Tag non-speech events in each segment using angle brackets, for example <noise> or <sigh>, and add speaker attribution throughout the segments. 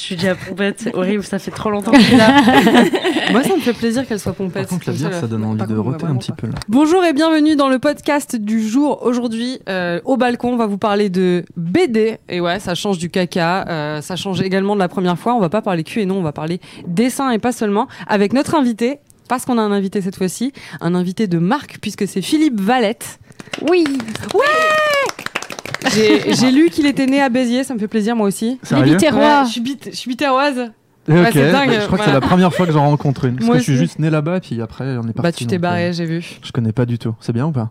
Speaker 1: suis déjà pompette, horrible, ça fait trop longtemps que je suis <laughs> là.
Speaker 2: Moi, ça me fait plaisir qu'elle soit pompette.
Speaker 3: Par contre, la
Speaker 2: comme
Speaker 3: bière,
Speaker 2: là.
Speaker 3: ça donne envie
Speaker 2: Par
Speaker 3: de
Speaker 2: contre, ouais,
Speaker 3: roter un
Speaker 2: vraiment
Speaker 3: petit
Speaker 2: pas.
Speaker 3: peu là.
Speaker 2: Bonjour et bienvenue dans le podcast du jour. Aujourd'hui, euh, au balcon, on va vous parler de BD. Et ouais, ça change du caca. euh, ça change également de la première fois. On va pas parler cul et non, on va parler dessin et pas seulement. Avec notre invité, parce qu'on a un invité cette fois-ci, un invité de marque, puisque c'est Philippe Valette.
Speaker 4: Oui,
Speaker 2: J'ai j'ai lu qu'il était né à Béziers, ça me fait plaisir moi aussi.
Speaker 4: les
Speaker 3: Sérieux
Speaker 4: Biterrois.
Speaker 2: Ouais, je suis bit- je suis bitéroise.
Speaker 3: Ok,
Speaker 2: c'est dingue,
Speaker 3: je crois que
Speaker 2: voilà.
Speaker 3: c'est la première fois que j'en rencontre une. Parce
Speaker 2: Moi
Speaker 3: que je suis
Speaker 2: aussi.
Speaker 3: juste né là-bas, puis après on est parti.
Speaker 2: Bah, tu t'es
Speaker 3: donc,
Speaker 2: barré,
Speaker 3: euh,
Speaker 2: j'ai vu.
Speaker 3: Je connais pas du tout. C'est bien ou pas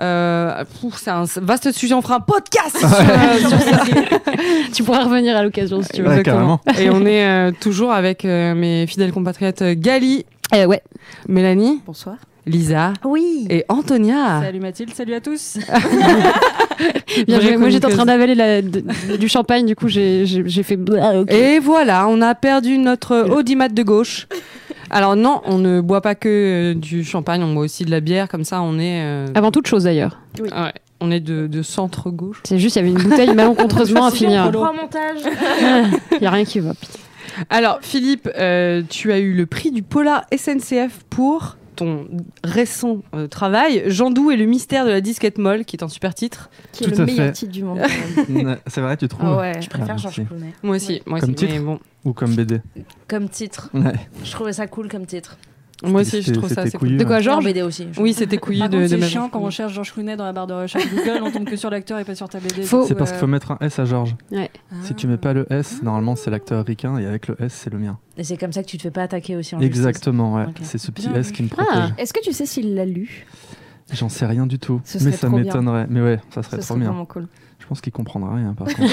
Speaker 2: Euh, pff, c'est un vaste sujet. On fera un podcast sur, euh, sur
Speaker 4: tu pourras revenir à l'occasion si <laughs> tu veux.
Speaker 3: Ouais,
Speaker 2: Exactement. Et on est euh, toujours avec euh, mes fidèles compatriotes euh, Gali,
Speaker 4: Euh, ouais.
Speaker 2: Mélanie,
Speaker 5: Bonsoir.
Speaker 2: Lisa
Speaker 4: Oui.
Speaker 2: et
Speaker 1: Ah.
Speaker 2: Antonia.
Speaker 5: Salut Mathilde, salut à tous.
Speaker 4: Bien
Speaker 2: Vraie
Speaker 4: joué. Moi, j'étais en train
Speaker 2: chroniqueuse.
Speaker 4: d'avaler la- de- du champagne, du coup, j'ai- j'ai j'ai fait. Ah, ok.
Speaker 2: Et voilà, on a perdu notre audimat de gauche. Alors non, on ne boit pas que euh, du champagne, on boit aussi de la bière, comme ça on est... euh,
Speaker 4: Avant toute chose, d'ailleurs.
Speaker 2: ah ouais, on est de, de centre-gauche.
Speaker 4: C'est juste, il y avait une bouteille malencontreusement à finir.
Speaker 1: Trois montages.
Speaker 4: Il n'y a rien qui va.
Speaker 2: Alors Philippe, euh, tu as eu le prix du Polar SNCF pour ton récent euh, travail, Jandou et le mystère de la disquette molle, qui est un super titre.
Speaker 4: Qui
Speaker 3: est Tout le à meilleur fait.
Speaker 4: titre du <laughs> monde.
Speaker 3: Ouais, C'est vrai, tu trouves
Speaker 4: ouais.
Speaker 1: Je préfère
Speaker 3: Ah,
Speaker 1: Georges
Speaker 3: merci.
Speaker 1: Clooney.
Speaker 2: Moi aussi, moi
Speaker 3: Comme
Speaker 2: aussi.
Speaker 3: titre
Speaker 2: mais bon.
Speaker 3: Ou comme BD
Speaker 1: Comme titre.
Speaker 3: Ouais.
Speaker 1: Je trouvais ça cool comme titre.
Speaker 2: Moi aussi, je
Speaker 3: C'était-
Speaker 2: trouve ça
Speaker 3: c'était
Speaker 2: assez cool.
Speaker 3: couillu, hein.
Speaker 4: De quoi,
Speaker 1: Genre
Speaker 4: Georges
Speaker 1: BD aussi.
Speaker 2: Oui, c'était couillu
Speaker 5: Par
Speaker 2: de,
Speaker 5: contre,
Speaker 2: de
Speaker 5: c'est
Speaker 2: ma-
Speaker 5: chiant quand on cherche Georges Clooney dans la barre
Speaker 3: <laughs>
Speaker 5: de recherche Google, on tombe que sur l'acteur et pas sur ta BD.
Speaker 4: Faut-
Speaker 5: donc,
Speaker 3: C'est parce
Speaker 5: euh,
Speaker 3: qu'il faut mettre un S à Georges.
Speaker 2: Ah.
Speaker 3: Si tu mets pas le S, normalement c'est l'acteur ricain et avec le S c'est le mien.
Speaker 1: Et c'est comme ça que tu te fais pas attaquer aussi en justice.
Speaker 3: Exactement, ouais.
Speaker 1: Ok.
Speaker 3: C'est ce petit
Speaker 5: Bien
Speaker 3: S
Speaker 5: vu.
Speaker 3: qui me protège.
Speaker 6: Est-ce que tu sais s'il l'a lu
Speaker 3: J'en sais rien du tout.
Speaker 6: Ce
Speaker 3: Mais
Speaker 6: serait
Speaker 3: ça
Speaker 6: trop bien.
Speaker 3: m'étonnerait. Mais ouais, ça serait
Speaker 6: Ce
Speaker 3: trop
Speaker 6: serait
Speaker 3: bien.
Speaker 6: vraiment cool.
Speaker 3: Je pense qu'il comprendra rien par contre.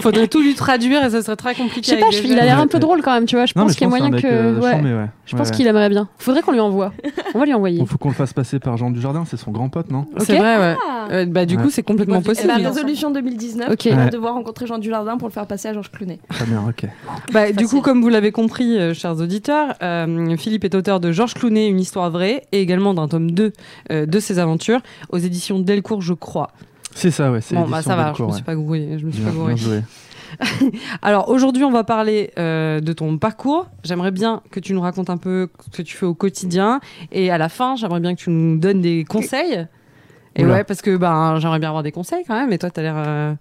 Speaker 2: Faudrait tout lui traduire et ça serait très
Speaker 4: Je
Speaker 2: compliqué.
Speaker 4: sais pas,
Speaker 2: avec
Speaker 4: je-
Speaker 2: des
Speaker 4: il a
Speaker 2: jeunes.
Speaker 4: l'air un peu drôle quand même, tu vois. Je
Speaker 3: Non, mais
Speaker 4: pense
Speaker 3: je
Speaker 4: qu'il y a
Speaker 3: pense
Speaker 4: moyen
Speaker 3: que. c'est un
Speaker 4: que.
Speaker 3: mec, euh,
Speaker 4: ouais.
Speaker 3: chambé, ouais.
Speaker 4: Je
Speaker 3: Ouais,
Speaker 4: pense
Speaker 3: ouais.
Speaker 4: qu'il aimerait bien. Faudrait qu'on lui envoie. On va lui envoyer.
Speaker 3: Bon, faut qu'on le fasse passer par Jean Dujardin, c'est son grand pote, non
Speaker 2: C'est
Speaker 4: Ok.
Speaker 2: vrai, ouais. <laughs>
Speaker 6: Ah.
Speaker 2: Euh, bah, du
Speaker 3: Ouais.
Speaker 2: coup, c'est complètement
Speaker 6: Eh ben,
Speaker 2: possible.
Speaker 6: résolution 2019,
Speaker 4: Ok.
Speaker 6: on va
Speaker 3: Ouais.
Speaker 6: devoir rencontrer Jean Dujardin pour le faire passer à Georges Clooney.
Speaker 3: Très bien, ok.
Speaker 2: Bah, du coup, comme vous l'avez compris, euh, chers auditeurs, euh, Philippe est auteur de Georges Clooney, une histoire vraie, et également d'un tome 2 euh, de ses aventures, aux éditions Delcourt, je crois.
Speaker 3: C'est ça, ouais. C'est
Speaker 2: Bon, bah
Speaker 3: l'édition
Speaker 2: ça va, je
Speaker 3: Delcourt,
Speaker 2: me
Speaker 3: ouais.
Speaker 2: suis pas gourée. Je me suis
Speaker 3: Bien,
Speaker 2: pas gourée.
Speaker 3: bien joué.
Speaker 2: Alors aujourd'hui, on va parler euh, de ton parcours. J'aimerais bien que tu nous racontes un peu ce que tu fais au quotidien. Et à la fin, j'aimerais bien que tu nous donnes des conseils. Et
Speaker 3: Oula.
Speaker 2: ouais, parce que ben, j'aimerais bien avoir des conseils quand même. Et toi, t'as l'air euh,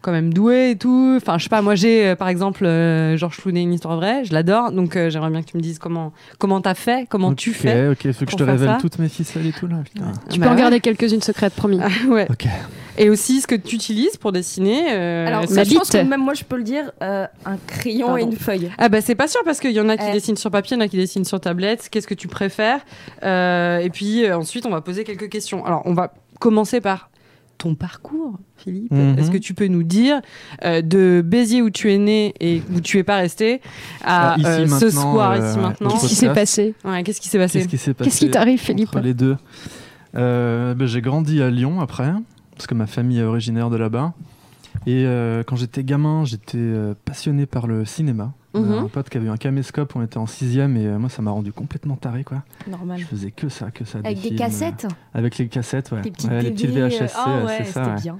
Speaker 2: quand même doué et tout. Enfin, je sais pas, moi j'ai euh, par exemple euh, Georges Clooney, une histoire vraie. Je l'adore. Donc euh, j'aimerais bien que tu me dises comment comment t'as fait, comment tu
Speaker 3: Ok,
Speaker 2: fais. <laughs>
Speaker 3: Ok, faut que je
Speaker 2: pour
Speaker 3: te
Speaker 2: faire
Speaker 3: révèle
Speaker 2: ça
Speaker 3: toutes mes ficelles et tout là, putain.
Speaker 4: Tu
Speaker 2: Bah
Speaker 4: peux en
Speaker 2: ouais.
Speaker 4: garder quelques-unes secrètes, promis.
Speaker 3: Ah,
Speaker 2: Ouais.
Speaker 3: Ok.
Speaker 2: Et aussi ce que tu utilises pour dessiner. euh,
Speaker 6: Alors,
Speaker 2: c'est-
Speaker 4: ma
Speaker 6: ça, je pense
Speaker 4: bite.
Speaker 6: que même moi, je peux le dire, euh, un crayon et
Speaker 2: Pardon.
Speaker 6: une feuille.
Speaker 2: Ah bah c'est pas sûr parce qu'il y en a qui
Speaker 6: Eh.
Speaker 2: dessinent sur papier, il y en a qui dessinent sur tablette. Qu'est-ce que tu préfères Euh, Et puis euh, ensuite on va poser quelques questions. Alors on va commencer par ton parcours, Philippe.
Speaker 3: Mhm.
Speaker 2: Est-ce que tu peux nous dire euh, de Béziers où tu es né et où tu es pas resté à
Speaker 3: Ah, ici,
Speaker 2: euh, ce
Speaker 3: maintenant,
Speaker 2: soir
Speaker 3: euh,
Speaker 2: ici
Speaker 3: ouais.
Speaker 2: maintenant
Speaker 4: Qu'est-ce
Speaker 3: Qu'est-ce
Speaker 4: qui
Speaker 3: qui
Speaker 4: s'est
Speaker 3: se
Speaker 4: passé
Speaker 2: Ouais, Qu'est-ce qui s'est passé
Speaker 3: Qu'est-ce qui s'est passé
Speaker 4: Qu'est-ce qui t'arrive, Philippe
Speaker 3: entre les deux Euh, ben, J'ai grandi à Lyon après, parce que ma famille est originaire de là-bas. Et euh, quand j'étais gamin, j'étais euh, passionné par le cinéma. On avait
Speaker 2: Mhm.
Speaker 3: Un pote qui avait un caméscope, on était en sixième et euh, moi ça m'a rendu complètement taré quoi.
Speaker 6: Normal.
Speaker 3: Je faisais que ça, que ça.
Speaker 6: Avec des
Speaker 3: films,
Speaker 6: cassettes,
Speaker 3: euh, Avec les cassettes, ouais.
Speaker 6: des petites
Speaker 3: Ouais, les petites
Speaker 6: DVD, euh,
Speaker 3: VHS,
Speaker 6: ah
Speaker 3: ouais,
Speaker 6: ouais,
Speaker 3: c'est ça.
Speaker 6: c'était
Speaker 3: ouais.
Speaker 6: bien.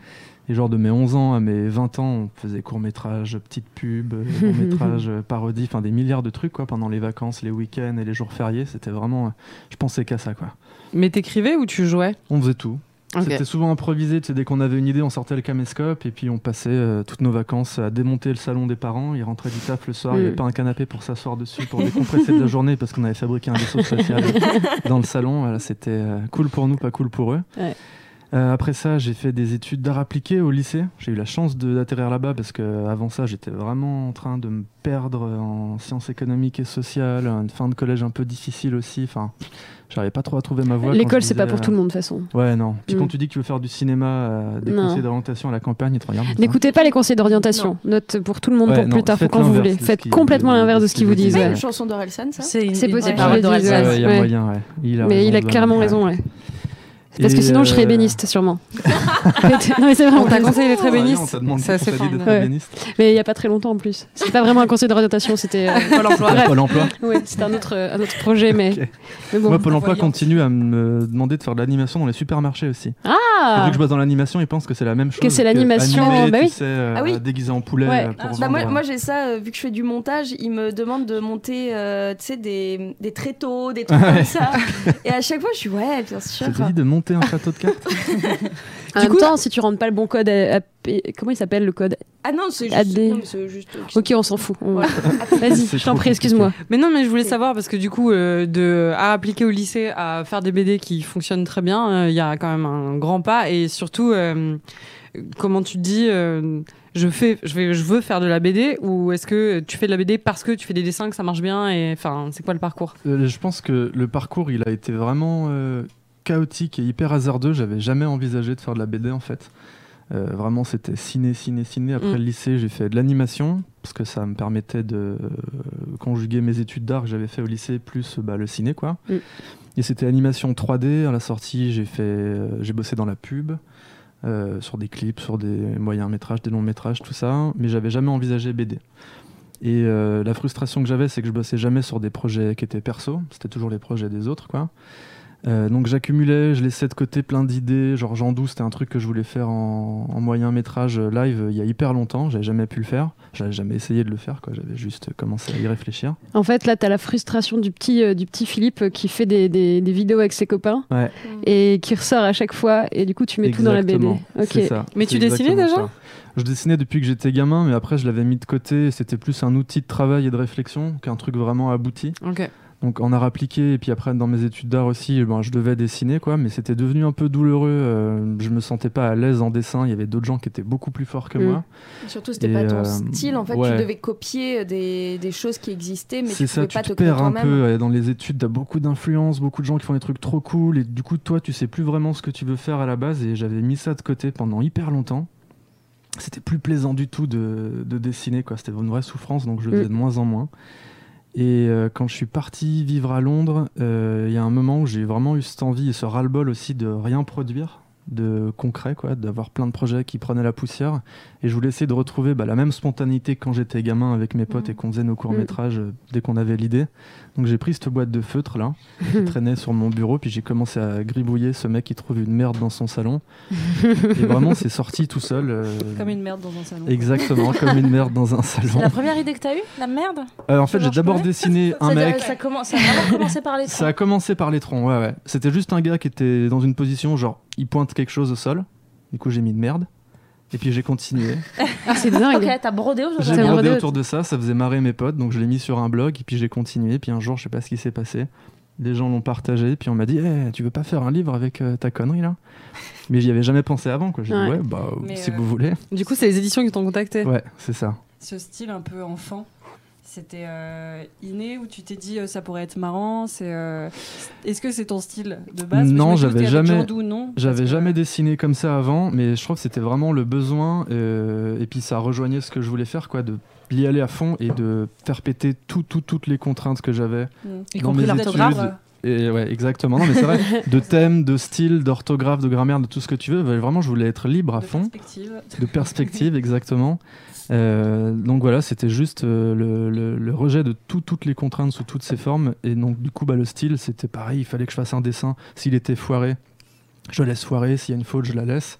Speaker 3: Et genre de mes 11 ans à mes 20 ans, on faisait court-métrage, petites pubs, euh, long-métrage, parodie, enfin des milliards de trucs quoi pendant les vacances, les week-ends et les jours fériés. C'était vraiment, euh, je pensais qu'à ça quoi.
Speaker 2: Mais t'écrivais ou tu jouais
Speaker 3: On faisait tout.
Speaker 2: Ok.
Speaker 3: C'était souvent improvisé, tu sais, dès qu'on avait une idée, on sortait le caméscope et puis on passait euh, toutes nos vacances à démonter le salon des parents. Ils rentraient du taf le soir, il n'y
Speaker 4: Mm.
Speaker 3: avait pas un canapé pour s'asseoir dessus, pour décompresser de la journée parce qu'on avait fabriqué un vaisseau
Speaker 4: <laughs>
Speaker 3: spatial dans le salon. Voilà, C'était euh, cool pour nous, pas cool pour eux.
Speaker 4: Ouais.
Speaker 3: Euh, après ça, j'ai fait des études d'art appliqué au lycée. J'ai eu la chance de- d'atterrir là-bas parce que euh, avant ça, j'étais vraiment en train de me perdre en sciences économiques et sociales, une fin de collège un peu difficile aussi. Enfin, j'arrivais pas trop à trouver ma voie. quand je
Speaker 4: L'école, c'est pas
Speaker 3: disais,
Speaker 4: pour
Speaker 3: euh,
Speaker 4: tout le monde, de toute façon.
Speaker 3: Ouais, non. Puis
Speaker 4: Mm.
Speaker 3: quand tu dis que tu veux faire du cinéma, euh, des
Speaker 4: Non.
Speaker 3: conseils d'orientation à la campagne, ils te regardent. comme ça.
Speaker 4: N'écoutez pas les conseils d'orientation. Note pour tout le monde
Speaker 3: Ouais,
Speaker 4: pour
Speaker 3: non,
Speaker 4: plus tard, pour
Speaker 3: faites
Speaker 4: quand vous
Speaker 3: l'inverse
Speaker 4: voulez.
Speaker 3: de ce
Speaker 4: Faites
Speaker 3: qui-
Speaker 4: complètement
Speaker 3: de-
Speaker 4: l'inverse de ce qu'ils vous disent.
Speaker 6: C'est pas
Speaker 3: ouais.
Speaker 6: une chanson d'Orelsan, ça
Speaker 1: une-
Speaker 4: C'est possible,
Speaker 1: une
Speaker 4: je
Speaker 1: parole
Speaker 4: le dis,
Speaker 3: Ouais,
Speaker 1: d'Orelsan.
Speaker 4: ouais.
Speaker 3: ouais, y a moyen, ouais. a
Speaker 4: Mais
Speaker 3: raison
Speaker 4: il a
Speaker 3: de-
Speaker 4: clairement
Speaker 3: ouais.
Speaker 4: raison, hein. ouais.
Speaker 3: Et,
Speaker 4: Parce que sinon, je serais
Speaker 3: euh, <laughs>
Speaker 4: ébéniste, sûrement. <laughs> non, mais c'est vrai,
Speaker 2: On
Speaker 4: on
Speaker 2: t'a
Speaker 4: le-
Speaker 2: conseillé d'être
Speaker 3: ah ouais,
Speaker 2: ébéniste
Speaker 3: on t'a demandé
Speaker 2: Ça,
Speaker 3: on
Speaker 2: c'est
Speaker 3: t'a dit
Speaker 2: formidable.
Speaker 3: d'être
Speaker 4: Ouais.
Speaker 3: ébéniste.
Speaker 4: Mais il y a pas très longtemps en plus. C'était pas vraiment un conseil d'orientation, c'était euh, <laughs>
Speaker 2: Pôle emploi.
Speaker 4: Bref.
Speaker 3: Pôle emploi.
Speaker 4: ouais, c'était un autre, euh, un autre projet, mais,
Speaker 3: Ok.
Speaker 4: mais bon.
Speaker 3: Moi, Pôle emploi
Speaker 6: voyant.
Speaker 3: continue à me demander de faire de l'animation dans les supermarchés aussi.
Speaker 4: Ah,
Speaker 3: Et
Speaker 4: Ah
Speaker 3: vu que je bosse dans l'animation, ils pensent que c'est la même chose.
Speaker 4: c'est l'animation,
Speaker 3: animer,
Speaker 4: bah
Speaker 3: tu
Speaker 4: oui.
Speaker 3: sais, euh,
Speaker 6: Ah oui.
Speaker 3: déguisé en poulet.
Speaker 4: Ouais.
Speaker 3: euh, pour
Speaker 6: Bah, moi,
Speaker 3: vendre.
Speaker 6: moi, j'ai ça, euh, vu que je fais du montage, ils me demandent de monter euh, tu sais, des, des tréteaux, des trucs
Speaker 3: <laughs>
Speaker 6: comme ça. Et à chaque fois, je suis ouais, bien sûr.
Speaker 3: Ça te dit de monter un château de cartes
Speaker 4: En
Speaker 2: Du
Speaker 4: même
Speaker 2: coup-
Speaker 4: temps, si tu rentres pas le bon code, à- à- comment il s'appelle le code
Speaker 6: Ah non, c'est
Speaker 4: AD.
Speaker 6: juste. non, mais c'est juste-
Speaker 4: Ok, on s'en fout. on-
Speaker 6: Voilà.
Speaker 4: <laughs> Vas-y,
Speaker 3: C'est trop
Speaker 4: je t'en prie,
Speaker 3: compliqué.
Speaker 4: excuse-moi.
Speaker 2: Mais non, mais je voulais savoir parce que du coup, euh, de à appliquer au lycée, à faire des BD qui fonctionnent très bien, euh, il y a quand même un grand pas et surtout, euh, comment tu te dis, euh, je fais, je vais, je veux faire de la BD ou est-ce que tu fais de la BD parce que tu fais des dessins que ça marche bien et enfin, c'est quoi le parcours
Speaker 3: Euh, je pense que le parcours, il a été vraiment euh, chaotique et hyper hasardeux. J'avais jamais envisagé de faire de la BD en fait. Euh, vraiment, c'était ciné, ciné, ciné. Après
Speaker 2: Mm.
Speaker 3: le lycée, j'ai fait de l'animation parce que ça me permettait de euh, conjuguer mes études d'art que j'avais fait au lycée plus bah, le ciné quoi.
Speaker 4: Mm.
Speaker 3: Et c'était animation 3D. À la sortie, j'ai fait, euh, j'ai bossé dans la pub. euh, sur des clips, sur des moyens métrages, des longs métrages, tout ça, mais j'avais jamais envisagé BD. Et euh, la frustration que j'avais, c'est que je bossais jamais sur des projets qui étaient perso. C'était toujours les projets des autres, quoi. Euh, donc j'accumulais, je laissais de côté plein d'idées. Genre Jean Doux, c'était un truc que je voulais faire en, en moyen métrage euh, live euh, il y a hyper longtemps. J'avais jamais pu le faire. J'avais jamais essayé de le faire, quoi. J'avais juste commencé à y réfléchir.
Speaker 4: En fait, là, t'as la frustration du petit, euh, du petit Philippe euh, qui fait des, des- des vidéos avec ses copains
Speaker 3: Ouais.
Speaker 4: et qui ressort à chaque fois. Et du coup, tu mets tout dans la
Speaker 3: Exactement,
Speaker 4: BD.
Speaker 3: c'est
Speaker 4: Ok.
Speaker 3: ça,
Speaker 2: Mais
Speaker 3: c'est
Speaker 2: tu dessinais
Speaker 3: exactement
Speaker 2: déjà
Speaker 3: ça. Je dessinais depuis que j'étais gamin, mais après je l'avais mis de côté. C'était plus un outil de travail et de réflexion qu'un truc vraiment abouti.
Speaker 2: Ok.
Speaker 3: Donc en art appliqué et puis après dans mes études d'art aussi, ben, je devais dessiner quoi, mais c'était devenu un peu douloureux. euh, je me sentais pas à l'aise en dessin. Il y avait d'autres gens qui étaient beaucoup plus forts que
Speaker 4: Mm.
Speaker 3: moi.
Speaker 6: Surtout, c'était
Speaker 3: Et,
Speaker 6: pas ton
Speaker 3: euh,
Speaker 6: style. En fait,
Speaker 3: ouais.
Speaker 6: tu devais copier des, des choses qui existaient, mais tu
Speaker 3: C'est
Speaker 6: pouvais
Speaker 3: ça, tu
Speaker 6: pas
Speaker 3: te
Speaker 6: te créer
Speaker 3: perds un
Speaker 6: toi-même.
Speaker 3: peu euh, dans les études. T'as beaucoup d'influences, beaucoup de gens qui font des trucs trop cool et du coup toi tu sais plus vraiment ce que tu veux faire à la base. Et j'avais mis ça de côté pendant hyper longtemps. C'était plus plaisant du tout de, de dessiner quoi. C'était une vraie souffrance donc je le
Speaker 4: Mm.
Speaker 3: faisais de moins en moins. Et euh, quand je suis parti vivre à Londres, euh, il y a un moment où j'ai vraiment eu cette envie et ce ras-le-bol aussi de rien produire de concret, quoi, d'avoir plein de projets qui prenaient la poussière. Et je voulais essayer de retrouver bah, la même spontanéité que quand j'étais gamin avec mes potes
Speaker 1: Mmh.
Speaker 6: Mhm.
Speaker 3: et qu'on faisait nos courts-métrages euh, dès qu'on avait l'idée. Donc j'ai pris cette boîte de
Speaker 1: <laughs>
Speaker 3: feutre là, qui traînait sur mon bureau, puis j'ai commencé à gribouiller ce mec qui trouve une merde dans son salon. et vraiment, c'est sorti tout seul. euh,
Speaker 5: Comme une merde dans un salon.
Speaker 3: Exactement, comme une merde dans un
Speaker 1: C'est
Speaker 3: salon.
Speaker 1: la première idée que t'as eue La merde
Speaker 3: Euh, en fait, j'ai
Speaker 1: Genre, je
Speaker 3: d'abord
Speaker 1: connais.
Speaker 3: dessiné un
Speaker 1: C'est-à-dire
Speaker 3: mec.
Speaker 1: que Ça, commence, ça a vraiment commencé par les
Speaker 3: Ça
Speaker 1: ça...
Speaker 3: a commencé par les troncs, ouais, ouais. C'était juste un gars qui était dans une position, genre, il pointe quelque chose au sol. Du coup, j'ai mis de merde. Et puis j'ai continué.
Speaker 4: Ah, c'est dingue.
Speaker 1: Ok, t'as brodé
Speaker 5: <laughs>
Speaker 1: aujourd'hui
Speaker 3: J'ai
Speaker 4: Ça
Speaker 3: brodé
Speaker 4: brodait.
Speaker 3: autour de ça, ça faisait marrer mes potes, donc je l'ai mis sur un blog, et puis j'ai continué. Puis un jour, je sais pas ce qui s'est passé. Les gens l'ont partagé, puis on m'a dit Eh, Tu veux pas faire un livre avec euh, ta connerie là Mais j'y avais jamais pensé avant, quoi. J'ai
Speaker 4: Ouais.
Speaker 3: dit Ouais, bah,
Speaker 5: Mais,
Speaker 3: si
Speaker 5: euh,
Speaker 3: vous
Speaker 5: <laughs>
Speaker 3: voulez.
Speaker 2: Du coup, c'est les éditions qui t'ont contacté.
Speaker 3: Ouais, c'est ça.
Speaker 5: Ce style un peu enfant, c'était euh, inné ou tu t'es dit euh, ça pourrait être marrant c'est, euh, Est-ce que c'est ton style de base
Speaker 3: Non,
Speaker 5: Parce que je me
Speaker 3: j'avais
Speaker 5: doutais avec
Speaker 3: jamais-
Speaker 5: Jandou, non
Speaker 3: J'avais
Speaker 5: Parce que-
Speaker 3: jamais dessiné comme ça avant, mais je trouve que c'était vraiment le besoin. euh, et puis ça rejoignait ce que je voulais faire, quoi, de y aller à fond et de faire péter tout, tout, toutes les contraintes que j'avais.
Speaker 5: Y
Speaker 3: dans
Speaker 5: compris
Speaker 3: mes
Speaker 5: l'orthographe.
Speaker 3: études. Et ouais, exactement. Non, mais c'est vrai, de thème, de style, d'orthographe, de grammaire, de tout ce que tu veux. Bah, Vraiment, je voulais être libre à
Speaker 5: de
Speaker 3: fond,
Speaker 5: perspective.
Speaker 3: de perspective, exactement. Euh, donc voilà, c'était juste euh, le, le- le rejet de tout- toutes les contraintes sous toutes ses formes. Et donc, du coup, bah, le style, c'était pareil. Il fallait que je fasse un dessin. S'il était foiré, je le laisse foirer. S'il y a une faute, je la laisse.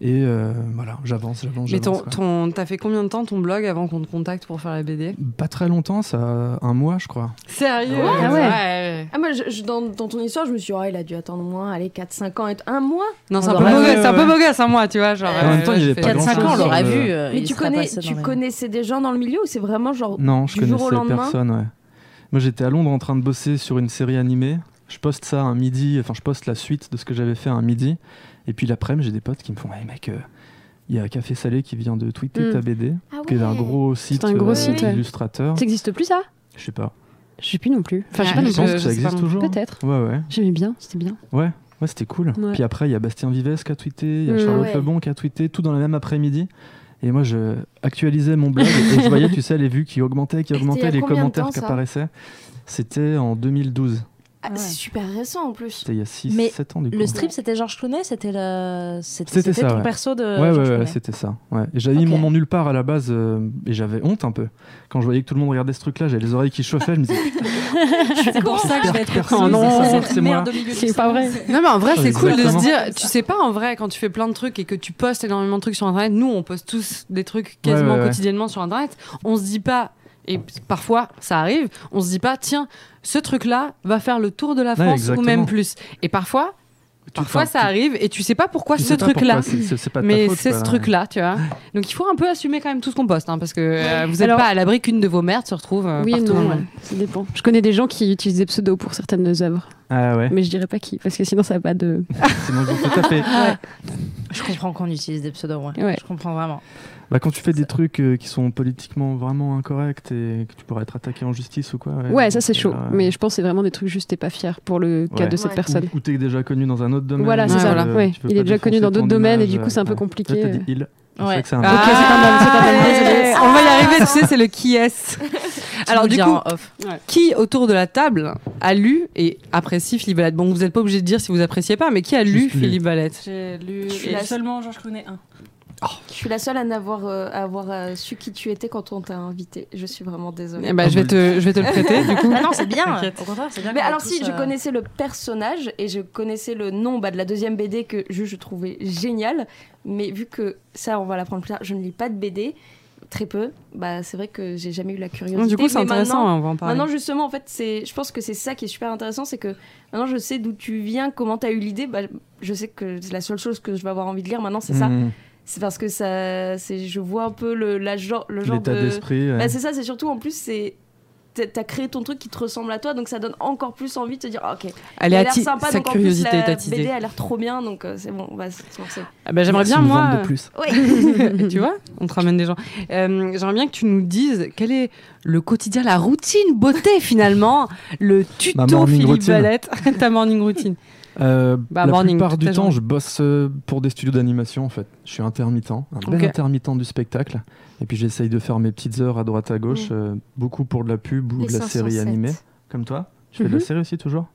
Speaker 3: Et euh, voilà, j'avance, j'avance,
Speaker 2: Mais ton,
Speaker 3: j'avance, quoi.
Speaker 2: ton, t'as fait combien de temps ton blog avant qu'on te contacte pour faire la BD
Speaker 3: Pas très longtemps, ça a un mois, je crois.
Speaker 2: Sérieux
Speaker 4: Ah ouais.
Speaker 2: ouais.
Speaker 6: Ah, moi, je- je- dans, dans ton histoire, je me suis dit, oh, il a dû attendre moins, allez, 4-5 ans, et un mois.
Speaker 2: Non, c'est un
Speaker 1: On
Speaker 2: peu
Speaker 1: l'aurait
Speaker 2: bogus,
Speaker 3: vu,
Speaker 2: c'est un peu
Speaker 3: ouais.
Speaker 2: bogus, un mois, tu vois. Genre,
Speaker 3: En même temps, il y
Speaker 2: j'ai
Speaker 3: avait
Speaker 2: fait-
Speaker 3: pas
Speaker 1: 4-5
Speaker 3: grand-chose,
Speaker 1: ans, on l'aurait
Speaker 3: euh,
Speaker 1: vu.
Speaker 6: Mais tu, connais, tu connaissais des gens dans le milieu ou c'est vraiment genre.
Speaker 3: Non, je
Speaker 6: Du jour au
Speaker 3: connaissais
Speaker 6: lendemain
Speaker 3: personne. ouais. Moi, j'étais à Londres en train de bosser sur une série animée. Je poste ça un midi, enfin, je poste la suite de ce que j'avais fait un midi. Et puis l'après-midi, j'ai des potes qui me font Hey mec, euh, il y a Café Salé qui vient de tweeter
Speaker 4: Mm.
Speaker 3: ta BD,
Speaker 6: Ah
Speaker 3: qui est un gros site,
Speaker 4: un gros
Speaker 3: euh,
Speaker 4: site, ouais.
Speaker 3: d'illustrateur.
Speaker 4: Ça existe plus, ça
Speaker 3: Je sais pas.
Speaker 4: Hein. Je sais plus non plus. Enfin, je
Speaker 2: Ouais.
Speaker 4: sais pas non
Speaker 3: je
Speaker 4: plus.
Speaker 3: pense que
Speaker 2: je sais
Speaker 3: ça
Speaker 2: pas
Speaker 3: existe
Speaker 2: non plus.
Speaker 3: Ah, toujours.
Speaker 4: Peut-être.
Speaker 3: Ouais, ouais.
Speaker 4: J'aimais bien, c'était bien.
Speaker 3: Ouais, ouais, c'était cool.
Speaker 4: Ouais.
Speaker 3: Puis après, il y a Bastien Vives qui a tweeté, il y a
Speaker 4: Mm.
Speaker 3: Charlotte
Speaker 6: Ouais.
Speaker 3: Lebon qui a tweeté, tout dans la même après-midi. Et moi, je actualisais mon blog et je voyais, tu sais, les vues qui augmentaient, qui
Speaker 6: Et c'était il y a
Speaker 3: augmentaient, les
Speaker 6: combien de
Speaker 3: commentaires
Speaker 6: temps,
Speaker 3: qui
Speaker 6: ça
Speaker 3: apparaissaient. C'était en 2012.
Speaker 6: Ah,
Speaker 5: Ouais.
Speaker 6: C'est super récent en plus.
Speaker 3: C'était il y a 6,
Speaker 1: Mais
Speaker 3: 7 ans du coup.
Speaker 1: Le strip, c'était Georges Clooney, c'était le... c'était,
Speaker 3: C'était
Speaker 1: c'était
Speaker 3: ça,
Speaker 1: ton
Speaker 3: ouais.
Speaker 1: perso de
Speaker 3: ouais,
Speaker 1: Georges
Speaker 3: ouais, ouais,
Speaker 1: Clooney.
Speaker 3: c'était ça. Ouais. Et j'avais mis
Speaker 1: euh, Ok.
Speaker 3: mon nom nulle part à la base euh, et j'avais honte un peu. Quand je voyais que tout le monde regardait ce truc-là, j'avais les oreilles qui chauffaient, je me disais
Speaker 5: C'est pour ça que je vais être
Speaker 3: Personne
Speaker 5: reconnue,
Speaker 2: ne
Speaker 5: c'est
Speaker 2: sait
Speaker 5: cette
Speaker 3: que c'est
Speaker 5: merde
Speaker 3: moi.
Speaker 5: au milieu du
Speaker 4: C'est
Speaker 5: salon.
Speaker 4: pas vrai.
Speaker 2: Non mais en vrai
Speaker 3: Ah,
Speaker 2: c'est cool de se
Speaker 3: exactement.
Speaker 2: dire tu sais pas en vrai quand tu fais plein de trucs et que tu postes énormément de trucs sur internet nous on poste tous des trucs quasiment
Speaker 3: Ouais, ouais, ouais.
Speaker 2: quotidiennement sur internet on se dit pas et p- parfois ça arrive on se dit pas tiens ce truc là va faire le tour de la France ou
Speaker 3: exactement.
Speaker 2: même plus et parfois
Speaker 3: Tu-
Speaker 2: parfois
Speaker 3: enfin,
Speaker 2: ça
Speaker 3: tu-
Speaker 2: arrive et tu sais pas pourquoi
Speaker 3: tu
Speaker 2: ce
Speaker 3: sais pas
Speaker 2: truc là
Speaker 3: pourquoi, c'est- c'est- c'est pas de ta
Speaker 2: mais
Speaker 3: faute,
Speaker 2: c'est
Speaker 3: quoi.
Speaker 2: ce truc là tu vois donc il faut un peu assumer quand même tout ce qu'on poste hein, parce que euh, vous êtes
Speaker 4: Alors-
Speaker 2: pas à l'abri qu'une de vos merdes se retrouve euh,
Speaker 4: oui et
Speaker 2: partout
Speaker 4: non, ouais, ça dépend. Ah, Je connais des gens qui utilisent des pseudos pour certaines œuvres,
Speaker 3: Ah ouais,
Speaker 4: mais je dirais pas qui, parce que sinon ça va pas de.
Speaker 3: sinon ils vont te taper.
Speaker 1: Je comprends qu'on utilise des pseudos, ouais.
Speaker 4: Ouais.
Speaker 1: Je comprends vraiment.
Speaker 3: Bah, quand tu fais des trucs euh, qui sont politiquement vraiment incorrects et que tu pourrais être attaqué en justice ou quoi.
Speaker 4: Ouais, ça c'est chaud.
Speaker 3: euh,
Speaker 4: Mais je pense que c'est vraiment des trucs juste t'es pas fier pour le cas
Speaker 3: Ouais.
Speaker 4: de cette
Speaker 6: Ouais.
Speaker 4: personne.
Speaker 3: Ou, ou t'es déjà connu dans un autre domaine.
Speaker 4: Voilà, c'est
Speaker 3: donc,
Speaker 4: ça.
Speaker 3: euh,
Speaker 4: Ouais.
Speaker 3: tu peux
Speaker 4: Il
Speaker 3: pas
Speaker 4: est déjà connu
Speaker 3: défoncer
Speaker 4: dans d'autres
Speaker 3: ton
Speaker 4: domaines et
Speaker 3: image, euh,
Speaker 4: du coup, c'est un peu
Speaker 3: ouais.
Speaker 4: compliqué.
Speaker 3: Là, t'as dit il. C'est
Speaker 1: Ouais.
Speaker 3: vrai que hein. c'est un
Speaker 2: Ah,
Speaker 4: Ok, c'est pas mal, c'est pas mal.
Speaker 2: allez, on va y arriver, tu sais, c'est le qui est. Alors,
Speaker 1: Tu nous
Speaker 2: du
Speaker 1: le
Speaker 2: coup,
Speaker 1: diras en off.
Speaker 2: qui autour de la table a lu et apprécie Philippe Valette Bon, vous n'êtes pas obligé de dire si vous appréciez pas, mais qui a lu
Speaker 3: Juste lu.
Speaker 2: Philippe Valette
Speaker 5: J'ai lu
Speaker 6: Je suis
Speaker 5: et
Speaker 6: la-
Speaker 5: seulement Georges Clooney 1.
Speaker 6: Je suis la seule à n'avoir euh, à avoir euh, su qui tu étais quand on t'a invité. Je suis vraiment désolée.
Speaker 2: eh
Speaker 3: Ah
Speaker 2: ben, je, vais te, je vais te le prêter,
Speaker 6: <laughs>
Speaker 2: du coup.
Speaker 3: <laughs>
Speaker 1: Ah non, c'est bien.
Speaker 2: T'inquiète.
Speaker 1: Au contraire, c'est bien.
Speaker 6: Mais
Speaker 1: qu'on
Speaker 6: alors
Speaker 1: ait
Speaker 6: si,
Speaker 1: tous,
Speaker 6: je
Speaker 1: euh,
Speaker 6: connaissais le personnage et je connaissais le nom bah, de la deuxième BD que je, je trouvais génial, mais vu que ça, on va l'apprendre plus tard, je ne lis pas de BD, très peu, bah, c'est vrai que j'ai jamais eu la curiosité.
Speaker 2: Non, du coup, c'est
Speaker 6: Mais
Speaker 2: intéressant,
Speaker 6: maintenant-
Speaker 2: hein, on va en parler.
Speaker 6: Maintenant justement en fait c'est je pense que c'est ça qui est super intéressant c'est que maintenant je sais d'où tu viens comment t'as eu l'idée bah, je sais que c'est la seule chose que je vais avoir envie de lire maintenant c'est
Speaker 2: Mm.
Speaker 6: ça
Speaker 3: Mmh.
Speaker 6: c'est parce que ça c'est je vois un peu le la genre le genre
Speaker 3: L'état
Speaker 6: de
Speaker 3: d'esprit. ouais.
Speaker 6: bah, c'est ça, c'est surtout en plus, c'est. t'as- T'as créé ton truc qui te ressemble à toi, donc ça donne encore plus envie de te dire ah, ok.
Speaker 2: Elle
Speaker 6: il
Speaker 2: est
Speaker 6: a l'air
Speaker 2: atti-
Speaker 6: sympa,
Speaker 2: sa
Speaker 6: donc en plus,
Speaker 2: curiosité est
Speaker 6: la
Speaker 2: attisée.
Speaker 6: BD a l'air trop bien, donc euh, c'est bon, on va se se <laughs> lancer.
Speaker 2: Ah ben, J'aimerais
Speaker 3: Merci
Speaker 2: bien,
Speaker 3: de vendre
Speaker 2: moi.
Speaker 3: de
Speaker 2: <laughs>
Speaker 3: plus.
Speaker 2: tu vois, on te ramène des gens. Euh, J'aimerais bien que tu nous dises quel est le quotidien, la routine beauté, finalement, le
Speaker 3: Ma
Speaker 2: tuto
Speaker 3: morning
Speaker 2: Philippe
Speaker 3: routine.
Speaker 2: Valette, <laughs> ta morning routine.
Speaker 3: Euh,
Speaker 2: Bah,
Speaker 3: la
Speaker 2: morning,
Speaker 3: plupart
Speaker 2: toute
Speaker 3: du
Speaker 2: la
Speaker 3: temps,
Speaker 2: journée.
Speaker 3: je bosse euh, pour des studios d'animation en fait. Je suis intermittent, un
Speaker 2: Ok.
Speaker 3: bel intermittent du spectacle. Et puis j'essaye de faire mes petites heures à droite à gauche,
Speaker 4: Mmh.
Speaker 3: euh, beaucoup pour de la pub ou de la série animée, comme toi. Tu fais de
Speaker 4: Mhm.
Speaker 3: la série aussi toujours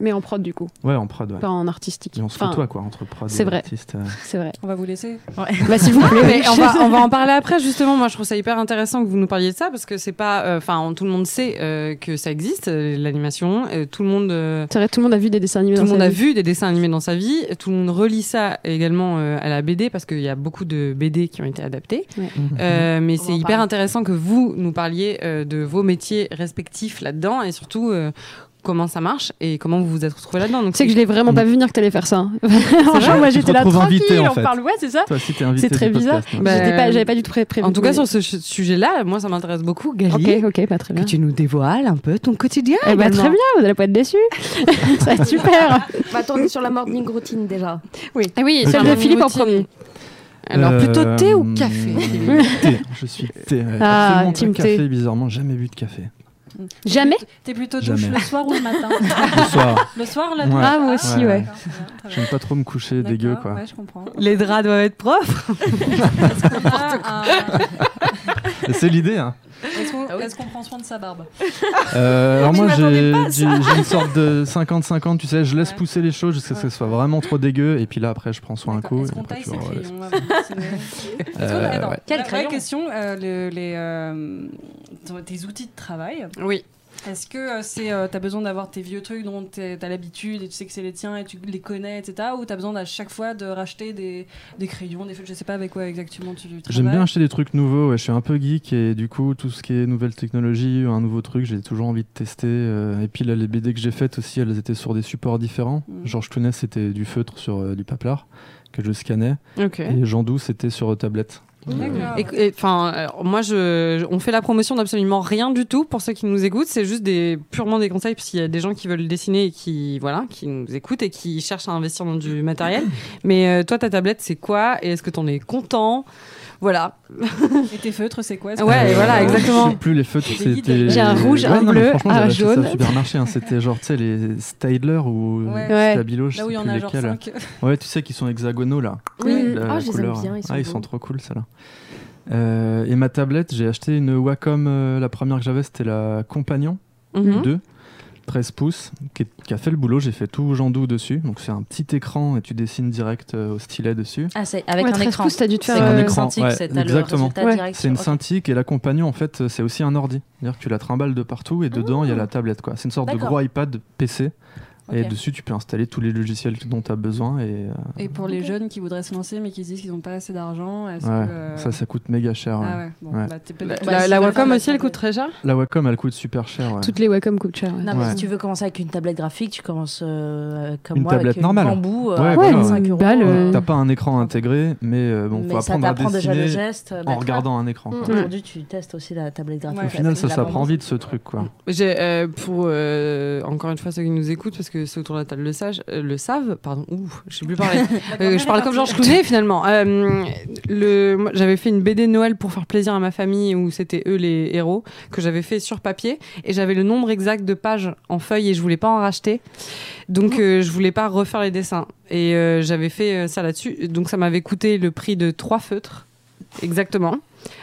Speaker 4: Mais en prod du coup,
Speaker 3: Ouais, en prod. Ouais.
Speaker 4: pas en artistique.
Speaker 3: Et on se
Speaker 4: Enfin,
Speaker 3: côtoie quoi entre prod
Speaker 4: c'est
Speaker 3: et
Speaker 4: vrai.
Speaker 3: artiste. euh.
Speaker 4: C'est vrai.
Speaker 5: On va vous laisser.
Speaker 4: Bah s'il vous
Speaker 2: Ah,
Speaker 4: plaît.
Speaker 2: mais on, va,
Speaker 4: <laughs>
Speaker 2: on va en parler après justement. Moi, je trouve ça hyper intéressant que vous nous parliez de ça parce que c'est pas, euh, enfin, tout le monde sait euh, que ça existe euh, l'animation. Euh, tout le monde, euh,
Speaker 4: C'est vrai, tout le monde a vu des dessins animés.
Speaker 2: tout le
Speaker 4: dans
Speaker 2: monde
Speaker 4: sa
Speaker 2: a
Speaker 4: vie.
Speaker 2: vu des dessins animés dans sa vie. Tout le monde relie ça également euh, à la BD parce qu'il y a beaucoup de BD qui ont été adaptés.
Speaker 4: Ouais.
Speaker 2: Euh, mais
Speaker 6: On
Speaker 2: c'est
Speaker 6: en
Speaker 2: hyper
Speaker 6: parle.
Speaker 2: intéressant que vous nous parliez euh, de vos métiers respectifs là-dedans et surtout. euh, comment ça marche et comment vous vous êtes retrouvés là-dedans. Donc
Speaker 4: Tu sais que je l'ai vraiment pas vu venir que t'allais faire ça. <laughs> hein. Genre, moi
Speaker 3: Tu te
Speaker 4: j'étais là
Speaker 3: retrouves
Speaker 4: tranquille,
Speaker 3: invité, en
Speaker 4: on
Speaker 3: fait.
Speaker 4: parle, ouais, c'est ça.
Speaker 3: Toi aussi, t'es invité.
Speaker 4: C'est très
Speaker 3: du
Speaker 4: bizarre.
Speaker 3: podcast, hein.
Speaker 2: Bah,
Speaker 4: J'étais pas- J'avais pas, du tout pré- prévu.
Speaker 2: en tout cas,
Speaker 4: mais-
Speaker 2: sur ce ch- sujet-là, moi, ça m'intéresse beaucoup. Gali,
Speaker 4: Ok, ok, pas très
Speaker 2: que
Speaker 4: bien.
Speaker 2: tu nous dévoiles un peu ton quotidien.
Speaker 4: Eh bah,
Speaker 2: également.
Speaker 4: très bien, vous allez pas être déçus. ça va être super.
Speaker 6: Bah, attends, on est sur la morning routine déjà.
Speaker 2: Ah oui,
Speaker 3: Ok.
Speaker 2: celle de Philippe en premier. Alors
Speaker 3: Euh,
Speaker 2: plutôt thé ou café Philippe
Speaker 3: Thé. Je suis thé. ouais.
Speaker 4: Ah,
Speaker 3: Absolument
Speaker 4: team
Speaker 3: pas
Speaker 4: thé.
Speaker 3: café, bizarrement, jamais bu de café.
Speaker 4: Jamais.
Speaker 5: T'es plutôt douche
Speaker 3: Jamais.
Speaker 5: le soir ou le
Speaker 3: <laughs>
Speaker 5: matin <laughs>
Speaker 3: Le soir,
Speaker 5: Le soir, là
Speaker 3: Ouais.
Speaker 4: Ah, moi aussi, ouais.
Speaker 5: d'accord, très bien, très bien.
Speaker 3: j'aime pas trop me coucher dégueu
Speaker 5: D'accord,
Speaker 3: quoi.
Speaker 5: Ouais, je comprends.
Speaker 2: Les draps doivent être propres.
Speaker 5: On a un-
Speaker 3: Et C'est l'idée. Hein.
Speaker 5: ah, Est-ce qu'on est-ce qu'on prend soin de sa barbe
Speaker 3: Euh, alors
Speaker 6: Mais je
Speaker 3: moi
Speaker 6: m'attendais
Speaker 3: j'ai
Speaker 6: pas à
Speaker 3: j'ai- j'ai une sorte de 50-50, tu sais, je laisse
Speaker 5: Ouais.
Speaker 3: pousser les choses jusqu'à ce que ce soit vraiment trop dégueu et puis là après je prends soin un
Speaker 5: D'accord.
Speaker 3: coup.
Speaker 5: Est-ce
Speaker 3: et
Speaker 5: qu'on
Speaker 3: après,
Speaker 5: taille
Speaker 3: tu
Speaker 5: ses
Speaker 3: vois, ouais.
Speaker 2: <laughs>
Speaker 5: crayons avant de dessiner Est-ce qu'on-
Speaker 3: Euh,
Speaker 5: attends,
Speaker 3: ouais.
Speaker 1: Quel
Speaker 5: la vraie
Speaker 1: crayon
Speaker 5: question, euh, le- les, euh, ton- tes outils de travail,
Speaker 2: Oui.
Speaker 5: est-ce que euh, c'est euh, t'as besoin d'avoir tes vieux trucs dont t'es- t'as l'habitude et tu sais que c'est les tiens et tu les connais, etc. Ou t'as besoin à chaque fois de racheter des, des crayons, des feutres, je sais pas avec quoi exactement tu travailles
Speaker 3: J'aime bien acheter des trucs nouveaux, ouais, je suis un peu geek et du coup tout ce qui est nouvelle technologie, un nouveau truc, j'ai toujours envie de tester. euh, et puis là les BD que j'ai faites aussi, elles étaient sur des supports différents.
Speaker 5: Mm.
Speaker 3: Georges Clooney c'était du feutre sur euh, du paplard que je scannais
Speaker 2: Ok.
Speaker 3: et Jean Doux c'était sur euh, tablette. Euh,
Speaker 5: D'accord.
Speaker 2: Enfin, euh, moi, je, je- on fait la promotion d'absolument rien du tout pour ceux qui nous écoutent. C'est juste des, purement des conseils parce qu'il y a des gens qui veulent dessiner et qui, voilà, qui nous écoutent et qui cherchent à investir dans du matériel. Mais euh, toi, ta tablette, c'est quoi Et est-ce que t'en es content Voilà.
Speaker 5: Et tes feutres, c'est quoi Est-ce
Speaker 2: Ouais,
Speaker 5: que-
Speaker 2: et voilà,
Speaker 3: euh, Je
Speaker 2: exactement.
Speaker 3: sais plus les feutres,
Speaker 5: Des guides.
Speaker 3: c'était.
Speaker 4: J'ai un rouge, un
Speaker 3: non, mais
Speaker 4: bleu,
Speaker 3: franchement,
Speaker 4: un
Speaker 3: j'avais acheté ça au
Speaker 4: jaune.
Speaker 3: supermarché, hein, c'était genre, tu sais, les Stadler ou
Speaker 5: Ouais.
Speaker 4: Ouais.
Speaker 3: Stabilo, je
Speaker 5: Là
Speaker 3: sais
Speaker 5: où il y en
Speaker 3: plus
Speaker 5: a genre
Speaker 3: lesquels.
Speaker 5: 5.
Speaker 3: Ouais, tu sais, qui sont hexagonaux là.
Speaker 6: Oui.
Speaker 3: la
Speaker 6: Ah, je les aime
Speaker 3: couleur.
Speaker 6: bien, ils sont
Speaker 3: ah, ils
Speaker 6: beaux.
Speaker 3: sont trop cool, ceux-là. Euh, et ma tablette, j'ai acheté une Wacom, euh, la première que j'avais, c'était la Compagnon
Speaker 2: Mhm.
Speaker 3: 2. 13 pouces qui, est- qui a fait le boulot. J'ai fait tout Jandou dessus. Donc c'est un petit écran et tu dessines direct euh, au stylet dessus.
Speaker 1: Ah, c'est avec
Speaker 4: Ouais,
Speaker 1: un
Speaker 4: 13
Speaker 1: écran.
Speaker 4: pouces, t'as dû te
Speaker 1: C'est
Speaker 4: faire,
Speaker 1: comme
Speaker 4: euh,
Speaker 1: une
Speaker 3: écran,
Speaker 1: synthique,
Speaker 3: ouais,
Speaker 1: c'est t'as le
Speaker 3: exactement.
Speaker 1: résultat
Speaker 4: Ouais.
Speaker 1: direct
Speaker 3: C'est une
Speaker 1: sur-
Speaker 3: synthique et l'accompagnant en fait c'est aussi un ordi. C'est-à-dire que tu la trimbales de partout et dedans il y a
Speaker 6: Ah.
Speaker 3: la tablette quoi. C'est une sorte de
Speaker 1: D'accord.
Speaker 3: gros iPad PC et
Speaker 1: Ok.
Speaker 3: dessus tu peux installer tous les logiciels dont tu as besoin et euh,
Speaker 5: Et pour les
Speaker 1: Ok.
Speaker 5: jeunes qui voudraient se lancer mais qui se disent qu'ils n'ont pas assez d'argent, est-ce
Speaker 3: ouais,
Speaker 5: que.
Speaker 6: Ah
Speaker 5: euh,
Speaker 3: ça ça coûte méga cher. ouais.
Speaker 5: Ah ouais, bon,
Speaker 3: Ouais.
Speaker 5: bah, t'es
Speaker 2: La,
Speaker 5: peut-être-
Speaker 2: la-
Speaker 5: si
Speaker 2: la
Speaker 5: tu veux
Speaker 2: Wacom
Speaker 5: faire
Speaker 2: aussi, elle
Speaker 5: ça,
Speaker 2: coûte très cher.
Speaker 3: La Wacom elle coûte super cher. ouais.
Speaker 4: Toutes les Wacom coûtent cher. ouais.
Speaker 1: Non, mais
Speaker 3: Ouais.
Speaker 1: si tu veux commencer avec une tablette graphique, tu commences euh, euh, comme
Speaker 3: Une
Speaker 1: moi
Speaker 3: tablette
Speaker 1: avec
Speaker 3: normale.
Speaker 1: une bambou euh,
Speaker 3: Ouais,
Speaker 1: à
Speaker 3: voilà.
Speaker 1: 45
Speaker 4: Une
Speaker 1: euros.
Speaker 4: balle,
Speaker 1: euh,
Speaker 4: euh,
Speaker 3: T'as pas un écran intégré mais euh, bon faut
Speaker 1: mais ça
Speaker 3: apprendre à
Speaker 1: t'apprend déjà le
Speaker 3: dessiner
Speaker 1: geste. euh,
Speaker 3: en
Speaker 1: bah,
Speaker 3: regardant un écran. quoi.
Speaker 6: Mm.
Speaker 1: Aujourd'hui, tu testes aussi la tablette graphique.
Speaker 5: Ouais.
Speaker 3: Au final,
Speaker 1: parce que
Speaker 3: ça
Speaker 1: la
Speaker 3: s'apprend
Speaker 1: bande-
Speaker 3: vite ce truc quoi.
Speaker 2: J'ai euh, pour euh, encore une fois ceux qui nous écoutent parce que ceux autour de la table le, sage- euh, le savent. Pardon, ouf, je sais plus parler. Euh, je parle comme Georges Clooney finalement. Euh, le, moi, j'avais fait une BD Noël pour faire plaisir à ma famille où c'était eux les héros que j'avais fait sur papier et j'avais le nombre exact de pages en feuille et je voulais pas en racheter.
Speaker 5: Oh.
Speaker 2: Donc euh, je voulais pas refaire les dessins et euh, j'avais fait euh, ça là-dessus. Donc ça m'avait coûté le prix de trois feutres exactement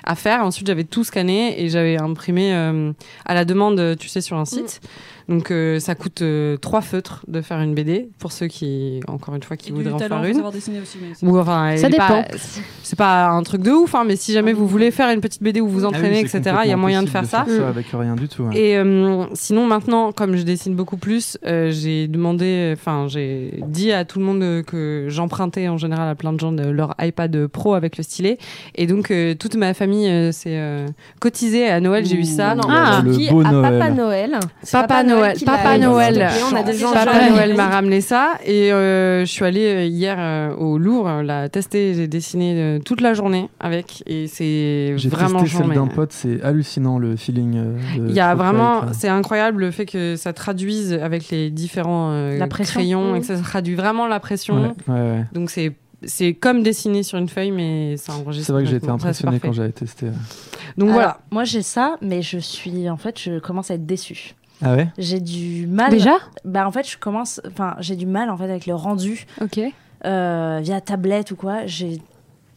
Speaker 2: à faire. Ensuite j'avais tout scanné et j'avais imprimé euh, à la demande, tu sais, sur un site.
Speaker 5: Mm.
Speaker 2: Donc euh, ça coûte euh, trois feutres de faire une BD pour ceux qui encore une fois qui
Speaker 5: Et du
Speaker 2: voudraient en
Speaker 5: talent,
Speaker 2: faire
Speaker 5: faut
Speaker 2: une.
Speaker 5: savoir dessiner aussi. Mais c'est-
Speaker 2: Ou enfin, elle
Speaker 4: Ça
Speaker 2: est pas-
Speaker 4: dépend.
Speaker 2: C'est pas un truc de ouf, hein, mais si jamais vous voulez faire une petite BD où vous vous
Speaker 3: Ah oui,
Speaker 2: entraînez,
Speaker 3: c'est
Speaker 2: etc., il y a
Speaker 3: complètement
Speaker 2: moyen de
Speaker 3: possible
Speaker 2: faire ça.
Speaker 3: avec rien du tout. ouais.
Speaker 2: Et euh, sinon, maintenant, comme je dessine beaucoup plus, euh, j'ai demandé, enfin, j'ai dit à tout le monde euh, que j'empruntais en général à plein de gens de- leur iPad Pro avec le stylet. Et donc, euh, toute ma famille euh, s'est euh, cotisée à Noël, j'ai eu ça.
Speaker 6: Non.
Speaker 2: Ah,
Speaker 3: le
Speaker 6: Qui
Speaker 3: beau
Speaker 6: à Papa
Speaker 3: Noël.
Speaker 6: Noël. C'est
Speaker 2: Papa Noël,
Speaker 6: qui
Speaker 2: Papa
Speaker 6: l'a-
Speaker 2: Noël.
Speaker 6: Et on a des gens
Speaker 2: Papa
Speaker 6: jeunes.
Speaker 2: Noël m'a ramené ça et euh, je suis allée euh, hier euh, au Louvre euh, la tester, j'ai dessiné euh, toute la journée avec et c'est
Speaker 3: J'ai
Speaker 2: vraiment
Speaker 3: testé celle
Speaker 2: charmé.
Speaker 3: d'un pote, c'est hallucinant le feeling. euh, de
Speaker 2: Il y a
Speaker 3: Procreate,
Speaker 2: vraiment,
Speaker 3: ouais.
Speaker 2: c'est incroyable le fait que ça traduise avec les différents euh,
Speaker 1: La pression.
Speaker 2: crayons
Speaker 1: Mmh.
Speaker 2: et que ça traduit vraiment la pression.
Speaker 3: Ouais, ouais, ouais.
Speaker 2: Donc c'est c'est comme dessiner sur une feuille mais ça enregistre.
Speaker 3: C'est vrai que j'ai été
Speaker 2: complètement. Ça, c'est
Speaker 3: impressionné quand
Speaker 2: parfait.
Speaker 3: j'avais testé. ouais.
Speaker 2: Donc voilà.
Speaker 1: Alors, Moi, j'ai ça, mais je suis. En fait, je commence à être déçue.
Speaker 3: Ah ouais
Speaker 1: J'ai du mal.
Speaker 4: Déjà
Speaker 1: Bah, en fait, je commence. Enfin, j'ai du mal en fait avec le rendu
Speaker 4: Ok.
Speaker 1: euh, via tablette ou quoi. J'ai.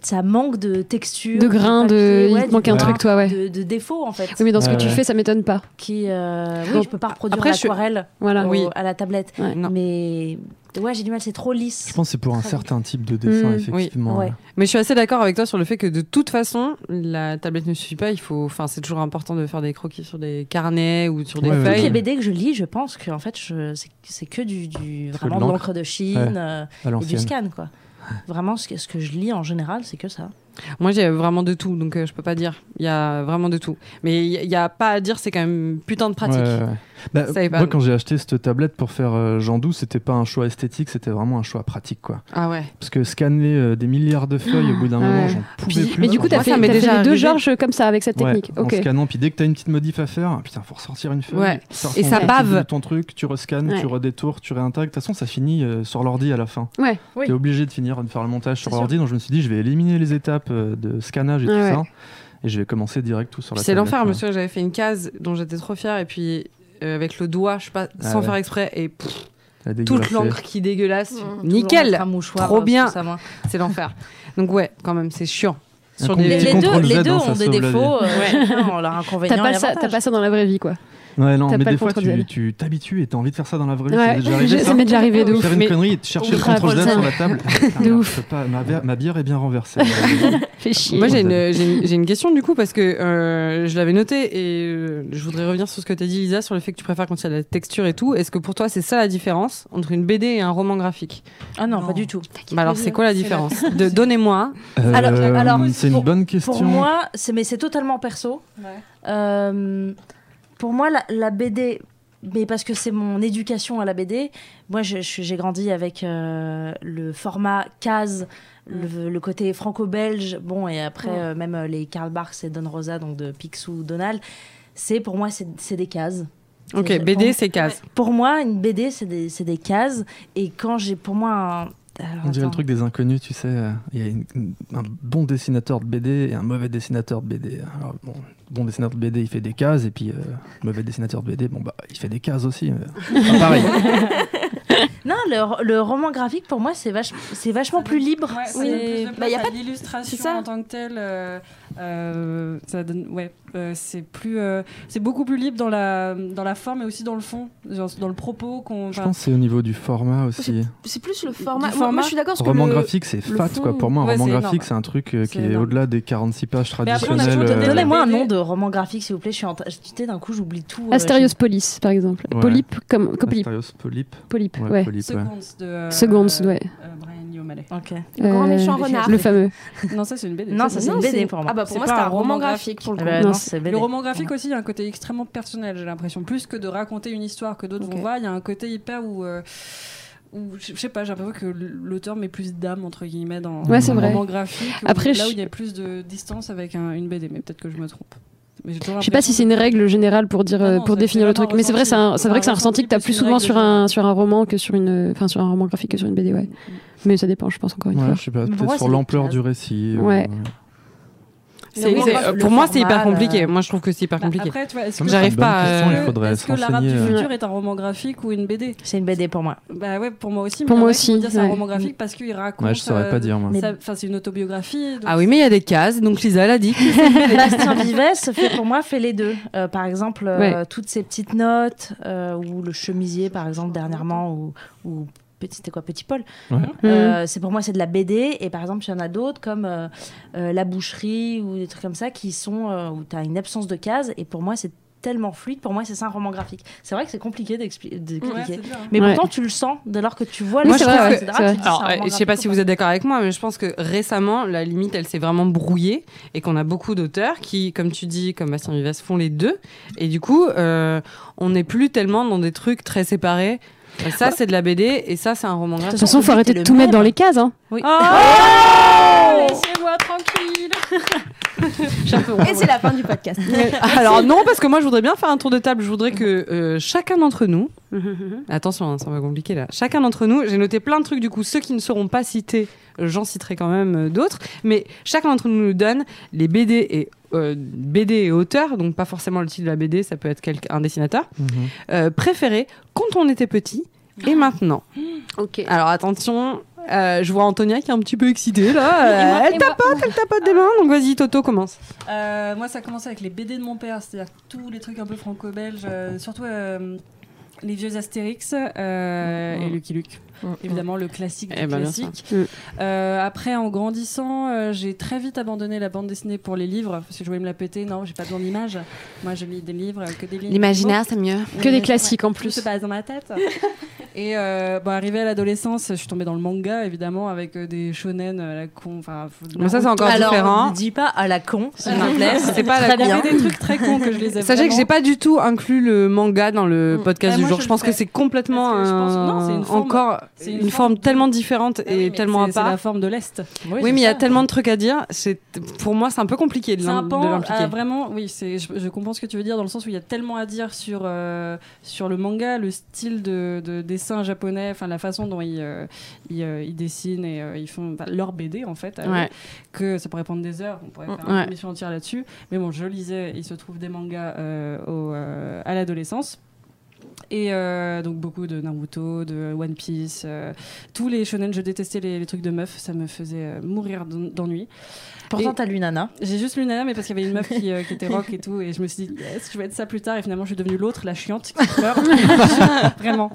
Speaker 1: Ça manque de texture.
Speaker 4: De grain,
Speaker 1: papier,
Speaker 4: de...
Speaker 1: ouais,
Speaker 4: il te
Speaker 1: du
Speaker 4: manque un
Speaker 1: grain,
Speaker 4: truc, toi, ouais.
Speaker 1: De, de défaut en fait.
Speaker 4: Oui, mais dans ce
Speaker 3: Ouais,
Speaker 4: que tu
Speaker 3: ouais.
Speaker 4: fais, ça m'étonne pas.
Speaker 1: Qui. euh, oui,
Speaker 2: Donc,
Speaker 1: je peux pas reproduire
Speaker 2: après, je-
Speaker 1: l'aquarelle
Speaker 4: Voilà.
Speaker 1: au-
Speaker 2: Oui.
Speaker 1: à la tablette.
Speaker 4: Ouais.
Speaker 2: Non.
Speaker 1: Mais. Ouais, j'ai du mal, c'est trop lisse.
Speaker 3: Je pense que c'est pour un
Speaker 1: Très
Speaker 3: certain type de dessin,
Speaker 2: Mmh.
Speaker 4: Mm,
Speaker 3: effectivement. euh,
Speaker 1: oui. Ouais.
Speaker 2: Mais je suis assez d'accord avec toi sur le fait que de toute façon, la tablette ne suffit pas. Il faut, enfin, c'est toujours important de faire des croquis sur des carnets ou sur des
Speaker 3: Ouais, ouais,
Speaker 1: Toutes
Speaker 2: feuilles.
Speaker 1: les BD que je lis, je pense que en fait, je- c'est- c'est que du, du-
Speaker 3: C'est que de
Speaker 1: vraiment de
Speaker 3: l'encre.
Speaker 1: l'encre de Chine
Speaker 3: Ouais.
Speaker 1: euh,
Speaker 3: à
Speaker 1: et du
Speaker 3: l'ancienne.
Speaker 1: scan, quoi. Vraiment, ce que, ce que je lis en général, c'est que ça.
Speaker 2: Moi, j'ai vraiment de tout, donc euh, je peux pas dire. Il y a vraiment de tout. Mais il y, a pas à dire, c'est quand même putain de pratique.
Speaker 3: Ouais, ouais, ouais. Bah,
Speaker 2: Ça y est,
Speaker 3: moi,
Speaker 2: pardon.
Speaker 3: quand j'ai acheté cette tablette pour faire euh, Jean Doux, c'était pas un choix esthétique, c'était vraiment un choix pratique, quoi.
Speaker 2: Ah ouais.
Speaker 3: Parce que scanner euh, des milliards de feuilles, au bout d'un
Speaker 4: Ah Ouais.
Speaker 3: moment, j'en pouvais
Speaker 2: Puis-
Speaker 3: plus.
Speaker 4: Mais du coup,
Speaker 2: Moi,
Speaker 4: t'as
Speaker 3: quoi.
Speaker 4: fait,
Speaker 2: ça m'est
Speaker 4: t'as fait
Speaker 2: déjà
Speaker 4: les deux
Speaker 2: arrivé.
Speaker 4: Georges comme ça avec cette
Speaker 3: Ouais,
Speaker 4: technique.
Speaker 3: En
Speaker 4: ok.
Speaker 3: scannant, puis dès que t'as une petite modif à faire, putain, faut ressortir une feuille.
Speaker 2: Ouais.
Speaker 3: tu
Speaker 2: Et
Speaker 3: refais
Speaker 2: ça
Speaker 3: un petit
Speaker 2: bave.
Speaker 3: bout de ton truc, tu rescannes,
Speaker 4: Ouais.
Speaker 3: tu redétours, tu réintègres. De toute façon, ça finit euh, sur l'ordi à la fin.
Speaker 4: Ouais.
Speaker 1: Oui.
Speaker 3: T'es obligé de finir de faire le montage sur
Speaker 1: C'est sûr.
Speaker 3: l'ordi. Donc je me suis dit, je vais éliminer les étapes euh, de scannage et
Speaker 4: Ouais,
Speaker 3: tout
Speaker 4: Ah ouais.
Speaker 3: ça. Et je vais commencer direct tout sur la
Speaker 2: Puis C'est
Speaker 3: tablette,
Speaker 2: l'enfer,
Speaker 3: ouais.
Speaker 2: monsieur. J'avais fait une case dont j'étais trop fière, et puis euh, avec le doigt, je sais pas,
Speaker 3: Ah
Speaker 2: sans
Speaker 3: ouais.
Speaker 2: faire exprès, et pff,
Speaker 3: La
Speaker 2: toute
Speaker 3: dégueulasse.
Speaker 2: l'encre qui dégueulasse.
Speaker 6: Mmh,
Speaker 1: Toujours mettre
Speaker 2: Nickel,
Speaker 1: un mouchoir
Speaker 2: Trop
Speaker 1: euh, sous
Speaker 2: bien.
Speaker 1: sa main.
Speaker 2: c'est l'enfer. Donc ouais, quand même, c'est chiant. Sur
Speaker 3: con-
Speaker 2: des...
Speaker 1: Les,
Speaker 3: petit
Speaker 1: les deux,
Speaker 3: contrôle Z,
Speaker 1: les deux
Speaker 3: hein, ça
Speaker 1: ont des
Speaker 3: sauve la
Speaker 1: défauts, <laughs> euh, on leur inconvénient.
Speaker 4: T'as pas, ça- t'as pas ça dans la vraie vie, quoi.
Speaker 3: Ouais, non,
Speaker 4: T'as
Speaker 3: mais
Speaker 4: pas
Speaker 3: des
Speaker 4: le
Speaker 3: fois,
Speaker 4: contrôle Z.
Speaker 3: tu- tu t'habitues et t'as envie de faire ça dans la vraie vie.
Speaker 4: Ouais,
Speaker 3: C'est déjà
Speaker 4: <laughs>
Speaker 3: arrivé,
Speaker 4: je-
Speaker 3: ça
Speaker 4: ça m'est déjà arrivé de ouf.
Speaker 3: Faire une
Speaker 2: Mais-
Speaker 3: connerie et de chercher le
Speaker 4: Ultra
Speaker 3: contrôle Z
Speaker 4: contrôle
Speaker 3: sur
Speaker 4: Z.
Speaker 3: la
Speaker 4: <laughs>
Speaker 3: table. Putain, merde,
Speaker 4: ouf.
Speaker 3: je peux pas, ma, bière, ma bière est bien
Speaker 4: <laughs>
Speaker 3: renversée.
Speaker 4: Fais chier.
Speaker 2: Moi, j'ai une, j'ai une- j'ai une question du coup, parce que euh, je l'avais noté et euh, je voudrais revenir sur ce que tu as dit, Lisa, sur le fait que tu préfères quand il y a de la texture et tout. Est-ce que pour toi, c'est ça la différence entre une BD et un roman graphique
Speaker 1: Ah non,
Speaker 5: Non.
Speaker 1: pas du tout.
Speaker 2: bah, Alors, c'est quoi la différence
Speaker 5: <laughs>
Speaker 2: De- Donnez-moi.
Speaker 3: Euh,
Speaker 1: Alors- alors,
Speaker 3: c'est une
Speaker 1: pour-
Speaker 3: bonne question.
Speaker 1: Pour moi, c'est mais c'est totalement perso.
Speaker 5: Ouais.
Speaker 1: Euh, pour moi, la, la BD, mais parce que c'est mon éducation à la BD, moi je- je- j'ai grandi avec euh, le format case, le, le côté franco-belge, bon, et après euh, même euh, les Karl Barks et Don Rosa, donc de Picsou, Donald, c'est pour moi, c'est c'est des cases.
Speaker 2: Ok,
Speaker 1: C'est-
Speaker 2: BD, c'est case.
Speaker 1: Pour moi, une BD, c'est des, c'est des cases, et quand j'ai pour moi un. alors,
Speaker 3: On dirait
Speaker 1: attends.
Speaker 3: le truc des inconnus, tu sais. euh, Il y a une- une- un bon dessinateur de BD et un mauvais dessinateur de BD. Alors, bon, bon dessinateur de BD, il fait des cases, et puis euh, mauvais dessinateur de BD, bon, bah, il fait des cases aussi. mais- Pas pareil.
Speaker 1: Non, le, le roman graphique, pour moi, c'est vach- c'est vachement plus libre.
Speaker 5: Ouais,
Speaker 1: Oui.
Speaker 5: c'est plus de
Speaker 6: Bah, y a
Speaker 5: place à
Speaker 6: pas c'est
Speaker 5: l'illustration
Speaker 6: ça.
Speaker 5: en tant que telle, euh, Euh, ça donne, ouais, euh, c'est plus, euh, c'est beaucoup plus libre dans la, dans la forme et aussi dans le fond, genre dans le propos qu'on.
Speaker 3: Je
Speaker 5: enfin,
Speaker 3: pense que c'est au niveau du format aussi.
Speaker 6: C'est plus le format.
Speaker 5: Du
Speaker 6: Moi,
Speaker 5: format.
Speaker 6: moi, je suis d'accord. parce que
Speaker 3: Roman
Speaker 6: le-
Speaker 3: graphique, c'est
Speaker 6: le
Speaker 3: fat
Speaker 6: fond-
Speaker 3: quoi. Pour moi, un
Speaker 5: ouais,
Speaker 3: roman
Speaker 5: c'est
Speaker 3: graphique,
Speaker 5: énorme.
Speaker 3: c'est un truc euh,
Speaker 5: C'est
Speaker 3: qui est
Speaker 5: énorme.
Speaker 3: au-delà des 46 pages
Speaker 5: Mais après, on a
Speaker 3: traditionnelles.
Speaker 5: toujours des-
Speaker 3: euh,
Speaker 1: Donnez-moi un
Speaker 5: BD.
Speaker 1: nom de roman graphique, s'il vous plaît. Je suis en train. Tu sais, d'un coup, j'oublie tout. euh,
Speaker 4: Asterios Polis, par exemple.
Speaker 3: Ouais.
Speaker 4: Polype, comme, comme polype.
Speaker 3: Asterios Polype.
Speaker 4: Polype,
Speaker 3: Ouais,
Speaker 4: ouais.
Speaker 3: Polype, ouais.
Speaker 5: Seconds de. euh,
Speaker 4: Seconds,
Speaker 5: euh,
Speaker 4: ouais.
Speaker 5: euh, Brian O'Malley.
Speaker 1: je- Ok.
Speaker 6: Le grand
Speaker 4: Euh,
Speaker 6: méchant renard.
Speaker 4: Le fameux.
Speaker 5: Non, ça c'est une BD.
Speaker 1: Non, ça, c'est une
Speaker 6: Non,
Speaker 1: BD
Speaker 6: c'est-
Speaker 1: pour moi.
Speaker 6: Ah bah pour
Speaker 5: C'est
Speaker 6: moi,
Speaker 5: pas
Speaker 6: c'est
Speaker 5: un
Speaker 6: un roman
Speaker 5: roman
Speaker 6: graphique pour
Speaker 1: Eh
Speaker 6: le
Speaker 1: ben,
Speaker 6: coup.
Speaker 4: Non,
Speaker 1: non,
Speaker 4: c'est-
Speaker 1: c'est BD.
Speaker 5: Le roman graphique aussi, il y a un côté extrêmement personnel, j'ai l'impression. Plus que de raconter une histoire que d'autres
Speaker 6: Ok.
Speaker 5: vont voir, il y a un côté hyper où. euh, où, je je sais pas, j'ai l'impression que l'auteur met plus d'âme, entre guillemets, dans
Speaker 4: Ouais, c'est
Speaker 5: dans
Speaker 4: vrai.
Speaker 5: le roman graphique. où-
Speaker 4: Après,
Speaker 5: là
Speaker 4: je-
Speaker 5: où il y a plus de distance avec un- une BD, mais peut-être que je me trompe. Mais j'ai toujours
Speaker 4: Je sais pas si c'est
Speaker 5: l'impression
Speaker 4: une règle générale pour dire
Speaker 5: Ah
Speaker 4: euh,
Speaker 5: non,
Speaker 4: pour
Speaker 5: ça,
Speaker 4: définir
Speaker 5: c'est
Speaker 4: le truc,
Speaker 5: vraiment
Speaker 4: mais c'est vrai, c'est un, c'est
Speaker 5: ressenti.
Speaker 4: vrai que c'est un ressenti que t'as
Speaker 5: Ressenti
Speaker 4: plus
Speaker 5: plus une
Speaker 4: souvent
Speaker 5: règle
Speaker 4: sur un sur un roman que sur une enfin sur un roman graphique que sur une BD, ouais. Mais ça dépend, je pense encore une
Speaker 3: Ouais,
Speaker 4: fois.
Speaker 3: je sais pas,
Speaker 1: Mais pour moi,
Speaker 3: peut-être sur
Speaker 1: c'est
Speaker 3: l'ampleur
Speaker 1: classe.
Speaker 3: du récit. euh,
Speaker 4: Ouais.
Speaker 2: C'est-
Speaker 1: oui,
Speaker 2: c'est-
Speaker 1: le-
Speaker 2: euh,
Speaker 1: le
Speaker 2: pour moi, c'est hyper
Speaker 1: format,
Speaker 2: compliqué.
Speaker 1: le-
Speaker 2: Moi, je trouve que c'est hyper
Speaker 5: Bah,
Speaker 2: compliqué.
Speaker 5: Après, tu vois, est-ce
Speaker 3: Non, mais
Speaker 5: que,
Speaker 3: c'est
Speaker 2: J'arrive
Speaker 3: une bonne
Speaker 2: pas à-
Speaker 3: question, il faudrait
Speaker 5: est-ce que l'arabe du
Speaker 3: s'enseigner, euh,
Speaker 5: futur est un roman graphique ou une BD
Speaker 1: C'est une BD pour moi.
Speaker 5: Bah ouais, pour moi aussi.
Speaker 4: Pour
Speaker 5: mais
Speaker 4: moi
Speaker 5: il y en
Speaker 4: aussi,
Speaker 5: a qui vont dire c'est un
Speaker 4: ouais.
Speaker 5: roman graphique parce qu'il raconte.
Speaker 3: Ouais, je saurais pas
Speaker 5: euh,
Speaker 3: dire, moi.
Speaker 5: ça- Enfin, c'est une autobiographie. donc
Speaker 2: Ah oui, mais il y a des cases, donc Lisa, elle a dit.
Speaker 1: <laughs> Bastien Vivès fait pour moi fait les deux. Euh, par exemple, euh,
Speaker 4: Ouais.
Speaker 1: toutes ces petites notes euh, ou le chemisier, par exemple dernièrement ou, ou petit c'était quoi petit Paul.
Speaker 3: Ouais.
Speaker 4: Mhm.
Speaker 1: Euh, c'est pour moi c'est de la BD et par exemple il y en a d'autres comme euh, euh, la boucherie ou des trucs comme ça qui sont euh, où tu as une absence de cases et pour moi c'est tellement fluide. Pour moi c'est ça un roman graphique. C'est vrai que c'est compliqué d'expli-
Speaker 5: Ouais,
Speaker 1: d'expliquer.
Speaker 5: c'est dur, hein.
Speaker 1: mais
Speaker 4: Ouais.
Speaker 1: pourtant, tu le sens dès lors que tu vois
Speaker 4: Oui,
Speaker 1: le
Speaker 4: c'est
Speaker 1: truc,
Speaker 4: vrai,
Speaker 1: etc.,
Speaker 4: ouais, c'est vrai.
Speaker 1: tu te dis, c'est un
Speaker 2: Alors, euh,
Speaker 1: roman
Speaker 2: je sais pas
Speaker 1: graphique
Speaker 2: si
Speaker 1: ou
Speaker 2: vous êtes d'accord avec moi, mais je pense que récemment, la limite, elle s'est vraiment brouillée et qu'on a beaucoup d'auteurs qui, comme tu dis, comme Bastien Vives, font les deux. Et du coup, euh, on n'est plus tellement dans des trucs très séparés. Euh, Ça, c'est de la BD et ça, c'est un roman Ah
Speaker 1: De
Speaker 4: De
Speaker 2: graphique.
Speaker 4: toute façon, faut arrêter de tout mettre dans les cases. Hein.
Speaker 5: Laissez-moi tranquille.
Speaker 6: Et c'est la fin du podcast.
Speaker 2: Alors non, parce que moi, je voudrais bien faire un tour de table. Je voudrais que euh, chacun d'entre nous, attention, hein, ça va compliquer là. Chacun d'entre nous, j'ai noté plein de trucs. Du coup, ceux qui ne seront pas cités, euh, j'en citerai quand même euh, d'autres. Mais chacun d'entre nous nous donne les BD et euh, BD et auteurs, donc pas forcément le titre de la BD, ça peut être quelqu'un- un dessinateur
Speaker 3: Mhm.
Speaker 2: euh, préféré quand on était petit et maintenant.
Speaker 6: Ok.
Speaker 2: Alors attention, euh, je vois Antonia qui est un petit peu excitée là. Euh, elle tapote, elle tapote des mains. Donc vas-y, Toto commence.
Speaker 5: Euh, moi, ça a commencé avec les BD de mon père, c'est-à-dire tous les trucs un peu franco-belges, euh, surtout euh, les vieux Astérix euh, et Lucky Luke. Évidemment, le classique du
Speaker 2: Mm, Eh ben, bien
Speaker 5: classique.
Speaker 4: sûr. Mm.
Speaker 5: Euh, après, en grandissant, euh, j'ai très vite abandonné la bande dessinée pour les livres, parce que je voulais me la péter. Non, j'ai pas besoin d'images. Moi, je lis des livres, euh, que des livres.
Speaker 2: c'est mieux.
Speaker 4: Que des classiques en plus.
Speaker 5: Tout se passe dans ma tête. <laughs> Et euh, bon, arrivé à l'adolescence, je suis tombée dans le manga, évidemment, avec euh, des shonen, euh, la con. enfin, faut-
Speaker 2: Mais ça, c'est encore
Speaker 1: Alors,
Speaker 2: différent.
Speaker 1: ne dis pas à la con, s'il vous
Speaker 2: <laughs>
Speaker 1: plaît.
Speaker 2: C'est pas la
Speaker 1: Très
Speaker 5: Il y
Speaker 1: bien.
Speaker 5: avait des trucs très cons que je les
Speaker 2: <laughs>
Speaker 5: ai
Speaker 2: Sachez que
Speaker 5: vraiment
Speaker 2: j'ai pas du tout inclus le manga dans le
Speaker 6: Mm.
Speaker 2: podcast
Speaker 5: Bah,
Speaker 2: du
Speaker 5: moi,
Speaker 2: jour.
Speaker 5: je
Speaker 2: Je pense
Speaker 5: le
Speaker 2: que
Speaker 5: fais.
Speaker 2: c'est complètement
Speaker 5: Parce que je pense-
Speaker 2: un-
Speaker 5: non, c'est une forme-
Speaker 2: encore
Speaker 5: c'est
Speaker 2: une, forme,
Speaker 5: une forme
Speaker 2: tellement différente
Speaker 5: Ah oui,
Speaker 2: et
Speaker 5: mais
Speaker 2: tellement à
Speaker 5: c'est- C'est
Speaker 2: part.
Speaker 5: la forme de l'Est.
Speaker 2: Oui, mais il y a tellement de trucs à dire. C'est pour moi, c'est un peu compliqué de
Speaker 5: C'est
Speaker 2: l'im-
Speaker 5: un
Speaker 2: de
Speaker 5: pan,
Speaker 2: l'impliquer.
Speaker 5: ah, vraiment, oui, c'est, je, je comprends ce que tu veux dire dans le sens où il y a tellement à dire sur, euh, sur le manga, le style de, de dessin japonais, enfin la façon dont ils, euh, ils, euh, ils dessinent et euh, ils font enfin, leur BD en fait, à eux,
Speaker 2: Ouais.
Speaker 5: que ça pourrait prendre des heures, on pourrait faire
Speaker 2: Ouais.
Speaker 5: une émission entière là-dessus. Mais bon, je lisais, il se trouve des mangas euh, au, euh, à l'adolescence. Et euh, donc beaucoup de Naruto, de One Piece, euh, tous les shonen, je détestais les, les trucs de meufs, ça me faisait euh, mourir d'en- d'ennui.
Speaker 1: Pourtant,
Speaker 5: Et-
Speaker 1: t'as lu Nana.
Speaker 5: J'ai juste lu Nana, mais parce qu'il y avait une meuf qui, euh, qui était rock et tout, et je me suis dit, yes, je vais être ça plus tard, et finalement, je suis devenue l'autre, la chiante, qui pleure. <laughs> Vraiment.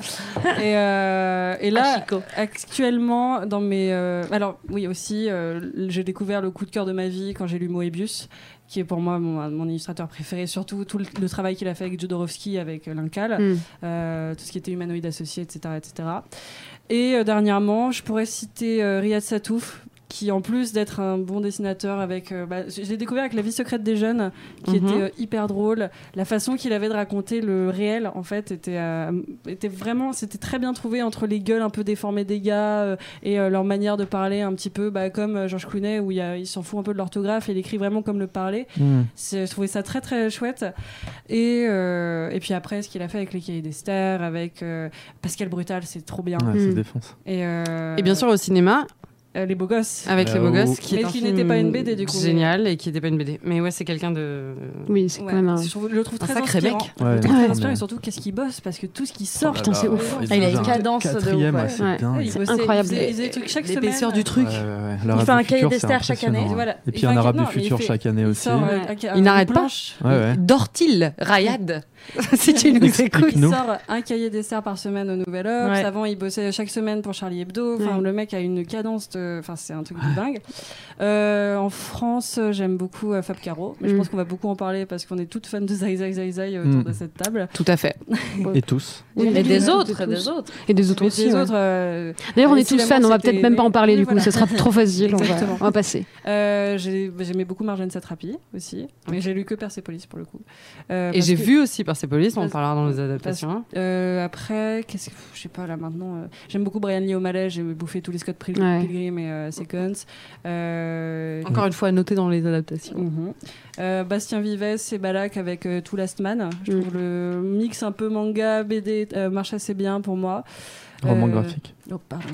Speaker 5: Et, euh, et là,
Speaker 1: Ah,
Speaker 5: actuellement, dans mes. euh, alors, oui, aussi, euh, j'ai découvert le coup de cœur de ma vie quand j'ai lu Moebius, qui est pour moi mon, mon illustrateur préféré, surtout tout le, le travail qu'il a fait avec Jodorowsky, avec euh, Linkal
Speaker 4: Mm.
Speaker 5: euh, tout ce qui était humanoïde associé, etc. etc. Et euh, dernièrement, je pourrais citer euh, Riyad Satouf, qui en plus d'être un bon dessinateur avec... euh, bah, je l'ai découvert avec La vie secrète des jeunes, qui
Speaker 2: Mhm.
Speaker 5: était euh, hyper drôle. La façon qu'il avait de raconter le réel, en fait, était, euh, était vraiment... C'était très bien trouvé entre les gueules un peu déformées des gars euh, et euh, leur manière de parler un petit peu bah, comme euh, Georges Clooney, où il y a- il s'en fout un peu de l'orthographe et il écrit vraiment comme le parler.
Speaker 3: Mhm.
Speaker 5: C'est- Je trouvais ça très très chouette. Et, euh, et puis après, ce qu'il a fait avec les cahiers d'Esther, avec euh, Pascal Brutal, c'est trop bien.
Speaker 3: Ouais, ça
Speaker 4: Mm.
Speaker 3: défonce.
Speaker 5: Et, euh,
Speaker 2: Et bien sûr, au cinéma,
Speaker 5: euh, Les Beaux Gosses.
Speaker 2: avec
Speaker 3: Bah,
Speaker 2: les beaux
Speaker 3: ou-
Speaker 2: gosses, qui est
Speaker 5: Mais
Speaker 2: un
Speaker 5: qui
Speaker 2: film
Speaker 5: n'était pas une BD, du coup.
Speaker 2: Génial et qui n'était pas une BD. Mais ouais, c'est quelqu'un de.
Speaker 4: Oui, c'est
Speaker 5: Ouais,
Speaker 4: quand même un.
Speaker 5: je, trouve- je le trouve
Speaker 2: Un
Speaker 5: très
Speaker 2: sacré
Speaker 5: inspirant.
Speaker 2: mec.
Speaker 3: Ouais,
Speaker 5: Je le trouve
Speaker 4: Ouais.
Speaker 5: inspirant et surtout qu'est-ce qu'il bosse parce que tout ce qu'il sort.
Speaker 4: putain, c'est ouf.
Speaker 1: Ah, il a
Speaker 3: déjà
Speaker 1: une
Speaker 3: un
Speaker 1: cadence de ouf,
Speaker 3: Quatrième, ouais,
Speaker 1: ouais.
Speaker 3: c'est
Speaker 4: Ouais.
Speaker 3: dingue.
Speaker 5: il bossait,
Speaker 4: incroyable.
Speaker 5: Il faisait, il faisait des trucs chaque semaine.
Speaker 2: L'épaisseur du truc.
Speaker 3: Ouais, ouais, ouais.
Speaker 1: Il
Speaker 3: L'Arabe
Speaker 1: fait un
Speaker 3: du
Speaker 1: cahier
Speaker 3: futur,
Speaker 1: des
Speaker 3: c'est
Speaker 1: stars chaque année.
Speaker 3: impressionnant.
Speaker 5: Voilà.
Speaker 3: Et puis
Speaker 5: Il
Speaker 3: un
Speaker 5: fait un-
Speaker 3: arabe
Speaker 5: non,
Speaker 3: du
Speaker 5: mais il
Speaker 3: futur
Speaker 5: fait-
Speaker 3: chaque année
Speaker 5: Il
Speaker 3: aussi.
Speaker 5: sort,
Speaker 4: Ouais.
Speaker 5: euh, avec un-
Speaker 2: Il n'arrête
Speaker 5: plein-
Speaker 2: pas.
Speaker 3: Ouais, ouais.
Speaker 2: Dort-il,
Speaker 5: <laughs>
Speaker 2: Rayad Si tu nous écoutes.
Speaker 5: Il
Speaker 3: Nous.
Speaker 5: sort un cahier des stars par semaine au Nouvel Obs.
Speaker 1: Ouais.
Speaker 5: Avant, il bossait chaque semaine pour Charlie Hebdo. Enfin,
Speaker 4: Ouais.
Speaker 5: le mec a une cadence. de- Enfin, c'est un truc de dingue. Euh, en France, euh, j'aime beaucoup euh, Fab Caro. Mais je
Speaker 4: Mm.
Speaker 5: pense qu'on va beaucoup en parler parce qu'on est toutes fans de Zai Zai Zai Zai autour
Speaker 3: Mm.
Speaker 5: de cette table.
Speaker 2: Tout à
Speaker 5: Bah,
Speaker 2: fait.
Speaker 3: Et tous.
Speaker 4: Oui,
Speaker 1: Et
Speaker 4: de-
Speaker 1: des
Speaker 4: de-
Speaker 1: autres,
Speaker 4: de tous.
Speaker 1: des autres.
Speaker 4: Et des autres
Speaker 5: Mais
Speaker 4: aussi.
Speaker 5: les
Speaker 4: ouais.
Speaker 5: autres, euh,
Speaker 4: D'ailleurs, on
Speaker 5: Mais
Speaker 4: est tous
Speaker 5: si la
Speaker 4: fans, on va
Speaker 5: mort,
Speaker 4: peut-être même pas en parler
Speaker 5: c'était-
Speaker 4: du coup,
Speaker 5: Oui,
Speaker 4: ça sera trop facile. on va-
Speaker 5: Exactement.
Speaker 4: On va passer.
Speaker 5: euh, j'ai- j'aimais beaucoup Marjane Satrapi aussi. Mais j'ai lu que Persepolis pour le coup. Euh,
Speaker 2: Et
Speaker 5: parce
Speaker 2: j'ai
Speaker 5: que,
Speaker 2: vu aussi Persepolis, on en
Speaker 5: Parce-
Speaker 2: parlera dans les adaptations.
Speaker 5: euh, après, qu'est-ce que je sais pas là maintenant. euh, j'aime beaucoup Brian Lee O'Malley. J'ai bouffé tous les Scott Pil-
Speaker 4: Ouais.
Speaker 5: Pilgrim et euh, Seconds. Euh,
Speaker 2: Encore une fois, à noter dans les adaptations.
Speaker 5: Mhm. Euh, Bastien Vives et Balak avec euh, Two Last Man. Je
Speaker 4: Mm.
Speaker 5: trouve le mix un peu manga, BD euh, marche assez bien pour moi.
Speaker 3: Roman
Speaker 5: Euh,
Speaker 3: graphique.
Speaker 5: Oh, pardon.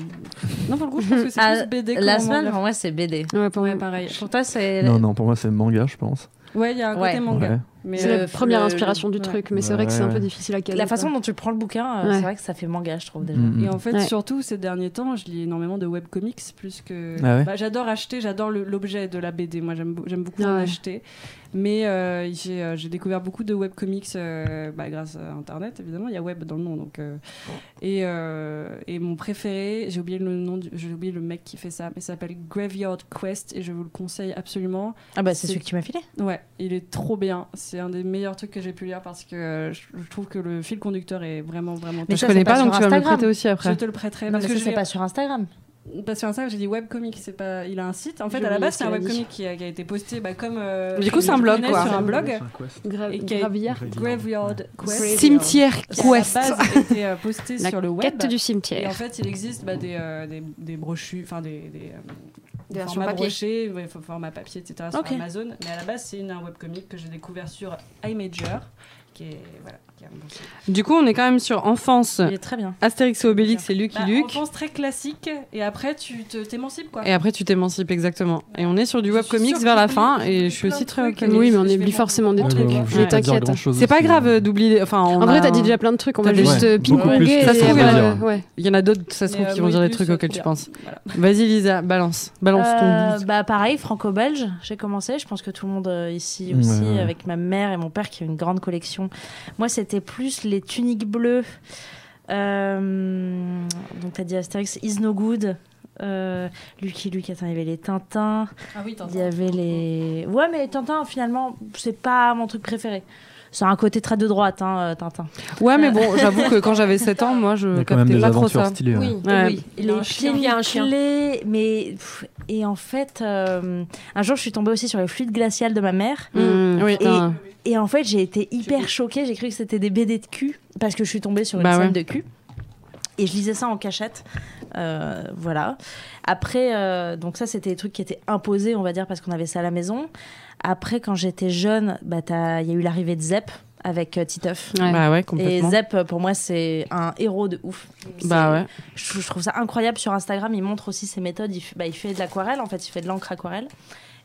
Speaker 5: Non, pour le coup, je pense que
Speaker 4: <laughs>
Speaker 5: c'est
Speaker 1: Ah,
Speaker 5: plus BD que
Speaker 1: La
Speaker 5: roman
Speaker 1: semaine,
Speaker 5: graphique.
Speaker 1: pour moi, c'est BD.
Speaker 4: Ouais, pour
Speaker 5: Ouais,
Speaker 4: moi.
Speaker 5: pareil.
Speaker 1: Pour toi, c'est
Speaker 3: Non, non, pour moi, c'est manga, je pense.
Speaker 5: Ouais, il y a un côté
Speaker 1: Ouais.
Speaker 5: manga.
Speaker 3: Ouais.
Speaker 5: Mais,
Speaker 4: C'est
Speaker 5: euh,
Speaker 4: la première
Speaker 1: le-
Speaker 4: inspiration du
Speaker 5: Bah ouais.
Speaker 4: truc, mais c'est vrai que c'est un peu difficile à caler.
Speaker 1: la
Speaker 4: quoi.
Speaker 1: façon dont tu prends le bouquin. euh,
Speaker 4: Ouais.
Speaker 1: C'est vrai que ça fait manga, je trouve déjà.
Speaker 3: Mm, mm.
Speaker 5: Et en fait,
Speaker 4: Ouais.
Speaker 5: surtout ces derniers temps, je lis énormément de webcomics plus que.
Speaker 3: Ah ouais
Speaker 5: Bah, j'adore acheter, j'adore le- l'objet de la BD. Moi, j'aime, j'aime beaucoup
Speaker 4: Ah
Speaker 5: en
Speaker 4: ouais.
Speaker 5: acheter. Mais euh, j'ai, euh, j'ai découvert beaucoup de webcomics euh, bah, grâce à Internet, évidemment. Il y a web dans le nom. Donc, euh, et, euh, et mon préféré, j'ai oublié le nom, du- j'ai oublié le mec qui fait ça, mais ça s'appelle Graveyard Quest et je vous le conseille absolument.
Speaker 1: Ah bah c'est
Speaker 5: C'est-
Speaker 1: celui que tu m'as filé.
Speaker 5: Ouais, il est trop bien. C'est un des meilleurs trucs que j'ai pu lire parce que euh, je, je trouve que le fil conducteur est vraiment, vraiment
Speaker 1: Mais
Speaker 2: Je
Speaker 5: top.
Speaker 1: ça,
Speaker 2: connais
Speaker 1: c'est
Speaker 2: pas,
Speaker 1: pas
Speaker 2: donc
Speaker 1: sur
Speaker 2: tu vas me le
Speaker 1: Instagram.
Speaker 2: prêter aussi
Speaker 5: Je
Speaker 2: après.
Speaker 5: te le prêterai
Speaker 1: Non,
Speaker 5: parce
Speaker 1: mais ça,
Speaker 5: que je
Speaker 1: c'est
Speaker 5: l'ai-
Speaker 1: pas sur Instagram.
Speaker 5: parce qu'en ça j'ai dit webcomic c'est pas il a un site en fait
Speaker 4: J'ai
Speaker 5: à la
Speaker 4: oublié
Speaker 5: base
Speaker 4: ce
Speaker 5: c'est un
Speaker 4: qu'il a dit.
Speaker 5: webcomic qui a, qui a été posté bah, comme euh,
Speaker 2: Du coup, c'est un
Speaker 5: je
Speaker 2: blog,
Speaker 5: connais
Speaker 2: quoi.
Speaker 5: sur un blog
Speaker 4: Gra-
Speaker 5: Et quel-
Speaker 4: Gravillard.
Speaker 5: Graveyard Quest
Speaker 2: Cimetière
Speaker 5: qui à
Speaker 2: Quest.
Speaker 5: la base a été euh, posté
Speaker 4: La
Speaker 5: sur le web
Speaker 4: Quête du
Speaker 5: et en
Speaker 4: cimetière.
Speaker 5: fait il existe bah, des, euh, des des brochures enfin des, des, euh,
Speaker 6: Des versions
Speaker 5: formats
Speaker 6: papier.
Speaker 5: brochés ouais, fo- format papier etc
Speaker 1: Ok.
Speaker 5: sur Amazon mais à la base c'est une, un webcomic que j'ai découvert sur iMajor qui est voilà qui est un bon site.
Speaker 2: Du coup, on est quand même sur enfance,
Speaker 1: Il est très bien.
Speaker 2: Astérix et Obélix et Lucky
Speaker 5: Bah,
Speaker 2: Luke.
Speaker 5: enfance très classique et après tu te t'émancipes quoi
Speaker 2: Et après, tu t'émancipes exactement. Et on est sur du
Speaker 5: Je suis
Speaker 2: webcomics
Speaker 5: sûre
Speaker 2: vers la
Speaker 5: que
Speaker 2: fin,
Speaker 5: j'ai
Speaker 2: et
Speaker 5: oublié
Speaker 2: je suis
Speaker 5: plein
Speaker 2: aussi
Speaker 5: de
Speaker 2: très
Speaker 5: trucs
Speaker 2: webcomic.
Speaker 5: et
Speaker 4: Oui, mais on
Speaker 5: je vais
Speaker 4: oublie
Speaker 5: m'en-
Speaker 4: forcément des
Speaker 5: Ouais,
Speaker 4: trucs.
Speaker 5: ouais,
Speaker 4: hein.
Speaker 5: ouais.
Speaker 4: Mais
Speaker 5: Ouais.
Speaker 4: t'inquiète.
Speaker 2: C'est pas grave euh, d'oublier. Enfin, on
Speaker 4: En vrai,
Speaker 2: a
Speaker 4: t'as dit
Speaker 2: un-
Speaker 4: déjà plein de trucs. On
Speaker 2: T'as
Speaker 4: va
Speaker 2: dit-
Speaker 4: juste
Speaker 3: Ouais,
Speaker 4: euh,
Speaker 3: beaucoup
Speaker 4: ping-ponger.
Speaker 3: plus que
Speaker 2: ça se
Speaker 4: et,
Speaker 2: trouve, il y en a-
Speaker 4: euh, ouais.
Speaker 2: Il y en a d'autres, ça se
Speaker 5: Mais,
Speaker 2: trouve,
Speaker 5: euh,
Speaker 2: qui vont dire des
Speaker 5: Moebius,
Speaker 2: trucs
Speaker 5: euh,
Speaker 2: auxquels
Speaker 5: trop
Speaker 2: tu
Speaker 5: bien.
Speaker 2: penses.
Speaker 5: Voilà.
Speaker 2: Vas-y, Lisa, balance. Balance ton.
Speaker 1: Euh, bah pareil, franco-belge. J'ai commencé. Je pense que tout le monde euh, ici
Speaker 3: Ouais,
Speaker 1: aussi,
Speaker 3: ouais.
Speaker 1: avec ma mère et mon père qui a une grande collection. Moi, c'était plus les tuniques bleues. Euh, donc t'as dit Astérix, Is No Good. Euh, Lucky Luke, attends, il y avait les Tintins.
Speaker 5: Ah oui, t'entends.
Speaker 1: Il y avait les. Ouais, mais Tintin, finalement, c'est pas mon truc préféré. C'est un côté très de droite, hein, euh, Tintin.
Speaker 2: Ouais, mais bon, j'avoue que quand j'avais 7 ans, moi,
Speaker 3: Il y
Speaker 2: je
Speaker 3: a quand même
Speaker 2: captais
Speaker 3: des
Speaker 2: pas trop
Speaker 3: aventures
Speaker 2: ça.
Speaker 3: stylées. ouais.
Speaker 6: Oui,
Speaker 2: Ouais.
Speaker 6: oui.
Speaker 5: Il a un
Speaker 1: les
Speaker 5: chien.
Speaker 1: pieds
Speaker 6: Il y a un chien.
Speaker 1: nickelés, mais pff, et en fait, euh, un jour, je suis tombée aussi sur les fluides glaciales de ma mère.
Speaker 6: Mm.
Speaker 2: Mmh, oui, putain.
Speaker 1: Et en fait, j'ai été hyper choquée. J'ai cru que c'était des BD de cul parce que je suis tombée sur une
Speaker 2: Bah
Speaker 1: scène
Speaker 2: ouais.
Speaker 1: de cul. Et je lisais ça en cachette. Euh, voilà. Après, euh, donc ça, c'était des trucs qui étaient imposés, on va dire, parce qu'on avait ça à la maison. Après, quand j'étais jeune, bah, t'as- il y a eu l'arrivée de Zep avec euh, Titeuf.
Speaker 4: Ouais.
Speaker 2: Bah ouais,
Speaker 1: Et
Speaker 2: complètement.
Speaker 1: Zep, pour moi, c'est un héros de ouf.
Speaker 2: Bah ouais.
Speaker 1: Je, trou- je trouve ça incroyable sur Instagram. Il montre aussi ses méthodes. Il, f- bah, il fait de l'aquarelle, en fait, il fait de l'encre aquarelle.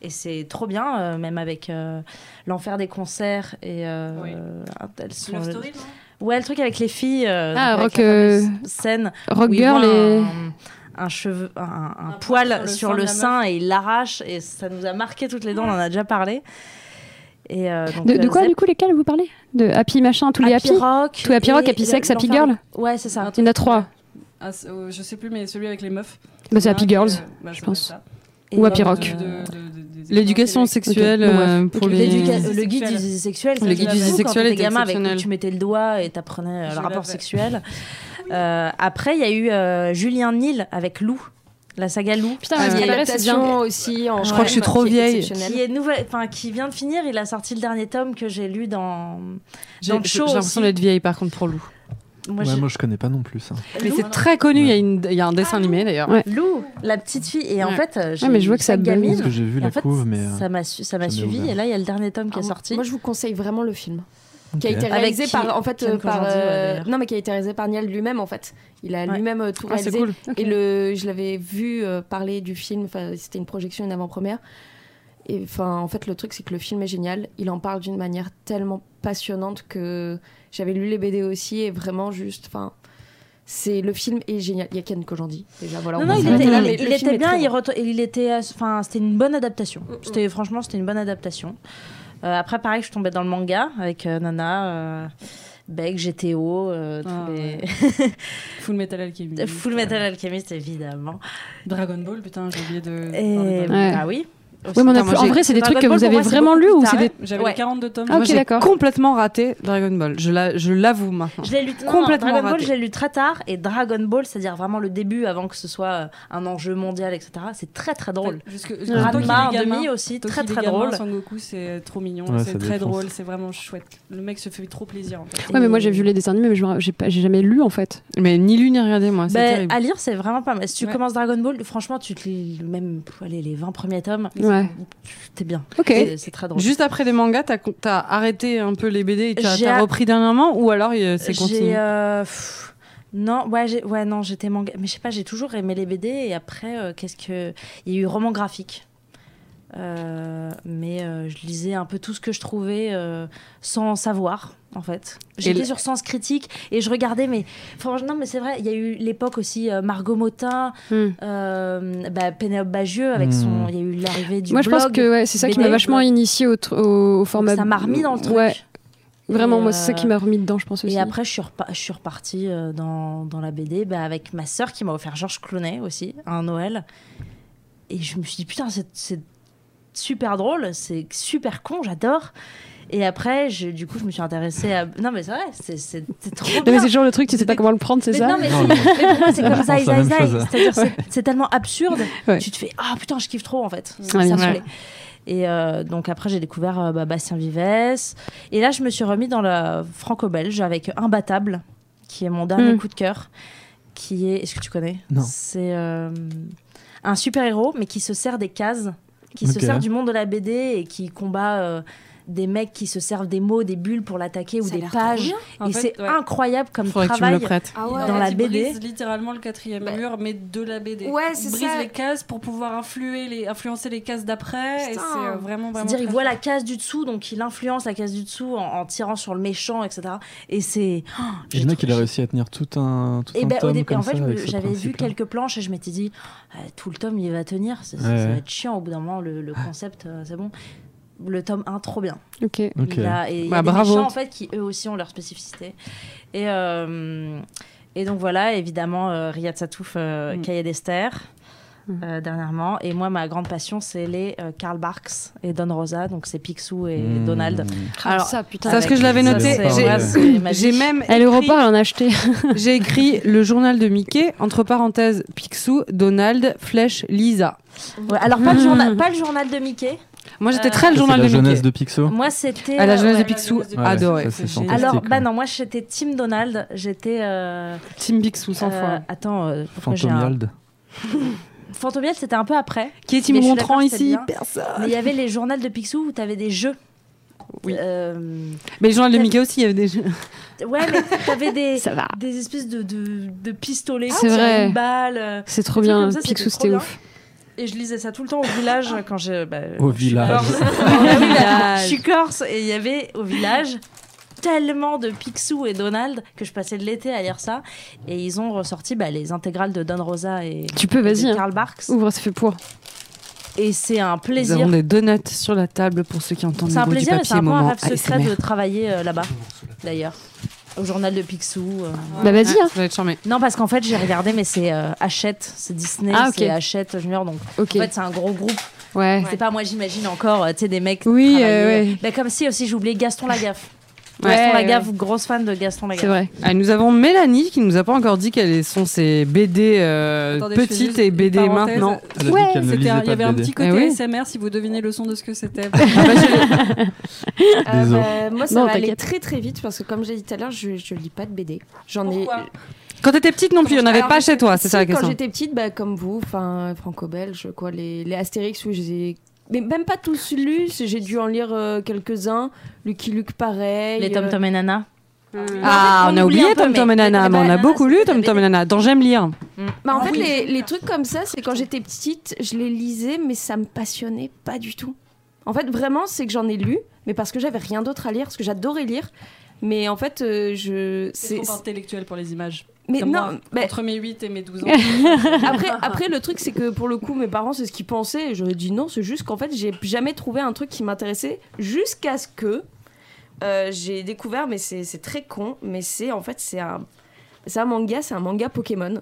Speaker 1: Et c'est trop bien, euh, même avec euh, l'enfer des concerts et. euh,
Speaker 5: Oui.
Speaker 1: ah, elles sont-
Speaker 5: Love Story, non
Speaker 1: Ouais, le truc avec les filles. euh,
Speaker 4: Ah,
Speaker 1: donc avec
Speaker 4: rock,
Speaker 1: la
Speaker 4: euh,
Speaker 1: fameuse Scène.
Speaker 4: Rock
Speaker 1: où il
Speaker 4: Girl
Speaker 1: voit
Speaker 4: et.
Speaker 1: Un, un cheveu, un, un
Speaker 5: Un
Speaker 1: poil sur le,
Speaker 5: de la
Speaker 1: sein et il l'arrache. Et ça nous a marqué toutes les dents, on en a déjà parlé. Et, euh, donc,
Speaker 4: De, de
Speaker 1: euh,
Speaker 4: quoi
Speaker 1: Zep-
Speaker 4: du coup lesquels vous parlez De Happy Machin, tous les Happy
Speaker 1: Rock.
Speaker 4: Tous les Happy
Speaker 1: et
Speaker 4: Rock, Happy
Speaker 1: le-
Speaker 4: Sex, Happy
Speaker 1: l'enfer-
Speaker 4: Girl
Speaker 1: Ouais, c'est ça.
Speaker 4: Il y en a trois.
Speaker 5: Ah, c'est- euh, je sais plus, mais celui avec les meufs.
Speaker 4: Bah, c'est
Speaker 5: Il y en a
Speaker 4: Happy
Speaker 5: un
Speaker 4: Girls.
Speaker 5: qui, euh, bah,
Speaker 4: je
Speaker 5: ça
Speaker 4: pense.
Speaker 5: doit être
Speaker 1: Et-
Speaker 4: Ou Happy
Speaker 5: ça.
Speaker 4: Rock.
Speaker 5: De- de- de- de- des
Speaker 2: L'éducation
Speaker 5: expériences
Speaker 2: sexuelle
Speaker 4: Ok, bon, bref.
Speaker 2: euh, pour
Speaker 4: Ok.
Speaker 1: L'éduca-
Speaker 2: les.
Speaker 5: euh,
Speaker 1: Le guide
Speaker 5: sexuel.
Speaker 1: du sexuel,
Speaker 2: Le guide du sexuel
Speaker 1: était
Speaker 2: était
Speaker 1: gamin avec
Speaker 2: exceptionnel.
Speaker 1: tu mettais le doigt et t'apprenais euh,
Speaker 5: Je
Speaker 1: le rapport
Speaker 5: l'avais.
Speaker 1: sexuel. Euh, après, il y a eu euh, Julien Nil avec Lou, la saga Lou.
Speaker 4: Putain,
Speaker 2: ouais,
Speaker 4: ouais,
Speaker 6: Ah, Il
Speaker 4: c'est
Speaker 6: y a
Speaker 4: pareil, c'est bien.
Speaker 6: l'adaptation aussi. En bah,
Speaker 1: Je crois que je
Speaker 2: suis trop
Speaker 6: qui est
Speaker 2: vieille.
Speaker 6: exceptionnelle.
Speaker 1: Qui, est nouvelle, enfin, qui vient de finir, il a sorti le dernier tome que j'ai lu dans.
Speaker 2: J'ai
Speaker 1: Dans le
Speaker 2: j'ai
Speaker 1: show
Speaker 2: l'impression
Speaker 1: aussi.
Speaker 2: d'être vieille par contre pour Lou.
Speaker 1: Moi,
Speaker 3: Ouais,
Speaker 1: j'ai-
Speaker 3: Moi, je connais pas non plus ça.
Speaker 2: Mais
Speaker 1: Lou, hein.
Speaker 2: c'est très connu, il y a une- il y, a un
Speaker 1: Ah
Speaker 2: dessin animé d'ailleurs.
Speaker 4: Ouais.
Speaker 1: Lou, la petite fille. Et en
Speaker 2: Ouais.
Speaker 1: fait, euh, j'ai
Speaker 4: Ouais, mais je vois que ça
Speaker 1: cette
Speaker 4: te donne-
Speaker 1: gamine.
Speaker 4: Parce
Speaker 3: Parce que j'ai vu
Speaker 1: Et en
Speaker 3: la
Speaker 1: fait,
Speaker 3: couve, mais. euh,
Speaker 1: ça m'a su- ça m'a
Speaker 3: jamais
Speaker 1: suivi.
Speaker 3: ouvert.
Speaker 1: Et là, il y a le dernier tome qui est
Speaker 6: Ah,
Speaker 1: sorti.
Speaker 6: Moi, je vous conseille vraiment le film. qui a
Speaker 3: Ok.
Speaker 6: été
Speaker 1: Avec
Speaker 6: réalisé
Speaker 1: qui-
Speaker 6: par en fait
Speaker 1: Ken
Speaker 6: euh, par
Speaker 1: Kojandi, ouais,
Speaker 6: euh,
Speaker 1: d'ailleurs.
Speaker 6: non mais qui a été réalisé par Niel lui-même en fait il a
Speaker 1: Ouais.
Speaker 6: lui-même euh, tout
Speaker 2: Ah, c'est
Speaker 6: réalisé
Speaker 2: cool.
Speaker 6: et le je l'avais vu euh, parler du film enfin, c'était une projection une avant-première et enfin en fait le truc c'est que le film est génial il en parle d'une manière tellement passionnante que j'avais lu les BD aussi et vraiment juste enfin c'est le film est génial il y a Ken Kojandi déjà voilà
Speaker 1: Non,
Speaker 6: on
Speaker 1: non,
Speaker 6: va
Speaker 1: il
Speaker 6: s'arrêter
Speaker 1: était,
Speaker 6: là,
Speaker 1: il-
Speaker 6: mais
Speaker 1: il
Speaker 6: le film
Speaker 1: était
Speaker 6: est
Speaker 1: bien,
Speaker 6: très
Speaker 1: il,
Speaker 6: bon.
Speaker 1: reto- il était, enfin, c'était une bonne adaptation. C'était franchement, c'était une bonne adaptation. Euh, après, pareil, je tombais dans le manga avec euh, Nana, euh, Beck, GTO, euh, tous
Speaker 5: Ah,
Speaker 1: <laughs> les
Speaker 5: Full Metal Alchemist.
Speaker 1: Euh, Full Metal Alchemist évidemment.
Speaker 5: Dragon Ball, putain, j'ai oublié de.
Speaker 1: Et
Speaker 4: Ouais.
Speaker 1: ah oui. Aussi.
Speaker 4: Oui, mais on a
Speaker 2: Putain,
Speaker 4: plus-
Speaker 2: moi,
Speaker 4: en
Speaker 2: j'ai-
Speaker 4: vrai, c'est des
Speaker 1: Dragon
Speaker 4: trucs que
Speaker 1: Ball,
Speaker 4: vous
Speaker 1: pour
Speaker 4: avez
Speaker 1: moi, c'est
Speaker 4: vraiment
Speaker 1: beaucoup
Speaker 4: lu
Speaker 1: plus
Speaker 4: ou c'est
Speaker 1: tard.
Speaker 4: des.
Speaker 5: J'avais
Speaker 1: Ouais.
Speaker 5: les 42 tomes.
Speaker 4: Ah,
Speaker 2: Moi,
Speaker 4: ok,
Speaker 2: j'ai
Speaker 4: d'accord.
Speaker 2: complètement raté Dragon Ball. Je la- je l'avoue maintenant.
Speaker 1: Je l'ai lu non,
Speaker 2: Complètement
Speaker 1: Dragon Ball,
Speaker 2: raté.
Speaker 1: je l'ai lu très tard et Dragon Ball, c'est-à-dire vraiment le début avant que ce soit euh, un enjeu mondial, etc. C'est très très drôle.
Speaker 5: Jusque,
Speaker 1: Ranma en
Speaker 5: gamin,
Speaker 1: demi aussi,
Speaker 5: Toki,
Speaker 1: très
Speaker 5: il est
Speaker 1: très
Speaker 5: gamin,
Speaker 1: drôle.
Speaker 5: Son Goku, c'est trop mignon,
Speaker 3: Ouais,
Speaker 5: c'est
Speaker 3: ça défonce.
Speaker 5: très drôle, c'est vraiment chouette. Le mec se fait trop plaisir en fait.
Speaker 4: Ouais, mais moi
Speaker 1: Et-
Speaker 4: j'ai vu les dessins animés, mais je me- j'ai pas- j'ai jamais lu en fait.
Speaker 2: Mais ni lu ni regardé, moi. Ah, C'est
Speaker 1: Ben,
Speaker 2: terrible.
Speaker 1: à lire, c'est vraiment pas mal. Si tu
Speaker 5: Ouais.
Speaker 1: commences Dragon Ball, franchement, tu te lis même pff, allez, les 20 premiers tomes,
Speaker 4: Ouais.
Speaker 1: t'es bien.
Speaker 4: Ok.
Speaker 1: C'est- C'est très drôle.
Speaker 2: Juste après les mangas, t'as con- t'as arrêté un peu les BD et t'as
Speaker 1: J'ai
Speaker 2: t'as
Speaker 1: a-
Speaker 2: repris dernièrement ou alors euh, c'est
Speaker 1: J'ai,
Speaker 2: continué
Speaker 1: euh, pff, non, ouais, j'ai- ouais, non, j'étais manga, mais je sais pas, j'ai toujours aimé les BD et après, euh, qu'est-ce que, il y a eu roman graphique. Euh, mais euh, je lisais un peu tout ce que je trouvais euh, sans savoir en fait. J'étais
Speaker 2: le-
Speaker 1: sur Sens Critique et je regardais mais franchement non mais c'est vrai il y a eu l'époque aussi euh, Margot Motin,
Speaker 4: Hmm.
Speaker 1: euh, bah, Pénélope Bagieux avec son
Speaker 3: Hmm.
Speaker 1: il y a eu l'arrivée du
Speaker 4: Moi je
Speaker 1: blog.
Speaker 4: pense que ouais, c'est ça qui
Speaker 1: BD,
Speaker 4: m'a vachement
Speaker 1: blog.
Speaker 4: initié au, tr- au, au format.
Speaker 1: ça m'a remis dans le truc.
Speaker 4: Ouais, vraiment,
Speaker 1: Et,
Speaker 4: moi c'est ça qui
Speaker 1: euh,
Speaker 4: m'a remis dedans, je pense aussi.
Speaker 1: Et après, je suis, repa- je suis repartie euh, dans, dans la BD bah, avec ma sœur qui m'a offert Georges Clooney aussi, à un Noël. Et je me suis dit, putain, c'est- c'est super drôle, c'est super con, j'adore. Et après, je- du coup, je me suis intéressée à. Non, mais c'est vrai, c'est- c'est c'est trop
Speaker 4: Non, mais
Speaker 1: bien.
Speaker 4: c'est toujours le truc, tu sais pas comment le prendre, c'est
Speaker 1: Mais
Speaker 4: ça
Speaker 1: non, mais, c'est-
Speaker 3: Non,
Speaker 1: mais pour moi, c'est comme
Speaker 3: Je
Speaker 1: ça,
Speaker 3: pense la
Speaker 1: Zai
Speaker 3: même
Speaker 1: Zai.
Speaker 3: chose.
Speaker 1: C'est-à-dire, c'est- c'est tellement absurde,
Speaker 4: Ouais.
Speaker 1: tu te fais Ah putain, je kiffe trop en fait.
Speaker 4: Ah,
Speaker 1: ça
Speaker 4: bien
Speaker 1: me
Speaker 2: sûr.
Speaker 1: plaît. Et euh, donc après, j'ai découvert euh, bah, Bastien Vives. Et là, je me suis remis dans le franco-belge avec Imbattable, qui est mon dernier
Speaker 4: Hmm.
Speaker 1: coup de cœur. Qui est. Est-ce que tu connais
Speaker 3: Non.
Speaker 1: C'est euh, un super-héros, mais qui se sert des cases, qui se
Speaker 3: Ok.
Speaker 1: sert du monde de la BD et qui combat. euh, des mecs qui se servent des mots, des bulles pour l'attaquer ou
Speaker 6: Ça a
Speaker 1: des
Speaker 6: l'air trop
Speaker 1: pages.
Speaker 6: bien.
Speaker 5: En
Speaker 1: Et
Speaker 5: fait,
Speaker 1: c'est
Speaker 5: ouais.
Speaker 1: incroyable comme
Speaker 2: Faudrait que tu me
Speaker 1: travail.
Speaker 2: le prêtes.
Speaker 6: Ah
Speaker 5: Il-
Speaker 6: ouais.
Speaker 1: Dans la
Speaker 5: il
Speaker 1: BD.
Speaker 5: brise littéralement le quatrième
Speaker 6: Bah.
Speaker 5: mur, mais de la BD.
Speaker 6: Ouais, c'est
Speaker 5: Il brise
Speaker 6: ça.
Speaker 5: les cases pour pouvoir influer les, influencer les cases d'après. Et c'est
Speaker 6: Putain.
Speaker 5: euh, vraiment, vraiment.
Speaker 1: C'est-à-dire, il
Speaker 5: très
Speaker 1: voit la case du dessous, donc il influence la case du dessous en, en tirant sur le méchant, etc. Et c'est. oh,
Speaker 3: Il y
Speaker 1: j'ai
Speaker 3: en a
Speaker 1: trop-
Speaker 3: qui a réussi à tenir tout un, tout
Speaker 1: Eh
Speaker 3: un
Speaker 1: ben, au
Speaker 3: tome
Speaker 1: début,
Speaker 3: comme
Speaker 1: en fait,
Speaker 3: ça
Speaker 1: je me-
Speaker 3: avec ce
Speaker 1: j'avais vu
Speaker 3: principe-là.
Speaker 1: quelques planches et je m'étais dit, Ah, tout le tome, il va tenir. Ça, ça-
Speaker 3: Ouais,
Speaker 1: ça va
Speaker 3: ouais.
Speaker 1: être chiant au bout d'un moment, le, le concept, euh, c'est bon. Le tome 1, trop bien.
Speaker 4: Ok.
Speaker 3: Ok.
Speaker 1: Il a, et il y a
Speaker 2: Bah,
Speaker 1: des
Speaker 2: bravo.
Speaker 1: méchants, en fait, qui eux aussi ont leur spécificité. Et, euh, et donc voilà, évidemment, euh, Riyad Satouf, euh,
Speaker 5: Mm.
Speaker 1: Cahiers d'Esther,
Speaker 4: Mm.
Speaker 1: euh, dernièrement. Et moi, ma grande passion, c'est les euh, Karl Barks et Don Rosa, donc c'est Picsou et
Speaker 2: Mm.
Speaker 3: Mmh.
Speaker 2: Ah,
Speaker 1: Donald.
Speaker 2: Alors,
Speaker 4: ça, putain.
Speaker 2: C'est parce que je l'avais
Speaker 3: Ça,
Speaker 2: noté.
Speaker 3: c'est-
Speaker 2: j'ai-
Speaker 3: ouais,
Speaker 1: c'est ma vie.
Speaker 2: J'ai même
Speaker 4: Elle
Speaker 2: écrit-
Speaker 4: repart, elle en a
Speaker 1: <laughs>
Speaker 4: acheté.
Speaker 2: <laughs> j'ai écrit le journal de Mickey entre parenthèses Picsou, Donald, Flèche, Lisa.
Speaker 1: Ouais, alors pas le,
Speaker 2: Hmm.
Speaker 4: Mm.
Speaker 1: journal, pas le journal de Mickey.
Speaker 2: Moi j'étais
Speaker 5: Euh,
Speaker 2: très le
Speaker 3: Ça, C'est
Speaker 2: journal
Speaker 3: la
Speaker 2: de Mickey.
Speaker 3: jeunesse de Pixo.
Speaker 1: Moi, c'était. euh,
Speaker 2: À Ah, la jeunesse
Speaker 1: ouais.
Speaker 2: de Picsou,
Speaker 5: Ouais,
Speaker 2: adoré.
Speaker 3: ça, c'est
Speaker 5: C'est génial.
Speaker 3: fantastique.
Speaker 1: Alors,
Speaker 3: quoi.
Speaker 1: bah non, moi j'étais Team Donald. J'étais. euh,
Speaker 2: Team Picsou 100
Speaker 1: euh,
Speaker 2: fois.
Speaker 1: Attends, euh, pourquoi j'ai un...
Speaker 3: Fantomialde.
Speaker 1: Fantomial, c'était un peu après.
Speaker 2: Qui est Team
Speaker 1: mais je suis
Speaker 2: Gontran
Speaker 1: d'accord, c'était
Speaker 2: ici
Speaker 1: bien.
Speaker 2: Personne.
Speaker 1: Mais il y avait les journaux de Picsou où t'avais des jeux.
Speaker 2: Oui.
Speaker 1: Euh,
Speaker 2: Mais le journal de Mickey aussi, il y avait des jeux.
Speaker 1: Ouais, mais t'avais des,
Speaker 4: <laughs> Ça va.
Speaker 1: des espèces de, de, de pistolets
Speaker 4: C'est
Speaker 1: qui tiraient
Speaker 4: vrai.
Speaker 1: une balle. euh,
Speaker 4: C'est trop
Speaker 1: des trucs
Speaker 4: bien.
Speaker 1: comme ça,
Speaker 4: Picsou,
Speaker 1: c'était
Speaker 4: c'était
Speaker 1: trop
Speaker 4: ouf.
Speaker 1: Et je lisais ça tout le temps au village quand j'ai. bah,
Speaker 3: Au
Speaker 1: je suis
Speaker 3: village. <laughs>
Speaker 1: corse. <laughs> Au village. Ah Je suis corse et il y avait au village tellement de Picsou et Donald que je passais de l'été à lire ça. Et ils ont ressorti bah, les intégrales de Don Rosa et,
Speaker 4: Tu peux,
Speaker 1: et
Speaker 4: vas-y.
Speaker 1: de
Speaker 4: hein.
Speaker 1: Karl Barks.
Speaker 4: Ouvre, ça fait pour.
Speaker 1: Et c'est un
Speaker 2: Nous
Speaker 1: plaisir.
Speaker 2: avons des donuts sur la table pour ceux qui entendent
Speaker 1: C'est
Speaker 2: le
Speaker 1: un
Speaker 2: bruit du
Speaker 1: plaisir et c'est
Speaker 2: papier.
Speaker 1: un peu un
Speaker 2: Moment
Speaker 1: rêve secret
Speaker 2: ASMR.
Speaker 1: de travailler euh, là-bas, d'ailleurs. Au journal de Picsou. euh.
Speaker 4: Bah vas-y.
Speaker 2: Ah,
Speaker 4: hein.
Speaker 2: ça va être charmé.
Speaker 1: Non, parce qu'en fait, j'ai regardé, mais c'est euh, Hachette, c'est Disney,
Speaker 4: Ah, ok.
Speaker 1: c'est Hachette Junior. Donc,
Speaker 4: Ah, Ok.
Speaker 1: en fait, c'est un gros groupe.
Speaker 4: Ouais.
Speaker 1: C'est pas moi, j'imagine encore, euh, tu sais, des mecs.
Speaker 4: Oui,
Speaker 1: travailler.
Speaker 4: euh, ouais.
Speaker 1: Bah, comme si aussi, j'ai oublié Gaston Lagaffe.
Speaker 4: Ouais,
Speaker 1: Gaston
Speaker 4: ouais.
Speaker 1: Lagaffe, grosse fan de Gaston
Speaker 4: C'est
Speaker 1: Lagaffe.
Speaker 4: vrai.
Speaker 2: Ah, nous avons Mélanie qui nous a pas encore dit quelles sont ses BD euh,
Speaker 5: Attendez, je fais
Speaker 2: petites
Speaker 5: juste
Speaker 2: et
Speaker 5: une
Speaker 2: BD
Speaker 5: parenthèse.
Speaker 2: maintenant.
Speaker 3: Elle a dit
Speaker 4: Ouais,
Speaker 3: qu'elle ne
Speaker 5: C'était
Speaker 3: lisait
Speaker 5: un-
Speaker 3: pas
Speaker 5: Il y avait
Speaker 3: de
Speaker 5: un
Speaker 3: BD.
Speaker 5: petit côté
Speaker 2: Eh oui.
Speaker 5: SMR si vous devinez le son de ce que c'était.
Speaker 6: Ah
Speaker 3: Désolé.
Speaker 6: bah, moi, ça
Speaker 4: Non,
Speaker 6: va aller
Speaker 4: t'inquiète.
Speaker 6: très très vite parce que, comme j'ai dit tout à l'heure, je, je lis pas de BD. J'en ai.
Speaker 5: Pourquoi
Speaker 2: Quand t'étais petite non plus, il n'y en avait
Speaker 6: Alors,
Speaker 2: pas chez toi, c'est
Speaker 6: si,
Speaker 2: ça la
Speaker 6: Quand
Speaker 2: question.
Speaker 6: j'étais petite, bah, comme vous, enfin franco-belge, quoi, les, les Astérix, oui, je les ai mais même pas tous lus, j'ai dû en lire euh, quelques-uns. Lucky Luke, pareil.
Speaker 1: Les
Speaker 6: euh,
Speaker 1: Tom Tom et Nana.
Speaker 2: Ah,
Speaker 1: En fait,
Speaker 2: on a
Speaker 1: on oublie
Speaker 2: oublié
Speaker 1: un peu,
Speaker 2: Tom Tom
Speaker 1: mais-
Speaker 2: et Nana,
Speaker 1: mais
Speaker 2: mais on a
Speaker 1: Nana,
Speaker 2: beaucoup lu
Speaker 1: c'était
Speaker 2: Tom
Speaker 1: la
Speaker 2: Tom et
Speaker 1: BD.
Speaker 2: Nana. Dans J'aime lire.
Speaker 6: Bah, en fait, les, les trucs comme ça, c'est quand j'étais petite, je les lisais, mais ça me passionnait pas du tout. En fait, vraiment, c'est que j'en ai lu, mais parce que j'avais rien d'autre à lire, parce que j'adorais lire. Mais en fait, euh, je.
Speaker 5: C'est
Speaker 6: c'est- Eh.
Speaker 5: trop intellectuel pour les images.
Speaker 6: Mais
Speaker 5: Comme
Speaker 6: non,
Speaker 5: moi,
Speaker 6: mais
Speaker 5: Entre mes 8 et mes
Speaker 6: <laughs>
Speaker 5: 12 ans.
Speaker 6: après, après, le truc, c'est que pour le coup, mes parents, c'est ce qu'ils pensaient. et J'aurais dit non, c'est juste qu'en fait, j'ai jamais trouvé un truc qui m'intéressait jusqu'à ce que euh, j'ai découvert, mais c'est c'est très con, mais c'est en fait, c'est un, c'est un manga, c'est un manga Pokémon,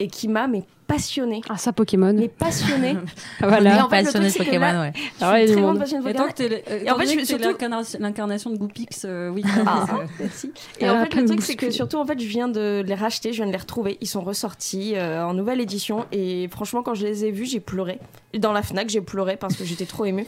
Speaker 6: et qui m'a, mais passionné.
Speaker 4: Ah, ça, Pokémon. Ah, <laughs>
Speaker 6: Mais passionné.
Speaker 4: Voilà.
Speaker 6: Mais en fait, le
Speaker 1: Passionné
Speaker 6: truc, c'est que
Speaker 1: Pokémon,
Speaker 6: là-
Speaker 1: ouais.
Speaker 6: Je suis
Speaker 4: Ah ouais,
Speaker 6: une
Speaker 4: il
Speaker 6: très
Speaker 4: est
Speaker 6: grande
Speaker 4: monde.
Speaker 6: passionnée de
Speaker 5: Et
Speaker 6: Pokémon.
Speaker 5: tant que t'es le- euh,
Speaker 6: Et en
Speaker 5: étant
Speaker 6: fait,
Speaker 5: donné
Speaker 6: je
Speaker 5: que
Speaker 6: suis
Speaker 5: t'es l'incarnation l'incarnation de Goupix, euh, oui.
Speaker 6: Ah. Merci. Et en
Speaker 4: Elle a
Speaker 6: fait,
Speaker 4: plein
Speaker 6: le
Speaker 4: de
Speaker 6: truc, c'est que
Speaker 4: bouscules.
Speaker 6: surtout, en fait, je viens de les racheter, je viens de les retrouver. Ils sont ressortis euh, en nouvelle édition. Et franchement, quand je les ai vus, j'ai pleuré. Et Dans la Fnac, j'ai pleuré parce que j'étais trop émue.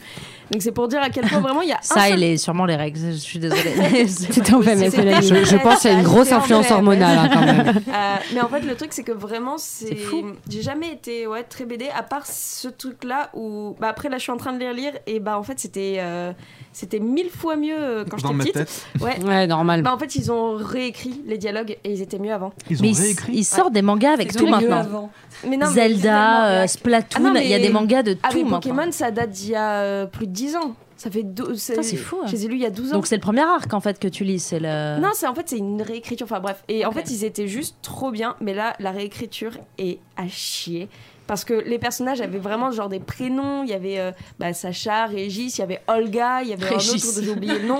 Speaker 6: Donc, c'est pour dire à quel point vraiment il y a. un
Speaker 1: Ça,
Speaker 6: seul-
Speaker 1: il est sûrement les règles. Je suis désolée.
Speaker 4: C'était en VMS,
Speaker 6: C'était-
Speaker 4: la
Speaker 2: <laughs> Je, je pense qu'il y a une grosse influence hormonale hein, quand même.
Speaker 6: Euh, mais en fait, le truc, c'est que vraiment, c'est.
Speaker 1: C'est fou.
Speaker 6: J'ai jamais été ouais, très BD, à part ce truc-là où. Bah, après, là, je suis en train de les relire. Et bah, en fait, c'était euh, c'était mille fois mieux euh, quand
Speaker 3: Dans
Speaker 6: j'étais
Speaker 3: ma
Speaker 6: petite.
Speaker 3: tête,
Speaker 6: Ouais.
Speaker 2: Ouais, normal.
Speaker 6: Bah, en fait, ils ont réécrit les dialogues et ils étaient mieux avant.
Speaker 3: ils ont
Speaker 1: Mais il,
Speaker 3: réécrit.
Speaker 1: il sort des mangas avec
Speaker 5: C'est
Speaker 1: tout
Speaker 5: mieux
Speaker 1: maintenant.
Speaker 5: avant.
Speaker 6: Mais non, mais
Speaker 1: Zelda,
Speaker 6: c'est tellement-
Speaker 1: euh, Splatoon,
Speaker 6: Ah non, mais-
Speaker 1: il y a des mangas de
Speaker 6: Ah, mais
Speaker 1: tout hein, maintenant.
Speaker 6: Pokémon, ça date d'il y a euh, plus de 10 ans. Ça fait 12
Speaker 1: Putain, c'est fou, hein.
Speaker 6: Je les ai lus il y a 12 ans.
Speaker 1: Donc c'est euh, le premier arc en fait que tu lis, c'est le.
Speaker 6: non, c'est en fait c'est une réécriture. Enfin bref, et en fait ils étaient juste trop bien, mais là la réécriture est à chier parce que les personnages avaient vraiment genre des prénoms. Il y avait euh, bah, Sacha, Régis, il y avait Olga, il y avait un
Speaker 1: <laughs> Régis.
Speaker 6: autre dont j'ai oublié le nom.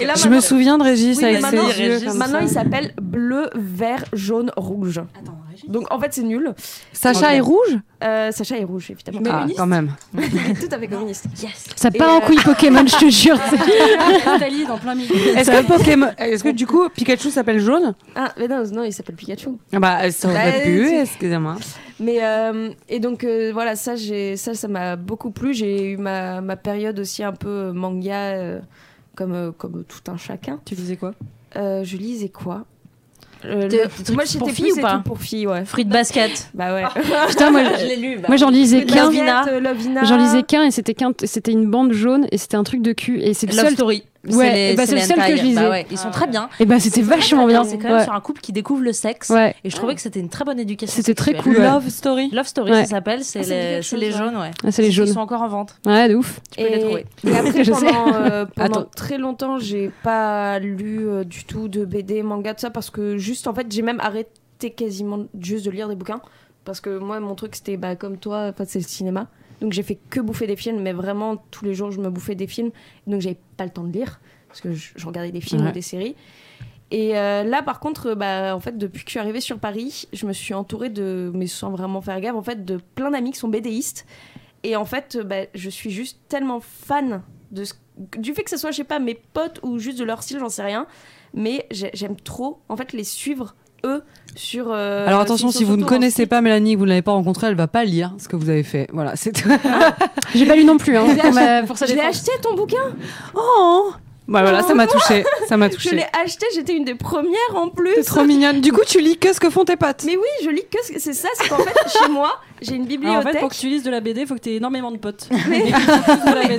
Speaker 6: Et là,
Speaker 2: Je me souviens de Régis
Speaker 6: Oui, mais
Speaker 2: avec ses
Speaker 6: maintenant-
Speaker 2: yeux. comme
Speaker 6: Maintenant
Speaker 2: ça.
Speaker 6: ils s'appellent bleu, vert, jaune, rouge.
Speaker 5: Attends, Régis.
Speaker 6: Donc en fait c'est nul.
Speaker 2: Sacha est rouge
Speaker 6: Euh, Sacha est rouge évidemment.
Speaker 2: Ah, quand même.
Speaker 6: Il est <laughs> tout à fait communiste.
Speaker 1: Yes.
Speaker 4: Ça
Speaker 6: Et
Speaker 4: part en
Speaker 6: euh,
Speaker 4: couille Pokémon, je te jure.
Speaker 5: <laughs> Nathalie dans plein milieu.
Speaker 2: Est-ce que Pokémon, <laughs> est-ce que du coup Pikachu s'appelle jaune
Speaker 6: Ah mais non, non il s'appelle Pikachu.
Speaker 2: Ah Bah, ça aurait
Speaker 6: Bah,
Speaker 2: pu,
Speaker 6: tu-
Speaker 2: excusez-moi.
Speaker 6: Mais euh, et donc euh, voilà, ça j'ai ça ça m'a beaucoup plu. J'ai eu ma, ma période aussi un peu euh, manga euh, comme euh, comme tout un chacun.
Speaker 5: Tu disais quoi
Speaker 6: Euh, je lisais quoi Euh,
Speaker 1: Des-
Speaker 6: le-
Speaker 1: des trucs
Speaker 6: Moi
Speaker 1: pour
Speaker 6: j'étais
Speaker 1: filles
Speaker 6: plus
Speaker 1: ou
Speaker 6: et
Speaker 1: pas
Speaker 6: tout pour filles, ouais.
Speaker 1: Fruit basket.
Speaker 6: Bah ouais.
Speaker 4: Putain, moi,
Speaker 1: l'ai lu. bah.
Speaker 4: moi j'en lisais
Speaker 1: Lovina.
Speaker 4: qu'un.
Speaker 1: Lovina.
Speaker 6: Euh, Lovina.
Speaker 4: J'en lisais qu'un et c'était qu'un, c'était une bande jaune et c'était un truc de cul et c'est le
Speaker 1: Love
Speaker 4: seul.
Speaker 1: Story.
Speaker 4: Ouais, et bah, c'est le
Speaker 1: les
Speaker 4: seul que
Speaker 1: hentai.
Speaker 4: je lisais.
Speaker 1: Bah ouais, ils sont
Speaker 5: Ah
Speaker 1: très
Speaker 5: ouais.
Speaker 1: bien.
Speaker 4: Et bah c'était vachement bien.
Speaker 1: C'est quand même
Speaker 4: Ouais.
Speaker 1: sur un couple qui découvre le sexe.
Speaker 4: Ouais.
Speaker 1: Et je trouvais que c'était une très bonne éducation.
Speaker 4: C'était très
Speaker 1: sexuelle.
Speaker 4: cool, ouais.
Speaker 2: Love Story.
Speaker 1: Love Story,
Speaker 4: Ouais.
Speaker 1: ça s'appelle. C'est
Speaker 5: Ah, ça me dit
Speaker 1: les,
Speaker 5: quelque
Speaker 1: c'est
Speaker 5: chose,
Speaker 1: les
Speaker 5: ouais.
Speaker 1: jaunes, ouais.
Speaker 4: Ah, c'est les
Speaker 1: Ils
Speaker 4: jaunes.
Speaker 1: sont encore en vente.
Speaker 4: Ouais, de ouf.
Speaker 1: Tu peux les trouver.
Speaker 6: Et
Speaker 4: <laughs>
Speaker 6: après,
Speaker 4: Je sais.
Speaker 6: pendant, euh, pendant
Speaker 4: Attends.
Speaker 6: très longtemps, j'ai pas lu euh, du tout de BD, manga, tout ça, parce que juste, en fait, j'ai même arrêté quasiment juste de lire des bouquins. Parce que moi, mon truc, c'était bah, comme toi, enfin, c'est le cinéma. Donc j'ai fait que bouffer des films, mais vraiment, tous les jours, je me bouffais des films. Donc j'avais pas le temps de lire, parce que je, je regardais des films
Speaker 2: Ouais.
Speaker 6: ou des séries. Et euh, là, par contre, euh, bah, en fait, depuis que je suis arrivée sur Paris, je me suis entourée de, mais sans vraiment faire gaffe, en fait, de plein d'amis qui sont BDistes. Et en fait, euh, bah, je suis juste tellement fan de ce- du fait que ce soit, je sais pas, mes potes ou juste de leur style, j'en sais rien. Mais j'ai- j'aime trop, en fait, les suivre, eux, sur. euh,
Speaker 2: Alors attention,
Speaker 6: s'ils sont
Speaker 2: si vous ne
Speaker 6: surtout dans
Speaker 2: connaissez
Speaker 6: ce-
Speaker 2: pas Mélanie, que vous ne l'avez pas rencontrée, elle va pas lire ce que vous avez fait. Voilà, c'est tout.
Speaker 4: J'ai pas lu non plus. Hein.
Speaker 6: Je l'ai
Speaker 4: Pour ma-
Speaker 6: acheté-
Speaker 4: pour sa
Speaker 6: Je l'ai
Speaker 4: défense.
Speaker 6: acheté ton bouquin
Speaker 2: <laughs> Oh Bah voilà, ça m'a <laughs> touché. Ça m'a
Speaker 6: Je
Speaker 2: touché.
Speaker 6: l'ai acheté, j'étais une des premières en
Speaker 2: T'es
Speaker 6: plus
Speaker 2: trop mignonne. Du coup, tu lis que ce que font tes potes.
Speaker 6: Mais oui, je lis que ce- c'est ça, c'est qu'en fait, chez moi, j'ai une
Speaker 5: Alors, En
Speaker 6: bibliothèque.
Speaker 5: fait, pour que tu lises de la BD, il faut que tu aies énormément de
Speaker 6: <laughs>
Speaker 5: potes. <laughs>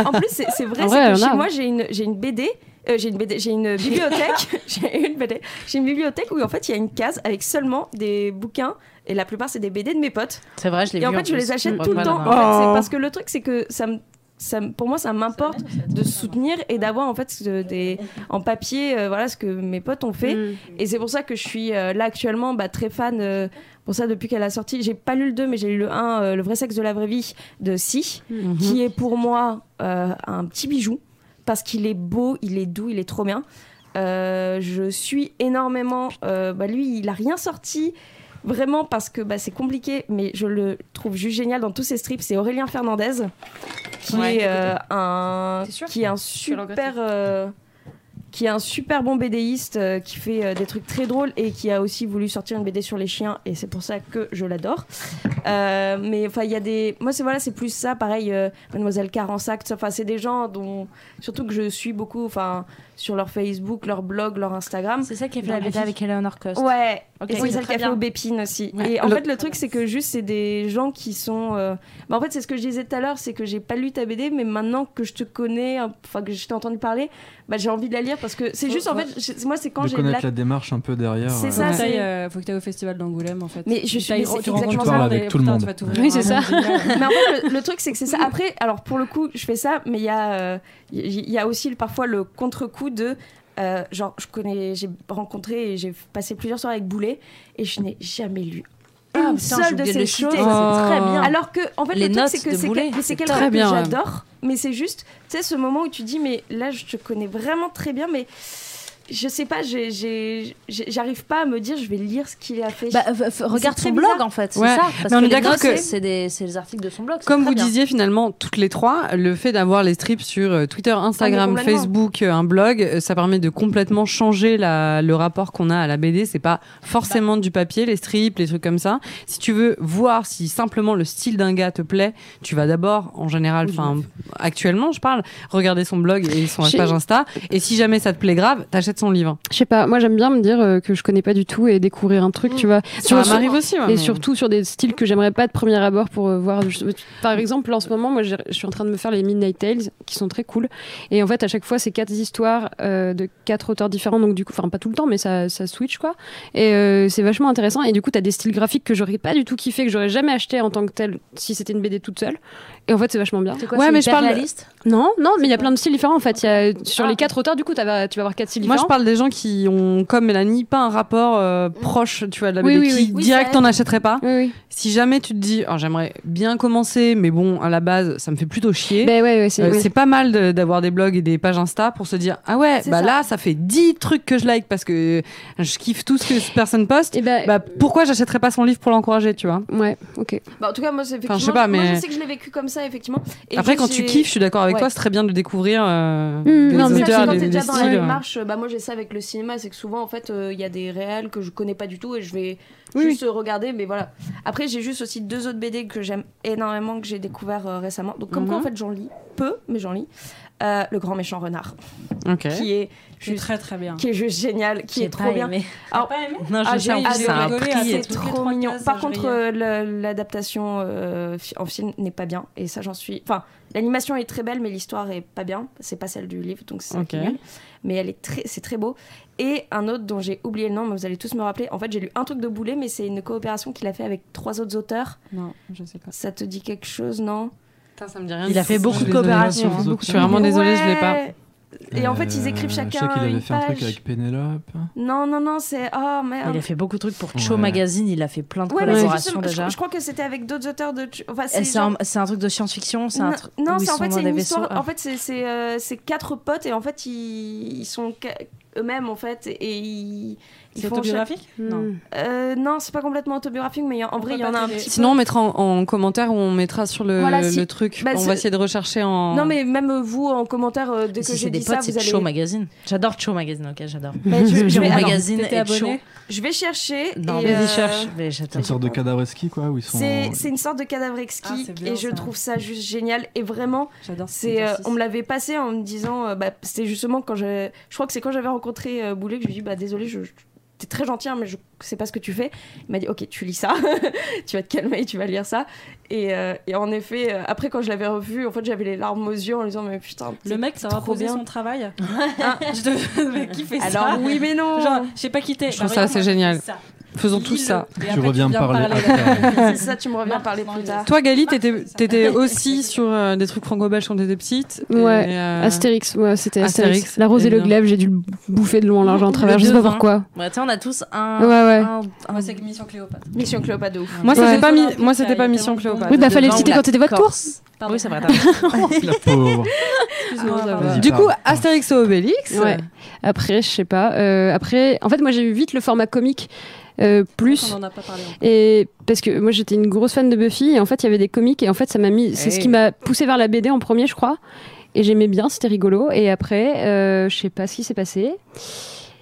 Speaker 6: En plus, c'est c'est vrai,
Speaker 4: En
Speaker 6: c'est
Speaker 4: vrai, il
Speaker 6: que
Speaker 4: y en
Speaker 6: chez
Speaker 4: a.
Speaker 6: moi, j'ai une, j'ai une BD. euh, j'ai une BD, j'ai
Speaker 4: <laughs>
Speaker 6: une bibliothèque, <laughs> j'ai une BD, j'ai une bibliothèque où en fait il y a une case avec seulement des bouquins et la plupart c'est des BD de mes potes.
Speaker 1: C'est vrai, je l'ai
Speaker 6: Et
Speaker 1: vu.
Speaker 6: en fait je
Speaker 1: plus.
Speaker 6: les achète
Speaker 1: Ouais,
Speaker 6: tout le
Speaker 1: voilà.
Speaker 6: temps. en fait. C'est parce que le truc c'est que ça me, ça me- pour moi ça m'importe de soutenir et d'avoir en fait ce- des en papier euh, voilà ce que mes potes ont fait.
Speaker 4: Mm.
Speaker 6: Et c'est pour ça que je suis euh, là actuellement bah, très fan. euh, pour ça, depuis qu'elle a sorti, j'ai pas lu le 2, mais j'ai lu le 1, euh, Le vrai sexe de la vraie vie de Si, qui est pour moi euh, un petit bijou parce qu'il est beau, il est doux, il est trop bien. Euh, je suis énormément. euh, bah, lui, il a rien sorti. Vraiment parce que bah, c'est compliqué, mais je le trouve juste génial dans tous ses strips. C'est Aurélien Fernandez qui
Speaker 5: Ouais.
Speaker 6: est euh, un
Speaker 5: T'es sûr
Speaker 6: qui est un
Speaker 5: Tu vas regretter.
Speaker 6: super euh, qui est un super bon BDiste euh, qui fait euh, des trucs très drôles et qui a aussi voulu sortir une BD sur les chiens et c'est pour ça que je l'adore. Euh, mais enfin il y a des moi c'est voilà c'est plus ça pareil euh, Mademoiselle Carensac tout ça. enfin c'est des gens dont surtout que je suis beaucoup enfin sur leur Facebook, leur blog, leur Instagram.
Speaker 1: C'est ça qui a fait
Speaker 6: Dans
Speaker 1: la
Speaker 6: la
Speaker 1: BD
Speaker 6: vie.
Speaker 1: avec Eleanor Cost.
Speaker 6: Ouais,
Speaker 1: Ok.
Speaker 6: et c'est
Speaker 1: Oui,
Speaker 6: celle
Speaker 1: très
Speaker 6: qui a fait
Speaker 1: bien.
Speaker 6: Aubépine aussi.
Speaker 2: Ouais.
Speaker 6: Et en
Speaker 2: Le-
Speaker 6: fait, le truc, c'est que juste, c'est des gens qui sont. euh, bah, en fait, c'est ce que je disais tout à l'heure, c'est que j'ai pas lu ta BD, mais maintenant que je te connais, hein, enfin que je t'ai entendu parler, bah, j'ai envie de la lire parce que c'est
Speaker 5: Faut-
Speaker 6: juste, en
Speaker 5: ouais.
Speaker 6: fait, je- moi, c'est quand
Speaker 3: de
Speaker 6: j'ai
Speaker 3: connaître
Speaker 6: la-
Speaker 3: la... démarche un peu derrière.
Speaker 6: C'est
Speaker 3: ouais.
Speaker 6: ça,
Speaker 5: faut que
Speaker 6: c'est-
Speaker 5: t'ailles, euh, faut que t'ailles au festival d'Angoulême en fait.
Speaker 6: Mais je
Speaker 5: Tu
Speaker 6: suis-
Speaker 5: t'ailles-
Speaker 6: mais c'est
Speaker 5: tu rencontres
Speaker 6: exactement
Speaker 5: plein
Speaker 3: ça.
Speaker 5: de-
Speaker 3: Avec tout le
Speaker 5: putain,
Speaker 3: monde.
Speaker 5: tu vas t'ouvrir
Speaker 4: Oui,
Speaker 5: un
Speaker 4: c'est
Speaker 5: monde génial.
Speaker 6: mais en fait, le, le truc, c'est que c'est ça. Après, alors pour le coup, je fais ça, mais il y, a, euh, il y a aussi le- parfois le contre-coup de. euh, genre, je connais, j'ai rencontré et j'ai passé plusieurs soirées avec Boulet et je n'ai jamais lu
Speaker 1: Ah,
Speaker 6: une
Speaker 1: putain, j'ai
Speaker 6: seule de
Speaker 1: oublié de le
Speaker 6: ces
Speaker 1: citer,
Speaker 6: choses.
Speaker 1: ça, c'est très bien.
Speaker 6: Alors que, en fait,
Speaker 1: Les
Speaker 6: le truc,
Speaker 1: notes
Speaker 6: c'est
Speaker 1: de
Speaker 6: que c'est
Speaker 1: Boulet,
Speaker 6: quel- c'est
Speaker 1: c'est
Speaker 6: quelqu'un
Speaker 2: très
Speaker 6: que
Speaker 2: bien, ouais.
Speaker 6: j'adore, mais c'est juste, tu sais, ce moment où tu dis, mais là, je te connais vraiment très bien, mais je sais pas, j'ai- j'ai- j'ai- j'arrive pas à me dire, je vais lire ce qu'il a fait.
Speaker 1: Bah, f- f- regarde
Speaker 6: c'est
Speaker 1: son
Speaker 6: très
Speaker 1: blog
Speaker 6: bizarre.
Speaker 1: en fait, c'est
Speaker 2: Ouais.
Speaker 1: ça. Parce que
Speaker 2: Mais on est
Speaker 1: les
Speaker 2: d'accord
Speaker 1: notes,
Speaker 2: que-
Speaker 1: c'est des- c'est les articles de son blog. c'est
Speaker 2: Comme
Speaker 1: très
Speaker 2: vous
Speaker 1: bien.
Speaker 2: disiez finalement toutes les trois, le fait d'avoir les strips sur euh, Twitter,
Speaker 4: Ah,
Speaker 2: Instagram,
Speaker 6: complètement.
Speaker 2: Facebook, euh, un blog, euh, ça permet de complètement changer la- le rapport qu'on a à la BD. C'est pas forcément du papier, les strips, les trucs comme ça. Si tu veux voir si simplement le style d'un gars te plaît, tu vas d'abord, en général, enfin actuellement, je parle, regarder son blog et son
Speaker 4: J'ai-
Speaker 2: page Insta. Et si jamais ça te plaît grave, t'achètes son livre.
Speaker 4: Je sais pas, moi j'aime bien me dire euh, que je connais pas du tout et découvrir un truc,
Speaker 1: Mm.
Speaker 4: tu vois.
Speaker 2: Ça
Speaker 4: Sur-
Speaker 2: m'arrive aussi. ouais,
Speaker 1: Ah,
Speaker 4: et
Speaker 2: mais-
Speaker 4: surtout sur des styles que j'aimerais pas de premier abord pour euh, voir. Je- Par
Speaker 1: Mm.
Speaker 4: exemple, en ce moment, moi, j'ai- je suis en train de me faire les Midnight Tales, qui sont très cool. Et en fait, à chaque fois, c'est quatre histoires euh, de quatre auteurs différents, donc du coup, enfin pas tout le temps, mais ça, ça switch quoi. Et euh, c'est vachement intéressant. Et du coup, t'as des styles graphiques que j'aurais pas du tout kiffé, que j'aurais jamais acheté en tant que tel si c'était une BD toute seule. Et en fait, c'est vachement bien.
Speaker 1: C'est quoi,
Speaker 2: Ouais,
Speaker 1: c'est
Speaker 2: mais je
Speaker 1: hyper
Speaker 2: parle-
Speaker 1: réaliste
Speaker 4: Non, non, mais il y a plein de styles différents en fait. Il Y a, sur
Speaker 1: Ah.
Speaker 4: les quatre auteurs, du coup, t'as- tu vas avoir quatre styles
Speaker 2: Moi, je
Speaker 4: différents.
Speaker 2: parle des gens qui ont, comme Mélanie, pas un rapport euh, proche, tu vois, de la
Speaker 4: Mm. Oui,
Speaker 2: BD,
Speaker 4: oui,
Speaker 2: qui
Speaker 4: oui.
Speaker 6: Oui,
Speaker 2: direct
Speaker 6: ça
Speaker 2: t'en achèterais pas.
Speaker 4: Oui, oui.
Speaker 2: Si jamais tu te dis, oh, j'aimerais bien commencer, mais bon, à la base, ça me fait plutôt chier.
Speaker 4: Ben ouais, ouais, c'est.
Speaker 2: euh,
Speaker 4: oui.
Speaker 2: c'est pas mal de- d'avoir des blogs et des pages Insta pour se dire ah ouais
Speaker 6: C'est
Speaker 2: bah
Speaker 6: ça.
Speaker 2: là ça fait 10 trucs que je like parce que je kiffe tout ce que cette personne poste
Speaker 4: Eh
Speaker 6: euh,
Speaker 4: ben,
Speaker 2: bah pourquoi j'achèterais pas son livre pour l'encourager tu vois
Speaker 4: ouais, ok.
Speaker 6: Bah, en tout cas, moi, c'est
Speaker 2: Enfin,
Speaker 6: effectivement.
Speaker 2: je sais pas,
Speaker 6: Moi,
Speaker 2: mais-
Speaker 6: je sais que je l'ai vécu comme ça, effectivement. Et
Speaker 2: après
Speaker 6: juste,
Speaker 2: quand tu
Speaker 6: j'ai-
Speaker 2: kiffes je suis d'accord avec
Speaker 6: Ouais.
Speaker 2: toi c'est très bien de découvrir euh,
Speaker 4: Mmh,
Speaker 2: des
Speaker 4: non, mais
Speaker 6: C'est ça,
Speaker 2: auteurs
Speaker 6: c'est quand
Speaker 2: des,
Speaker 6: t'es
Speaker 2: des
Speaker 6: déjà dans la
Speaker 2: styles
Speaker 6: démarche, bah moi j'ai ça avec le cinéma, c'est que souvent en fait euh, il y a des réals que je connais pas du tout et je vais
Speaker 2: Oui,
Speaker 6: juste euh, regarder, mais voilà. Après j'ai juste aussi deux autres BD que j'aime énormément que j'ai découvert euh, récemment. Donc comme quoi en
Speaker 2: Mhm.
Speaker 6: fait j'en lis peu, mais j'en lis. Euh, le grand méchant renard,
Speaker 2: ok
Speaker 6: qui est
Speaker 5: Je suis
Speaker 6: juste
Speaker 5: très très bien.
Speaker 6: qui est juste génial, qui
Speaker 1: J'ai
Speaker 6: est
Speaker 1: pas
Speaker 6: trop bien.
Speaker 1: aimé.
Speaker 6: Alors,
Speaker 2: non
Speaker 6: Ah,
Speaker 2: je sais en
Speaker 6: j'ai-
Speaker 2: plus
Speaker 6: j'ai
Speaker 2: c'est un
Speaker 5: adoré,
Speaker 2: prix
Speaker 5: ah,
Speaker 2: et
Speaker 5: c'est
Speaker 6: c'est
Speaker 2: tout.
Speaker 5: toutes les
Speaker 6: trop
Speaker 5: trois
Speaker 6: mignon.
Speaker 5: cases,
Speaker 6: Par
Speaker 5: je
Speaker 6: contre,
Speaker 5: riais.
Speaker 6: euh, la- l'adaptation euh, fi- en film n'est pas bien. Et ça, j'en suis. Enfin, l'animation est très belle, mais l'histoire est pas bien. C'est pas celle du livre, donc c'est ça qui est
Speaker 2: Ok.
Speaker 6: nul. Mais elle est très, c'est très beau. Et un autre dont j'ai oublié le nom, mais vous allez tous me rappeler. En fait, j'ai lu un truc de Boulet, mais c'est une coopération qu'il a fait avec trois autres auteurs.
Speaker 5: Non, je sais pas.
Speaker 6: Ça te dit quelque chose, non
Speaker 2: ça me dit rien
Speaker 1: Il a fait beaucoup de coopérations. hein.
Speaker 2: Je
Speaker 3: Ah,
Speaker 2: suis vraiment désolée, je l'ai pas.
Speaker 6: Ouais. Et en fait, ils écrivent
Speaker 3: Euh,
Speaker 6: chacun
Speaker 3: Je sais qu'il avait
Speaker 6: une
Speaker 3: fait un truc
Speaker 6: page.
Speaker 3: avec Pénélope.
Speaker 6: Non, non, non, c'est oh
Speaker 1: Il
Speaker 6: merde.
Speaker 1: a fait beaucoup de trucs pour Cho
Speaker 3: Ouais.
Speaker 1: Magazine, il a fait plein de
Speaker 6: Ouais, mais c'est
Speaker 1: collaborations
Speaker 6: justement- je-
Speaker 1: déjà.
Speaker 6: Je, crois que c'était avec d'autres auteurs de. Enfin,
Speaker 1: Et
Speaker 6: c'est
Speaker 1: C'est
Speaker 6: genre-
Speaker 1: un, c'est un truc de science-fiction, c'est un
Speaker 6: Non,
Speaker 1: truc.
Speaker 6: Non,
Speaker 1: où ils
Speaker 6: c'est en
Speaker 1: sont
Speaker 6: fait
Speaker 1: dans
Speaker 6: c'est
Speaker 1: des
Speaker 6: une
Speaker 1: vaisseaux.
Speaker 6: histoire.
Speaker 1: Ah.
Speaker 6: En fait, c'est c'est euh, c'est quatre potes et en fait ils, ils sont ca- eux-mêmes en fait et, et ils. ils
Speaker 5: C'est
Speaker 6: font
Speaker 5: autobiographique Non.
Speaker 4: Mm.
Speaker 6: chaque- Euh, non, c'est pas complètement autobiographique, mais il y a- en vrai il y en a un petit. peu.
Speaker 2: Sinon, on mettra en, en commentaire ou on mettra sur le,
Speaker 6: Voilà, si-
Speaker 2: le truc.
Speaker 6: bah,
Speaker 2: on
Speaker 6: c'est-
Speaker 2: va essayer de rechercher en.
Speaker 6: Non, mais même vous en commentaire euh, dès que
Speaker 1: Si
Speaker 6: j'ai
Speaker 1: c'est des
Speaker 6: dit
Speaker 1: potes,
Speaker 6: ça,
Speaker 1: c'est
Speaker 6: vous
Speaker 1: Cho
Speaker 6: allez.
Speaker 1: Magazine. J'adore Cho Magazine, ok, j'adore. <laughs>
Speaker 6: Mais je, je
Speaker 1: Cho
Speaker 6: vais, alors,
Speaker 1: Magazine
Speaker 5: T'étais
Speaker 1: et Cho.
Speaker 5: abonné
Speaker 6: je vais chercher.
Speaker 1: Non,
Speaker 6: et,
Speaker 1: mais
Speaker 6: euh,
Speaker 1: cherche. Mais j'attends.
Speaker 3: C'est une sorte de cadavreski quoi, où ils sont.
Speaker 6: C'est c'est une sorte de cadavre
Speaker 5: Ah,
Speaker 6: exquis
Speaker 5: c'est bien,
Speaker 6: et je
Speaker 5: ça.
Speaker 6: trouve ça juste génial et vraiment
Speaker 5: J'adore cet
Speaker 6: C'est, euh,
Speaker 5: exercice.
Speaker 6: on me l'avait passé en me disant, euh, bah, c'était justement quand je, je crois que c'est quand j'avais rencontré euh, Boulet que je lui ai dit, bah désolé, je, je- t'es très gentil, hein, mais je sais pas ce que tu fais. Il m'a dit, ok, tu lis ça, <laughs> tu vas te calmer, tu vas lire ça. Et, euh, et en effet, euh, après quand je l'avais revu, en fait, j'avais les larmes aux yeux en lui disant, mais putain,
Speaker 5: Le mec, ça
Speaker 6: trop
Speaker 5: va poser
Speaker 6: bien.
Speaker 5: son travail. Je te... <laughs> le mec qui fait ça.
Speaker 6: alors oui, mais non.
Speaker 5: Genre, je sais pas Bah, quitter.
Speaker 2: Je trouve ça assez génial. Faisons tout ça.
Speaker 3: Tu reviens me parler après.
Speaker 6: c'est ça, tu me reviens
Speaker 5: Non,
Speaker 6: parler
Speaker 5: non,
Speaker 6: plus
Speaker 5: mais-
Speaker 6: tard.
Speaker 2: Toi, Gali, t'étais t'étais aussi sur euh, des trucs franco-belges quand t'étais petite. et,
Speaker 4: Ouais.
Speaker 2: euh,
Speaker 4: Astérix, ouais, c'était Astérix.
Speaker 2: Astérix,
Speaker 4: La rose et le
Speaker 2: évidemment.
Speaker 4: glaive, j'ai dû le bouffer de loin en large en travers, je sais pas
Speaker 1: devin.
Speaker 4: pourquoi.
Speaker 1: Ouais, tu sais, on a tous
Speaker 4: Ouais,
Speaker 1: un.
Speaker 4: ouais.
Speaker 1: un- un-
Speaker 5: <laughs> Moi, c'est Mission Cléopâtre.
Speaker 6: Mission Cléopâtre de ouf.
Speaker 2: Moi, c'était
Speaker 4: Ouais.
Speaker 2: pas, mi- moi, c'était pas Mission
Speaker 4: Oui,
Speaker 2: Cléopâtre.
Speaker 4: bah, fallait le citer
Speaker 1: Devin ou
Speaker 4: quand c'était votre tour.
Speaker 1: Corse. Oui, c'est vrai. t'as
Speaker 3: La pauvre.
Speaker 5: Excuse-moi,
Speaker 6: Ah,
Speaker 5: j'avais-
Speaker 3: Vas-y,
Speaker 2: Du coup,
Speaker 3: parle.
Speaker 2: Astérix et Obélix.
Speaker 4: Ouais. Après, je sais pas. euh, après, en fait, moi, j'ai eu vite le format comique euh, plus.
Speaker 5: On en a pas parlé. encore.
Speaker 4: Et parce que moi j'étais une grosse fan de Buffy et en fait il y avait des comiques et en fait ça m'a mis c'est ce
Speaker 2: Hey.
Speaker 4: qui m'a poussé vers la BD en premier je crois et j'aimais bien c'était rigolo et après euh, je sais pas ce qui s'est passé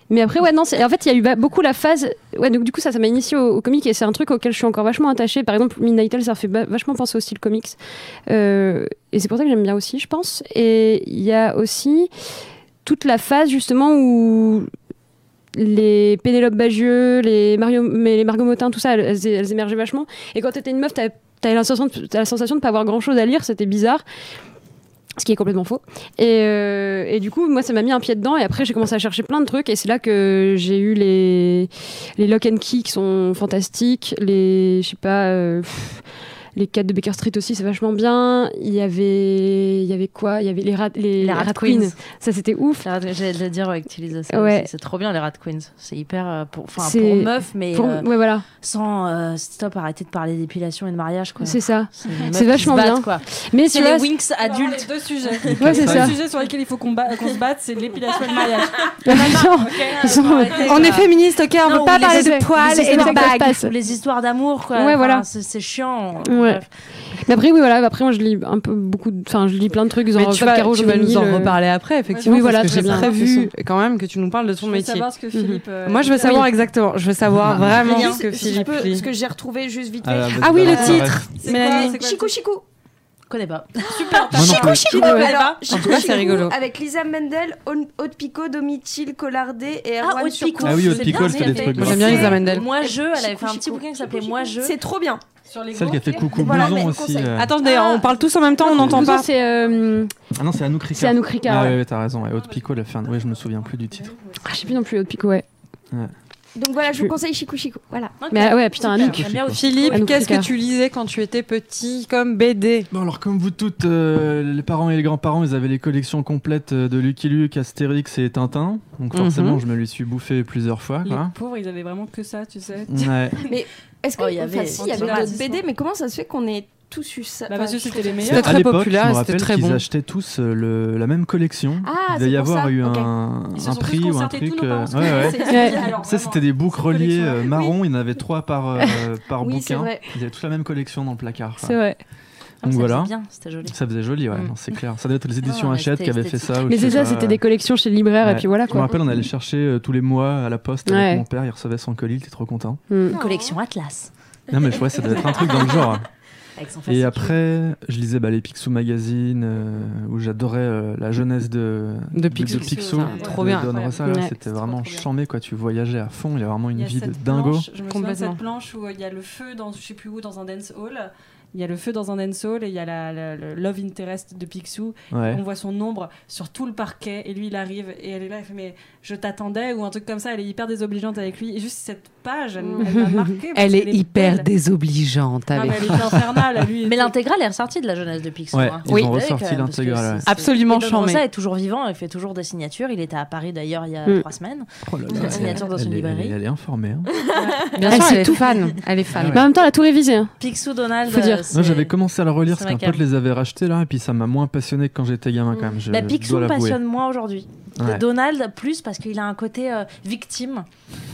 Speaker 4: mais après ouais non c'est- en fait il y a eu ba- beaucoup la phase ouais donc du coup ça ça m'a initié au, au comique et c'est un truc auquel je suis encore vachement attachée par exemple Midnight Tales ça fait ba- vachement penser au style comics euh, et c'est pour ça que j'aime bien aussi je pense et il y a aussi toute la phase justement où les Pénélope Bagieux, les, Mario, mais les Margot Motin, tout ça, elles, elles- elles émergeaient vachement. Et quand t'étais une meuf, t'avais t'avais la sensation, de- t'as la sensation de pas avoir grand chose à lire, c'était bizarre. Ce qui est complètement faux. Et, euh, et du coup, moi, ça m'a mis un pied dedans. Et après, j'ai commencé à chercher plein de trucs. Et c'est là que j'ai eu les, les Lock and Key qui sont fantastiques. Les, je sais pas, euh, pff, les 4 de Baker Street aussi, c'est vachement bien. Il y avait, il y avait quoi Il y avait les, rat, les,
Speaker 1: Les
Speaker 4: Rat
Speaker 1: Rat
Speaker 4: Queens.
Speaker 1: Queens.
Speaker 4: Ça, c'était ouf.
Speaker 1: La rat- J'allais le dire avec Tilisa. ça
Speaker 4: Ouais.
Speaker 1: aussi. C'est trop bien les Rat Queens. C'est hyper euh, pour, enfin
Speaker 4: C'est-
Speaker 1: pour meufs, mais
Speaker 4: Pour-
Speaker 1: euh,
Speaker 4: ouais, voilà,
Speaker 1: sans euh, stop arrêter de parler d'épilation et de mariage quoi.
Speaker 4: c'est ça.
Speaker 1: C'est les meufs
Speaker 4: c'est
Speaker 1: qui se
Speaker 4: vachement
Speaker 1: battent,
Speaker 4: bien.
Speaker 1: quoi.
Speaker 4: Mais tu
Speaker 1: C'est
Speaker 4: vois,
Speaker 1: les Winx adultes.
Speaker 5: Deux sujets.
Speaker 4: Ouais, c'est
Speaker 5: Les
Speaker 4: ça.
Speaker 5: deux sujets sur lesquels il faut qu'on ba- qu'on se batte, c'est l'épilation et le mariage.
Speaker 4: <laughs> Genre, genre,
Speaker 2: On est féministe, ok, on
Speaker 1: Non,
Speaker 2: veut
Speaker 1: ou
Speaker 2: pas
Speaker 1: les
Speaker 2: parler de
Speaker 4: effets-
Speaker 2: poils
Speaker 4: les
Speaker 2: et
Speaker 4: effets
Speaker 2: de
Speaker 4: de
Speaker 2: bagues.
Speaker 4: passe.
Speaker 1: Ou les histoires d'amour quoi.
Speaker 4: Ouais,
Speaker 1: Enfin,
Speaker 4: voilà.
Speaker 1: c'est c'est chiant.
Speaker 4: Ouais.
Speaker 1: Bref.
Speaker 4: Mais après, oui, voilà. Après, moi, je lis un peu beaucoup. de- Enfin, je lis plein de trucs. Genre,
Speaker 2: Mais tu
Speaker 4: Fab
Speaker 2: vas,
Speaker 4: Caro,
Speaker 2: tu vas nous en
Speaker 4: Giovanni, le-
Speaker 2: reparler après, effectivement.
Speaker 4: Oui,
Speaker 2: parce
Speaker 4: voilà,
Speaker 2: que
Speaker 4: très
Speaker 2: j'ai
Speaker 4: bien.
Speaker 2: prévu quand même que tu nous parles de ton
Speaker 5: Je veux
Speaker 2: métier.
Speaker 5: savoir ce que Philippe. euh,
Speaker 2: Moi, je veux
Speaker 5: dit.
Speaker 2: savoir exactement. Je veux savoir vraiment
Speaker 6: Juste,
Speaker 2: ce que
Speaker 6: si je
Speaker 2: Ah Philippe
Speaker 6: peux,
Speaker 2: lit.
Speaker 6: ce que j'ai retrouvé juste vite fait.
Speaker 3: Ah,
Speaker 4: Ah oui, le
Speaker 3: vas-y,
Speaker 4: titre.
Speaker 3: arrête.
Speaker 5: C'est
Speaker 2: Mais-
Speaker 5: quoi- c'est quoi-
Speaker 6: Chico Chico
Speaker 1: Connais pas.
Speaker 3: Moi non plus.
Speaker 6: Chico
Speaker 4: Ouais.
Speaker 6: Ah bah Alors, Chico
Speaker 2: tout cas, c'est
Speaker 6: Chico
Speaker 2: rigolo.
Speaker 6: Avec Lisa Mendel, On- Aude Picot, Domitil, Collardet et
Speaker 1: Ah,
Speaker 6: Erwan
Speaker 1: Haute
Speaker 6: Surcouf.
Speaker 1: Picot.
Speaker 3: Ah oui, Haute
Speaker 1: c'est
Speaker 3: Picot,
Speaker 1: bien
Speaker 3: elle
Speaker 1: ce
Speaker 3: fait
Speaker 1: qu'elle
Speaker 3: des trucs
Speaker 1: fait.
Speaker 2: J'aime bien
Speaker 1: C'est-
Speaker 2: Lisa Mendel.
Speaker 1: Moi je, elle avait fait un
Speaker 6: Chico,
Speaker 1: petit bouquin qui
Speaker 6: Chico,
Speaker 1: s'appelait
Speaker 6: Chico.
Speaker 1: Moi je.
Speaker 6: C'est trop bien.
Speaker 5: Sur les
Speaker 3: Celle qui a fait Coucou
Speaker 6: Voilà,
Speaker 3: Blouson
Speaker 6: mais
Speaker 3: aussi.
Speaker 6: conseil.
Speaker 3: euh.
Speaker 2: Attends, d'ailleurs, on parle tous en même temps, on n'entend
Speaker 4: Bouzo,
Speaker 2: pas.
Speaker 4: C'est euh,
Speaker 3: Ah non, c'est Anouk Ricard.
Speaker 4: c'est Anouk Ricard.
Speaker 3: Ah
Speaker 4: ouais.
Speaker 3: ouais, ouais, t'as raison. Ouais, Haute Picot, elle a fait un. Ouais, je me souviens plus du titre.
Speaker 4: Ah, je sais plus non plus. Haute Pico, ouais.
Speaker 6: Donc voilà, je
Speaker 4: Je-
Speaker 6: vous conseille Chico Chico. Voilà.
Speaker 1: Ok.
Speaker 4: Mais ah, ouais, putain,
Speaker 1: Super.
Speaker 4: Anouk.
Speaker 1: J'aime bien
Speaker 3: Anouk.
Speaker 1: aussi.
Speaker 2: Philippe,
Speaker 4: Anouk
Speaker 2: qu'est-ce que
Speaker 4: Ricard.
Speaker 2: tu lisais quand tu étais petit comme BD
Speaker 3: Bon alors comme vous toutes, euh, les parents et les grands-parents, ils avaient les collections complètes euh, de Lucky Luke, Astérix et Tintin. Donc forcément,
Speaker 2: Mhm.
Speaker 3: je me les suis bouffé plusieurs fois.
Speaker 5: Les <laughs>
Speaker 3: quoi.
Speaker 5: pauvres, ils avaient vraiment que ça, tu sais.
Speaker 3: Ouais.
Speaker 6: Est-ce que
Speaker 1: Oh, il y
Speaker 6: enfin,
Speaker 1: avait-
Speaker 6: si, il y avait
Speaker 5: Antimatisme.
Speaker 6: d'autres BD, mais comment ça se fait qu'on ait tous eu ça
Speaker 5: Bah,
Speaker 6: Enfin,
Speaker 5: parce que
Speaker 6: Ah, je
Speaker 5: c'était
Speaker 6: trouve
Speaker 5: les
Speaker 6: ça-
Speaker 5: meilleurs.
Speaker 2: C'était
Speaker 3: À
Speaker 2: très
Speaker 3: l'époque, je me
Speaker 2: populaire et c'était
Speaker 3: rappelle
Speaker 2: très
Speaker 3: qu'ils
Speaker 2: bon.
Speaker 3: achetaient tous euh, le, la même collection.
Speaker 6: Ah,
Speaker 3: Il
Speaker 6: c'est
Speaker 3: devait y
Speaker 6: pour
Speaker 3: avoir
Speaker 6: ça.
Speaker 3: eu
Speaker 6: Ok.
Speaker 3: un,
Speaker 5: Ils se
Speaker 3: un
Speaker 5: sont
Speaker 3: prix
Speaker 5: tous
Speaker 3: ou un
Speaker 5: concertés, tous
Speaker 3: truc. euh,
Speaker 5: nos parents se
Speaker 3: ouais, ouais.
Speaker 5: <laughs> connaissaient.
Speaker 4: Ouais.
Speaker 5: Alors,
Speaker 3: Ça,
Speaker 5: vraiment.
Speaker 3: c'était des boucs
Speaker 5: Cette
Speaker 3: reliés
Speaker 5: collection-là.
Speaker 3: euh, marron. Il y en avait trois par, euh, par
Speaker 6: Oui, c'est
Speaker 3: bouquin.
Speaker 6: vrai.
Speaker 3: Ils avaient tous la même collection dans le placard. quoi.
Speaker 4: C'est vrai.
Speaker 1: Ah, mais
Speaker 3: Donc
Speaker 1: ça,
Speaker 3: voilà.
Speaker 1: C'est bien, c'était joli.
Speaker 3: Ça faisait joli, ouais,
Speaker 1: Mm.
Speaker 3: non, c'est clair. Ça doit être les éditions
Speaker 1: ouais,
Speaker 3: Hachette qui
Speaker 1: c'était
Speaker 3: avaient fait ça. ou
Speaker 4: Mais
Speaker 3: je
Speaker 4: c'est
Speaker 3: sais
Speaker 4: ça,
Speaker 3: pas,
Speaker 4: c'était
Speaker 3: euh,
Speaker 4: des collections chez le libraire et
Speaker 3: Ouais.
Speaker 4: puis voilà
Speaker 3: Je me
Speaker 4: quoi.
Speaker 3: rappelle, on allait chercher euh, tous les mois à la poste avec
Speaker 4: Ouais.
Speaker 3: mon père, il recevait son colis, il était trop content.
Speaker 4: Hmm.
Speaker 1: Collection Atlas.
Speaker 3: Non mais je vois, ça doit être un truc dans le genre.
Speaker 1: Avec son
Speaker 3: Et
Speaker 1: fascicule.
Speaker 3: après, je lisais bah, les Picsou Magazine, euh, où j'adorais euh, la jeunesse de,
Speaker 2: De Picsou.
Speaker 5: Putain,
Speaker 2: trop
Speaker 3: de
Speaker 2: bien.
Speaker 3: Don Rosa, là,
Speaker 4: Ouais.
Speaker 3: C'était
Speaker 5: trop,
Speaker 3: vraiment
Speaker 5: trop bien.
Speaker 3: chambé, quoi. Tu voyageais à fond, il y a vraiment une
Speaker 5: Il y a
Speaker 3: vie de
Speaker 5: cette
Speaker 3: dingo.
Speaker 5: planche, je me souviens de
Speaker 2: Complètement.
Speaker 5: cette planche où euh, il y a le feu dans je sais plus où dans un dance hall. Il y a le feu dans un dance hall et il y a la, la- le love interest de Picsou. On
Speaker 3: Ouais.
Speaker 5: voit son ombre sur tout le parquet et lui il arrive et elle est là, elle fait mais je t'attendais ou un truc comme ça. Elle est hyper désobligeante avec lui. Et juste cette page, elle, elle m'a
Speaker 2: <laughs>
Speaker 5: marquée. parce
Speaker 2: Elle est
Speaker 5: qu'elle
Speaker 2: hyper
Speaker 5: belle.
Speaker 2: désobligeante
Speaker 5: Ah, mais
Speaker 2: avec. <laughs>
Speaker 5: elle est infernale, lui.
Speaker 1: Mais l'intégrale est ressortie de la jeunesse de Picsou.
Speaker 3: Ouais,
Speaker 1: hein.
Speaker 3: ils
Speaker 2: Oui.
Speaker 3: ont
Speaker 1: Ouais, quand
Speaker 3: ressorti
Speaker 1: même, parce que
Speaker 3: l'intégrale. ouais.
Speaker 1: c'est- c'est-
Speaker 2: Absolument
Speaker 1: Et Don
Speaker 2: charmé.
Speaker 1: Rosa est toujours vivant, il fait toujours des signatures. Il était à Paris d'ailleurs il y a
Speaker 4: Mm.
Speaker 1: trois semaines.
Speaker 3: Oh là là,
Speaker 1: Une
Speaker 3: elle-
Speaker 1: signature dans
Speaker 3: elle
Speaker 1: une
Speaker 3: est-
Speaker 1: librairie.
Speaker 3: Elle est- elle est informée. hein.
Speaker 2: Bien
Speaker 4: Elle
Speaker 2: sûr,
Speaker 4: sait
Speaker 2: elle est
Speaker 4: tout.
Speaker 2: fan. Elle est fan.
Speaker 3: Ah
Speaker 4: Mais en même temps, elle a tout révisé. hein.
Speaker 1: Picsou Donald.
Speaker 4: Faut dire.
Speaker 1: euh, c'est-
Speaker 3: Moi, j'avais commencé à le relire
Speaker 1: c'est
Speaker 3: parce
Speaker 1: ma
Speaker 3: qu'un pote
Speaker 1: cam.
Speaker 3: les avait rachetés là, et puis ça m'a moins passionné que quand j'étais gamin quand même. Je
Speaker 1: Bah,
Speaker 3: dois
Speaker 1: Picsou
Speaker 3: l'avouer.
Speaker 1: passionne moins aujourd'hui.
Speaker 3: Ouais.
Speaker 1: Donald, plus parce qu'il a un côté euh, victime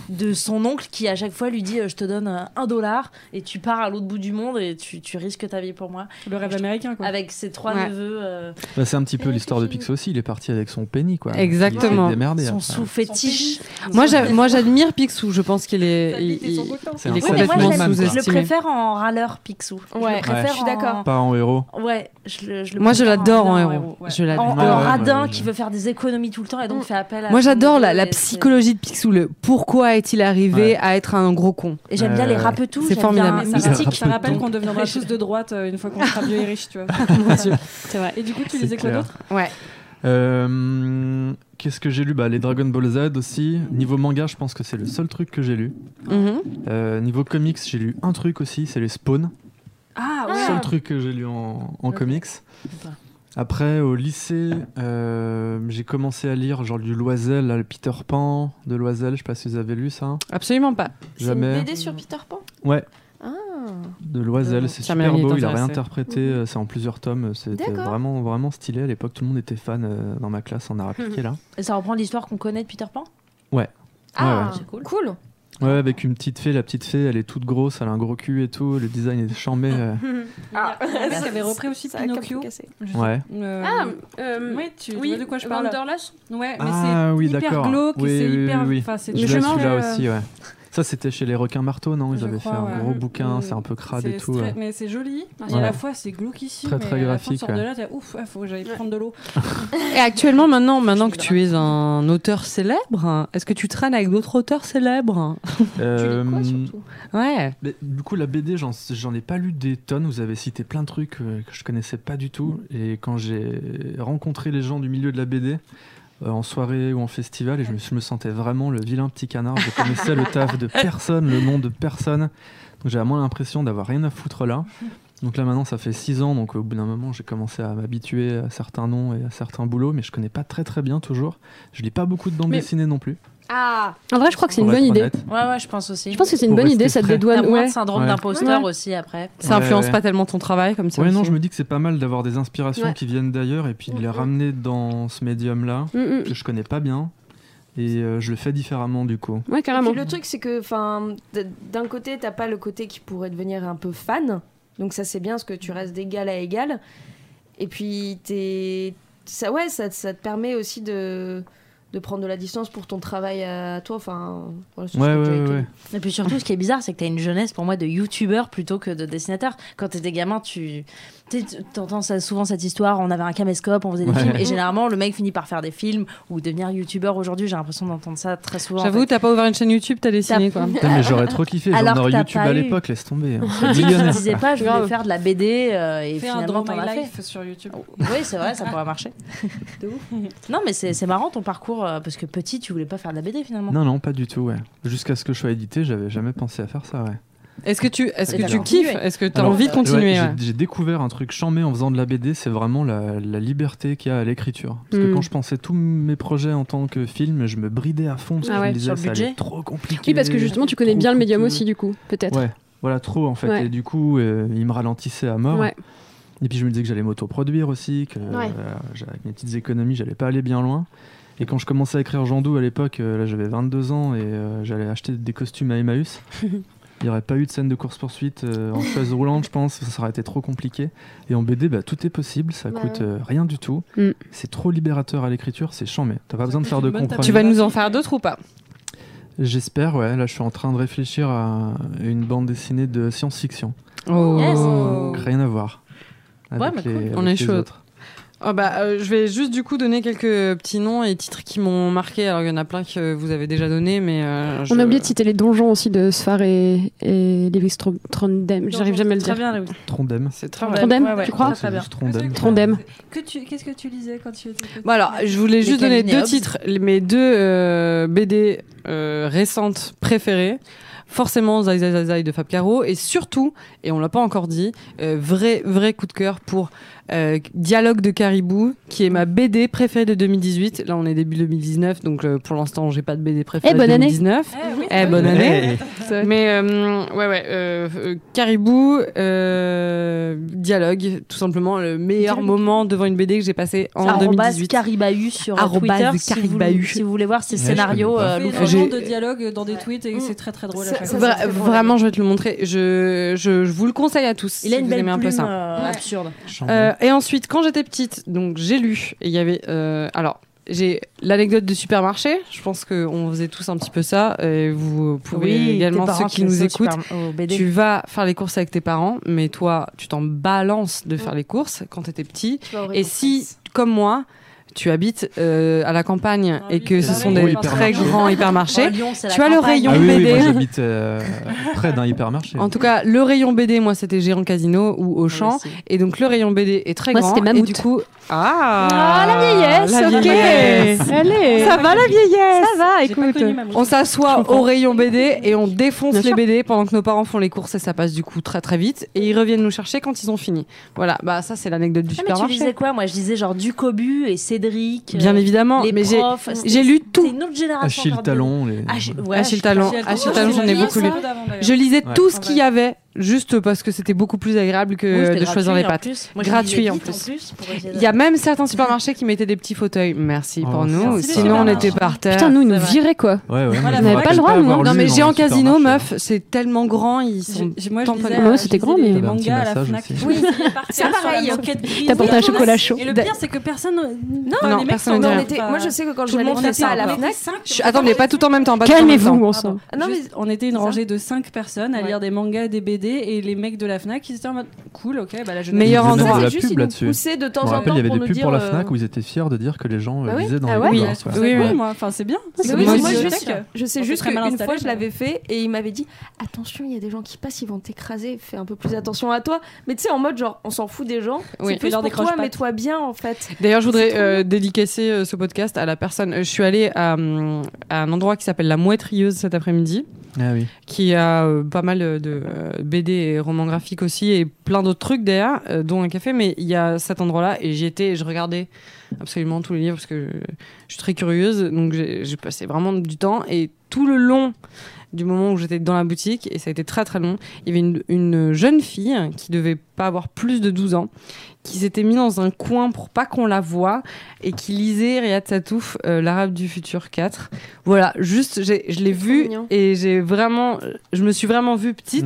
Speaker 1: de son oncle qui, à chaque fois, lui dit euh, Je te donne euh, un dollar et tu pars à l'autre bout du monde et tu, tu risques ta vie pour moi.
Speaker 5: Le rêve américain quoi.
Speaker 1: Avec ses trois
Speaker 2: Ouais.
Speaker 1: neveux, euh,
Speaker 3: Bah, c'est un petit peu l'histoire de Pix aussi. Il est parti avec son penny, quoi.
Speaker 2: Exactement.
Speaker 3: Il s'est démerdé,
Speaker 1: son
Speaker 3: après.
Speaker 1: sous-fétiche.
Speaker 2: Moi, j'a- moi, j'admire Picsou. Je pense qu'il est. il- il-
Speaker 3: C'est
Speaker 2: il est
Speaker 3: un
Speaker 1: Oui, mais moi,
Speaker 2: complètement
Speaker 1: j'aime-
Speaker 3: sous-estimé.
Speaker 1: je le préfère en râleur, Picsou. Je
Speaker 4: Ouais.
Speaker 1: le préfère
Speaker 6: Je suis d'accord.
Speaker 1: en-
Speaker 5: Hein.
Speaker 3: Pas en héros.
Speaker 1: Ouais, je le, je le hein,
Speaker 2: Moi, je
Speaker 1: préfère
Speaker 2: l'adore en
Speaker 1: râleur,
Speaker 2: héros.
Speaker 5: ouais.
Speaker 2: Je
Speaker 1: En,
Speaker 2: l'adore.
Speaker 1: en
Speaker 3: Ouais, ouais,
Speaker 1: radin
Speaker 3: ouais,
Speaker 1: qui
Speaker 3: je-
Speaker 1: veut faire des économies tout le temps et donc fait appel à.
Speaker 2: Moi,
Speaker 1: son
Speaker 2: j'adore la,
Speaker 1: neveu
Speaker 2: la
Speaker 1: et euh, c'est-
Speaker 2: psychologie de Picsou. Le pourquoi est-il arrivé
Speaker 3: Ouais.
Speaker 2: à être un gros con
Speaker 1: Et j'aime bien
Speaker 3: Euh,
Speaker 1: les rapetous.
Speaker 2: c'est
Speaker 1: j'aime
Speaker 2: formidable.
Speaker 1: bien
Speaker 5: Mais ça,
Speaker 3: Mystique.
Speaker 5: rappelle- ça rappelle
Speaker 3: Donc-
Speaker 1: <laughs>
Speaker 2: <laughs>
Speaker 5: qu'on deviendra tous de droite euh, une fois qu'on sera vieux et riche, tu vois.
Speaker 4: C'est vrai.
Speaker 5: Et du coup, tu
Speaker 3: C'est
Speaker 5: lisais quoi
Speaker 3: clair.
Speaker 5: d'autre
Speaker 2: Ouais.
Speaker 3: Euh, Qu'est-ce que j'ai lu bah, Les Dragon Ball Z aussi. Niveau manga, je pense que c'est le seul truc que j'ai lu.
Speaker 2: Mhm.
Speaker 3: Euh, niveau comics, j'ai lu un truc aussi, c'est les Spawn.
Speaker 5: Ah
Speaker 3: Le seul truc que j'ai lu en, en
Speaker 5: Ok.
Speaker 3: comics. Après, au lycée, euh, j'ai commencé à lire genre du Loisel, là, le Peter Pan de Loisel. Je sais pas si vous avez lu ça.
Speaker 2: Absolument pas.
Speaker 6: C'est
Speaker 3: Jamais.
Speaker 6: une BD sur Peter Pan
Speaker 3: Ouais.
Speaker 6: Ah.
Speaker 3: De
Speaker 5: Euh,
Speaker 3: Loisel, c'est
Speaker 2: Ça m'a
Speaker 3: super
Speaker 2: l'air
Speaker 3: beau. Il a
Speaker 2: intéressé.
Speaker 3: réinterprété,
Speaker 5: Mhm.
Speaker 3: euh, c'est en plusieurs tomes. C'était
Speaker 6: D'accord.
Speaker 3: vraiment, vraiment stylé. À l'époque, tout le monde était fan euh, dans ma classe en a
Speaker 5: Mhm.
Speaker 3: appliqué là.
Speaker 1: Et ça reprend l'histoire qu'on connaît de Peter
Speaker 5: <laughs>
Speaker 1: Pan
Speaker 6: Ah,
Speaker 1: ouais. C'est cool.
Speaker 6: cool.
Speaker 3: Ouais, avec une petite fée. La petite fée, elle est toute grosse, elle a un gros cul et tout. Le design est chambé. euh,
Speaker 5: Ah.
Speaker 6: Ça
Speaker 5: avait repris aussi
Speaker 6: Ça a
Speaker 5: Pinocchio.
Speaker 6: cassé.
Speaker 3: ouais.
Speaker 5: Euh,
Speaker 4: Ah,
Speaker 5: ouais, tu, tu vois de quoi je parle
Speaker 4: Wanderlust.
Speaker 5: Ouais, mais
Speaker 3: Ah,
Speaker 5: c'est
Speaker 3: oui,
Speaker 5: hyper
Speaker 3: d'accord.
Speaker 5: glauque,
Speaker 3: Oui,
Speaker 5: c'est
Speaker 3: oui,
Speaker 5: hyper.
Speaker 3: oui, oui.
Speaker 5: Enfin, c'est
Speaker 3: Je l'ai
Speaker 5: chemin,
Speaker 3: celui-là
Speaker 5: euh,
Speaker 3: aussi, hein, ouais. Ça, c'était chez les requins marteaux, non Ils
Speaker 5: Je
Speaker 3: avaient
Speaker 5: crois,
Speaker 3: fait un
Speaker 5: ouais.
Speaker 3: gros
Speaker 5: Mm,
Speaker 3: bouquin,
Speaker 5: mm.
Speaker 3: c'est un peu crade
Speaker 5: C'est
Speaker 3: et tout.
Speaker 5: très-
Speaker 3: ouais.
Speaker 5: Mais c'est joli. Et à
Speaker 3: Ouais.
Speaker 5: la fois, c'est glauque ici.
Speaker 3: Très,
Speaker 5: mais
Speaker 3: très
Speaker 5: à la fin, tu
Speaker 3: graphique,
Speaker 5: sors de
Speaker 3: ouais.
Speaker 5: là, t'es ouf, ah, faut que j'aille prendre de l'eau.
Speaker 2: Et actuellement, maintenant, maintenant que tu es un auteur célèbre, est-ce que tu traînes avec d'autres auteurs célèbres
Speaker 6: Tu
Speaker 3: Euh,
Speaker 6: lis quoi surtout
Speaker 2: Ouais.
Speaker 3: Mais du coup, la BD, j'en- j'en ai pas lu des tonnes. Vous avez cité plein de trucs euh, que je connaissais pas du tout. Et quand j'ai rencontré les gens du milieu de la BD, euh, en soirée ou en festival, et je me, je me sentais vraiment le vilain petit canard. Je connaissais le taf de personne, le nom de personne. Donc j'avais moins l'impression d'avoir rien à foutre là. Donc là maintenant ça fait 6 ans, donc au bout d'un moment j'ai commencé à m'habituer à certains noms et à certains boulots, mais je connais pas très très bien toujours. Je lis pas beaucoup de bandes
Speaker 4: Mais-
Speaker 3: dessinées non plus.
Speaker 6: Ah
Speaker 4: En vrai, je crois que c'est une
Speaker 3: pour
Speaker 4: bonne
Speaker 3: être
Speaker 4: idée.
Speaker 3: honnête.
Speaker 1: Ouais, ouais, je pense aussi.
Speaker 4: Je pense que c'est une
Speaker 3: Pour
Speaker 4: bonne idée,
Speaker 3: rester
Speaker 4: ça te
Speaker 3: frais.
Speaker 1: T'as
Speaker 6: Ah,
Speaker 4: dédouane.
Speaker 1: moins
Speaker 4: Ouais.
Speaker 1: de syndrome
Speaker 3: Ouais.
Speaker 1: d'imposteur
Speaker 4: Ouais.
Speaker 1: aussi après.
Speaker 2: Ça
Speaker 3: Ouais,
Speaker 2: influence
Speaker 3: ouais.
Speaker 2: pas tellement ton travail comme ça.
Speaker 3: Ouais, non,
Speaker 2: aussi.
Speaker 3: je me dis que c'est pas mal d'avoir des inspirations
Speaker 4: Ouais.
Speaker 3: qui viennent d'ailleurs et puis de les
Speaker 6: Mhm.
Speaker 3: ramener dans ce médium-là
Speaker 4: Mm,
Speaker 3: que je connais pas bien et euh, je le fais différemment du coup.
Speaker 4: mm. Ouais,
Speaker 6: Et
Speaker 4: carrément.
Speaker 6: puis le truc, c'est que 'fin, d- d'un côté, t'as pas le côté qui pourrait devenir un peu fan. Donc ça, c'est bien, parce que tu restes d'égal à égal. Et puis, t'es... Ça, ouais, ça, ça te permet aussi de, de prendre de la distance pour ton travail à toi. Enfin, voilà, c'est ce que
Speaker 3: Ouais, ouais,
Speaker 6: j'avais
Speaker 3: ouais.
Speaker 6: dit.
Speaker 3: ouais.
Speaker 1: Et puis surtout, ce qui est bizarre, c'est que t'as une jeunesse pour moi de youtubeur plutôt que de dessinateur. Quand t'étais gamin, tu tu sais, t'entends ça- souvent cette histoire on avait un caméscope, on faisait des
Speaker 3: Ouais.
Speaker 1: films, et
Speaker 6: Mm.
Speaker 1: généralement, le mec finit par faire des films ou devenir youtubeur aujourd'hui. J'ai l'impression d'entendre ça très souvent. en
Speaker 2: J'avoue,
Speaker 1: fait.
Speaker 2: t'as pas ouvert une chaîne YouTube, t'as dessiné quoi.
Speaker 3: Putain, mais j'aurais trop kiffé,
Speaker 1: Alors
Speaker 3: genre
Speaker 1: que
Speaker 3: dans
Speaker 1: t'as pas
Speaker 3: YouTube à
Speaker 1: eu.
Speaker 3: l'époque, laisse tomber. hein. on serait
Speaker 1: Tu te
Speaker 3: millionnaire.
Speaker 1: disais pas, je voulais
Speaker 4: Grave.
Speaker 1: faire de la BD euh, et
Speaker 5: Fais un
Speaker 1: finalement,
Speaker 5: Draw
Speaker 1: t'en
Speaker 5: My
Speaker 1: as fait.
Speaker 5: Life sur YouTube.
Speaker 1: Oui, c'est vrai, ça pourrait
Speaker 5: <laughs>
Speaker 1: marcher.
Speaker 6: De
Speaker 1: Non, mais c'est c'est marrant ton parcours, euh, parce que petit, tu voulais pas faire de la BD finalement.
Speaker 3: Non, non, pas du tout, ouais. Jusqu'à ce que je sois édité, j'avais jamais pensé à faire ça, ouais.
Speaker 2: Est-ce que tu, est-ce
Speaker 3: Et
Speaker 2: que
Speaker 3: t'as
Speaker 2: tu
Speaker 1: continué.
Speaker 2: kiffes Est-ce que t'as
Speaker 3: Alors,
Speaker 2: envie de
Speaker 1: ouais,
Speaker 3: Ouais,
Speaker 2: continuer
Speaker 3: j'ai-
Speaker 2: ouais.
Speaker 3: J'ai découvert un truc chambé en faisant de la BD, c'est vraiment la, la liberté qu'il y a à l'écriture. Parce que
Speaker 4: Mm.
Speaker 3: quand je pensais tous mes projets en tant que film, je me bridais à fond parce que
Speaker 4: Ah ouais,
Speaker 3: je me disais
Speaker 1: sur le
Speaker 3: ça allait
Speaker 1: budget.
Speaker 3: être trop compliqué.
Speaker 4: Oui, parce que justement, tu connais
Speaker 3: Trop
Speaker 4: bien le médium
Speaker 3: cool.
Speaker 4: aussi, du coup, peut-être.
Speaker 3: Ouais, voilà, trop en fait.
Speaker 4: Ouais.
Speaker 3: Et du coup, euh, il me ralentissait à mort.
Speaker 4: Ouais.
Speaker 3: Et puis je me disais que j'allais m'autoproduire aussi, que
Speaker 6: Ouais.
Speaker 3: euh, j'ai- avec mes petites économies, j'allais pas aller bien loin. Et quand je commençais à écrire Jean Doux à l'époque, euh, là j'avais 22 ans et euh, j'allais acheter des costumes à Emmaüs. Il n'y aurait pas eu de scène de course-poursuite euh, en chaise roulante, je pense, ça aurait été trop compliqué. Et en BD, bah, tout est possible, ça
Speaker 6: Bah
Speaker 3: coûte
Speaker 6: ouais.
Speaker 3: euh, rien du tout.
Speaker 4: Mm.
Speaker 3: C'est trop libérateur à l'écriture, c'est chambé. T'as pas besoin de
Speaker 5: coûte
Speaker 3: faire
Speaker 5: une
Speaker 3: de
Speaker 5: bonne
Speaker 3: compromis.
Speaker 5: tablette.
Speaker 2: Tu vas nous en faire d'autres ou pas
Speaker 3: J'espère, ouais. Là je suis en train de réfléchir à une bande dessinée de science-fiction.
Speaker 2: Oh.
Speaker 1: Yes.
Speaker 3: Donc, Rien à voir.
Speaker 1: Ouais, mais cool.
Speaker 2: On est
Speaker 3: les
Speaker 2: chaud.
Speaker 3: autres.
Speaker 2: Oh bah, euh, je vais juste du coup donner quelques petits noms et titres qui m'ont marqué. Alors il y en a plein que vous avez déjà donné, mais euh, je-
Speaker 4: On a oublié de citer les donjons aussi de Sfar et, et Lévis Tro- Trondheim. J'arrive jamais à le
Speaker 5: Très
Speaker 4: dire.
Speaker 5: bien, Louis.
Speaker 3: Trondheim.
Speaker 2: C'est très
Speaker 5: Ouais,
Speaker 2: mal.
Speaker 4: Trondheim,
Speaker 5: ouais, ouais.
Speaker 4: tu crois
Speaker 5: Très, très bien.
Speaker 3: C'est juste Trondheim.
Speaker 4: Trondheim.
Speaker 5: Que tu- Qu'est-ce que tu lisais quand tu étais petit
Speaker 2: Bon Bah, alors, je voulais juste
Speaker 1: Les
Speaker 2: donner
Speaker 1: Calvin et
Speaker 2: deux
Speaker 1: Hobbes.
Speaker 2: titres, les- mes deux euh, BD euh, récentes préférées. Forcément, Zai Zai Zai Zai de Fab Caro et surtout, et on l'a pas encore dit, euh, vrai vrai coup de cœur pour euh, Dialogue de Caribou, qui est ma BD préférée de 2018. Là, on est début 2019, donc euh, pour l'instant, j'ai pas de BD préférée
Speaker 4: Eh, bonne
Speaker 2: de
Speaker 4: année.
Speaker 2: 2019.
Speaker 5: Eh oui,
Speaker 2: Eh,
Speaker 5: oui.
Speaker 2: bonne année.
Speaker 3: Hey.
Speaker 2: Mais euh, ouais, ouais, euh, euh, Caribou, euh, dialogue, tout simplement le meilleur
Speaker 1: Dialogue.
Speaker 2: moment devant une BD que j'ai passé en
Speaker 1: Arrobase
Speaker 2: 2018.
Speaker 1: Caribahu sur euh,
Speaker 2: Arrobase
Speaker 1: Twitter si vous,
Speaker 2: Caribahu.
Speaker 1: si vous voulez voir ces
Speaker 3: Ouais, je
Speaker 1: scénarios
Speaker 3: connais pas.
Speaker 1: euh,
Speaker 5: Il fait
Speaker 1: loufoques.
Speaker 5: énormément
Speaker 2: J'ai-
Speaker 5: de dialogues dans des tweets et
Speaker 6: Mm.
Speaker 5: c'est très très drôle à
Speaker 6: Ça-
Speaker 5: chaque
Speaker 6: ça-
Speaker 5: fois.
Speaker 2: Vra-
Speaker 6: c'est drôle.
Speaker 2: vraiment, je vais te le montrer. Je, je, je vous le conseille à tous.
Speaker 1: Il a
Speaker 2: si
Speaker 1: une
Speaker 2: vous
Speaker 1: belle
Speaker 2: aimez un
Speaker 1: plume
Speaker 2: peu ça.
Speaker 1: euh,
Speaker 5: Ouais.
Speaker 1: absurde.
Speaker 3: Chambé.
Speaker 2: Euh, et ensuite, quand j'étais petite, donc j'ai lu, et il y avait. euh, alors, j'ai l'anecdote de supermarché. Je pense qu'on faisait tous un petit peu ça. Et vous pouvez également,
Speaker 1: tes
Speaker 2: ceux
Speaker 1: parents
Speaker 2: qui
Speaker 1: faisaient
Speaker 2: nous
Speaker 1: ça au
Speaker 2: écoutent,
Speaker 1: super- au BD.
Speaker 2: tu vas faire les courses avec tes parents, mais toi, tu t'en balances de faire les courses quand t'étais petit.
Speaker 6: Tu vas au
Speaker 2: Et
Speaker 6: Récompense.
Speaker 2: si, comme moi, tu habites euh, à la campagne
Speaker 5: Ah
Speaker 2: et
Speaker 5: oui,
Speaker 2: que
Speaker 5: c'est
Speaker 2: ce
Speaker 5: vrai.
Speaker 2: sont
Speaker 3: Gros
Speaker 2: des très
Speaker 3: hypermarché.
Speaker 2: grands hypermarchés,
Speaker 1: Bon, Lyon, c'est la
Speaker 2: tu as le
Speaker 1: campagne.
Speaker 2: rayon
Speaker 3: ah oui, oui,
Speaker 2: BD.
Speaker 3: moi j'habite euh, près d'un hypermarché.
Speaker 2: en tout cas, le rayon BD, moi, c'était Géant Casino ou Auchan.
Speaker 1: Ah,
Speaker 2: Et donc, le rayon BD est très
Speaker 4: Moi,
Speaker 2: grand.
Speaker 4: c'était
Speaker 2: et
Speaker 4: Mammouth.
Speaker 2: du coup, ah,
Speaker 4: Ah, la vieillesse,
Speaker 2: la
Speaker 4: ok.
Speaker 2: vieillesse.
Speaker 4: Allez.
Speaker 2: Ça va, la vieillesse.
Speaker 4: Ça va,
Speaker 5: J'ai pas
Speaker 4: écoute.
Speaker 5: connu Mammouth.
Speaker 2: On s'assoit au rayon BD et on défonce
Speaker 4: Bien
Speaker 2: les
Speaker 4: sûr.
Speaker 2: BD pendant que nos parents font les courses et ça passe du coup très très vite et ils reviennent nous chercher quand ils ont fini. Voilà, bah ça c'est l'anecdote du
Speaker 1: Ah, mais tu lisais
Speaker 2: supermarché.
Speaker 1: quoi Moi, je lisais genre Ducobu et Cédric. euh,
Speaker 2: Bien évidemment,
Speaker 1: les
Speaker 2: mais j'ai
Speaker 1: profs, c'était-
Speaker 2: j'ai lu
Speaker 1: c'est
Speaker 2: tout.
Speaker 1: une autre génération.
Speaker 3: Achille
Speaker 1: encore de-
Speaker 3: Talon. Les...
Speaker 1: Ach- ouais, Ah,
Speaker 2: Achille Talon,
Speaker 5: Achille
Speaker 2: Achille
Speaker 5: Talon,
Speaker 2: Talon, j'en ai
Speaker 5: j'ai
Speaker 2: beaucoup
Speaker 5: lu
Speaker 2: lu.
Speaker 1: euh,
Speaker 5: ça d'avant, d'ailleurs.
Speaker 2: Je lisais
Speaker 3: Ouais.
Speaker 2: tout ce qu'il y avait juste parce que c'était beaucoup plus agréable que
Speaker 1: Oui,
Speaker 2: euh, de
Speaker 1: c'était
Speaker 2: choisir les
Speaker 1: gratuit, en
Speaker 2: pâtes.
Speaker 1: plus. Moi, je
Speaker 2: Gratuit,
Speaker 1: lisais
Speaker 2: en
Speaker 1: vite,
Speaker 2: plus.
Speaker 1: pour essayer de-
Speaker 2: Il y a même certains supermarchés qui mettaient des petits fauteuils. Merci
Speaker 3: Oh,
Speaker 2: pour
Speaker 3: ça,
Speaker 2: nous.
Speaker 3: c'est
Speaker 2: Sinon, on
Speaker 3: bien.
Speaker 2: était par terre.
Speaker 4: Putain, nous, ils nous
Speaker 5: C'est vrai.
Speaker 4: viraient quoi.
Speaker 3: Ouais, ouais,
Speaker 5: Voilà,
Speaker 3: mais je me
Speaker 5: on avait
Speaker 3: rappelle
Speaker 5: pas le
Speaker 4: droit, nous,
Speaker 3: avoir
Speaker 2: Non,
Speaker 3: lu
Speaker 2: mais
Speaker 3: dans hein.
Speaker 2: géant
Speaker 3: le
Speaker 2: casino,
Speaker 3: supermarché.
Speaker 2: meuf, c'est tellement grand. Ils sont...
Speaker 5: J'ai- j'ai- Moi, je
Speaker 2: tamponnés.
Speaker 5: lisais,
Speaker 4: Ouais,
Speaker 5: euh,
Speaker 4: c'était
Speaker 5: je lisais
Speaker 4: grand,
Speaker 5: des-
Speaker 4: mais-
Speaker 5: des
Speaker 3: T'avais un petit
Speaker 5: mangas à la
Speaker 3: massage
Speaker 5: Fnac.
Speaker 3: aussi.
Speaker 5: Oui, c'est
Speaker 6: pareil.
Speaker 4: T'apportais un chocolat chaud.
Speaker 5: Et le pire, c'est que personne. Non,
Speaker 2: Non, personne
Speaker 5: s'en
Speaker 2: n'a
Speaker 6: on
Speaker 2: rien.
Speaker 5: rendait
Speaker 6: était...
Speaker 5: pas.
Speaker 6: Moi, je sais que quand
Speaker 5: Tout
Speaker 6: je
Speaker 5: le
Speaker 6: l'avais
Speaker 5: monde
Speaker 6: fait
Speaker 5: fait
Speaker 6: ça à la
Speaker 5: ça.
Speaker 6: Fnac,
Speaker 2: Chut, Attendez, pas tout en même temps. pas tout en même
Speaker 4: Calmez-vous,
Speaker 2: temps.
Speaker 4: bon
Speaker 5: Pardon.
Speaker 4: sang.
Speaker 6: Ah non, mais-
Speaker 5: Juste, on était une
Speaker 6: C'est ça.
Speaker 5: rangée de 5 personnes à
Speaker 6: Ouais.
Speaker 5: lire des mangas, des BD, et les mecs de la Fnac, ils étaient en mode cool, ok, bah la jeunesse.
Speaker 2: Meilleur
Speaker 3: Ils faisaient
Speaker 2: endroit.
Speaker 3: même de
Speaker 6: ça, c'est
Speaker 3: la
Speaker 6: juste
Speaker 3: pub
Speaker 6: ils nous
Speaker 3: là-dessus.
Speaker 6: poussaient de temps
Speaker 3: Je me
Speaker 6: en temps
Speaker 3: rappelle, il y avait
Speaker 6: pour
Speaker 3: des
Speaker 6: nous
Speaker 3: pubs
Speaker 6: dire.
Speaker 3: pour la
Speaker 6: euh,
Speaker 3: Fnac où ils étaient fiers de dire que les gens euh,
Speaker 6: Ah ouais
Speaker 3: lisaient dans
Speaker 4: Ah
Speaker 3: les
Speaker 4: ouais
Speaker 3: couloirs,
Speaker 2: Oui,
Speaker 3: ouais.
Speaker 5: C'est
Speaker 2: Oui,
Speaker 5: cool,
Speaker 2: oui.
Speaker 5: moi. Enfin, c'est bien.
Speaker 4: C'est
Speaker 6: Mais oui,
Speaker 4: bon,
Speaker 6: mais
Speaker 4: c'est
Speaker 6: moi,
Speaker 4: sûr.
Speaker 6: juste, je sais
Speaker 5: On
Speaker 6: juste
Speaker 5: peut très mal
Speaker 6: qu'une
Speaker 5: installer,
Speaker 6: fois, je
Speaker 5: mais-
Speaker 6: l'avais fait et il m'avait dit Attention, il y a des gens qui passent, ils vont t'écraser, fais un peu plus attention à toi. Mais tu sais, en mode genre, on s'en fout des gens,
Speaker 2: Oui.
Speaker 6: c'est plus
Speaker 5: Leur
Speaker 6: pour
Speaker 5: décroche
Speaker 6: toi,
Speaker 5: pas.
Speaker 6: mets-toi bien en fait.
Speaker 2: D'ailleurs, je
Speaker 6: C'est
Speaker 2: voudrais
Speaker 6: trop
Speaker 2: euh, dédicacer euh, ce podcast à la personne. Euh, je suis allée à, hum, à un endroit qui s'appelle La Mouettrieuse cet après-midi,
Speaker 3: Ah oui.
Speaker 2: qui a euh, pas mal euh, de euh, BD et romans graphiques aussi, et plein d'autres trucs derrière, euh, dont un café. Mais il y a cet endroit-là, et j'y étais, et je regardais absolument tous les livres, parce que je, je suis très curieuse. Donc, j'ai j'ai passé vraiment du temps, et tout le long du moment où j'étais dans la boutique, et ça a été très très long, il y avait une, une jeune fille qui devait pas avoir plus de 12 ans, qui s'était mise dans un coin pour pas qu'on la voie, et qui lisait Riyad Satouf, euh, l'arabe du futur 4. Voilà, juste, j'ai- je l'ai
Speaker 6: trop
Speaker 2: vue,
Speaker 6: mignon.
Speaker 2: et j'ai vraiment, je me suis vraiment vue petite,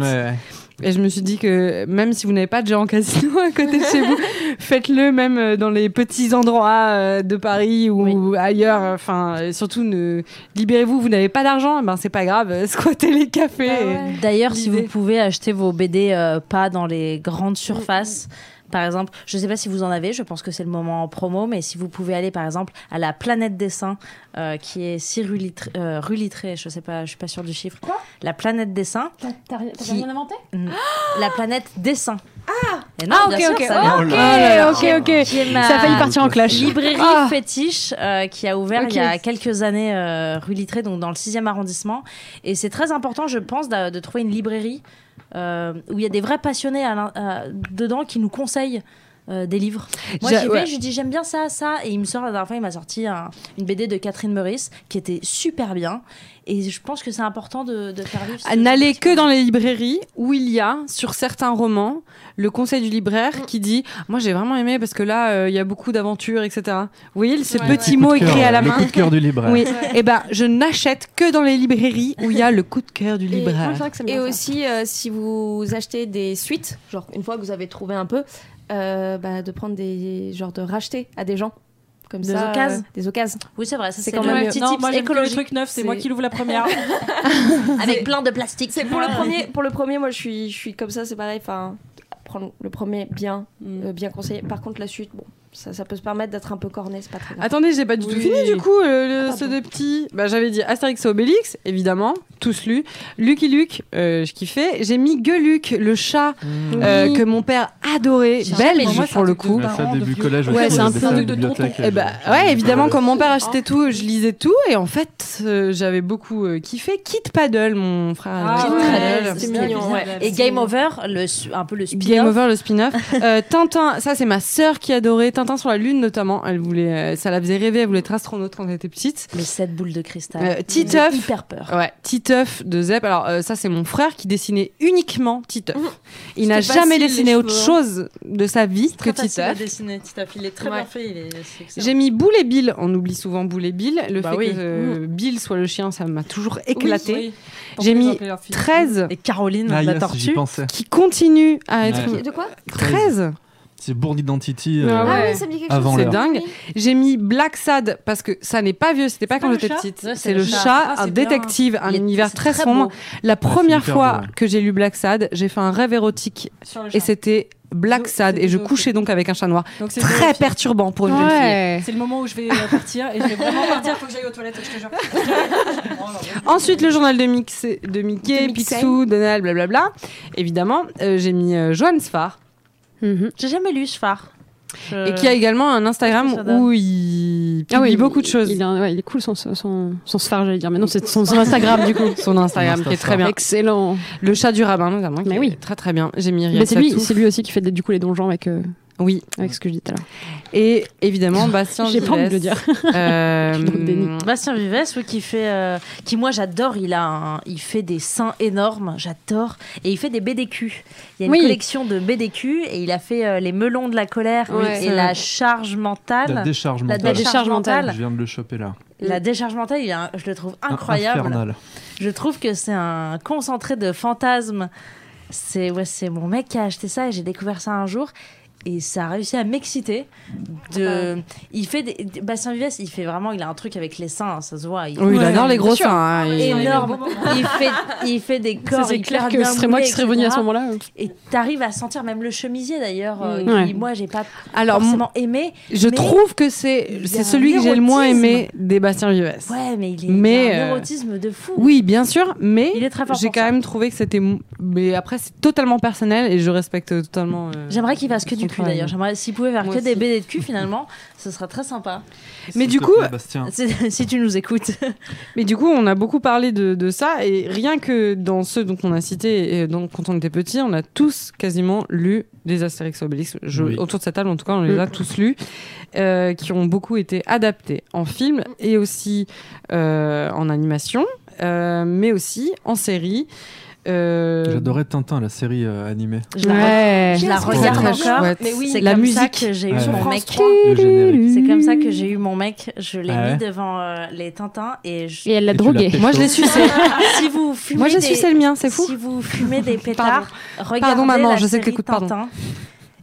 Speaker 2: et je me suis dit que même si vous n'avez pas de géant casino à côté de chez vous, faites-le même euh, dans les petits endroits euh, de Paris ou ailleurs. Enfin, euh, surtout, ne... libérez-vous, vous n'avez pas d'argent, eh ben c'est pas grave, euh, squattez les cafés. et-
Speaker 1: D'ailleurs, si
Speaker 2: L'idée.
Speaker 1: vous pouvez acheter vos BD euh, pas dans les grandes surfaces, par exemple, je ne sais pas si vous en avez, je pense que c'est le moment en promo, mais si vous pouvez aller par exemple à la Planète Dessin, euh, qui est si rue Littré, euh, rue Littré, je sais pas, je suis pas sûre du chiffre. la Planète Dessin,
Speaker 7: T'as rien
Speaker 1: Qui- rien
Speaker 7: inventé
Speaker 1: la Planète Dessin. Ah
Speaker 4: Ah, ok, ok.
Speaker 3: Oh
Speaker 4: Ok,
Speaker 3: là
Speaker 4: ok,
Speaker 3: là.
Speaker 4: ok.
Speaker 1: Qui est ma
Speaker 4: Ça a failli partir en clash.
Speaker 1: librairie
Speaker 4: Ah.
Speaker 1: fétiche euh, qui a ouvert
Speaker 4: Ok.
Speaker 1: il y a quelques années euh, rue Littré, donc dans le 6e arrondissement. Et c'est très important, je pense, d'a- de, trouver une librairie euh, où il y a des vrais passionnés à l'in- à- dedans qui nous conseillent. euh, des livres. Moi,
Speaker 2: J'a-
Speaker 1: j'y vais,
Speaker 2: ouais.
Speaker 1: je dis j'aime bien ça, ça, et il me sort la dernière fois, il m'a sorti un- une BD de Catherine Meurice qui était super bien, et je pense que c'est important de, de faire vivre. ce-
Speaker 2: Ah, N'allez que dans les librairies où il y a, sur certains romans, le conseil du libraire qui dit Moi j'ai vraiment aimé parce que là euh, il y a beaucoup d'aventures, etc. Vous voyez, ces
Speaker 5: Ouais,
Speaker 2: petits
Speaker 5: ouais.
Speaker 2: mots
Speaker 3: Coup de cœur,
Speaker 2: écrits à la
Speaker 3: le
Speaker 2: main.
Speaker 3: coup de cœur du libraire.
Speaker 2: Oui, et ben je n'achète que dans les librairies où il y a le coup de cœur du
Speaker 4: Et-
Speaker 2: libraire.
Speaker 4: moi, c'est vrai que ça me
Speaker 6: Et
Speaker 4: va
Speaker 6: aussi, euh, si vous achetez des suites, genre une fois que vous avez trouvé un peu, euh, bah, de prendre des. genre de racheter à des gens. Comme
Speaker 1: Des
Speaker 6: ça, euh,
Speaker 1: occasions.
Speaker 6: des occasions.
Speaker 1: Oui, c'est vrai, ça c'est
Speaker 6: quand
Speaker 1: quand
Speaker 6: même
Speaker 1: même
Speaker 6: mieux.
Speaker 1: petit
Speaker 5: non,
Speaker 1: tips
Speaker 5: moi, j'aime que le
Speaker 1: écologique
Speaker 5: truc neuf, c'est
Speaker 6: C'est-
Speaker 5: moi qui l'ouvre la première.
Speaker 1: avec plein de plastique. Ah.
Speaker 6: C'est
Speaker 4: Ah,
Speaker 6: pour le premier, pour le premier moi je suis, je suis comme ça, c'est pareil. Enfin, prendre le premier bien,
Speaker 5: Mm.
Speaker 6: euh, bien conseillé. Par contre, la suite, bon, ça, ça peut se permettre d'être un peu corné, c'est pas très grave.
Speaker 2: Attendez, j'ai pas du tout
Speaker 5: Oui.
Speaker 2: fini du coup euh, le-
Speaker 6: Ah,
Speaker 2: ce
Speaker 6: pardon.
Speaker 2: deux petits. Bah, j'avais dit Astérix et Obélix, évidemment, tous lus. Lucky Luke, euh, je kiffais. J'ai mis Gueuluc, le chat euh, que mon père adorait.
Speaker 1: J'ai
Speaker 2: Belle
Speaker 1: jamais
Speaker 2: pour,
Speaker 1: lu.
Speaker 2: le coup.
Speaker 3: Mais ça, début collège
Speaker 2: Ouais,
Speaker 3: aussi,
Speaker 2: c'est
Speaker 3: on
Speaker 2: un
Speaker 3: avait
Speaker 2: peu
Speaker 3: ça à la
Speaker 5: un truc de
Speaker 3: bibliothèque,
Speaker 2: Eh ben,
Speaker 3: je- je-
Speaker 2: ouais, évidemment, quand mon père achetait tout, je lisais tout, et en fait, euh, j'avais beaucoup euh, kiffé. Kit Paddle, mon frère.
Speaker 5: Ah
Speaker 2: Kit
Speaker 5: ouais,
Speaker 2: Paddle.
Speaker 6: c'est
Speaker 5: C'était
Speaker 6: mignon, ouais.
Speaker 5: bizarre.
Speaker 1: Et Game Over, le, su- un peu le spin
Speaker 2: Game Over, le spin-off. Euh, Tintin, ça c'est ma sœur qui adorait. Tintin sur la Lune notamment. Elle voulait, euh, ça la faisait rêver. Elle voulait être astronaute quand elle était petite.
Speaker 1: Mais cette boule de cristal.
Speaker 2: Euh,
Speaker 1: j'ai
Speaker 2: Titeuf. Oh,
Speaker 1: hyper peur.
Speaker 2: Ouais, Titeuf de Zep. Alors euh, ça c'est mon frère qui dessinait uniquement Titeuf. Il n'a
Speaker 5: C'était
Speaker 2: jamais
Speaker 5: facile,
Speaker 2: dessiné
Speaker 5: les
Speaker 2: autre
Speaker 5: cheveux,
Speaker 2: chose de sa vie que Titeuf.
Speaker 1: dessiner Titeuf, il est très
Speaker 6: Ouais. bien
Speaker 1: fait, il est
Speaker 2: J'ai mis Boule et Bill. On oublie souvent Boule et Bill. Le
Speaker 1: Bah
Speaker 2: fait
Speaker 1: oui.
Speaker 2: que euh, Bill soit le chien, ça m'a toujours éclaté.
Speaker 5: Oui, oui.
Speaker 2: J'ai
Speaker 5: Tant pis,
Speaker 2: mis
Speaker 5: ils ont appelé leur fille.
Speaker 2: 13
Speaker 1: Et Caroline,
Speaker 3: Ah,
Speaker 1: la
Speaker 3: yes, J'y
Speaker 1: tortue.
Speaker 3: pensais.
Speaker 2: qui continue à être
Speaker 3: Ouais.
Speaker 6: De
Speaker 4: euh,
Speaker 6: quoi
Speaker 2: 13.
Speaker 3: C'est Bourne Identity. euh,
Speaker 2: Ah ouais.
Speaker 6: Ah oui, ça me dit quelque
Speaker 3: Avant
Speaker 6: chose.
Speaker 2: C'est
Speaker 3: l'heure.
Speaker 2: dingue. J'ai mis Black Sad parce que ça n'est pas vieux, c'était pas
Speaker 5: C'est
Speaker 2: quand
Speaker 5: pas le
Speaker 2: j'étais
Speaker 5: chat
Speaker 2: petite.
Speaker 1: Ouais,
Speaker 2: c'est le chat,
Speaker 5: Ah, c'est
Speaker 2: un
Speaker 5: bien.
Speaker 2: détective, un
Speaker 1: Il est-
Speaker 2: univers
Speaker 1: c'est
Speaker 2: très
Speaker 1: très
Speaker 2: sombre.
Speaker 1: beau.
Speaker 2: La première
Speaker 3: Ah, hyper
Speaker 2: fois
Speaker 3: beau, ouais.
Speaker 2: que j'ai lu Black Sad, j'ai fait un rêve érotique
Speaker 5: Sur le
Speaker 2: et
Speaker 5: chat.
Speaker 2: c'était Black
Speaker 5: Donc,
Speaker 2: Sad
Speaker 5: c'était
Speaker 2: et je
Speaker 5: deux
Speaker 2: couchais donc avec un chat noir.
Speaker 5: Donc, c'est
Speaker 2: Très
Speaker 5: deux filles.
Speaker 2: perturbant pour une jeune fille.
Speaker 4: Ouais.
Speaker 5: C'est le moment où je vais euh, partir et je vais vraiment partir. Faut que j'aille aux toilettes, je te jure.
Speaker 2: Ensuite, le journal de, Mix- de Mickey,
Speaker 6: De Mixey.
Speaker 2: Picsou, Donald, blablabla. Évidemment, euh, j'ai mis euh, Johan Sfar.
Speaker 4: Mhm.
Speaker 1: J'ai jamais lu Sfar.
Speaker 2: Et qui a également un Instagram
Speaker 1: Qu'est-ce que ça donne
Speaker 2: où il publie
Speaker 4: Euh, Ah oui,
Speaker 2: beaucoup de
Speaker 4: il-
Speaker 2: choses.
Speaker 4: Il, a- ouais, il est cool son, son, son, sphare, j'allais dire. Mais non, c'est son, son Instagram du coup.
Speaker 2: Son Instagram qui est <laughs> très bien.
Speaker 4: Excellent.
Speaker 2: Le chat du rabbin notamment. qui
Speaker 4: Mais oui.
Speaker 2: est Très très bien. J'ai mis Riyad
Speaker 4: Mais c'est lui,
Speaker 2: Sattouf.
Speaker 4: c'est lui aussi qui fait des- du coup les donjons avec euh,
Speaker 2: Oui.
Speaker 4: avec ce que je dis tout à l'heure.
Speaker 2: Et
Speaker 4: <laughs>
Speaker 2: évidemment, Bastien
Speaker 4: J'ai pas envie de le dire. <laughs>
Speaker 2: euh,
Speaker 4: suis dans le déni.
Speaker 1: Bastien Vives, oui, qui fait, euh, qui moi j'adore, il a, un- il fait des seins énormes, j'adore, et il fait des BDQ. Il y a une
Speaker 4: Oui.
Speaker 1: collection de BDQ et il a fait euh, les melons de la colère
Speaker 4: Ouais.
Speaker 1: et la charge mentale.
Speaker 3: La décharge
Speaker 1: La
Speaker 3: mentale.
Speaker 4: dé-
Speaker 1: décharge
Speaker 4: décharge
Speaker 1: mentale.
Speaker 3: Je viens de le choper là.
Speaker 1: La décharge mentale, il a un- je le trouve
Speaker 3: Un-
Speaker 1: incroyable.
Speaker 3: Infernal.
Speaker 1: Je trouve que c'est un concentré de fantasmes. C'est ouais, c'est mon mec qui a acheté ça et j'ai découvert ça un jour. Et ça a réussi à m'exciter.
Speaker 4: Ah
Speaker 1: De...
Speaker 4: bah.
Speaker 1: Il fait des... des- Bastien Vives, il fait vraiment, il a un truc avec les seins, hein, ça se voit. Il...
Speaker 2: Oui, il
Speaker 5: Ouais,
Speaker 2: adore les
Speaker 5: bien
Speaker 2: gros
Speaker 5: sûr.
Speaker 2: seins. hein, il-
Speaker 1: Énorme. Il fait, il fait des corps.
Speaker 4: Ça, <laughs> C'est
Speaker 1: hyper
Speaker 4: clair que
Speaker 1: bien
Speaker 4: ce serait moi qui
Speaker 1: moulés,
Speaker 4: serais venue à ce
Speaker 1: etc.
Speaker 4: moment-là. Mm.
Speaker 1: Et t'arrives à sentir même le chemisier d'ailleurs, euh,
Speaker 4: Ouais.
Speaker 1: qui, moi j'ai pas
Speaker 2: Alors, mon-
Speaker 1: forcément aimé.
Speaker 2: je
Speaker 1: mais
Speaker 2: trouve que c'est
Speaker 1: il y a
Speaker 2: c'est
Speaker 1: un
Speaker 2: celui que j'ai le moins
Speaker 1: érotisme.
Speaker 2: aimé des Bastien Vives.
Speaker 1: Ouais, mais il est
Speaker 2: Mais,
Speaker 1: il a un
Speaker 2: euh,
Speaker 1: érotisme de fou.
Speaker 2: Oui, bien sûr, mais
Speaker 1: Il est très fort
Speaker 2: j'ai
Speaker 1: pour
Speaker 2: quand
Speaker 1: ça.
Speaker 2: même trouvé que c'était. mou- Mais après, c'est totalement personnel et je respecte totalement. euh,
Speaker 1: J'aimerais qu'il fasse que
Speaker 2: son
Speaker 1: du cul
Speaker 2: travail.
Speaker 1: d'ailleurs. J'aimerais s'il pouvait faire
Speaker 2: Moi
Speaker 1: que des
Speaker 2: aussi.
Speaker 1: BD de cul finalement, <laughs> ce serait très sympa.
Speaker 2: Mais
Speaker 3: S'il
Speaker 2: du
Speaker 3: te
Speaker 2: coup-
Speaker 3: plaît, Bastien.
Speaker 1: Si <laughs> si tu nous écoutes.
Speaker 2: Mais du coup, on a beaucoup parlé de, de ça et rien que dans ceux dont on a cité et dont, quand on était petit, on a tous quasiment lu des Astérix Obélix. Je-
Speaker 3: Oui.
Speaker 2: Autour de cette table, en tout cas, on les a
Speaker 1: Mm.
Speaker 2: tous lus, euh, qui ont beaucoup été adaptés en film et aussi euh, en animation, euh, mais aussi en série. Euh,
Speaker 3: J'adorais Tintin, la série euh, animée.
Speaker 1: Je la, je la
Speaker 6: Qu'est-ce que
Speaker 1: regarde
Speaker 2: c'est
Speaker 1: encore.
Speaker 2: chouette.
Speaker 6: Mais oui,
Speaker 1: C'est
Speaker 2: La
Speaker 1: comme ça
Speaker 2: musique.
Speaker 1: que j'ai eu
Speaker 3: Ouais.
Speaker 1: mon
Speaker 3: France
Speaker 1: mec.
Speaker 3: Le générique.
Speaker 1: C'est comme ça que j'ai eu mon mec. Je l'ai
Speaker 3: Ah ouais
Speaker 1: mis devant euh, les Tintins et je-
Speaker 4: Et elle l'a
Speaker 3: Et tu l'as
Speaker 4: drogué.
Speaker 3: pécho.
Speaker 2: Moi, je l'ai sucé.
Speaker 1: <laughs> si
Speaker 2: <laughs>
Speaker 1: vous fumez
Speaker 2: Moi, j'ai
Speaker 1: des...
Speaker 2: sucé le mien, c'est fou.
Speaker 1: Si vous fumez des pétards, regardez
Speaker 2: Pardon, maman,
Speaker 1: la
Speaker 2: je sais que
Speaker 1: série
Speaker 2: t'écoutes, pardon.
Speaker 1: Tintin.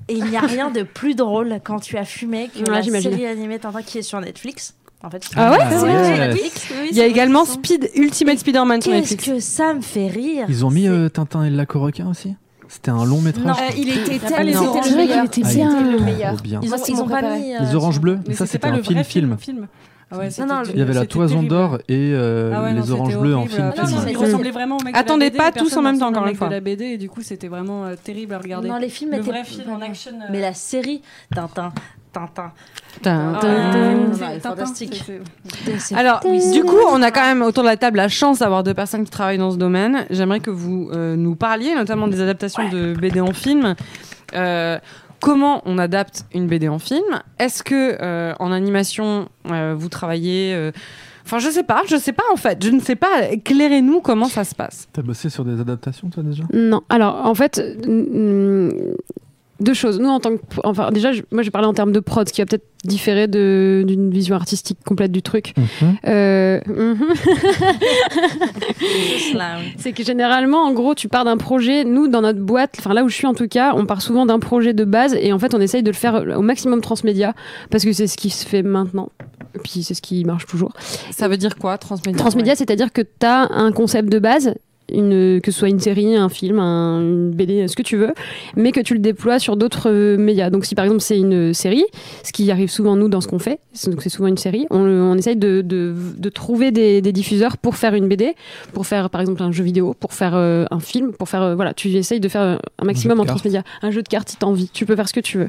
Speaker 1: Et il n'y a rien de plus drôle quand tu as fumé que
Speaker 4: Ouais,
Speaker 1: la
Speaker 4: j'imagine.
Speaker 1: série animée Tintin qui est sur Netflix. En fait,
Speaker 2: Ah ouais,
Speaker 1: c'est
Speaker 2: c'est vrai.
Speaker 1: sur
Speaker 3: Ouais.
Speaker 1: Netflix.
Speaker 2: Il y a également Speed Ultimate Spider-Man sur
Speaker 1: Qu'est-ce
Speaker 2: Netflix.
Speaker 1: que ça me fait rire
Speaker 3: Ils ont mis
Speaker 1: C'est-
Speaker 3: euh, Tintin et le lac aux requins aussi C'était un long métrage.
Speaker 1: Non.
Speaker 3: je crois.
Speaker 1: Euh,
Speaker 6: il était
Speaker 5: pas les
Speaker 6: tellement
Speaker 5: oranges.
Speaker 4: C'est vrai qu'il
Speaker 6: meilleur.
Speaker 4: était
Speaker 3: Ah, il
Speaker 4: bien.
Speaker 3: était
Speaker 6: le
Speaker 3: trop
Speaker 6: meilleur.
Speaker 3: bien.
Speaker 1: Ils
Speaker 6: Moi,
Speaker 1: ont,
Speaker 6: c'est
Speaker 1: ils
Speaker 6: mon
Speaker 1: ont pas
Speaker 6: préféré.
Speaker 1: mis. euh,
Speaker 3: Les oranges bleues, mais
Speaker 5: Mais
Speaker 3: ça c'était
Speaker 5: pas
Speaker 3: un
Speaker 5: le vrai
Speaker 3: film-film.
Speaker 5: film. Ah ouais,
Speaker 1: non,
Speaker 5: c'était-
Speaker 1: le-
Speaker 3: Il y avait la
Speaker 5: c'était
Speaker 3: toison
Speaker 5: terrible.
Speaker 3: d'or et euh,
Speaker 5: Ah ouais, non,
Speaker 3: les
Speaker 5: c'était
Speaker 3: oranges bleues en
Speaker 5: horrible.
Speaker 3: film.
Speaker 5: Ah non, non,
Speaker 1: film.
Speaker 5: ils ressemblaient vraiment au mec de la
Speaker 2: Attendez
Speaker 5: BD,
Speaker 2: pas
Speaker 5: personne
Speaker 2: tous en même temps,
Speaker 5: ressemble au
Speaker 2: encore
Speaker 5: mec
Speaker 2: une fois.
Speaker 5: de la BD et du coup c'était vraiment euh, terrible à regarder.
Speaker 1: Non, les films
Speaker 5: le
Speaker 1: étaient
Speaker 5: vrai film en action. euh,
Speaker 1: Mais la série Tintin, Tintin.
Speaker 2: Tintin.
Speaker 5: ah,
Speaker 1: Tintin,
Speaker 5: c'est-
Speaker 1: c'est fantastique.
Speaker 5: c'est- c'est-
Speaker 2: Alors, du coup, on a quand même autour de la table la chance d'avoir deux personnes qui travaillent dans ce domaine. J'aimerais que vous euh, nous parliez notamment des adaptations de BD en film. Euh, comment on adapte une BD en film Est-ce que euh, en animation, euh, vous travaillez euh, Enfin, je sais pas, je sais pas en fait, je ne sais pas. Éclairez-nous comment ça se passe.
Speaker 3: T'as bossé sur des adaptations toi déjà
Speaker 4: Non, alors en fait, euh, mm, deux choses. Nous, en tant que. Enfin, déjà, je- moi, j'ai parlé en termes de prod, ce qui va peut-être différer de- d'une vision artistique complète du truc. Euh, <laughs> mhm. C'est que généralement, en gros, tu pars d'un projet. Nous, dans notre boîte, enfin là où je suis en tout cas, on part souvent d'un projet de base et en fait, on essaye de le faire au maximum transmédia parce que c'est ce qui se fait maintenant. Et puis c'est ce qui marche toujours.
Speaker 2: Ça veut dire quoi, transmédia
Speaker 4: Transmédia, c'est-à-dire que tu as un concept de base, une, que ce soit une série, un film, un, une BD, ce que tu veux, mais que tu le déploies sur d'autres euh, médias. Donc si par exemple c'est une série, ce qui arrive souvent nous dans ce qu'on fait, c'est- donc c'est souvent une série, on, le- on essaye de, de- de trouver des, des diffuseurs pour faire une BD, pour faire par exemple un jeu vidéo, pour faire euh, un film, pour faire... euh, voilà, tu essayes de faire euh, un maximum
Speaker 3: de
Speaker 4: en
Speaker 3: cartes.
Speaker 4: transmédia. Un jeu de cartes, si t'as envie, tu peux faire ce que tu veux.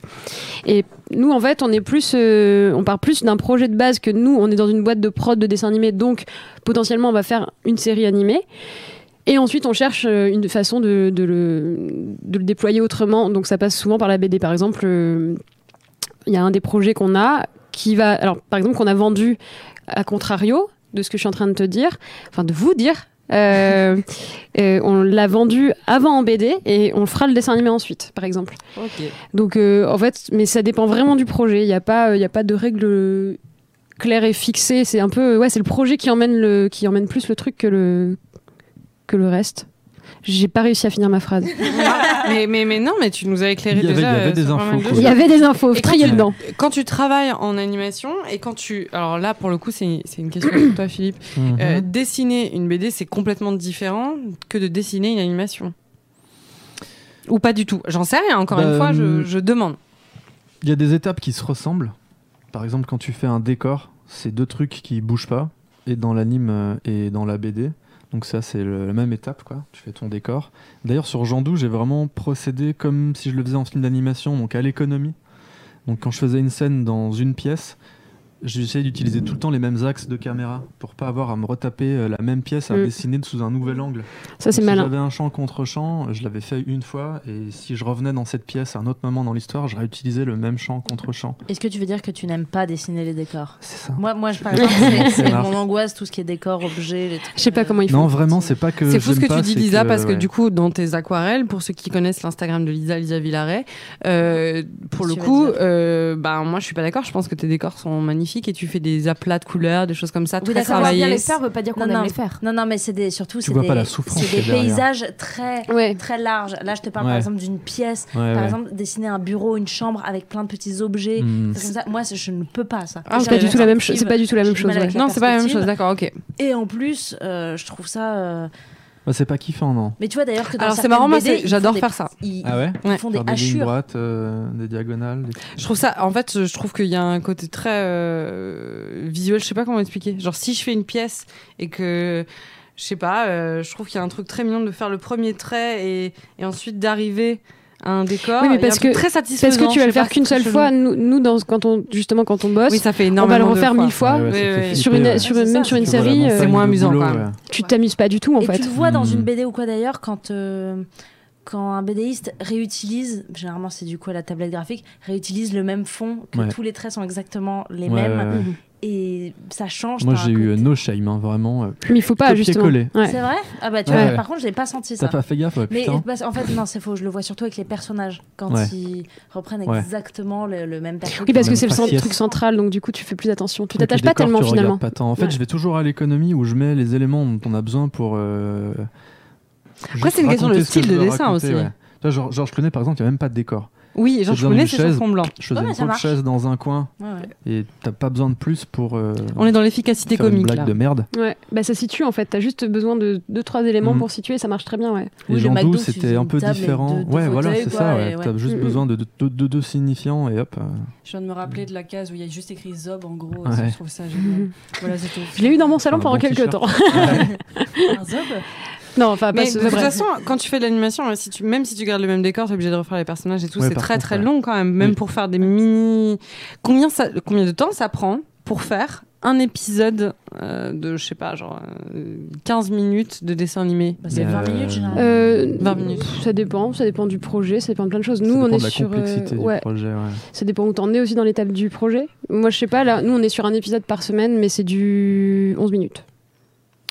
Speaker 4: Et nous, en fait, on est plus, euh, on part plus d'un projet de base que nous, on est dans une boîte de prod de dessins animés, donc potentiellement on va faire une série animée. Et ensuite, on cherche euh, une façon de, de le, de le déployer autrement. Donc, ça passe souvent par la BD. Par exemple, euh, il y a un des projets qu'on a qui va. Alors, par exemple, qu'on a vendu à contrario de ce que je suis en train de te dire, enfin de vous dire. Euh, euh, on l'a vendu avant en BD et on fera le dessin animé ensuite, par exemple.
Speaker 2: Ok. <laughs>
Speaker 4: Donc euh, en fait, mais ça dépend vraiment du projet. Il n'y a pas, euh, il y a pas de règle claire et fixée. C'est un peu, ouais, c'est le projet qui emmène le, qui emmène plus le truc que le, que le reste. J'ai pas réussi à finir ma phrase.
Speaker 2: mais, mais, mais non, mais tu nous as éclairé
Speaker 3: Il y
Speaker 2: déjà.
Speaker 3: avait- il y avait
Speaker 2: euh,
Speaker 3: des
Speaker 2: sur pas mal
Speaker 3: infos,
Speaker 2: de
Speaker 3: quoi.
Speaker 4: Il y avait des infos,
Speaker 2: Et
Speaker 4: triez
Speaker 2: quand-
Speaker 4: dedans.
Speaker 2: quand tu travailles en animation et quand tu. Alors là, pour le coup, c'est c'est une question pour toi, Philippe. Euh,
Speaker 3: Mhm.
Speaker 2: dessiner une BD, c'est complètement différent que de dessiner une animation. Ou pas du tout. J'en sais rien, encore
Speaker 3: Bah,
Speaker 2: une fois, je,
Speaker 3: euh,
Speaker 2: je demande.
Speaker 3: Il y a des étapes qui se ressemblent. Par exemple, quand tu fais un décor, c'est deux trucs qui bougent pas, et dans l'anime euh, et dans la BD. Donc ça, c'est le- la même étape, quoi. Tu fais ton décor. D'ailleurs, sur Jandou, j'ai vraiment procédé comme si je le faisais en film d'animation, donc à l'économie. Donc quand je faisais une scène dans une pièce, J'essaie d'utiliser tout le temps les mêmes axes de caméra pour pas avoir à me retaper euh, la même pièce à
Speaker 4: Mm.
Speaker 3: dessiner sous un nouvel angle.
Speaker 4: Ça,
Speaker 3: si
Speaker 4: c'est malin.
Speaker 3: j'avais un champ contre champ, je l'avais fait une fois, et si je revenais dans cette pièce à un autre moment dans l'histoire, je réutilisais le même champ contre champ.
Speaker 1: Est-ce que tu veux dire que tu n'aimes pas dessiner les décors
Speaker 3: C'est ça.
Speaker 1: Moi, moi je
Speaker 3: <laughs>
Speaker 1: par exemple, c'est- c'est
Speaker 3: marche.
Speaker 1: mon angoisse, tout ce qui est décor, objet, les trucs.
Speaker 4: Je sais pas
Speaker 1: euh,
Speaker 4: comment il
Speaker 3: Non,
Speaker 4: font.
Speaker 3: vraiment, c'est pas que.
Speaker 2: C'est fou ce
Speaker 3: j'aime
Speaker 2: que
Speaker 3: pas,
Speaker 2: tu dis,
Speaker 3: c'est
Speaker 2: Lisa, parce que
Speaker 3: ouais.
Speaker 2: du coup, dans tes aquarelles, pour ceux qui connaissent l'Instagram de Lisa, Lisa Villaret, euh, pour
Speaker 1: Qu'est-ce
Speaker 2: le
Speaker 1: que tu
Speaker 2: coup,
Speaker 1: vas dire
Speaker 2: euh, bah, moi, je suis pas d'accord. Je pense que tes décors sont magnifiques et tu fais des aplats de couleurs, des choses comme ça,
Speaker 1: Oui, bah,
Speaker 2: très
Speaker 1: d'accord.
Speaker 6: Savoir bien
Speaker 2: travaillées.
Speaker 6: les faire veut pas dire qu'on
Speaker 1: Non,
Speaker 6: aime
Speaker 1: non.
Speaker 6: les faire.
Speaker 1: Non, non, mais c'est des, surtout, c'est
Speaker 3: vois
Speaker 1: des,
Speaker 3: pas la souffrance
Speaker 1: c'est des
Speaker 3: qu'il y a derrière.
Speaker 1: paysages très,
Speaker 4: Ouais.
Speaker 1: très larges. Là, je te parle par
Speaker 3: Ouais.
Speaker 1: exemple d'une pièce,
Speaker 3: Ouais,
Speaker 1: par
Speaker 3: ouais.
Speaker 1: exemple, dessiner un bureau, une chambre avec plein de petits objets.
Speaker 3: Mm.
Speaker 1: c'est Comme ça. Moi, c'est- je ne peux pas ça.
Speaker 2: Ah,
Speaker 4: C'est pas
Speaker 2: j'avais
Speaker 4: du tout la même chose.
Speaker 1: perspective.
Speaker 4: C'est pas du tout la même
Speaker 1: J'ai du mal
Speaker 4: chose.
Speaker 1: avec
Speaker 4: ouais.
Speaker 1: la
Speaker 2: Non, c'est pas la même
Speaker 1: perspective.
Speaker 2: chose, d'accord, ok.
Speaker 1: Et en plus, euh, je trouve ça. euh,
Speaker 3: Bah, c'est pas kiffant, non
Speaker 1: Mais tu vois d'ailleurs que dans
Speaker 2: Alors, c'est
Speaker 1: certaines
Speaker 2: marrant, moi,
Speaker 1: BD,
Speaker 2: c'est-
Speaker 1: ils font
Speaker 2: j'adore
Speaker 1: des-
Speaker 2: faire ça.
Speaker 1: Ils,
Speaker 3: Ah ouais
Speaker 1: ils font des
Speaker 3: Faire des lignes
Speaker 1: hachures.
Speaker 3: droites, euh, des diagonales. des-
Speaker 2: Je trouve ça, en fait, je trouve qu'il y a un côté très euh, visuel, je sais pas comment expliquer. Genre, si je fais une pièce et que, je sais pas, euh, je trouve qu'il y a un truc très mignon de faire le premier trait et, et ensuite d'arriver à un décor.
Speaker 4: Oui, mais
Speaker 2: Il y a un
Speaker 4: parce
Speaker 2: truc
Speaker 4: que-
Speaker 2: très
Speaker 4: Parce
Speaker 2: satisfaisant.
Speaker 4: que tu vas
Speaker 2: je
Speaker 4: le
Speaker 2: sais
Speaker 4: faire
Speaker 2: pas,
Speaker 4: qu'une
Speaker 2: c'est
Speaker 4: seule
Speaker 2: très
Speaker 4: fois.
Speaker 2: chelou.
Speaker 4: Nous, nous, dans, quand on, justement, quand on bosse,
Speaker 2: Oui, ça fait
Speaker 4: on va le
Speaker 2: énormément
Speaker 4: refaire
Speaker 2: de
Speaker 4: mille
Speaker 2: fois.
Speaker 4: fois.
Speaker 3: Ouais, ouais,
Speaker 2: Oui,
Speaker 3: ça
Speaker 2: oui.
Speaker 3: fait
Speaker 4: Sur une,
Speaker 3: flipper, ouais.
Speaker 4: sur,
Speaker 1: Ouais, c'est
Speaker 4: même
Speaker 1: ça.
Speaker 4: sur une
Speaker 3: Tu vois la
Speaker 4: série,
Speaker 3: montagne
Speaker 4: euh,
Speaker 2: C'est moins
Speaker 3: de
Speaker 2: amusant,
Speaker 3: boulot,
Speaker 2: quand même.
Speaker 3: ouais.
Speaker 4: tu t'amuses pas du tout, en
Speaker 1: Et
Speaker 4: fait.
Speaker 1: tu le vois dans
Speaker 3: Hmm.
Speaker 1: une BD ou quoi d'ailleurs quand euh, quand un BDiste réutilise, généralement c'est du coup à la tablette graphique, réutilise le même fond, que
Speaker 3: Ouais.
Speaker 1: tous les traits sont exactement les
Speaker 3: Ouais,
Speaker 1: mêmes
Speaker 3: ouais, ouais.
Speaker 1: et ça change.
Speaker 3: Moi,
Speaker 1: t'as un
Speaker 3: j'ai eu euh,
Speaker 1: côté-
Speaker 3: no shame, hein, vraiment. euh,
Speaker 4: Mais il faut pas,
Speaker 3: Copier-coller.
Speaker 4: justement. Ouais.
Speaker 1: C'est vrai Ah bah tu
Speaker 3: Ouais,
Speaker 1: vois,
Speaker 3: ouais.
Speaker 1: par contre, j'ai pas senti
Speaker 3: T'as
Speaker 1: ça.
Speaker 3: pas fait gaffe, ouais,
Speaker 1: Mais
Speaker 3: putain.
Speaker 1: bah, en fait, non, c'est faux. Je le vois surtout avec les personnages quand
Speaker 3: Ouais.
Speaker 1: ils reprennent
Speaker 3: Ouais.
Speaker 1: exactement le, le même personnage.
Speaker 4: Oui, parce que
Speaker 3: Même
Speaker 4: c'est le
Speaker 3: pas
Speaker 4: cent-
Speaker 3: si-
Speaker 4: truc central, donc du coup, tu fais plus attention. Tu
Speaker 3: Avec
Speaker 4: t'attaches
Speaker 3: le
Speaker 4: pas
Speaker 3: décor,
Speaker 4: tellement,
Speaker 3: tu regardes
Speaker 4: finalement.
Speaker 3: pas tant. En fait,
Speaker 4: Ouais.
Speaker 3: je vais toujours à l'économie où je mets les éléments dont on a besoin pour. euh, juste
Speaker 2: c'est une question de
Speaker 3: raconter ce que
Speaker 2: style
Speaker 3: je
Speaker 2: de
Speaker 3: veux
Speaker 2: dessin
Speaker 3: raconter,
Speaker 2: aussi.
Speaker 3: ouais. Tu vois, genre, genre, je connais par exemple, il n'y a même pas de décor.
Speaker 2: Oui, genre, je
Speaker 3: dans
Speaker 2: connais
Speaker 3: une
Speaker 2: ces
Speaker 3: chaise.
Speaker 2: chansons blancs.
Speaker 3: Je faisais
Speaker 1: Ouais, mais
Speaker 3: une
Speaker 1: ça
Speaker 3: grosse
Speaker 1: marche.
Speaker 3: chaise dans un coin
Speaker 1: Ouais, ouais.
Speaker 3: et t'as pas besoin de plus pour. euh,
Speaker 2: On est dans l'efficacité
Speaker 3: faire une
Speaker 2: comique,
Speaker 3: blague
Speaker 2: là.
Speaker 3: de merde.
Speaker 4: Ouais, bah ça situe en fait. T'as juste besoin de deux trois éléments
Speaker 3: Mm.
Speaker 4: pour situer, ça marche très bien, ouais.
Speaker 1: Oui,
Speaker 3: les
Speaker 1: le
Speaker 3: gens
Speaker 1: McDo,
Speaker 3: doux,
Speaker 1: c'est
Speaker 3: c'était
Speaker 1: une
Speaker 3: un peu
Speaker 1: table et
Speaker 3: différent.
Speaker 1: deux- deux
Speaker 3: ouais, voilà,
Speaker 1: fauteuils,
Speaker 3: c'est
Speaker 1: quoi,
Speaker 3: ça.
Speaker 1: et
Speaker 3: Ouais.
Speaker 1: ouais.
Speaker 3: T'as juste
Speaker 4: Mm, mm.
Speaker 3: besoin de de- de- de deux signifiants et hop. euh,
Speaker 5: Je viens de me rappeler de la case où il y a juste écrit Zob en gros.
Speaker 3: Ouais.
Speaker 5: et ça, Je trouve ça génial. voilà, c'est tout.
Speaker 4: Je l'ai eu dans mon salon
Speaker 3: Un
Speaker 4: pendant
Speaker 3: bon
Speaker 4: quelques
Speaker 3: t-shirt.
Speaker 4: temps. <laughs>
Speaker 1: Ah,
Speaker 5: Un Zob
Speaker 4: non, enfin pas
Speaker 2: Mais
Speaker 4: ce
Speaker 2: de toute
Speaker 4: bref.
Speaker 2: façon, quand tu fais de l'animation, si tu, même si tu gardes le même décor, t'es obligé de refaire les personnages et tout.
Speaker 3: Ouais,
Speaker 2: c'est
Speaker 3: par
Speaker 2: très
Speaker 3: contre,
Speaker 2: très
Speaker 3: ouais.
Speaker 2: long quand même, même
Speaker 3: Oui.
Speaker 2: pour faire des mini. Combien ça, combien de temps ça prend pour faire un épisode euh, de je sais pas genre euh, 15 minutes de dessin animé
Speaker 1: Bah, c'est
Speaker 3: Euh,
Speaker 1: 20 minutes généralement.
Speaker 4: Euh,
Speaker 2: 20 minutes.
Speaker 4: pff, Ça dépend, ça dépend du projet, ça dépend de plein de choses. Nous,
Speaker 3: ça
Speaker 4: on
Speaker 3: dépend
Speaker 4: est
Speaker 3: de la
Speaker 4: sur. euh,
Speaker 3: complexité du
Speaker 4: ouais,
Speaker 3: projet. ouais.
Speaker 4: ça dépend où t'en es aussi dans l'étape du projet. Moi, je sais pas, là, nous, on est sur un épisode par semaine, mais c'est du 11 minutes.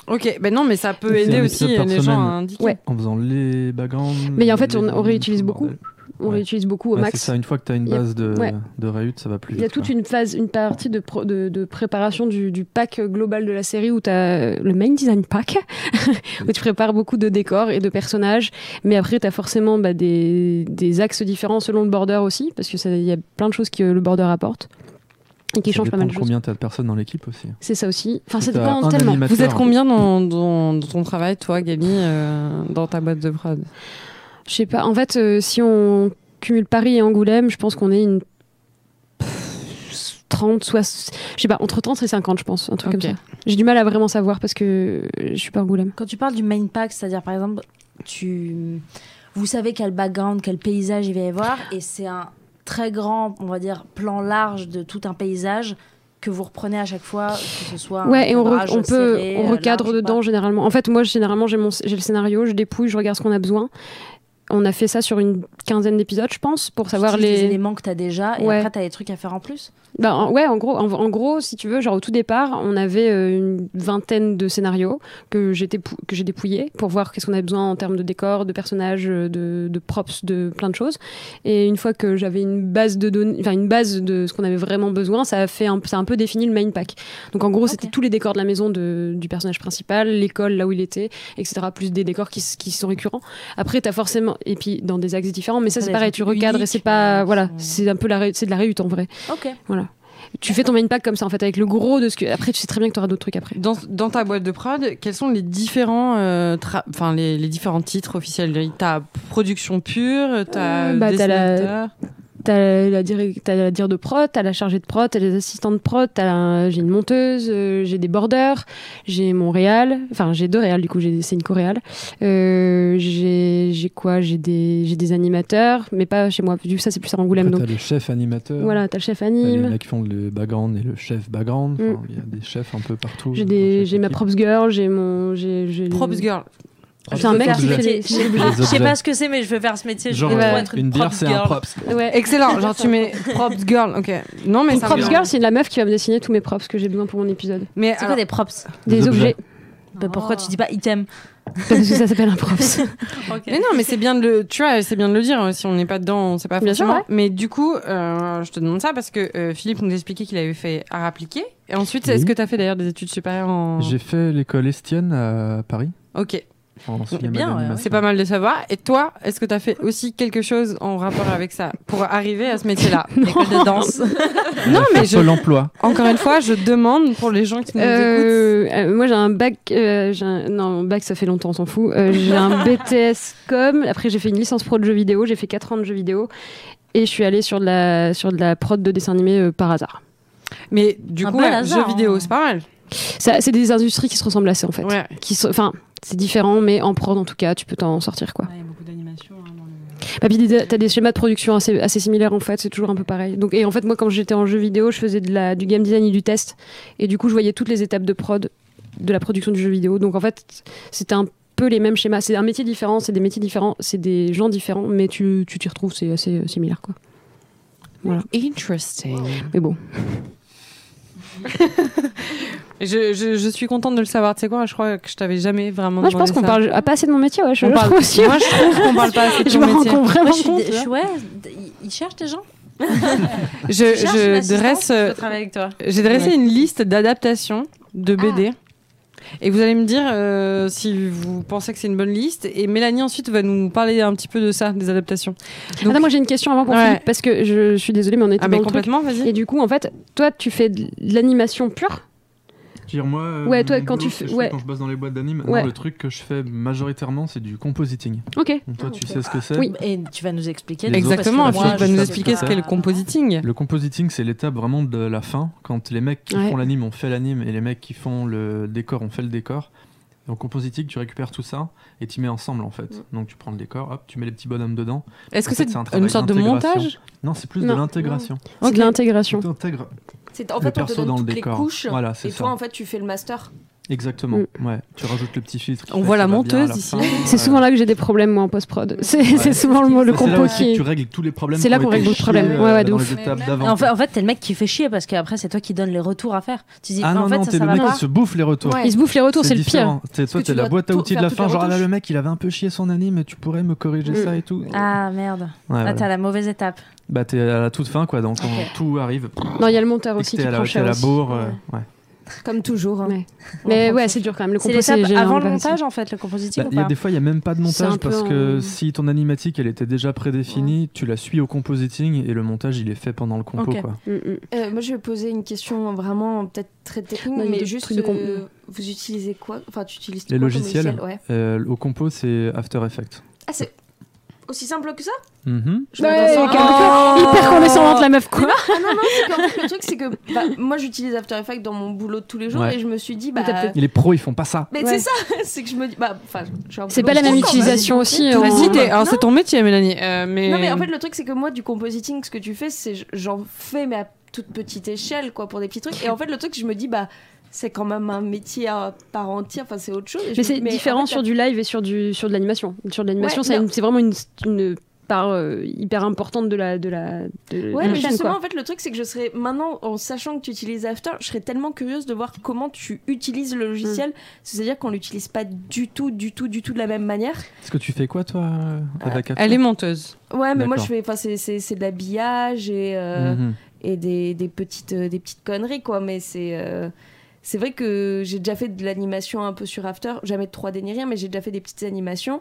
Speaker 2: Ok, ben non, mais ça peut
Speaker 3: C'est
Speaker 2: aider
Speaker 3: un
Speaker 2: aussi euh,
Speaker 3: épisode par
Speaker 2: les gens à
Speaker 3: semaine.
Speaker 2: indiquer.
Speaker 4: Ouais.
Speaker 3: En faisant les backgrounds.
Speaker 4: Mais en fait,
Speaker 3: les-
Speaker 4: on- on réutilise beaucoup,
Speaker 3: bordel.
Speaker 4: On
Speaker 3: Ouais.
Speaker 4: réutilise beaucoup au
Speaker 3: Ouais,
Speaker 4: max.
Speaker 3: C'est ça, une fois que tu as une
Speaker 4: Il y a-
Speaker 3: base de,
Speaker 4: ouais.
Speaker 3: de réut, ça va plus
Speaker 4: Il y a
Speaker 3: vite.
Speaker 4: toute
Speaker 3: quoi.
Speaker 4: une phase, une partie de, pro- de, de préparation du, du pack global de la série où tu as le main design pack, <laughs> où tu prépares beaucoup de décors et de personnages. Mais après, tu as forcément bah, des, des axes différents selon le border aussi, parce qu'il y a plein de choses que le border apporte et qui
Speaker 3: Ça
Speaker 4: changent pas
Speaker 3: dépend
Speaker 4: mal
Speaker 3: de
Speaker 4: de choses.
Speaker 3: combien tu as de personnes dans l'équipe aussi.
Speaker 4: C'est ça aussi. Enfin,
Speaker 3: Si
Speaker 4: ça
Speaker 3: t'as
Speaker 4: dépend
Speaker 3: un
Speaker 4: tellement.
Speaker 3: animateur-
Speaker 2: Vous êtes combien dans, dans- dans ton travail, toi, Gabi, euh, dans ta boîte de prod
Speaker 4: Je sais pas. En fait, euh, si on cumule Paris et Angoulême, je pense qu'on est une. pff, 30, soit. Je sais pas, entre 30 et 50, je pense. Un truc
Speaker 2: Ok.
Speaker 4: comme ça. J'ai du mal à vraiment savoir parce que je suis pas Angoulême.
Speaker 1: Quand tu parles du main pack, c'est-à-dire par exemple, tu, vous savez quel background, quel paysage il va y avoir, et c'est un très grand, on va dire, plan large de tout un paysage que vous reprenez à chaque fois, que ce soit un
Speaker 4: Ouais, et on, re-
Speaker 1: cadrage
Speaker 4: on peut,
Speaker 1: serré,
Speaker 4: on
Speaker 1: euh,
Speaker 4: recadre
Speaker 1: large,
Speaker 4: dedans
Speaker 1: quoi.
Speaker 4: généralement. En fait, moi, généralement, j'ai mon, j'ai le scénario, je dépouille, je regarde ce qu'on a besoin. On a fait ça sur une quinzaine d'épisodes, je pense, pour savoir
Speaker 1: Tu utilises
Speaker 4: les.
Speaker 1: éléments que tu as déjà, et
Speaker 4: Ouais.
Speaker 1: après tu as des trucs à faire en plus.
Speaker 4: Bah, en- ouais, en gros, en, en gros, si tu veux, genre au tout départ, on avait euh, une vingtaine de scénarios que j'ai dépou- que j'ai dépouillés pour voir qu'est-ce qu'on avait besoin en termes de décors, de personnages, euh, de, de props, de plein de choses. Et une fois que j'avais une base de données, enfin une base de ce qu'on avait vraiment besoin, ça a fait, un, ça a un peu défini le main pack. Donc en gros, c'était tous les décors de la maison de- du personnage principal, l'école là où il était, etc. Plus des décors qui, s- qui sont récurrents. Après, t'as forcément, et puis dans des axes différents, mais ça,
Speaker 1: Après,
Speaker 4: c'est
Speaker 1: des
Speaker 4: pareil,
Speaker 1: trucs
Speaker 4: tu recadres et
Speaker 1: uniques,
Speaker 4: c'est pas,
Speaker 1: mais qui
Speaker 4: voilà,
Speaker 1: sont-
Speaker 4: c'est un peu la, ré- c'est de la réhute en vrai
Speaker 1: Ok.
Speaker 4: tu fais ton main pack comme ça en fait avec le gros de ce que après tu sais très bien que tu auras d'autres trucs après
Speaker 2: dans, dans ta boîte de prod, quels sont les différents, euh, tra- enfin les, les différents titres officiels T'as production pure, t'as
Speaker 4: Euh, bah, t'as la-
Speaker 2: dessinateur.
Speaker 4: T'as la, direct- t'as la dire de prod, t'as la chargée de prod, t'as les assistants de prod, t'as un- j'ai une monteuse, euh, j'ai des bordeurs, j'ai mon réal, enfin j'ai deux réals du coup, j'ai- c'est une coréale. Euh, j'ai j'ai quoi J'ai des, j'ai des animateurs, mais pas chez moi, vu que ça c'est plus à Angoulême.
Speaker 7: Après,
Speaker 4: Donc
Speaker 7: t'as le chef animateur.
Speaker 4: voilà, Hum. t'as le chef
Speaker 7: t'as les
Speaker 4: anime,
Speaker 7: mecs qui font le background et le chef background.
Speaker 4: Mm.
Speaker 7: Enfin, Il y a des chefs un peu partout.
Speaker 4: j'ai
Speaker 7: dans
Speaker 4: des-
Speaker 7: chaque
Speaker 4: j'ai ma
Speaker 7: équipe.
Speaker 4: props girl, j'ai mon. j'ai- j'ai le-
Speaker 2: Props girl.
Speaker 1: Je
Speaker 4: un
Speaker 1: vais
Speaker 4: mec
Speaker 1: faire
Speaker 4: qui
Speaker 1: ce
Speaker 4: fait
Speaker 1: métier.
Speaker 4: les-
Speaker 1: Je sais pas-
Speaker 7: les
Speaker 1: Ah, je sais
Speaker 7: objets.
Speaker 1: pas ce que c'est, mais je vais faire ce métier. Je
Speaker 7: Genre,
Speaker 1: vais
Speaker 4: euh,
Speaker 1: vraiment être
Speaker 7: Une bière, c'est un props.
Speaker 4: <laughs> Ouais.
Speaker 2: Excellent, genre tu
Speaker 4: <laughs>
Speaker 2: mets props girl, ok. Non mais
Speaker 4: Une
Speaker 2: ça
Speaker 4: props
Speaker 2: me-
Speaker 4: girl, c'est la meuf qui va me dessiner tous mes props que j'ai besoin pour mon épisode.
Speaker 2: Mais
Speaker 1: C'est
Speaker 2: alors-
Speaker 1: quoi des props
Speaker 4: Des,
Speaker 7: Des
Speaker 4: objets.
Speaker 7: objets.
Speaker 1: Bah, Pourquoi tu dis pas item
Speaker 4: Parce que ça s'appelle un props.
Speaker 2: Mais non, mais c'est bien de le, tu vois, c'est bien de le dire. hein. Si on n'est pas dedans, on sait pas
Speaker 4: Bien sûr,
Speaker 2: forcément.
Speaker 4: ouais.
Speaker 2: Mais du coup, euh, je te demande ça parce que euh, Philippe nous expliquait qu'il avait fait art appliqué. Et ensuite, est-ce
Speaker 7: Oui.
Speaker 2: que tu as fait d'ailleurs des études supérieures
Speaker 4: Hum.
Speaker 2: en
Speaker 7: J'ai fait l'école Estienne à Paris.
Speaker 2: Ok,
Speaker 7: En cinéma
Speaker 1: Hum, bien, ouais,
Speaker 3: Ah
Speaker 7: d'animation.
Speaker 2: c'est pas mal de savoir. Et toi, est-ce que tu as fait aussi quelque chose en rapport avec ça pour arriver à ce métier-là, école de danse
Speaker 7: J'ai
Speaker 2: Non, mais
Speaker 7: fait
Speaker 2: je-
Speaker 7: Pôle emploi.
Speaker 2: Encore une fois, je demande pour les gens qui <laughs> nous écoutent.
Speaker 4: Euh, euh, moi j'ai un bac, euh, j'ai un- non bac ça fait longtemps on s'en fout. Euh,
Speaker 2: <laughs>
Speaker 4: j'ai un BTS com. Après j'ai fait une licence pro de jeux vidéo. J'ai fait 4 ans de jeux vidéo et je suis allée sur de la sur de la prod de dessin animé euh, par hasard.
Speaker 2: Mais du
Speaker 1: Un
Speaker 2: coup,
Speaker 1: bel
Speaker 2: ouais,
Speaker 1: hasard,
Speaker 2: jeux vidéo,
Speaker 1: hein.
Speaker 2: c'est pas mal.
Speaker 4: Ça, c'est des industries qui se ressemblent assez en fait.
Speaker 2: Ouais.
Speaker 4: Qui sont- enfin c'est différent mais en prod en tout cas tu peux t'en sortir quoi.
Speaker 5: Il y a beaucoup d'animation. hein, dans le-
Speaker 4: Bah, puis des- t'as des schémas de production assez, assez similaires en fait, c'est toujours un peu pareil. Donc, et en fait, moi, quand j'étais en jeu vidéo, je faisais de la, du game design et du test. Et du coup, je voyais toutes les étapes de prod de la production du jeu vidéo. Donc en fait, c'était un peu les mêmes schémas. C'est un métier différent, c'est des métiers différents, c'est des gens différents, mais tu tu t'y retrouves, c'est assez euh, similaire quoi.
Speaker 2: Interesting.
Speaker 4: Mais bon,
Speaker 2: Je, je, je suis contente de le savoir. Tu sais quoi Je crois que je t'avais jamais vraiment.
Speaker 4: moi, je pense
Speaker 2: demandé
Speaker 4: qu'on
Speaker 2: ça.
Speaker 4: parle ah, pas assez de mon métier, ouais, je
Speaker 2: On
Speaker 4: je
Speaker 2: parle-
Speaker 4: trouve aussi.
Speaker 2: Moi, je trouve qu'on parle pas assez de
Speaker 4: <laughs> Je
Speaker 2: ton
Speaker 4: me rends
Speaker 2: métier.
Speaker 4: compte
Speaker 1: Moi,
Speaker 4: vraiment
Speaker 1: je suis
Speaker 4: compte.
Speaker 1: dé- je- Ouais, d- ils- ils cherchent des gens.
Speaker 2: Je,
Speaker 1: Ils cherchent une
Speaker 2: je
Speaker 1: assistante
Speaker 2: dresse,
Speaker 1: qui peut
Speaker 2: euh,
Speaker 1: travailler avec toi.
Speaker 2: j'ai dressé une liste d'adaptations de BD. Et vous allez me dire euh, si vous pensez que c'est une bonne liste. Et Mélanie ensuite va nous parler un petit peu de ça, des adaptations. Donc-
Speaker 4: hein. Attends, moi j'ai une question avant pour
Speaker 2: Ouais.
Speaker 4: Philippe, parce que je, je suis désolée mais on
Speaker 2: Ah
Speaker 4: était dans
Speaker 2: mais
Speaker 4: le truc.
Speaker 2: complètement, vas-y.
Speaker 4: Et du coup en fait toi tu fais de l'animation pure
Speaker 3: Dire moi. euh,
Speaker 4: Ouais, toi,
Speaker 3: mon
Speaker 4: quand
Speaker 3: boulot,
Speaker 4: tu
Speaker 3: ce que
Speaker 4: fais-
Speaker 3: je
Speaker 4: ouais.
Speaker 3: Quand je bosse dans les boîtes d'anime, non,
Speaker 4: Ouais.
Speaker 3: le truc que je fais majoritairement, c'est du compositing.
Speaker 4: Ok.
Speaker 3: Donc, toi, tu
Speaker 1: Ah, Ok.
Speaker 3: sais ce que c'est.
Speaker 4: Ah, Oui.
Speaker 1: Et tu vas nous expliquer.
Speaker 3: Les autres,
Speaker 2: Exactement,
Speaker 3: parce que
Speaker 2: Philippe
Speaker 3: moi,
Speaker 2: va
Speaker 3: je
Speaker 2: nous
Speaker 3: sais
Speaker 2: expliquer
Speaker 3: pas.
Speaker 2: ce qu'est le compositing.
Speaker 3: Le compositing, c'est l'étape vraiment de la fin, quand les mecs qui
Speaker 4: Ouais.
Speaker 3: font l'anime ont fait l'anime et les mecs qui font le décor ont fait le décor. Et En compositing, tu récupères tout ça et tu mets ensemble en
Speaker 4: Mm.
Speaker 3: fait. Donc tu prends le décor, hop, tu mets les petits bonhommes dedans.
Speaker 2: Est-ce que
Speaker 3: En fait,
Speaker 2: c'est
Speaker 3: c'est un
Speaker 2: une
Speaker 3: travail
Speaker 2: sorte de
Speaker 3: d'intégration.
Speaker 2: montage
Speaker 3: Non, c'est plus de
Speaker 4: Non.
Speaker 3: l'intégration.
Speaker 4: C'est de l'intégration.
Speaker 3: Tu intègres
Speaker 6: C'est en
Speaker 3: le
Speaker 6: fait on te
Speaker 3: perso
Speaker 6: donne
Speaker 3: dans le
Speaker 6: toutes les
Speaker 3: décor.
Speaker 6: couches.
Speaker 3: Voilà, c'est
Speaker 6: Et
Speaker 3: ça.
Speaker 6: toi, en fait, tu fais le master.
Speaker 3: Exactement.
Speaker 4: Mm.
Speaker 3: Ouais. Tu rajoutes le petit filtre. qui
Speaker 2: On
Speaker 3: fait
Speaker 2: voit la
Speaker 3: ça va bien à
Speaker 2: monteuse ici.
Speaker 3: fin.
Speaker 4: C'est
Speaker 3: Ouais.
Speaker 4: souvent là que j'ai des problèmes, moi, en post-prod. <laughs> C'est c'est souvent le, mot- le
Speaker 3: Ça, C'est là
Speaker 4: compo
Speaker 3: aussi que
Speaker 4: qui.
Speaker 3: tu règles tous les problèmes.
Speaker 4: C'est là
Speaker 3: qui ont
Speaker 4: qu'on
Speaker 3: été
Speaker 4: règle le problème.
Speaker 3: chiés,
Speaker 4: Ouais, ouais,
Speaker 3: euh,
Speaker 4: de
Speaker 3: dans
Speaker 4: ouf.
Speaker 3: les étapes d'avant.
Speaker 1: En fait, en fait, t'es le mec qui fait chier parce qu'après, c'est toi qui donne les retours à faire. Tu dis,
Speaker 3: ah
Speaker 1: mais en
Speaker 3: non,
Speaker 1: fait,
Speaker 3: non,
Speaker 1: ça,
Speaker 3: t'es
Speaker 1: ça
Speaker 3: le
Speaker 1: va
Speaker 3: mec
Speaker 1: pas.
Speaker 3: qui se bouffe les retours.
Speaker 4: Ils se bouffent les retours, c'est le pire.
Speaker 3: différent. T'es- Toi,
Speaker 6: que
Speaker 3: t'es
Speaker 6: tu
Speaker 3: la
Speaker 6: dois
Speaker 3: boîte à
Speaker 6: tout-
Speaker 3: outils de
Speaker 6: faire
Speaker 3: la
Speaker 6: toutes
Speaker 3: fin.
Speaker 6: les
Speaker 3: Genre, ah là,
Speaker 6: retouches.
Speaker 3: le mec, il avait un peu chié son anime, tu pourrais me corriger
Speaker 4: Mm.
Speaker 3: ça et tout.
Speaker 1: Ah merde.
Speaker 3: Ouais,
Speaker 1: Ah,
Speaker 3: voilà.
Speaker 1: t'es à la mauvaise étape.
Speaker 3: Bah, t'es à la toute fin, quoi. Donc, quand
Speaker 1: Ok.
Speaker 3: tout arrive.
Speaker 4: Non, il y a le
Speaker 3: et
Speaker 4: monteur
Speaker 3: que
Speaker 4: aussi
Speaker 3: t'es
Speaker 4: qui
Speaker 3: à la,
Speaker 4: prend
Speaker 3: t'es à
Speaker 4: cher.
Speaker 3: la
Speaker 4: aussi.
Speaker 3: bourre. euh, ouais.
Speaker 6: Comme toujours. hein.
Speaker 4: Ouais. Mais ouais, c'est dur quand même. Le
Speaker 1: C'est
Speaker 4: compo,
Speaker 1: l'étape
Speaker 4: généralement
Speaker 1: avant le
Speaker 4: pas
Speaker 1: montage,
Speaker 4: facile.
Speaker 1: en fait, le compositing
Speaker 3: Bah,
Speaker 1: ou
Speaker 3: il y a
Speaker 1: pas
Speaker 3: des fois, il n'y a même pas de
Speaker 4: C'est un
Speaker 3: montage
Speaker 4: peu
Speaker 3: parce que
Speaker 4: en-
Speaker 3: si ton animatique elle était déjà prédéfinie, tu la suis au compositing et le montage il est fait pendant le compo.
Speaker 1: Ok.
Speaker 3: Quoi.
Speaker 4: Mm, mm.
Speaker 6: Euh, moi, je vais poser une question vraiment peut-être très technique,
Speaker 4: Non,
Speaker 6: mais
Speaker 4: de-
Speaker 6: juste.
Speaker 4: truc de comp-
Speaker 6: euh, vous utilisez quoi Enfin, tu utilises
Speaker 3: Les
Speaker 6: quoi comme
Speaker 3: logiciels.
Speaker 6: logiciel Ouais.
Speaker 3: Euh, au compo, c'est After Effects.
Speaker 6: Ah, c'est aussi simple que ça
Speaker 3: Mhm.
Speaker 6: Je
Speaker 4: Ouais,
Speaker 6: m'attendais à-
Speaker 4: quel- Hyper condescendante, la meuf, quoi.
Speaker 6: Ah non, non, c'est qu'en fait, le truc, c'est que bah, moi, j'utilise After Effects dans mon boulot de tous les jours
Speaker 3: Ouais.
Speaker 6: et je me suis dit, bah.
Speaker 4: Mais t'as peut-être-
Speaker 3: Et les pros ils font pas ça.
Speaker 6: Mais
Speaker 4: Ouais.
Speaker 6: c'est ça, <laughs> c'est que je me dis. Bah, enfin, j'ai un peu
Speaker 4: C'est pas la même
Speaker 6: l'impression,
Speaker 4: utilisation aussi. euh, en-
Speaker 2: Vas-y, t'es- alors c'est ton métier, Mélanie. euh, mais...
Speaker 6: Non, mais en fait, le truc, c'est que moi, du compositing, ce que tu fais, c'est j'en fais, mais à toute petite échelle, quoi, pour des petits trucs. Et en fait, le truc, je me dis, bah, c'est quand même un métier à part entière, enfin, c'est autre chose. Et je
Speaker 4: Mais
Speaker 6: me
Speaker 4: c'est
Speaker 6: dis, en
Speaker 4: différent
Speaker 6: fait,
Speaker 4: sur du live et sur, du, sur de l'animation. Sur de l'animation,
Speaker 6: Ouais,
Speaker 4: c'est
Speaker 6: non.
Speaker 4: une- c'est vraiment une, une part euh, hyper importante de la, de la, de
Speaker 6: Ouais,
Speaker 4: la
Speaker 6: mais
Speaker 4: chaîne,
Speaker 6: justement,
Speaker 4: quoi.
Speaker 6: en fait, le truc, c'est que je serais maintenant, en sachant que tu utilises After, je serais tellement curieuse de voir comment tu utilises le
Speaker 4: Mm.
Speaker 6: logiciel. C'est-à-dire qu'on l'utilise pas du tout, du tout, du tout de la même manière.
Speaker 3: Est-ce que tu fais quoi toi euh, avec After
Speaker 2: Elle est monteuse.
Speaker 6: Ouais, mais moi,
Speaker 3: D'accord.
Speaker 6: je fais, enfin, c'est- c'est c'est de l'habillage et, euh,
Speaker 3: Mhm.
Speaker 6: et des, des petites, euh, des petites conneries, quoi. Mais c'est. euh, C'est vrai que j'ai déjà fait de l'animation un peu sur After, jamais de 3D ni rien, mais j'ai déjà fait des petites animations.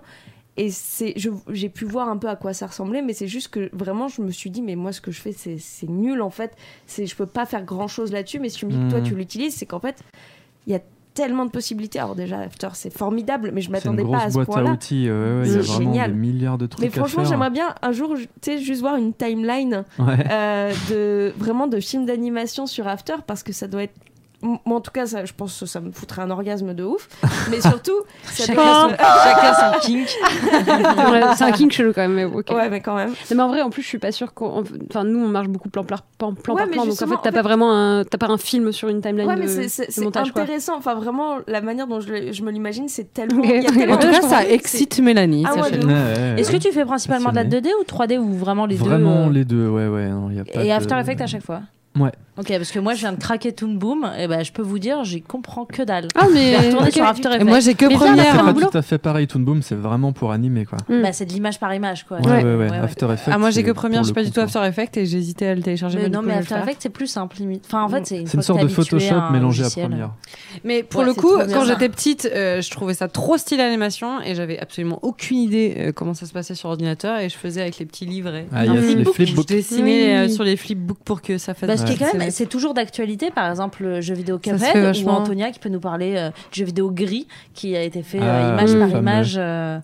Speaker 6: Et c'est, je- j'ai pu voir un peu à quoi ça ressemblait, mais c'est juste que vraiment, je me suis dit, mais moi, ce que je fais, c'est, c'est nul en fait. C'est, je peux pas faire grand chose là-dessus, mais si tu me dis que toi,
Speaker 3: Mhm.
Speaker 6: tu l'utilises, c'est qu'en fait, il y a tellement de possibilités. Alors déjà, After, c'est formidable, mais je
Speaker 3: C'est une
Speaker 6: m'attendais pas
Speaker 3: grosse
Speaker 6: à ce
Speaker 3: boîte à
Speaker 6: point-là.
Speaker 3: outils. euh, ouais, ouais, Il y a
Speaker 6: C'est
Speaker 3: vraiment
Speaker 6: génial.
Speaker 3: des milliards de trucs
Speaker 6: Mais franchement,
Speaker 3: à faire. hein.
Speaker 6: j'aimerais bien un jour, je- tu sais, juste voir une timeline
Speaker 3: Ouais.
Speaker 6: euh, de vraiment de films d'animation sur After parce que ça doit être M- moi en tout cas ça, je pense que ça me foutrait un orgasme de ouf mais <laughs> surtout ça doit
Speaker 2: Chacun
Speaker 6: être- euh,
Speaker 2: Chacun son kink.
Speaker 4: Ouais, c'est un king chelou quand même. Mais, ok.
Speaker 6: ouais mais quand même
Speaker 4: Non, mais en vrai, en plus, je suis pas sûre qu'on. Enfin, nous, on marche beaucoup plan par plan, plan,
Speaker 6: Ouais,
Speaker 4: par
Speaker 6: mais
Speaker 4: plan donc en fait,
Speaker 6: justement,
Speaker 4: t'as
Speaker 6: en
Speaker 4: pas
Speaker 6: fait-
Speaker 4: vraiment un, t'as pas un film sur une timeline.
Speaker 6: ouais mais
Speaker 4: de-
Speaker 6: c'est- c'est c'est
Speaker 4: montage, quoi.
Speaker 6: intéressant enfin vraiment la manière dont je, le- je me l'imagine c'est tellement il y a
Speaker 4: En
Speaker 6: tellement
Speaker 2: En tout
Speaker 6: de
Speaker 2: cas,
Speaker 6: choses.
Speaker 2: ça
Speaker 6: C'est-
Speaker 2: excite Mélanie.
Speaker 6: Ah ouais,
Speaker 2: sachez-le.
Speaker 6: de ouf.
Speaker 3: Ouais, ouais, ouais.
Speaker 1: Est-ce que tu fais principalement de la 2D ou 3D ou vraiment les
Speaker 3: Vraiment
Speaker 1: deux euh,
Speaker 3: les deux, ouais, ouais. non, y a pas
Speaker 1: Et
Speaker 3: de-
Speaker 1: After Effects à chaque fois
Speaker 3: Ouais.
Speaker 1: Ok, parce que moi je viens de craquer Toon Boom, et ben je peux vous dire, j'y comprends que dalle.
Speaker 4: Ah,
Speaker 1: <laughs> Je
Speaker 4: mais.
Speaker 1: vais retourner
Speaker 4: ok.
Speaker 1: sur After
Speaker 2: Et
Speaker 1: Effects.
Speaker 2: moi, j'ai que
Speaker 4: Mais viens, on a fait
Speaker 2: première.
Speaker 4: un
Speaker 3: pas
Speaker 4: boulot.
Speaker 3: tout à fait pareil, Toon Boom, c'est vraiment pour animer quoi.
Speaker 1: Bah, c'est de l'image par image quoi.
Speaker 3: Ouais, ouais, ouais.
Speaker 1: Ouais, ouais.
Speaker 3: After Effects.
Speaker 2: Ah, moi, j'ai
Speaker 3: c'est
Speaker 2: que première, je suis
Speaker 3: pour
Speaker 2: pas
Speaker 3: le
Speaker 2: du tout
Speaker 3: concours.
Speaker 2: After Effects et j'ai hésité à le télécharger.
Speaker 1: Mais
Speaker 2: du
Speaker 1: non,
Speaker 2: coup,
Speaker 1: mais
Speaker 2: je vais le
Speaker 1: After
Speaker 2: faire.
Speaker 1: Effects c'est plus simple limite. Enfin, en fait, c'est une,
Speaker 3: C'est
Speaker 1: fois
Speaker 3: une
Speaker 1: que
Speaker 3: sorte de
Speaker 1: t'es habitué
Speaker 3: Photoshop
Speaker 1: un
Speaker 3: mélangé à
Speaker 1: logiciel.
Speaker 3: première.
Speaker 2: Mais pour
Speaker 1: Ouais,
Speaker 2: le
Speaker 1: c'est
Speaker 2: coup,
Speaker 1: trop bien
Speaker 2: quand
Speaker 1: ça.
Speaker 2: j'étais petite, euh, je trouvais ça trop stylé l'animation et j'avais absolument aucune idée euh, comment ça se passait sur ordinateur et je faisais avec les petits livrets.
Speaker 3: Ah,
Speaker 2: Un
Speaker 3: yes, les
Speaker 2: flipbook.
Speaker 3: flipbooks.
Speaker 2: Je dessinais euh,
Speaker 1: Oui. Bah,
Speaker 2: sur les flipbooks pour que ça fasse.
Speaker 1: Parce
Speaker 3: Ouais.
Speaker 1: que quand même,
Speaker 2: C'est-
Speaker 1: c'est toujours d'actualité. Par exemple, le jeu vidéo
Speaker 2: Ça se fait
Speaker 1: Cuphead ou
Speaker 2: vachement.
Speaker 1: Antonia qui peut nous parler euh, du jeu vidéo gris qui a été fait euh,
Speaker 3: Ah,
Speaker 1: image
Speaker 4: le
Speaker 1: par
Speaker 3: fameux.
Speaker 1: image, euh,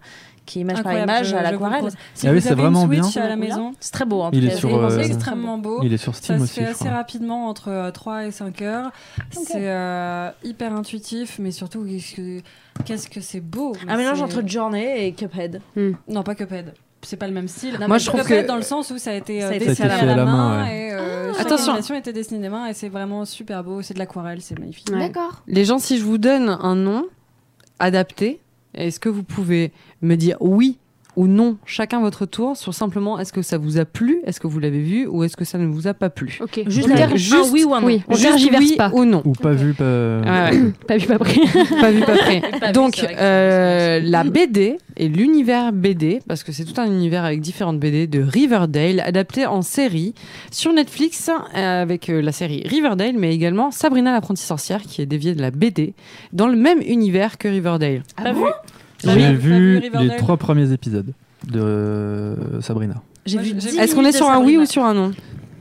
Speaker 1: qui est image par
Speaker 5: Incroyable,
Speaker 1: image
Speaker 5: je-
Speaker 1: à
Speaker 5: je vous le
Speaker 1: l'aquarelle.
Speaker 5: conseille. Si
Speaker 3: Ah
Speaker 5: vous
Speaker 3: oui, c'est
Speaker 5: avez une
Speaker 3: vraiment
Speaker 5: Switch
Speaker 3: bien.
Speaker 5: à la maison,
Speaker 1: C'est très beau en
Speaker 3: Il
Speaker 1: tout
Speaker 3: est
Speaker 1: cas.
Speaker 3: sur,
Speaker 1: je vous le
Speaker 3: euh,
Speaker 5: c'est
Speaker 1: conseille.
Speaker 5: extrêmement beau.
Speaker 3: Il est sur Steam
Speaker 5: Ça se
Speaker 3: aussi,
Speaker 5: fait
Speaker 3: je
Speaker 5: assez
Speaker 3: crois.
Speaker 5: rapidement, entre euh, 3 et 5 heures. C'est euh, hyper intuitif, mais surtout, qu'est-ce que- qu'est-ce que c'est beau mais
Speaker 1: Un mélange
Speaker 5: c'est-
Speaker 1: entre Journée et Cuphead.
Speaker 5: Non, pas Cuphead. C'est pas le même style.
Speaker 1: Non,
Speaker 2: Moi,
Speaker 1: mais
Speaker 2: je trouve
Speaker 5: Cuphead
Speaker 2: que.
Speaker 5: dans le sens où ça a été, euh,
Speaker 1: Ça a été
Speaker 5: dessiné
Speaker 1: fait
Speaker 5: à la,
Speaker 3: à la
Speaker 5: main.
Speaker 3: main,
Speaker 5: et, euh, chaque
Speaker 2: Attention.
Speaker 5: animation était dessinée à la main et c'est vraiment super beau. C'est de l'aquarelle, c'est magnifique.
Speaker 4: Ouais.
Speaker 6: d'accord
Speaker 2: Les gens, si je vous donne un nom adapté, est-ce que vous pouvez me dire oui ou non, chacun votre tour, sur simplement est-ce que ça vous a plu, est-ce que vous l'avez vu ou est ce que ça ne vous a pas plu
Speaker 4: Ok.
Speaker 1: Juste,
Speaker 4: On
Speaker 1: un-
Speaker 4: termine-
Speaker 1: un oui ou un non.
Speaker 4: Oui, on
Speaker 2: Juste
Speaker 4: tergiverse
Speaker 2: oui
Speaker 4: pas.
Speaker 2: ou non. Ah
Speaker 3: Ou pas vu, pas.
Speaker 2: Ouais, ouais.
Speaker 4: Pas vu, pas pris. <laughs>
Speaker 2: pas vu, pas prêt.
Speaker 1: Pas vu,
Speaker 2: Donc,
Speaker 1: c'est vrai que
Speaker 2: euh, la BD et l'univers BD, parce que c'est tout un univers avec différentes BD de Riverdale, adapté en série sur Netflix euh, avec euh, la série Riverdale, mais également Sabrina l'apprentie sorcière, qui est déviée de la BD, dans le même univers que Riverdale.
Speaker 1: Pas vu.
Speaker 5: T'as vu- t'as
Speaker 3: J'ai
Speaker 5: vu
Speaker 3: vu les
Speaker 5: Riverdale
Speaker 3: trois premiers épisodes de euh, Sabrina.
Speaker 1: J'ai
Speaker 5: Moi,
Speaker 1: vu.
Speaker 5: j'ai-
Speaker 1: 10
Speaker 2: Est-ce qu'on est
Speaker 1: minutes
Speaker 2: sur
Speaker 1: de
Speaker 2: un oui
Speaker 1: Sabrina.
Speaker 2: ou sur un non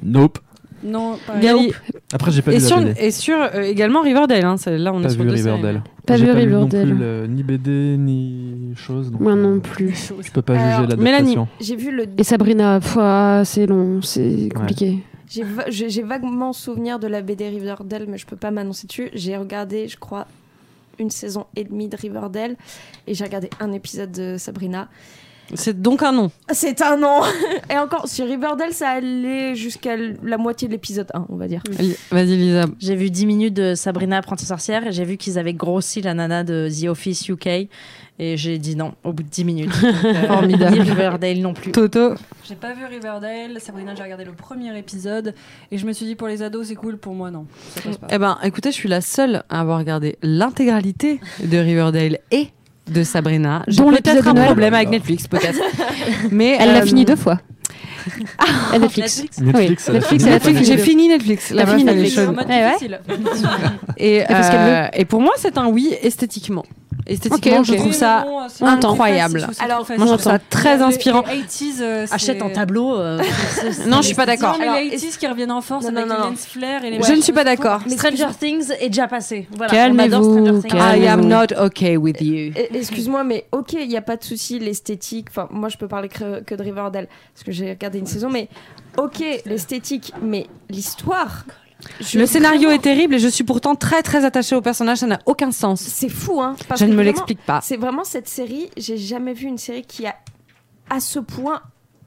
Speaker 3: Nope.
Speaker 5: Non, pas
Speaker 2: Gali-
Speaker 3: Après, j'ai pas
Speaker 2: et,
Speaker 3: vu
Speaker 2: sur,
Speaker 3: la BD.
Speaker 2: et sur euh, également Riverdale, hein, c'est- là on
Speaker 3: Pas
Speaker 2: est sur
Speaker 3: vu
Speaker 2: deux séries.
Speaker 3: Riverdale.
Speaker 4: Pas
Speaker 3: J'ai
Speaker 4: vu
Speaker 3: non
Speaker 4: Riverdale.
Speaker 3: plus le- ni BD ni chose. donc,
Speaker 4: Moi non
Speaker 3: euh,
Speaker 4: plus.
Speaker 3: Je peux pas juger
Speaker 6: Alors,
Speaker 2: Mélanie.
Speaker 3: l'adaptation.
Speaker 6: j'ai vu le
Speaker 4: Et Sabrina, pff, ah, c'est long, c'est compliqué.
Speaker 6: j'ai va- j'ai j'ai vaguement souvenir de la BD Riverdale mais je peux pas m'annoncer dessus j'ai regardé je crois une saison et demie de Riverdale et j'ai regardé un épisode de Sabrina
Speaker 2: C'est donc un non.
Speaker 6: C'est un an. <laughs> Et encore, sur Riverdale, ça allait jusqu'à l- la moitié de l'épisode 1, on va dire.
Speaker 2: Vas-y Lisa.
Speaker 1: J'ai vu 10 minutes de Sabrina apprentie sorcière et j'ai vu qu'ils avaient grossi la nana de The Office UK et j'ai dit non au bout de 10 minutes.
Speaker 3: <laughs>
Speaker 1: euh,
Speaker 2: Formidable.
Speaker 1: Ni Riverdale non plus.
Speaker 2: Toto,
Speaker 5: J'ai pas vu Riverdale. Sabrina, j'ai regardé le premier épisode et je me suis dit pour les ados, c'est cool. Pour moi, non. Ça passe pas.
Speaker 2: Eh ben, écoutez, je suis la seule à avoir regardé l'intégralité de Riverdale et de Sabrina. J'ai
Speaker 4: Dont l'épisode
Speaker 2: peut-être
Speaker 4: de
Speaker 2: un
Speaker 4: Noël.
Speaker 2: problème avec Netflix,
Speaker 4: <laughs>
Speaker 2: peut-être. Mais
Speaker 4: Elle l'a
Speaker 2: euh,
Speaker 4: fini deux <laughs> fois. À Netflix.
Speaker 3: Netflix,
Speaker 4: Oui.
Speaker 3: elle a
Speaker 4: Netflix,
Speaker 3: fini
Speaker 4: elle a
Speaker 3: deux fois.
Speaker 4: fini
Speaker 2: J'ai
Speaker 4: deux
Speaker 2: fini Netflix. La
Speaker 4: T'as
Speaker 2: meuf,
Speaker 4: fini
Speaker 2: elle est
Speaker 4: Netflix.
Speaker 5: C'est
Speaker 2: chaude.
Speaker 5: un mode
Speaker 4: Eh ouais.
Speaker 5: difficile.
Speaker 2: Et,
Speaker 4: parce
Speaker 2: euh,
Speaker 4: qu'elle
Speaker 2: et pour moi, c'est un oui esthétiquement. Esthétiquement,
Speaker 4: Ok,
Speaker 2: je
Speaker 4: ok.
Speaker 2: trouve
Speaker 5: Oui,
Speaker 2: ça.
Speaker 5: mais
Speaker 6: euh,
Speaker 5: bon, c'est
Speaker 2: intense.
Speaker 5: trop facile,
Speaker 2: Incroyable.
Speaker 5: je trouve ça
Speaker 6: Alors,
Speaker 5: trop facile.
Speaker 2: Moi, je trouve ça très
Speaker 5: Les-
Speaker 2: inspirant.
Speaker 5: les 80s, euh, c'est-
Speaker 1: Achète un tableau. euh,
Speaker 5: <laughs>
Speaker 1: c'est- c'est-
Speaker 2: Non, je suis pas
Speaker 5: Non,
Speaker 2: d'accord.
Speaker 5: mais
Speaker 6: Alors,
Speaker 5: les 80s qui reviennent en force
Speaker 6: Non,
Speaker 5: avec
Speaker 6: non,
Speaker 5: les
Speaker 6: non.
Speaker 5: lens flares et les.
Speaker 2: Je ne suis pas d'accord.
Speaker 1: Mais Stranger Things est déjà passé. Voilà, on adore
Speaker 4: Calmez-vous.
Speaker 1: Stranger Things. Ah,
Speaker 4: calmez-vous.
Speaker 2: I am not okay with you.
Speaker 6: Eh, Excuse-moi, mais ok, il n'y a pas de souci, l'esthétique. Enfin, moi, je peux parler que, que de Riverdale, parce que j'ai regardé une saison, mais ok, l'esthétique, mais l'histoire. je-
Speaker 2: Le scénario est terrible et je suis pourtant très très attachée au personnage. Ça n'a aucun sens.
Speaker 6: C'est fou, hein. parce
Speaker 2: Je
Speaker 6: que
Speaker 2: ne me
Speaker 6: vraiment,
Speaker 2: l'explique pas.
Speaker 6: C'est vraiment cette série, j'ai jamais vu une série qui a à ce point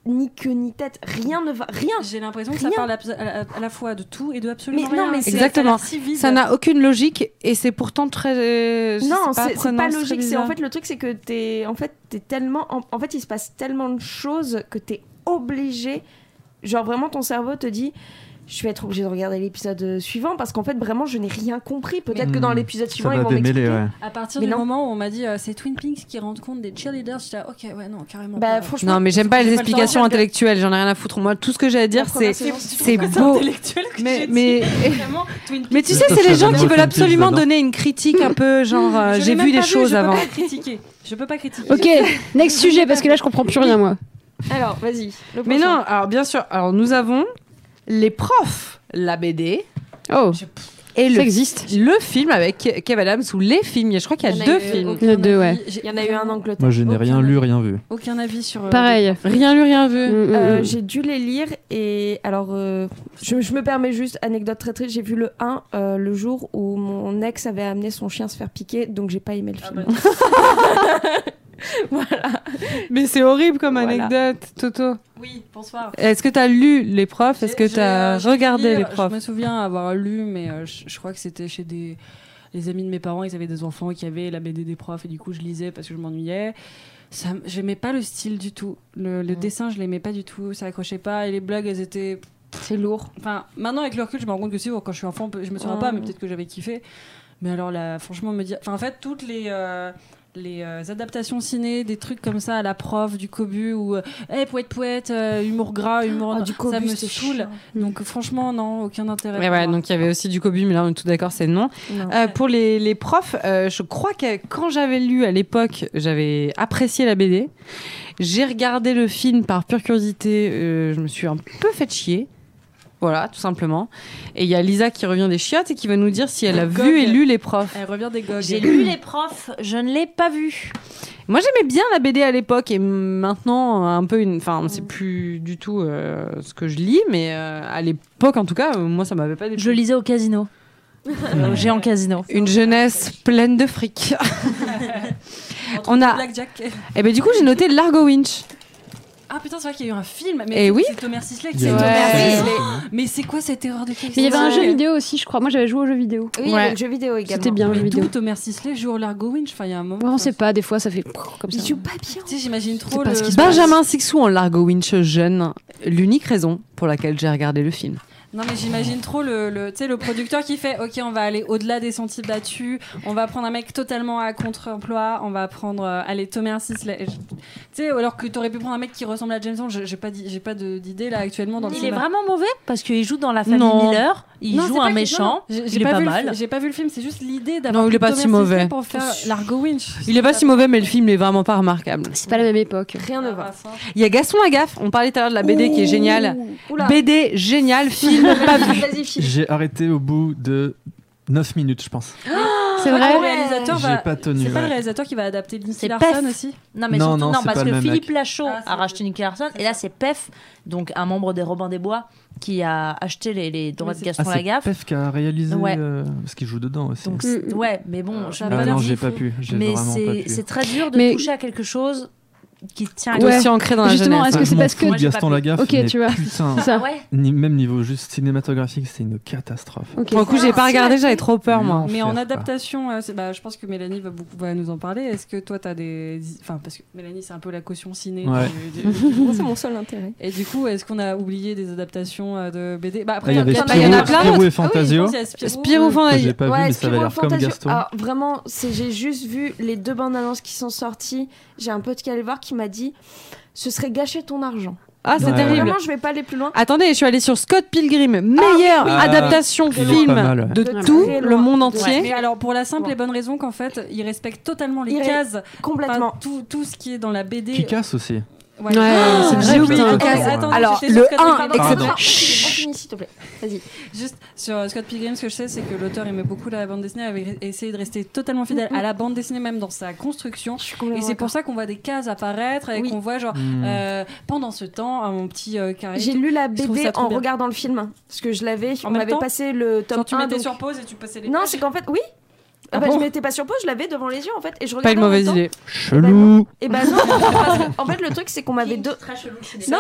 Speaker 6: ni queue ni tête, rien ne va, rien.
Speaker 5: J'ai l'impression que ça
Speaker 6: Rien.
Speaker 5: parle à, à- à la fois de tout et de absolument
Speaker 6: Mais non,
Speaker 5: rien.
Speaker 6: mais
Speaker 5: C'est-
Speaker 6: c'est-
Speaker 2: Exactement.
Speaker 5: Ça, a l'air si vide.
Speaker 2: Ça n'a aucune logique et c'est pourtant très. euh, je
Speaker 6: Non,
Speaker 2: sais
Speaker 6: c'est c'est
Speaker 2: prenant,
Speaker 6: pas
Speaker 2: très
Speaker 6: logique. C'est
Speaker 2: bizarre.
Speaker 6: en fait le truc, c'est que t'es en fait t'es tellement en, en fait il se passe tellement de choses que t'es obligé. Genre vraiment ton cerveau te dit. Je vais être obligé de regarder l'épisode euh, suivant parce qu'en fait vraiment je n'ai rien compris. Peut-être que dans
Speaker 3: Hmm.
Speaker 6: l'épisode
Speaker 3: Ça
Speaker 6: suivant ils
Speaker 3: va
Speaker 6: vont
Speaker 3: démêler,
Speaker 6: m'expliquer.
Speaker 3: ouais.
Speaker 5: À partir
Speaker 6: Mais
Speaker 5: du
Speaker 6: non.
Speaker 5: moment où on m'a dit euh, c'est Twin Peaks qui rendent compte des cheerleaders, j'étais là, ok, ouais, non, carrément.
Speaker 6: Bah
Speaker 5: pas.
Speaker 6: franchement.
Speaker 2: Non, mais j'aime pas
Speaker 5: J'ai
Speaker 2: les
Speaker 5: pas le temps,
Speaker 2: explications
Speaker 5: j'ai-
Speaker 2: intellectuelles, j'en ai rien à foutre. Moi, tout ce que j'ai à dire,
Speaker 6: La
Speaker 2: c'est
Speaker 6: première saison, si
Speaker 2: c'est
Speaker 6: tu
Speaker 5: C'est
Speaker 2: beau.
Speaker 5: intellectuel que
Speaker 2: Mais-
Speaker 5: j'ai dit.
Speaker 2: mais-
Speaker 5: Vraiment, Twin Peaks,
Speaker 2: Mais tu
Speaker 3: C'est
Speaker 2: sais,
Speaker 3: ça,
Speaker 2: c'est les
Speaker 3: ça
Speaker 2: gens
Speaker 3: donne
Speaker 2: qui
Speaker 3: aucune
Speaker 2: veulent
Speaker 3: piste
Speaker 2: absolument
Speaker 3: dedans.
Speaker 2: donner une critique un peu genre euh,
Speaker 5: je l'ai
Speaker 2: j'ai
Speaker 5: même
Speaker 2: vu des
Speaker 5: pas
Speaker 2: choses
Speaker 5: je
Speaker 2: avant.
Speaker 5: Peux pas critiquer. Je peux pas
Speaker 4: <laughs>
Speaker 5: critiquer.
Speaker 4: Ok, next sujet, parce que là, je comprends plus rien, moi.
Speaker 6: Alors vas-y. le
Speaker 2: Mais
Speaker 6: prochain.
Speaker 2: non, alors bien sûr, alors nous avons les profs, la BD.
Speaker 4: Oh,
Speaker 2: Et
Speaker 4: Ça
Speaker 2: le,
Speaker 4: existe.
Speaker 2: le film avec Ke- Kev Adams ou les films. Il y a- Je crois qu'il y a
Speaker 6: Il y en a
Speaker 2: deux
Speaker 6: eu
Speaker 2: films.
Speaker 5: Aucun
Speaker 4: Il y en a deux,
Speaker 5: avis.
Speaker 4: ouais.
Speaker 5: J'ai-
Speaker 6: Il y en a eu un en Angleterre.
Speaker 7: Moi, je n'ai
Speaker 5: Aucun
Speaker 7: rien
Speaker 5: avis.
Speaker 7: lu, rien vu.
Speaker 5: Aucun avis sur. euh,
Speaker 4: Pareil.
Speaker 2: Rien lu, rien vu.
Speaker 4: Mm, mm,
Speaker 6: Euh,
Speaker 4: mm.
Speaker 6: j'ai dû les lire et alors euh, je, je me permets juste anecdote très triste j'ai vu le 1 euh, le jour où mon ex avait amené son chien se faire piquer donc j'ai pas aimé le film
Speaker 2: Mais c'est horrible comme
Speaker 6: Voilà.
Speaker 2: anecdote, Toto.
Speaker 5: Oui, bonsoir.
Speaker 2: Est-ce que t'as lu les profs Est-ce Euh, que
Speaker 5: J'ai- j'ai, euh,
Speaker 2: t'as
Speaker 5: j'ai
Speaker 2: regardé
Speaker 5: lire,
Speaker 2: les profs
Speaker 5: Je me souviens avoir lu, mais euh, je, je crois que c'était chez des les amis de mes parents. Ils avaient des enfants qui avaient la BD des profs et du coup je lisais parce que je m'ennuyais. Ça, m- j'aimais pas le style du tout. Le, le
Speaker 2: Mm.
Speaker 5: dessin, je l'aimais pas du tout. Ça accrochait pas et les blagues, elles étaient.
Speaker 6: c'est lourd
Speaker 5: Enfin, maintenant avec le recul, je me rends compte que c'est bon, quand je suis enfant, je me souviens pas,
Speaker 6: Mm.
Speaker 5: mais peut-être que j'avais kiffé. Mais alors là, franchement, me dire. Enfin, en fait, toutes les. euh, les euh, adaptations ciné, des trucs comme ça à la prof, du cobu ou euh, hey, poète poète, euh, humour gras,
Speaker 4: Ah,
Speaker 5: humour.
Speaker 6: du
Speaker 5: ça me
Speaker 6: Cobus, c'est
Speaker 5: saoule.
Speaker 6: chiant.
Speaker 5: Donc franchement, non, aucun intérêt.
Speaker 2: Ouais,
Speaker 5: pour
Speaker 2: ouais,
Speaker 5: moi.
Speaker 2: donc il y avait aussi du cobu, mais là on est tout d'accord, c'est non.
Speaker 6: Non.
Speaker 2: Euh, pour les, les profs, euh, je crois que quand j'avais lu à l'époque, j'avais apprécié la BD. J'ai regardé le film par pure curiosité, euh, je me suis un peu fait chier. Voilà, tout simplement. Et il y a Lisa qui revient des chiottes et qui va nous dire si elle a
Speaker 5: Gog.
Speaker 2: vu et lu les profs.
Speaker 5: Elle revient des gogues.
Speaker 1: J'ai lu les profs, je ne l'ai pas vu.
Speaker 2: Moi j'aimais bien la BD à l'époque et maintenant un peu une. Enfin, c'est plus du tout euh, ce que je lis, mais euh, à l'époque en tout cas, euh, moi ça m'avait pas déplu.
Speaker 1: Je lisais au casino. Euh,
Speaker 5: <laughs>
Speaker 1: au géant casino.
Speaker 2: Une jeunesse pleine de fric.
Speaker 5: Entre
Speaker 2: On a-
Speaker 5: Blackjack.
Speaker 2: et ben du coup j'ai noté Largo Winch.
Speaker 5: Ah putain, c'est vrai qu'il y a eu un film.
Speaker 2: Eh
Speaker 5: Mais
Speaker 2: oui.
Speaker 5: C'est Thomas Sisley. qui
Speaker 7: Il y a
Speaker 5: s'est
Speaker 7: eu
Speaker 5: dit,
Speaker 4: un
Speaker 5: mais-
Speaker 4: film.
Speaker 5: Mais c'est quoi cette erreur de
Speaker 4: Mais il y avait un
Speaker 5: casting
Speaker 4: jeu vidéo aussi, je crois. Moi, j'avais joué au jeu vidéo.
Speaker 6: oui il y
Speaker 2: Ouais.
Speaker 6: avait le jeu vidéo également
Speaker 4: C'était bien le
Speaker 5: Mais
Speaker 4: jeu vidéo.
Speaker 5: d'où Thomas Sisley joue au Largo Winch. Enfin, il y a un moment.
Speaker 4: Ouais, on
Speaker 5: enfin,
Speaker 4: sait pas, des fois ça fait comme
Speaker 6: il
Speaker 4: ça.
Speaker 6: joue pas bien
Speaker 5: Tu sais, j'imagine trop
Speaker 4: pas
Speaker 5: le.
Speaker 4: ce qui se passe.
Speaker 2: Benjamin Sixou en Largo Winch jeune, l'unique raison pour laquelle j'ai regardé le film.
Speaker 5: Non, mais j'imagine trop le, le, tu sais, le producteur qui fait Ok, on va aller au-delà des sentiers battus. On va prendre un mec totalement à contre-emploi. On va prendre. euh, allez, Thomas Sisley. Et je- Tu sais, alors que t'aurais pu prendre un mec qui ressemble à James Bond. je- J'ai pas, dit- j'ai pas de- d'idée là actuellement dans le
Speaker 1: Il est
Speaker 5: cinéma.
Speaker 1: vraiment mauvais parce qu'il joue dans la famille
Speaker 2: Non.
Speaker 1: Miller, il
Speaker 5: Non, c'est
Speaker 1: joue
Speaker 5: pas
Speaker 1: un
Speaker 5: que- non, non,
Speaker 1: méchant,
Speaker 5: j'ai- j'ai
Speaker 1: il est pas
Speaker 5: vu le
Speaker 1: mal.
Speaker 5: fi- J'ai pas vu le film, c'est juste l'idée
Speaker 2: Non,
Speaker 5: d'avoir.
Speaker 2: il est
Speaker 5: pris
Speaker 2: pas
Speaker 5: Thomas
Speaker 2: si mauvais.
Speaker 5: Sisley Pour faire Largo Winch.
Speaker 2: Il est pas si mauvais, mais le film n'est vraiment pas remarquable.
Speaker 4: C'est pas la même époque.
Speaker 6: rien ne va
Speaker 2: Il y a Gaston Lagaffe, on parlait tout à l'heure de la BD qui est géniale.
Speaker 6: Oula.
Speaker 2: BD génial, film pas vu.
Speaker 6: vas-y file
Speaker 7: J'ai arrêté au bout de 9 minutes, je pense.
Speaker 4: C'est
Speaker 5: Ah,
Speaker 4: vrai
Speaker 5: le réalisateur
Speaker 7: J'ai
Speaker 1: bah,
Speaker 5: va-
Speaker 7: pas tenu,
Speaker 5: C'est pas
Speaker 7: ouais.
Speaker 5: le réalisateur qui va adapter Lindsay
Speaker 1: C'est
Speaker 5: Larson
Speaker 1: Pef.
Speaker 5: aussi
Speaker 1: Non, mais
Speaker 7: Non, non,
Speaker 1: surtout, non,
Speaker 7: c'est
Speaker 1: parce
Speaker 7: pas le
Speaker 1: que
Speaker 7: même
Speaker 1: Philippe Lachaud
Speaker 5: Ah, c'est
Speaker 1: a
Speaker 5: le-
Speaker 1: racheté Nicky Larson, et là, c'est PEF, donc un membre des Robins des Bois, qui a acheté les, les droits
Speaker 5: Oui,
Speaker 1: de
Speaker 5: c'est-
Speaker 1: Gaston
Speaker 7: Ah, c'est
Speaker 1: Lagaffe.
Speaker 7: Pef qui a réalisé
Speaker 1: Ouais.
Speaker 7: euh, parce qu'il joue dedans aussi.
Speaker 1: Donc,
Speaker 4: Mm,
Speaker 1: c'est-
Speaker 4: mm.
Speaker 1: ouais, mais bon, je-
Speaker 7: ah
Speaker 5: mais
Speaker 7: non,
Speaker 5: là,
Speaker 7: j'ai
Speaker 5: il
Speaker 7: pas
Speaker 5: faut-
Speaker 7: pu. J'ai
Speaker 1: mais
Speaker 7: vraiment pas
Speaker 1: c'est
Speaker 7: pu.
Speaker 1: c'est très dur de
Speaker 4: Mais-
Speaker 1: toucher à quelque chose qui te tient à
Speaker 4: Ouais.
Speaker 2: Aussi ancré dans la
Speaker 4: Justement,
Speaker 2: jeunesse.
Speaker 4: est-ce que c'est
Speaker 7: Je m'en
Speaker 4: parce que.
Speaker 7: fous de
Speaker 1: Moi, j'ai pas
Speaker 7: Ah, Gaston
Speaker 1: pu.
Speaker 7: Lagaffe,
Speaker 4: Ok,
Speaker 7: mais
Speaker 4: tu vois.
Speaker 7: putain,
Speaker 4: ça.
Speaker 1: Ah Ouais.
Speaker 7: ni- même niveau juste cinématographique, c'est une catastrophe.
Speaker 4: Ok.
Speaker 2: Pour le coup, j'ai pas regardé, j'avais trop peur, moi.
Speaker 5: Mais en
Speaker 7: Enfer,
Speaker 5: adaptation, euh, c'est- bah, je pense que Mélanie va, beaucoup, va nous en parler. Est-ce que toi, t'as des. Enfin, parce que Mélanie, c'est un peu la caution ciné.
Speaker 7: Ouais.
Speaker 5: du- du-
Speaker 6: c'est mon seul intérêt
Speaker 5: Et du coup, est-ce qu'on a oublié des adaptations euh, de BD Bah,
Speaker 7: Ah,
Speaker 5: après,
Speaker 7: Il y avait
Speaker 5: a-
Speaker 2: il y en a
Speaker 7: Spirou,
Speaker 2: plein
Speaker 7: Spirou
Speaker 2: d'autres.
Speaker 7: et Fantasio.
Speaker 5: Ah oui, je pense qu'il y a
Speaker 2: Spirou
Speaker 7: que
Speaker 2: Fantasio.
Speaker 7: j'ai pas vu, mais ça avait
Speaker 6: Spirou
Speaker 7: l'air comme
Speaker 6: Fantasio.
Speaker 7: Gaston.
Speaker 1: Ah,
Speaker 6: Alors, vraiment, c'est- j'ai juste vu les deux bandes annonces qui sont sorties. J'ai un pote qui allait voir qui m'a dit ce serait gâcher ton argent.
Speaker 2: Ah, c'est
Speaker 7: Ouais.
Speaker 2: terrible.
Speaker 6: Vraiment, je vais pas aller plus loin.
Speaker 2: Attendez, je suis allée sur Scott Pilgrim, meilleure
Speaker 7: oui. Ah,
Speaker 2: adaptation
Speaker 7: il est
Speaker 2: film
Speaker 7: pas mal, ouais.
Speaker 2: de
Speaker 4: De
Speaker 2: tout
Speaker 6: très
Speaker 2: le
Speaker 6: loin.
Speaker 2: monde
Speaker 5: Ouais,
Speaker 2: entier.
Speaker 5: mais alors pour la simple
Speaker 6: Ouais.
Speaker 5: et bonne raison qu'en fait ils respectent totalement les
Speaker 6: Ils ré-
Speaker 5: cases,
Speaker 6: Complètement.
Speaker 5: Enfin, tout, tout ce qui est dans la
Speaker 1: euh,
Speaker 5: BD.
Speaker 7: Qui casse aussi.
Speaker 5: Ouais.
Speaker 2: c'est
Speaker 5: Ah,
Speaker 2: j'ai
Speaker 5: oui,
Speaker 2: oublié
Speaker 5: attendez,
Speaker 2: Lucas.
Speaker 5: attendez, j'étais
Speaker 2: Alors,
Speaker 5: sur
Speaker 2: le
Speaker 5: Scott Pilgrim,
Speaker 2: 1
Speaker 5: pardon.
Speaker 7: est
Speaker 6: Attends,
Speaker 7: Pardon.
Speaker 6: on finit, on finit, s'il te plaît. Vas-y.
Speaker 5: Juste sur euh, Scott Pilgrim, ce que je sais, c'est que l'auteur aimait beaucoup la bande dessinée, avait ré- essayé de rester totalement fidèle
Speaker 2: Mm-hmm.
Speaker 5: à la bande dessinée, même dans sa construction.
Speaker 6: Je suis
Speaker 5: Et
Speaker 6: complètement
Speaker 5: c'est pour
Speaker 6: d'accord.
Speaker 5: ça qu'on voit des cases apparaître et
Speaker 6: Oui.
Speaker 5: qu'on voit, genre,
Speaker 7: Hmm.
Speaker 3: Mm.
Speaker 1: bah,
Speaker 5: euh, pendant ce temps, un petit euh, carré.
Speaker 6: J'ai lu la
Speaker 5: trouve
Speaker 6: BD
Speaker 5: ça trop
Speaker 6: en
Speaker 5: bien.
Speaker 6: regardant le film. Parce que je l'avais.
Speaker 5: En
Speaker 6: On
Speaker 5: même
Speaker 6: m'avait
Speaker 5: temps
Speaker 6: passé le tome
Speaker 5: Genre, tu
Speaker 6: 1.
Speaker 5: mettais
Speaker 6: donc-
Speaker 5: sur pause et tu passais les
Speaker 6: Non,
Speaker 5: pages.
Speaker 6: c'est qu'en fait, oui.
Speaker 5: Ah
Speaker 6: Ah bah,
Speaker 5: bon
Speaker 6: je mettais pas sur pause, je l'avais devant les yeux en fait. Et je
Speaker 2: Pas une
Speaker 6: regardais en
Speaker 2: mauvaise
Speaker 6: même temps.
Speaker 2: idée.
Speaker 7: Chelou.
Speaker 6: Et bah
Speaker 7: <laughs>
Speaker 6: non, parce que, en fait, le truc, c'est qu'on m'avait deux. Non,
Speaker 4: vrai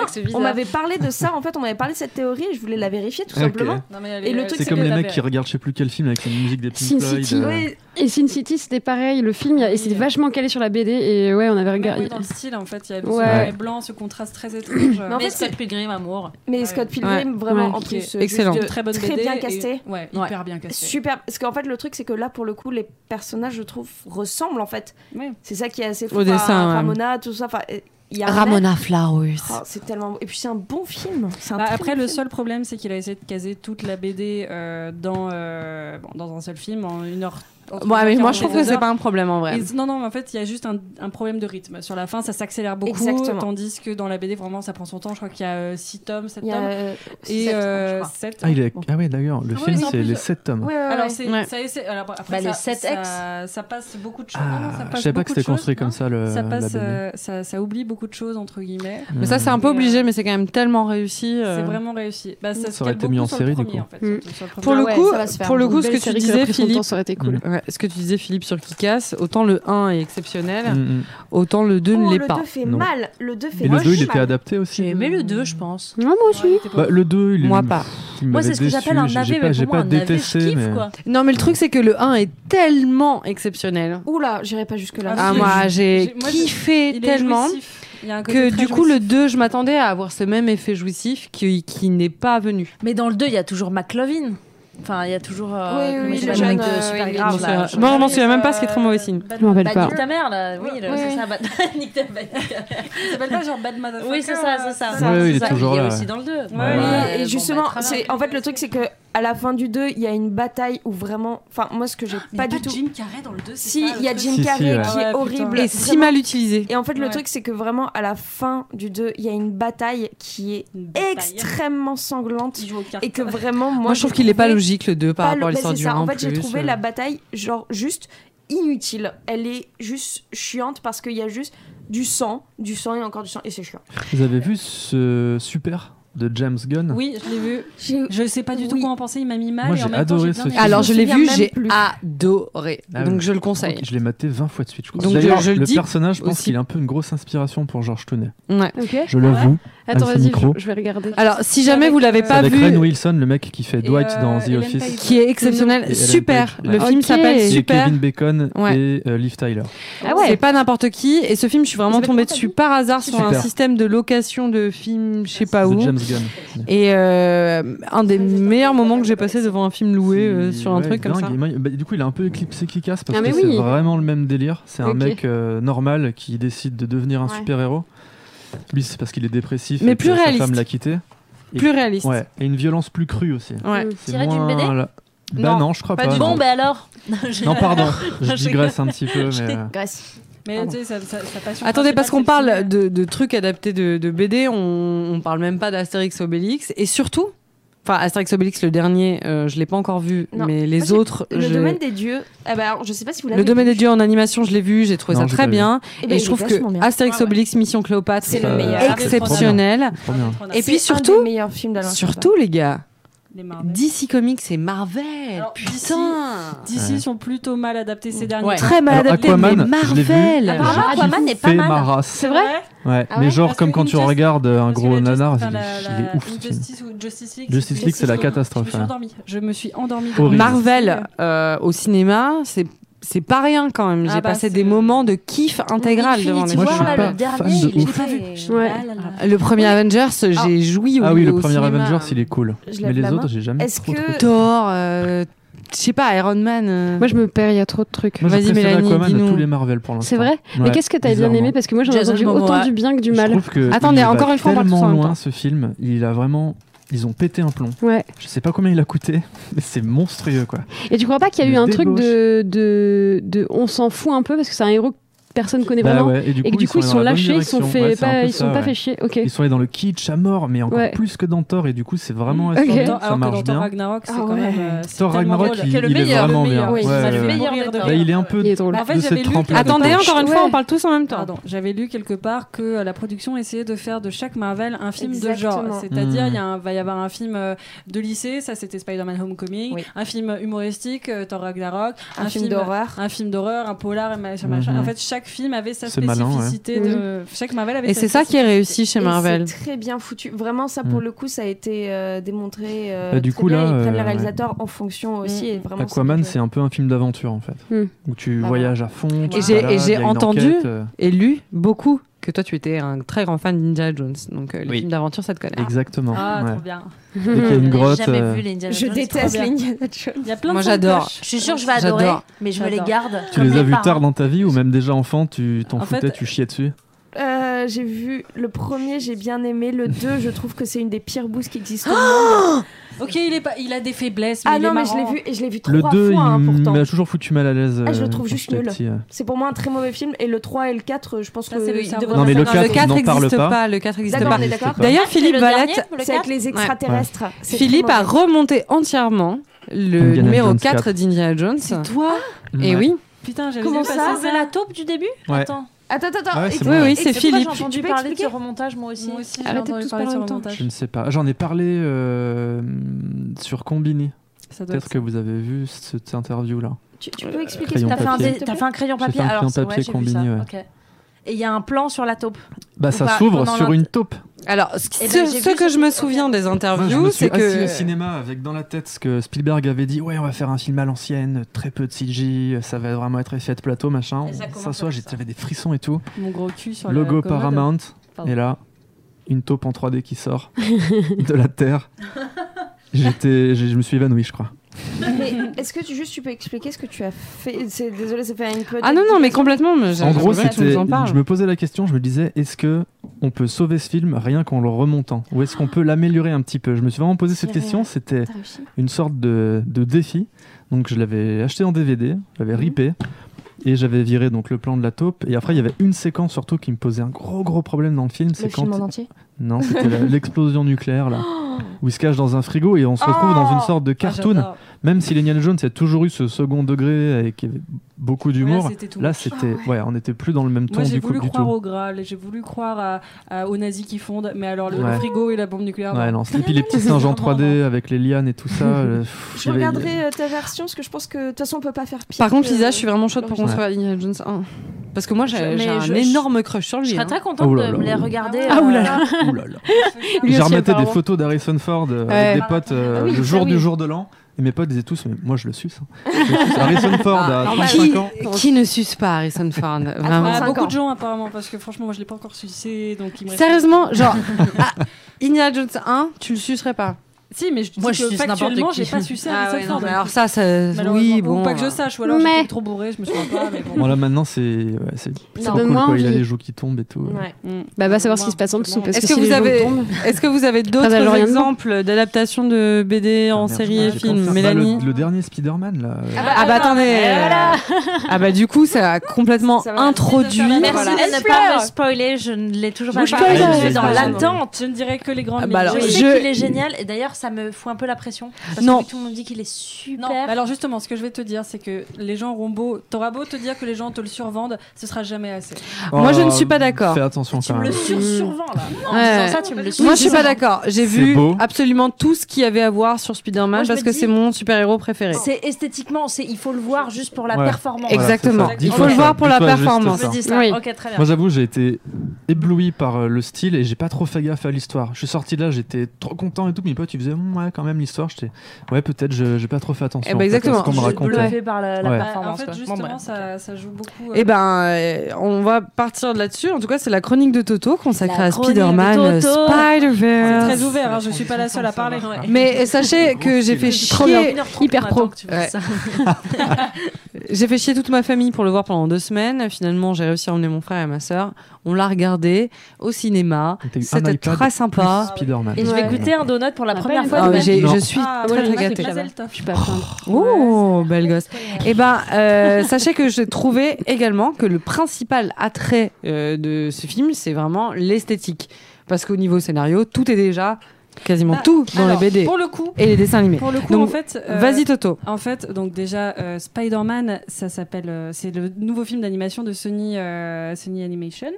Speaker 4: que c'est bizarre.
Speaker 6: on m'avait parlé de ça, en fait, on m'avait parlé de cette théorie et je voulais la vérifier tout
Speaker 7: Ok.
Speaker 6: simplement.
Speaker 5: Non, mais elle- euh,
Speaker 6: Et le
Speaker 5: elle-
Speaker 6: truc,
Speaker 7: C'est
Speaker 6: c'est
Speaker 7: comme
Speaker 5: elle
Speaker 7: les mecs
Speaker 5: avait-
Speaker 7: qui regardent je sais plus quel film avec la musique des
Speaker 4: Sin
Speaker 7: Pink
Speaker 4: City.
Speaker 7: Floyd. euh,
Speaker 6: Oui,
Speaker 4: Et Sin City, c'était pareil. Le film, et c'était vachement calé sur la BD. Et ouais, on avait
Speaker 5: Même,
Speaker 4: regardé.
Speaker 5: oui, dans le style, en fait, il y a le
Speaker 4: Ouais.
Speaker 5: noir et blanc, ce contraste très étrange.
Speaker 6: en
Speaker 1: Mais
Speaker 6: fait, c'est-
Speaker 1: Scott Pilgrim, amour.
Speaker 6: mais
Speaker 5: Ouais.
Speaker 6: Scott Pilgrim, vraiment,
Speaker 4: Ouais.
Speaker 6: en plus. euh,
Speaker 2: Excellent.
Speaker 6: juste, euh,
Speaker 5: très bonne
Speaker 6: très
Speaker 5: BD.
Speaker 6: bien
Speaker 5: et-
Speaker 6: casté.
Speaker 5: Ouais,
Speaker 1: Ouais.
Speaker 5: hyper bien casté.
Speaker 6: Super, parce qu'en fait le truc c'est que là pour le coup les personnages je trouve ressemblent en fait.
Speaker 5: Ouais.
Speaker 6: C'est ça qui est assez fou.
Speaker 2: Au
Speaker 6: Enfin,
Speaker 2: dessin, ouais.
Speaker 6: Ramona, tout ça. Enfin, euh, il y a un mec-
Speaker 2: Ramona Flowers.
Speaker 6: Oh, c'est tellement beau. Et puis c'est un bon film. C'est un
Speaker 5: Bah,
Speaker 6: très
Speaker 5: après,
Speaker 6: bon
Speaker 5: le
Speaker 6: film.
Speaker 5: seul problème, c'est qu'il a essayé de caser toute la BD euh, dans, euh, bon, dans un seul film, en une heure. entre
Speaker 2: Ouais, mais
Speaker 5: 1h40
Speaker 2: moi je
Speaker 5: et
Speaker 2: trouve que
Speaker 5: 2h.
Speaker 2: c'est pas un problème en vrai.
Speaker 5: Et- non, non, mais en fait, il y a juste un, un problème de rythme. Sur la fin, ça s'accélère beaucoup,
Speaker 6: Exactement.
Speaker 5: tandis que dans la BD, vraiment, ça prend son temps. Je crois qu'il y a 6 tomes, 7
Speaker 6: Il y a,
Speaker 5: tomes.
Speaker 6: euh,
Speaker 5: Et
Speaker 6: sept, je
Speaker 5: 7
Speaker 3: Ah, il est... ah ouais, d'ailleurs, le
Speaker 5: Ah oui,
Speaker 3: film,
Speaker 5: c'est en
Speaker 3: c'est
Speaker 5: plus-
Speaker 3: les 7 tomes.
Speaker 6: crois. Ouais, ouais,
Speaker 5: Alors,
Speaker 6: ouais.
Speaker 5: c'est,
Speaker 2: Ouais.
Speaker 5: ça, essaie- alors, après,
Speaker 1: Bah, les
Speaker 5: ça,
Speaker 1: sept ex.
Speaker 5: ça, ça passe beaucoup de choses. Non, non, ça
Speaker 3: Ah,
Speaker 5: passe
Speaker 3: je savais pas que
Speaker 5: beaucoup de
Speaker 3: c'était construit
Speaker 5: choses,
Speaker 3: comme
Speaker 5: non
Speaker 3: ça le.
Speaker 5: Ça,
Speaker 3: la
Speaker 5: passe,
Speaker 3: BD.
Speaker 5: euh, ça, ça oublie beaucoup de choses, entre guillemets.
Speaker 3: Mm.
Speaker 2: Mais ça, c'est un peu
Speaker 5: Et, euh,
Speaker 2: obligé, mais c'est quand même tellement réussi. euh.
Speaker 5: C'est vraiment réussi. Bah, ça, se
Speaker 3: aurait
Speaker 5: calque
Speaker 3: été mis
Speaker 5: beaucoup
Speaker 3: en
Speaker 5: sur
Speaker 3: série,
Speaker 5: le
Speaker 3: du
Speaker 5: premier,
Speaker 3: coup.
Speaker 5: en fait,
Speaker 4: Mm.
Speaker 5: surtout sur le
Speaker 2: Pour
Speaker 5: premier.
Speaker 2: le
Speaker 6: ouais,
Speaker 2: coup,
Speaker 6: ça va se faire.
Speaker 2: pour le
Speaker 4: Une
Speaker 2: coup, ce
Speaker 4: belle
Speaker 2: que tu
Speaker 4: série qui a
Speaker 2: disais,
Speaker 4: pris son temps,
Speaker 2: Philippe,
Speaker 4: ça aurait été cool.
Speaker 2: Ouais, ce que tu disais, Philippe, sur Kikas, autant le 1 est exceptionnel,
Speaker 3: Mm, mm.
Speaker 2: autant le 2
Speaker 6: Oh,
Speaker 2: ne l'est
Speaker 6: le
Speaker 2: pas.
Speaker 6: 2 fait
Speaker 3: Non.
Speaker 6: mal. Le 2 fait
Speaker 3: Et le
Speaker 6: mal.
Speaker 3: 2, il était adapté
Speaker 1: J'ai
Speaker 3: aussi
Speaker 1: aimé le 2, je pense.
Speaker 4: Non, Ah, moi aussi.
Speaker 5: C'était pas-
Speaker 3: Bah, le 2, il
Speaker 2: Moi, pas.
Speaker 3: il
Speaker 1: Moi, c'est
Speaker 3: m'avait
Speaker 1: ce que
Speaker 3: déçu,
Speaker 1: j'appelle un
Speaker 3: j'ai-
Speaker 1: navet,
Speaker 3: j'ai pas-
Speaker 1: mais
Speaker 3: j'ai
Speaker 1: pour moi,
Speaker 3: pas
Speaker 1: un navet, je
Speaker 3: détesté,
Speaker 1: kiffe,
Speaker 3: mais-
Speaker 1: quoi.
Speaker 2: Non, mais le truc, c'est que le 1 est tellement exceptionnel.
Speaker 6: Oula, j'irai pas jusque-là.
Speaker 5: Ah,
Speaker 2: Ah,
Speaker 5: oui.
Speaker 2: moi, j'ai
Speaker 5: J'ai- moi,
Speaker 2: kiffé
Speaker 5: il est
Speaker 2: tellement
Speaker 5: jouissif. Il y a un côté
Speaker 2: que
Speaker 5: très
Speaker 2: du coup,
Speaker 5: jouissif.
Speaker 2: le 2, je m'attendais à avoir ce même effet jouissif qui, qui n'est pas venu.
Speaker 1: Mais dans le 2, il y a toujours McLovin. Enfin, il y a toujours. euh,
Speaker 6: Oui, oui,
Speaker 1: comment il
Speaker 6: le
Speaker 1: s'appelle,
Speaker 6: jeune,
Speaker 1: mec
Speaker 6: euh,
Speaker 1: de super
Speaker 6: il est
Speaker 1: grave,
Speaker 2: dans
Speaker 1: là.
Speaker 2: ce- Moi, je m'en souviens même pas, ce qui est très mauvais signe.
Speaker 5: Bad-
Speaker 4: Je m'en rappelle
Speaker 1: Bah,
Speaker 4: pas.
Speaker 1: nique ta mère, là. Oui, le-
Speaker 6: Ouais.
Speaker 1: c'est <laughs> ça. bah, nique ta mère.
Speaker 5: Ça s'appelle pas genre Bad Motherfucker,
Speaker 1: Oui, c'est ça,
Speaker 5: euh,
Speaker 6: hein.
Speaker 1: c'est ça.
Speaker 3: ça. Ouais, oui, il est
Speaker 1: C'est ça.
Speaker 3: toujours
Speaker 1: Il est
Speaker 3: là,
Speaker 1: aussi
Speaker 3: ouais.
Speaker 1: dans le 2.
Speaker 3: Ouais,
Speaker 6: Oui,
Speaker 1: bah,
Speaker 3: ouais.
Speaker 6: et justement, c'est en fait le truc c'est que à la fin du 2, il y a une bataille où vraiment enfin moi ce que j'ai
Speaker 5: Il y a
Speaker 6: pas du tout
Speaker 5: Jim Carrey dans le 2, c'est
Speaker 6: Si,
Speaker 5: ça, le
Speaker 6: il y a
Speaker 5: truc.
Speaker 6: Jim
Speaker 3: Si, si,
Speaker 6: Carrey
Speaker 3: ouais.
Speaker 6: qui
Speaker 5: Ouais,
Speaker 6: est
Speaker 5: putain.
Speaker 6: horrible.
Speaker 2: Et si mal utilisé.
Speaker 6: Et en fait, le
Speaker 5: Ouais.
Speaker 6: truc, c'est que vraiment, à la fin du 2, il y a une bataille qui est
Speaker 5: Une bataille.
Speaker 6: extrêmement sanglante.
Speaker 5: Il joue aux cartes.
Speaker 6: Et que vraiment, moi,
Speaker 2: Moi, je trouve
Speaker 6: j'ai
Speaker 2: qu'il n'est pas
Speaker 6: trouvé
Speaker 2: logique, le 2, par rapport
Speaker 6: pas
Speaker 2: à
Speaker 6: le- bah,
Speaker 2: l'histoire
Speaker 6: c'est
Speaker 2: du
Speaker 6: ça.
Speaker 2: 1.
Speaker 6: En fait, j'ai
Speaker 2: plus,
Speaker 6: trouvé
Speaker 2: euh.
Speaker 6: la bataille, genre, juste inutile. Elle est juste chiante parce qu'il y a juste du sang, du sang et encore du sang. Et c'est chiant.
Speaker 3: Vous avez vu ce super de James Gunn
Speaker 5: Oui, je l'ai vu.
Speaker 6: J'ai-
Speaker 5: Je sais pas du tout
Speaker 6: Oui.
Speaker 5: quoi en penser, il m'a mis mal.
Speaker 3: Moi,
Speaker 5: et en
Speaker 3: j'ai
Speaker 5: même temps,
Speaker 3: adoré
Speaker 5: bien
Speaker 3: ce
Speaker 5: aimé.
Speaker 3: film.
Speaker 2: Alors, je l'ai
Speaker 6: souviens
Speaker 2: vu,
Speaker 6: même
Speaker 2: j'ai
Speaker 6: plus.
Speaker 2: adoré.
Speaker 3: Ah,
Speaker 2: Donc,
Speaker 3: oui.
Speaker 2: je le conseille.
Speaker 3: Je l'ai maté 20 fois de suite, je crois.
Speaker 2: Donc,
Speaker 3: D'ailleurs,
Speaker 2: je- je le
Speaker 3: le
Speaker 2: dis
Speaker 3: personnage, je pense
Speaker 2: aussi.
Speaker 3: qu'il a un peu une grosse inspiration pour George Clooney.
Speaker 2: Ouais.
Speaker 4: Ok.
Speaker 3: Je l'avoue.
Speaker 4: Attends,
Speaker 3: Alpha
Speaker 4: vas-y, je,
Speaker 3: Micro.
Speaker 4: je vais regarder.
Speaker 2: Alors, si jamais
Speaker 5: Avec,
Speaker 2: vous l'avez
Speaker 5: euh,
Speaker 2: pas
Speaker 3: avec
Speaker 2: vu,
Speaker 3: Rainn Wilson, le mec qui fait
Speaker 5: Et,
Speaker 3: Dwight
Speaker 5: euh,
Speaker 3: dans The
Speaker 5: Ellen
Speaker 3: Office.
Speaker 5: Page.
Speaker 2: qui est
Speaker 3: Et
Speaker 2: exceptionnel,
Speaker 3: Ellen
Speaker 2: super.
Speaker 3: Page,
Speaker 2: Le
Speaker 4: ouais.
Speaker 2: film
Speaker 4: Ok.
Speaker 2: s'appelle
Speaker 4: Et
Speaker 3: Et
Speaker 2: Super.
Speaker 3: Kevin Bacon
Speaker 2: Ouais.
Speaker 3: et euh, Liv Tyler.
Speaker 4: Ah ouais.
Speaker 2: C'est pas n'importe qui. Et ce film, je suis vraiment
Speaker 4: s'appelle
Speaker 2: tombée
Speaker 4: comment,
Speaker 2: dessus par hasard sur un
Speaker 3: Super.
Speaker 2: système de location de films, je sais pas
Speaker 3: de
Speaker 2: où.
Speaker 3: James Gunn.
Speaker 2: Et euh, un des meilleurs moments que j'ai passé devant un film loué euh,
Speaker 3: C'est-
Speaker 2: sur un
Speaker 3: ouais,
Speaker 2: truc comme
Speaker 3: dingue.
Speaker 2: ça.
Speaker 3: Et moi, bah, du coup, il a un peu éclipsé Kikas parce
Speaker 4: Ah, mais
Speaker 3: que
Speaker 4: oui.
Speaker 3: c'est vraiment le même délire. C'est
Speaker 4: Ok.
Speaker 3: un mec euh, normal qui décide de devenir un
Speaker 4: Ouais.
Speaker 3: super-héros. Lui, c'est parce qu'il est dépressif
Speaker 2: Mais
Speaker 3: et
Speaker 2: plus
Speaker 3: que sa
Speaker 2: réaliste.
Speaker 3: femme l'a quitté. Et-
Speaker 2: Plus réaliste.
Speaker 3: Ouais, et une violence plus crue aussi.
Speaker 2: Ouais.
Speaker 4: Mm.
Speaker 3: C'est
Speaker 1: Tiré d'une
Speaker 3: moins
Speaker 1: BD
Speaker 3: la- Bah
Speaker 2: Non,
Speaker 3: non, je crois
Speaker 2: pas
Speaker 3: pas.
Speaker 2: du
Speaker 3: non.
Speaker 1: Bon, bah alors. <laughs> Je-
Speaker 3: <laughs> Non, pardon, je
Speaker 1: Je
Speaker 3: digresse un petit peu, mais euh,
Speaker 6: Grèce.
Speaker 5: Mais
Speaker 2: Pardon.
Speaker 5: tu sais, ça, ça, ça passe sur
Speaker 2: Attendez,
Speaker 5: le
Speaker 2: parce qu'on
Speaker 5: principal,
Speaker 2: parle de, de trucs adaptés de, de BD, on, on parle même pas d'Astérix Obélix. Et surtout, enfin, Astérix Obélix, le dernier, euh, je l'ai pas encore vu,
Speaker 6: Non.
Speaker 2: mais
Speaker 6: Moi,
Speaker 2: les
Speaker 6: j'ai-
Speaker 2: autres.
Speaker 6: Le
Speaker 2: je-
Speaker 6: domaine des dieux. Eh ben, alors, je sais pas si vous l'avez.
Speaker 2: Le domaine
Speaker 6: vu.
Speaker 2: des dieux en animation, je l'ai vu, j'ai trouvé
Speaker 3: Non,
Speaker 2: ça
Speaker 3: j'ai
Speaker 2: très
Speaker 3: pas vu.
Speaker 2: bien.
Speaker 6: Eh ben,
Speaker 2: Et
Speaker 6: il
Speaker 2: je
Speaker 6: est
Speaker 2: trouve
Speaker 6: vachement
Speaker 2: que
Speaker 6: bien.
Speaker 2: Astérix
Speaker 5: Ah ouais.
Speaker 2: Obélix Mission Cléopâtre,
Speaker 6: C'est le
Speaker 2: euh,
Speaker 6: meilleur. Ah,
Speaker 2: exceptionnel.
Speaker 3: trop bien.
Speaker 2: Et
Speaker 6: C'est
Speaker 2: puis surtout-
Speaker 6: Un des meilleurs films d'Alain Chabat.
Speaker 2: Surtout, les gars,
Speaker 5: Les
Speaker 6: Ah
Speaker 5: Marvel.
Speaker 2: DC Comics et Marvel.
Speaker 5: Alors,
Speaker 2: putain.
Speaker 5: DC sont plutôt mal adaptés ces derniers
Speaker 2: Ouais.
Speaker 5: temps.
Speaker 2: Très mal
Speaker 3: Alors,
Speaker 2: adapté,
Speaker 3: Aquaman,
Speaker 2: mais
Speaker 3: je l'ai vu.
Speaker 2: Marvel.
Speaker 1: Apparemment, Aquaman n'est pas
Speaker 3: Fais
Speaker 1: mal.
Speaker 3: ma race.
Speaker 4: C'est vrai
Speaker 3: Ouais,
Speaker 6: Ah ouais
Speaker 3: mais genre
Speaker 5: Parce
Speaker 3: comme
Speaker 5: que
Speaker 3: quand tu
Speaker 5: Injustice-
Speaker 3: regardes euh, un
Speaker 5: Parce que
Speaker 3: gros
Speaker 5: la Justice-
Speaker 3: nanar,
Speaker 5: enfin,
Speaker 3: il
Speaker 5: la-
Speaker 3: est- il est
Speaker 5: la
Speaker 3: ouf. ce film.
Speaker 5: Injustice ou Justice League.
Speaker 3: Justice League, c'est la catastrophe,
Speaker 5: Je me suis
Speaker 3: ouais.
Speaker 5: endormie. Je me suis endormie.
Speaker 3: Horrible.
Speaker 5: Ah,
Speaker 2: Marvel euh, au cinéma, c'est c'est pas rien quand même. J'ai
Speaker 5: Ah bah,
Speaker 2: passé
Speaker 5: c'est-
Speaker 2: des moments de kiff intégral devant les
Speaker 1: Infinity
Speaker 3: Moi, je
Speaker 1: War,
Speaker 3: suis
Speaker 1: là,
Speaker 3: pas
Speaker 1: le
Speaker 3: fan
Speaker 1: dernier,
Speaker 3: de
Speaker 1: il est
Speaker 3: ouf.
Speaker 1: très-
Speaker 4: Ouais.
Speaker 2: Le premier Avengers, j'ai joui au
Speaker 3: Ah oui, le
Speaker 2: au
Speaker 3: premier
Speaker 2: cinéma.
Speaker 3: Avengers, il est cool.
Speaker 6: Je lève
Speaker 3: Mais les
Speaker 6: la main.
Speaker 3: autres, j'ai jamais
Speaker 6: Est-ce
Speaker 3: trop
Speaker 6: que-
Speaker 3: trop-
Speaker 2: Thor, euh, je sais pas, Iron Man. euh.
Speaker 4: Moi, je me perds, il y a trop de trucs.
Speaker 3: Moi,
Speaker 2: Vas-y,
Speaker 3: j'ai préféré
Speaker 2: Mélanie,
Speaker 3: Aquaman de
Speaker 2: dis-nous.
Speaker 3: tous les Marvel pour l'instant.
Speaker 4: C'est vrai Mais
Speaker 3: Ouais,
Speaker 4: qu'est-ce que t'as bien
Speaker 3: bizarrement.
Speaker 4: aimé Parce que moi, j'en ai
Speaker 1: Jason
Speaker 4: entendu
Speaker 1: Momoa.
Speaker 4: autant du bien que du
Speaker 3: Je
Speaker 4: mal.
Speaker 3: trouve que
Speaker 2: Attendez,
Speaker 3: il va
Speaker 2: encore une fois, on parle tous en
Speaker 3: tellement
Speaker 2: même
Speaker 3: loin
Speaker 2: temps.
Speaker 3: ce film. Il a vraiment, ils ont pété un plomb.
Speaker 4: Ouais.
Speaker 3: Je sais pas combien il a coûté, mais c'est monstrueux quoi.
Speaker 4: Et tu crois pas qu'il y a eu
Speaker 3: Le
Speaker 4: un truc
Speaker 3: débauche.
Speaker 4: de, de, de. On s'en fout un peu parce que c'est un héros que personne connaît
Speaker 3: Bah
Speaker 4: vraiment.
Speaker 3: ouais, et du
Speaker 4: Et que du coup, ils
Speaker 3: allés
Speaker 4: sont
Speaker 3: dans la bonne
Speaker 4: lâchés, ils sont
Speaker 3: direction.
Speaker 4: fait
Speaker 3: Ouais, c'est un
Speaker 4: pas,
Speaker 3: peu
Speaker 4: ils
Speaker 3: ça,
Speaker 4: sont pas
Speaker 3: ouais.
Speaker 4: fait chier. Ok.
Speaker 3: Ils sont allés dans le kitsch à mort, mais encore
Speaker 4: Ouais.
Speaker 3: plus que dans Thor. Et du coup, c'est vraiment
Speaker 4: Ok.
Speaker 3: assez
Speaker 4: Dans-
Speaker 3: bien, ça
Speaker 5: Alors que dans
Speaker 3: marche
Speaker 5: Thor
Speaker 3: bien.
Speaker 5: Ragnarok, c'est
Speaker 4: Ah
Speaker 5: quand
Speaker 4: ouais.
Speaker 5: même. euh, c'est
Speaker 3: Thor
Speaker 5: tellement
Speaker 3: Ragnarok,
Speaker 5: drôle.
Speaker 3: il,
Speaker 1: Que le
Speaker 3: il est
Speaker 1: meilleur,
Speaker 3: vraiment
Speaker 5: le
Speaker 3: bien.
Speaker 5: meilleur,
Speaker 4: oui.
Speaker 3: Ouais,
Speaker 5: Ça fait
Speaker 3: ouais.
Speaker 5: meilleur
Speaker 2: Bah,
Speaker 1: rire de
Speaker 3: Là, il est un peu
Speaker 4: Il est drôle.
Speaker 5: En fait,
Speaker 3: de
Speaker 5: j'avais
Speaker 3: cette
Speaker 5: lu
Speaker 3: trempe.
Speaker 5: quelque
Speaker 2: Attendez,
Speaker 5: part-
Speaker 2: encore une
Speaker 4: Ouais.
Speaker 2: fois, on parle tous en même temps.
Speaker 5: Pardon, j'avais lu quelque part que euh, la production essayait de faire de chaque Marvel un film de
Speaker 6: Exactement.
Speaker 5: genre. C'est-à-dire,
Speaker 3: Mm.
Speaker 5: il y a un- va y avoir un film euh, de lycée, ça c'était Spider-Man Homecoming,
Speaker 6: Oui.
Speaker 5: un film humoristique, euh, Thor Ragnarok,
Speaker 6: Un film d'horreur.
Speaker 5: un film d'horreur, un polar, un machin, machin.
Speaker 3: Mhm.
Speaker 5: En fait, chaque film avait sa
Speaker 3: C'est malin, ouais.
Speaker 5: spécificité. de... Chaque Marvel avait
Speaker 2: Et
Speaker 5: sa
Speaker 2: c'est ça qui est
Speaker 5: spécificité.
Speaker 2: réussi chez
Speaker 6: Et
Speaker 2: Marvel.
Speaker 6: C'est très bien foutu. Vraiment, ça pour
Speaker 3: Mm.
Speaker 6: le coup, ça a été euh, démontré. euh,
Speaker 3: Bah, du
Speaker 6: très
Speaker 3: coup, là,
Speaker 6: bien. ils prennent le
Speaker 3: euh,
Speaker 6: réalisateur en fonction aussi.
Speaker 5: Mm.
Speaker 6: Et vraiment,
Speaker 3: Aquaman,
Speaker 6: bien
Speaker 3: c'est un peu un film d'aventure en fait,
Speaker 4: Hmm.
Speaker 3: où tu
Speaker 6: Bah,
Speaker 3: voyages à fond. tu
Speaker 2: Et
Speaker 3: te
Speaker 2: j'ai- et
Speaker 3: balades,
Speaker 2: j'ai
Speaker 3: il y a une
Speaker 2: entendu-
Speaker 3: enquête, euh,
Speaker 2: Et lu beaucoup que toi, tu étais un très grand fan d'Indiana Jones. Donc, euh, les
Speaker 3: Oui.
Speaker 2: films d'aventure, ça te connaît.
Speaker 3: Exactement.
Speaker 5: Ah,
Speaker 3: ouais.
Speaker 5: trop bien.
Speaker 3: Dès qu'il y a une
Speaker 1: J'ai
Speaker 3: grotte.
Speaker 1: jamais
Speaker 3: euh,
Speaker 1: vu les Indiana
Speaker 6: Je
Speaker 1: Jones,
Speaker 6: déteste
Speaker 1: trop bien.
Speaker 6: les Indiana Jones.
Speaker 5: Il y a plein
Speaker 2: Moi,
Speaker 5: de films
Speaker 2: j'adore.
Speaker 5: cloches.
Speaker 1: Je suis sûre que je vais
Speaker 2: J'adore.
Speaker 1: adorer, mais je me les
Speaker 5: J'adore.
Speaker 1: garde.
Speaker 3: Tu
Speaker 1: comme
Speaker 3: les as
Speaker 1: mes
Speaker 3: vus
Speaker 1: parents.
Speaker 3: tard dans ta vie ou même déjà enfant, tu t'en
Speaker 5: En fait,
Speaker 3: foutais, tu chiais dessus
Speaker 6: euh, j'ai vu le premier, j'ai bien
Speaker 3: <laughs>
Speaker 6: aimé. Le 2, je trouve que c'est une des pires bouses qui existent au monde.
Speaker 5: Ok, il, est pas, il a des faiblesses. Mais
Speaker 6: Oh Ah
Speaker 5: il
Speaker 6: non,
Speaker 5: est
Speaker 6: mais je l'ai
Speaker 5: marrant.
Speaker 6: vu et je l'ai vu
Speaker 3: Le
Speaker 6: trois
Speaker 3: 2,
Speaker 6: fois hein,
Speaker 3: il
Speaker 6: pourtant.
Speaker 3: m'a toujours foutu mal à l'aise.
Speaker 6: Ah, je le
Speaker 3: euh,
Speaker 6: trouve
Speaker 3: quand
Speaker 6: juste
Speaker 3: j'étais
Speaker 6: nul.
Speaker 3: petit, euh.
Speaker 6: C'est pour moi un très mauvais film. Et le 3 et le 4, je pense
Speaker 5: Ça,
Speaker 6: que
Speaker 5: c'est le
Speaker 6: ils
Speaker 5: cerveau
Speaker 6: devraient
Speaker 3: Non, mais
Speaker 6: faire
Speaker 3: le
Speaker 6: un
Speaker 2: Non, le
Speaker 3: 4, on
Speaker 2: 4
Speaker 3: n'en parle
Speaker 2: n'existe
Speaker 3: pas.
Speaker 2: pas. Le 4 n'existe
Speaker 6: D'accord,
Speaker 2: pas.
Speaker 6: on est d'accord.
Speaker 2: D'ailleurs, Philippe Valette,
Speaker 6: C'est avec les extraterrestres. C'est
Speaker 2: Philippe
Speaker 6: très
Speaker 2: a
Speaker 6: mauvais.
Speaker 2: remonté entièrement le
Speaker 3: Indiana
Speaker 2: numéro
Speaker 3: Jones
Speaker 2: 4,
Speaker 3: 4.
Speaker 2: d'Indiana Jones.
Speaker 5: Toi
Speaker 2: Et
Speaker 3: Mm, Ouais.
Speaker 2: oui,
Speaker 5: Putain, j'avais
Speaker 1: Comment
Speaker 5: zappé
Speaker 1: ça
Speaker 5: ça.
Speaker 1: C'est la taupe du début
Speaker 3: Ouais.
Speaker 1: Attends.
Speaker 6: Attends, attends, attends.
Speaker 3: Ah ouais, c'est
Speaker 6: Et-
Speaker 3: moi.
Speaker 2: oui, c'est
Speaker 1: Et pourquoi
Speaker 2: Philippe.
Speaker 1: J'ai entendu
Speaker 6: Tu peux
Speaker 1: parler de
Speaker 6: expliquer
Speaker 1: ce remontage moi aussi.
Speaker 5: Moi aussi, j'ai
Speaker 4: Arrêtez de
Speaker 5: entendu
Speaker 4: tous
Speaker 5: parler
Speaker 4: parler en
Speaker 5: sur le
Speaker 4: même temps.
Speaker 5: montage.
Speaker 3: Je ne sais pas. J'en ai parlé euh, sur Combini.
Speaker 5: Ça doit
Speaker 3: Peut-être
Speaker 5: être
Speaker 3: que vous avez vu cette interview-là.
Speaker 6: Tu, tu peux expliquer ce
Speaker 3: Euh, crayon
Speaker 1: T'as
Speaker 6: que
Speaker 1: fait, un
Speaker 3: papier.
Speaker 1: dé- t'as fait un crayon
Speaker 3: J'ai fait
Speaker 1: papier
Speaker 3: un
Speaker 1: alors
Speaker 3: crayon
Speaker 1: c'est- ouais,
Speaker 3: papier
Speaker 1: j'ai vu
Speaker 3: combiné,
Speaker 1: ça,
Speaker 3: ouais.
Speaker 1: ok. Et il y a un plan sur la taupe.
Speaker 3: Bah,
Speaker 1: Ou pas,
Speaker 3: ça s'ouvre
Speaker 1: pendant
Speaker 3: sur
Speaker 1: l'int-
Speaker 3: une taupe.
Speaker 2: Alors, ce,
Speaker 1: Eh ben,
Speaker 2: ce-
Speaker 1: j'ai
Speaker 2: ce
Speaker 1: vu
Speaker 2: que
Speaker 1: ce
Speaker 2: je me
Speaker 1: truc,
Speaker 2: souviens des
Speaker 3: Moi, Ah, je
Speaker 2: interviews,
Speaker 3: me
Speaker 2: c'est
Speaker 3: suis assis
Speaker 2: que.
Speaker 3: au cinéma avec dans la tête ce que Spielberg avait dit ouais on va faire un film à l'ancienne très peu de CG ça va vraiment être effet de plateau machin
Speaker 1: Et ça
Speaker 3: on
Speaker 1: commence
Speaker 3: s'assoit
Speaker 1: avec ça.
Speaker 3: j'avais des frissons et tout
Speaker 5: mon gros cul sur
Speaker 3: logo
Speaker 5: la commode.
Speaker 3: Paramount
Speaker 5: Pardon.
Speaker 3: et là une taupe en 3D qui sort <laughs> de la terre j'étais j'ai- je me suis évanoui je crois
Speaker 6: Mais est-ce que tu, juste tu peux expliquer ce que tu as fait C'est désolé, ça fait un peu.
Speaker 2: Ah non, non, mais complètement. mais j'ai-
Speaker 3: en gros
Speaker 2: j'aimerais que tu
Speaker 3: c'était
Speaker 2: nous en parles.
Speaker 3: je me posais la question je me disais est-ce que on peut sauver ce film rien qu'en le remontant ou est-ce qu'on peut l'améliorer un petit peu je me suis vraiment posé cette
Speaker 6: Il y avait-
Speaker 3: question c'était
Speaker 6: T'as réussi
Speaker 3: une sorte de, de défi. Donc je l'avais acheté en DVD, j'avais ripé et j'avais viré donc le plan de la taupe. Et après il y avait une séquence surtout qui me posait un gros gros problème dans le film,
Speaker 6: Le
Speaker 3: c'est quand
Speaker 6: film en entier.
Speaker 3: non c'était la- l'explosion nucléaire là où il se cache dans un frigo et on se retrouve dans une sorte de
Speaker 5: Ah,
Speaker 3: cartoon.
Speaker 5: j'adore.
Speaker 3: Même si Indiana Jones a toujours eu ce second degré avec il y avait beaucoup d'humour.
Speaker 5: Ouais, c'était tout.
Speaker 3: Là, c'était ouais, on n'était plus dans le même ton
Speaker 5: Moi, j'ai
Speaker 3: du coup
Speaker 5: voulu
Speaker 3: du
Speaker 5: croire
Speaker 3: tout.
Speaker 5: au Graal, j'ai voulu croire à, à- aux nazis qui fondent, mais alors le, le
Speaker 3: Ouais.
Speaker 5: frigo et la bombe nucléaire.
Speaker 3: Ouais,
Speaker 5: non.
Speaker 3: non, et puis les petits singes en 3D avec les lianes et tout ça. euh, pff,
Speaker 6: Je
Speaker 3: il y avait-
Speaker 6: regarderai euh, ta version parce que je pense que de toute façon on peut pas faire pire.
Speaker 2: Par contre,
Speaker 6: que-
Speaker 2: Lisa, je suis vraiment chaude pour qu'on
Speaker 3: Ouais.
Speaker 2: se fasse Indiana Jones 1. Parce que moi, j'ai
Speaker 1: Je-
Speaker 2: j'ai
Speaker 1: mais
Speaker 2: un
Speaker 1: je-
Speaker 2: énorme crush sur lui.
Speaker 1: Je serais
Speaker 2: hein.
Speaker 1: très contente
Speaker 3: Oh là
Speaker 1: de
Speaker 3: là.
Speaker 1: me les regarder.
Speaker 5: Ah,
Speaker 1: euh,
Speaker 2: oulala.
Speaker 3: Ouh là là. <laughs>
Speaker 2: Lui aussi,
Speaker 3: J'ai remetté des
Speaker 2: apparemment.
Speaker 3: photos d'Harrison Ford euh,
Speaker 2: Ouais.
Speaker 3: avec des potes euh,
Speaker 6: Ah oui,
Speaker 3: le
Speaker 6: ça
Speaker 3: jour
Speaker 6: oui.
Speaker 3: du jour de l'an. Et mes potes disaient tous, mais moi je le suce. hein. Je le suce. Harrison Ford
Speaker 2: Ah,
Speaker 3: à
Speaker 2: normal.
Speaker 3: 35
Speaker 2: qui,
Speaker 3: ans.
Speaker 2: qui ne suce pas Harrison
Speaker 1: <laughs>
Speaker 2: Ford Vraiment.
Speaker 5: Ah,
Speaker 6: 35
Speaker 5: beaucoup
Speaker 6: ans.
Speaker 5: de gens apparemment, parce que franchement, moi, je l'ai pas encore sucé, donc il me reste-
Speaker 2: Sérieusement, genre, <laughs> ah, Indiana Jones 1, tu le sucerais pas
Speaker 5: Si, mais je dis
Speaker 1: Moi,
Speaker 5: que
Speaker 1: je suce n'importe
Speaker 5: factuellement,
Speaker 1: qui.
Speaker 5: j'ai pas sucé à
Speaker 2: Ah ouais, non, mais alors
Speaker 5: alors
Speaker 2: ça, ça oui, bon.
Speaker 5: Ou pas que je
Speaker 2: bah.
Speaker 5: sache, ou alors
Speaker 4: Mais-
Speaker 5: j'étais trop bourré, je me souviens pas. Mais bon.
Speaker 3: Bon là maintenant c'est ouais, c'est c'est
Speaker 6: Ça
Speaker 3: pas
Speaker 4: donne
Speaker 3: cool
Speaker 4: moins
Speaker 3: quoi. Il a
Speaker 4: envie.
Speaker 3: les joues qui tombent et tout.
Speaker 6: Ouais.
Speaker 5: Mm.
Speaker 4: Bah, va savoir ce
Speaker 5: Moi,
Speaker 4: qui se passe en dessous.
Speaker 5: bon.
Speaker 4: Parce
Speaker 2: Est-ce
Speaker 4: que,
Speaker 2: que,
Speaker 4: si
Speaker 2: vous
Speaker 4: les gens
Speaker 2: avez,
Speaker 4: tombent-
Speaker 2: est-ce que vous avez
Speaker 4: Pas
Speaker 2: d'autres
Speaker 4: d'Alorian.
Speaker 2: exemples d'adaptations de BD en
Speaker 3: Merde,
Speaker 2: série
Speaker 3: j'ai
Speaker 2: et
Speaker 3: pensé-
Speaker 2: film
Speaker 3: bah,
Speaker 2: Mélanie
Speaker 3: le, le dernier Spider-Man là. euh,
Speaker 2: Ah bah attendez Ah bah du coup, ça a complètement
Speaker 6: Ça va.
Speaker 2: introduit.
Speaker 5: Merci
Speaker 1: Merci
Speaker 5: Voilà.
Speaker 1: de ne pas me spoiler, je ne l'ai toujours pas
Speaker 5: Bouge
Speaker 1: vu.
Speaker 5: pas,
Speaker 1: Je
Speaker 3: Lisa.
Speaker 1: suis dans
Speaker 3: Ah,
Speaker 1: l'attente.
Speaker 5: Je ne dirais que les
Speaker 2: Ah,
Speaker 5: grandes
Speaker 2: bah alors,
Speaker 1: Je
Speaker 5: lignes.
Speaker 1: sais
Speaker 2: je-
Speaker 1: qu'il est génial et d'ailleurs ça me fout un peu la pression parce
Speaker 2: Non.
Speaker 1: que tout le monde dit qu'il est super.
Speaker 5: Non, mais Bah alors justement, ce que je vais te dire, c'est que les gens auront beau, t'auras beau te dire que les gens te le survendent, ce sera jamais assez.
Speaker 2: Moi, je ne suis pas d'accord.
Speaker 3: Oh, Fais attention
Speaker 1: tu
Speaker 3: quand
Speaker 1: me
Speaker 3: même.
Speaker 1: le
Speaker 2: euh,
Speaker 1: sursurvends là. En
Speaker 2: Ouais.
Speaker 1: disant ça, tu me le
Speaker 2: Moi, je suis
Speaker 1: survends.
Speaker 2: pas d'accord. J'ai
Speaker 3: C'est
Speaker 2: vu
Speaker 3: beau.
Speaker 2: absolument tout ce qu'il y avait à voir sur
Speaker 1: Moi,
Speaker 2: Spider-Man
Speaker 1: je
Speaker 2: parce
Speaker 1: me
Speaker 2: que
Speaker 1: dis-
Speaker 2: c'est mon super-héros préféré.
Speaker 1: C'est esthétiquement, c'est il faut le voir juste pour la
Speaker 3: Ouais.
Speaker 1: performance.
Speaker 3: Voilà, c'est
Speaker 2: Exactement.
Speaker 3: ça.
Speaker 5: Il
Speaker 3: Dis-toi
Speaker 5: faut le
Speaker 3: ça,
Speaker 2: voir pour la
Speaker 3: dis-toi juste
Speaker 2: performance.
Speaker 1: Je
Speaker 3: ça.
Speaker 1: me dis ça.
Speaker 4: Oui.
Speaker 1: Ok, très bien.
Speaker 3: Moi j'avoue j'ai été ébloui par euh, le style et j'ai pas trop fait gaffe à l'histoire. Je suis sorti de là j'étais trop content et tout. Mes potes ils faisaient Hum, ouais quand même l'histoire. J'étais ouais peut-être je- j'ai pas trop fait attention.
Speaker 2: Eh ben,
Speaker 3: en fait, à
Speaker 2: exactement.
Speaker 3: Ce qu'on me
Speaker 2: Je-
Speaker 3: racontait.
Speaker 1: bluffé par la, la
Speaker 3: Ouais.
Speaker 5: Bah, en
Speaker 1: performance.
Speaker 5: fait,
Speaker 1: quoi.
Speaker 5: justement,
Speaker 1: Bon, bref.
Speaker 5: ça, ça joue beaucoup. euh,
Speaker 2: Eh ben, euh, on va partir de là-dessus. En tout cas, c'est la chronique de Toto consacrée
Speaker 1: La
Speaker 2: à
Speaker 1: chronique de
Speaker 2: Spider-Man, euh,
Speaker 1: Toto.
Speaker 5: c'est
Speaker 2: Spider-Verse.
Speaker 5: très ouvert, hein, je suis pas la seule à parler.
Speaker 1: Ouais.
Speaker 2: Mais euh, sachez que j'ai
Speaker 3: hein.
Speaker 2: fait
Speaker 1: Trop bien.
Speaker 2: chier,
Speaker 1: 1h30,
Speaker 4: hyper
Speaker 1: on
Speaker 4: pro.
Speaker 1: attend que tu fasses
Speaker 2: Ouais.
Speaker 1: ça.
Speaker 2: j'ai fait chier toute ma famille pour le voir pendant deux semaines. Finalement, j'ai réussi à emmener mon frère et ma sœur. On l'a regardé au cinéma.
Speaker 3: T'as eu un
Speaker 2: C'était
Speaker 3: iPad
Speaker 2: très sympa.
Speaker 3: Plus Spider-Man.
Speaker 1: Et je vais
Speaker 4: Ouais.
Speaker 1: goûter un donut pour la
Speaker 4: Ah,
Speaker 1: première
Speaker 4: pas
Speaker 1: fois.
Speaker 2: Ah,
Speaker 1: de
Speaker 2: mais
Speaker 1: ma
Speaker 2: j'ai-
Speaker 1: vie.
Speaker 2: je suis très très
Speaker 4: j'en ai
Speaker 2: gâtée.
Speaker 4: fait
Speaker 5: Mazel
Speaker 4: là-bas.
Speaker 5: tov.
Speaker 4: Je suis pas contre.
Speaker 2: Oh, belle gosse. Eh ben, euh, sachez que j'ai trouvé également que le principal attrait euh, de ce film, c'est vraiment l'esthétique. Parce qu'au niveau scénario, tout est déjà, quasiment
Speaker 5: Bah,
Speaker 2: tout, dans
Speaker 5: Alors,
Speaker 2: les BD
Speaker 5: Pour le coup,
Speaker 2: et les dessins animés.
Speaker 5: pour le coup,
Speaker 2: Donc,
Speaker 5: en fait, euh,
Speaker 2: Vas-y, Toto.
Speaker 5: En fait, donc déjà, euh, Spider-Man, ça s'appelle, euh, c'est le nouveau film d'animation de Sony, euh, Sony Animation,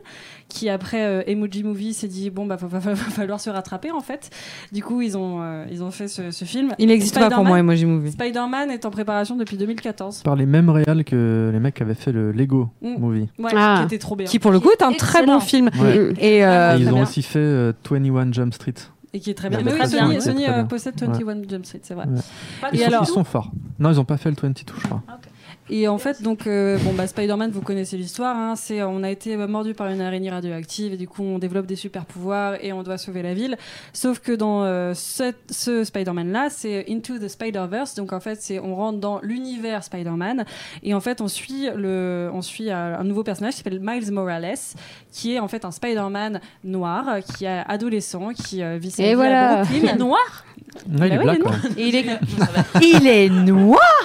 Speaker 5: qui après euh, Emoji Movie s'est dit bon bah va, va- va- va falloir se rattraper en fait. Du coup, ils ont euh, ils ont fait ce, ce film.
Speaker 2: Il n'existe pas pour
Speaker 5: Spider-Man-
Speaker 2: moi, moi j'ai mouvé.
Speaker 5: Spider-Man est en préparation depuis 2014.
Speaker 3: par les mêmes réals que les mecs qui avaient fait le Lego
Speaker 5: Mm.
Speaker 3: Movie.
Speaker 5: Ouais,
Speaker 4: Ah.
Speaker 5: qui était trop bien
Speaker 2: Qui, pour le coup, est un
Speaker 1: Excellent.
Speaker 2: très bon film.
Speaker 3: Ouais.
Speaker 4: Mm.
Speaker 2: Et, euh,
Speaker 5: Ah,
Speaker 3: Et ils
Speaker 5: très
Speaker 3: ont
Speaker 5: bien.
Speaker 3: aussi fait euh, 21 Jump Street.
Speaker 5: et qui est très bien.
Speaker 3: Ouais,
Speaker 5: Mais
Speaker 3: très
Speaker 5: oui,
Speaker 1: bien,
Speaker 5: Sony,
Speaker 1: ouais,
Speaker 5: Sony,
Speaker 3: très
Speaker 5: euh,
Speaker 3: bien.
Speaker 5: possède 21 Jump Street, c'est vrai.
Speaker 3: Ouais.
Speaker 5: Et
Speaker 3: Ils, sont,
Speaker 5: alors, Ah,
Speaker 3: ils sont forts. Non, ils ont pas fait le 22, je crois.
Speaker 5: Et en fait, donc, euh, bon, bah, Spider-Man, vous connaissez l'histoire. hein, c'est, on a été mordu par une araignée radioactive et du coup, on développe des super pouvoirs et on doit sauver la ville. Sauf que dans euh, ce, ce Spider-Man-là, c'est Into the Spider-Verse. Donc, en fait, c'est, on rentre dans l'univers Spider-Man et en fait, on suit le, on suit euh, un nouveau personnage qui s'appelle Miles Morales, qui est en fait un Spider-Man noir, euh, qui est adolescent, qui euh, vit sa
Speaker 4: Et
Speaker 5: vie à
Speaker 4: voilà. <laughs>
Speaker 5: Brooklyn.
Speaker 1: noir
Speaker 7: il est
Speaker 5: ouais,
Speaker 7: black,
Speaker 5: mais
Speaker 7: quoi.
Speaker 5: <laughs> Et il est
Speaker 1: Il est noir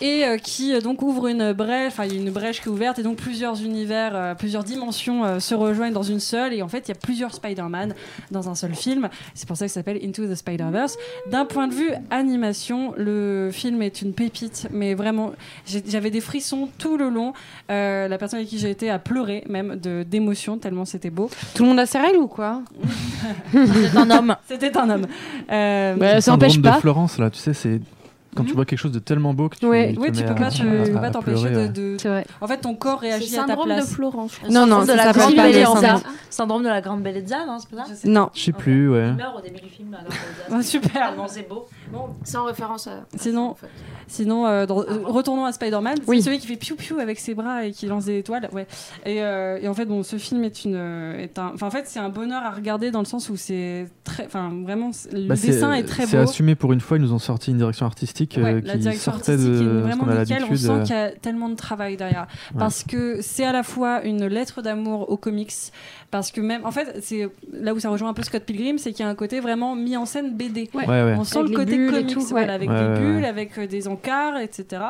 Speaker 5: et euh, qui euh, donc ouvre une brèche, enfin il y a une brèche qui est ouverte et donc plusieurs univers, euh, plusieurs dimensions euh, se rejoignent dans une seule et en fait il y a plusieurs Spider-Man dans un seul film. C'est pour ça qu'il s'appelle Into the Spider-Verse. D'un point de vue animation, le film est une pépite, mais vraiment j'ai- j'avais des frissons tout le long. Euh, la personne avec qui j'ai été a pleuré même de d'émotion tellement c'était beau. <laughs>
Speaker 2: Tout le monde a ses règles ou quoi
Speaker 1: C'est un homme.
Speaker 5: C'était un homme. Euh,
Speaker 4: Bah,
Speaker 7: Le
Speaker 4: ça
Speaker 7: syndrome
Speaker 4: n'empêche
Speaker 7: de
Speaker 4: pas.
Speaker 7: Florence, là, tu sais, c'est quand tu vois quelque chose de tellement beau que tu,
Speaker 4: Ouais.
Speaker 7: te
Speaker 5: Mm. oui, tu
Speaker 7: mets
Speaker 5: peux
Speaker 7: à-
Speaker 5: pas te-
Speaker 7: à-
Speaker 5: tu peux
Speaker 7: à
Speaker 5: pas t'empêcher
Speaker 7: pleurer,
Speaker 5: de,
Speaker 7: ouais.
Speaker 5: de-
Speaker 4: C'est vrai.
Speaker 5: En fait, ton corps
Speaker 6: C'est
Speaker 5: réagit à ta
Speaker 6: syndrome
Speaker 5: <laughs>
Speaker 6: de
Speaker 5: place.
Speaker 6: Florent. je crois.
Speaker 2: Non, non,
Speaker 1: syndrome de
Speaker 2: ça
Speaker 1: la
Speaker 2: s'appelle
Speaker 1: grande
Speaker 2: pas le
Speaker 1: bellezza.
Speaker 2: syndrome.
Speaker 1: Syndrome de la grande bellezza, non C'est pas ça
Speaker 2: Non.
Speaker 7: Je sais plus, ouais.
Speaker 1: Il meurt au début du film, la grande bellezza.
Speaker 5: Ah, super.
Speaker 1: Tellement c'est beau.
Speaker 6: C'est en référence à.
Speaker 5: Sinon-
Speaker 6: en fait.
Speaker 5: Sinon, euh, dans-
Speaker 7: Ah
Speaker 5: euh, retournons à Spider-Man.
Speaker 4: Oui.
Speaker 5: C'est celui qui fait piou piou avec ses bras et qui lance des étoiles. Ouais. Et, euh, et en fait, bon, ce film est une, euh, est un, enfin, en fait, c'est un bonheur à regarder dans le sens où c'est très, enfin, vraiment, c'est- le
Speaker 7: Bah, c'est-
Speaker 5: dessin est, très
Speaker 7: C'est
Speaker 5: beau.
Speaker 7: assumé pour une fois, ils nous ont sorti une direction artistique
Speaker 5: Ouais,
Speaker 7: euh,
Speaker 5: la
Speaker 7: qui
Speaker 5: direction
Speaker 7: sortait
Speaker 5: artistique
Speaker 7: de
Speaker 5: est
Speaker 7: ce
Speaker 5: vraiment
Speaker 7: qu'on a
Speaker 5: nickel. On
Speaker 7: l'habitude.
Speaker 5: sent
Speaker 7: euh,
Speaker 5: qu'il y a tellement de travail derrière.
Speaker 7: Ouais.
Speaker 5: Parce que c'est à la fois une lettre d'amour aux comics, parce que même, en fait, c'est là où ça rejoint un peu Scott Pilgrim, c'est qu'il y a un côté vraiment mis en scène BD.
Speaker 4: Ouais.
Speaker 7: Ouais, ouais.
Speaker 5: On sent
Speaker 4: Avec
Speaker 5: le
Speaker 4: les
Speaker 5: côté
Speaker 4: bulles et
Speaker 5: comics,
Speaker 4: tout, ouais.
Speaker 5: voilà, avec
Speaker 7: Ouais,
Speaker 5: des
Speaker 7: ouais,
Speaker 5: bulles,
Speaker 7: ouais.
Speaker 5: avec euh, des encarts, etc.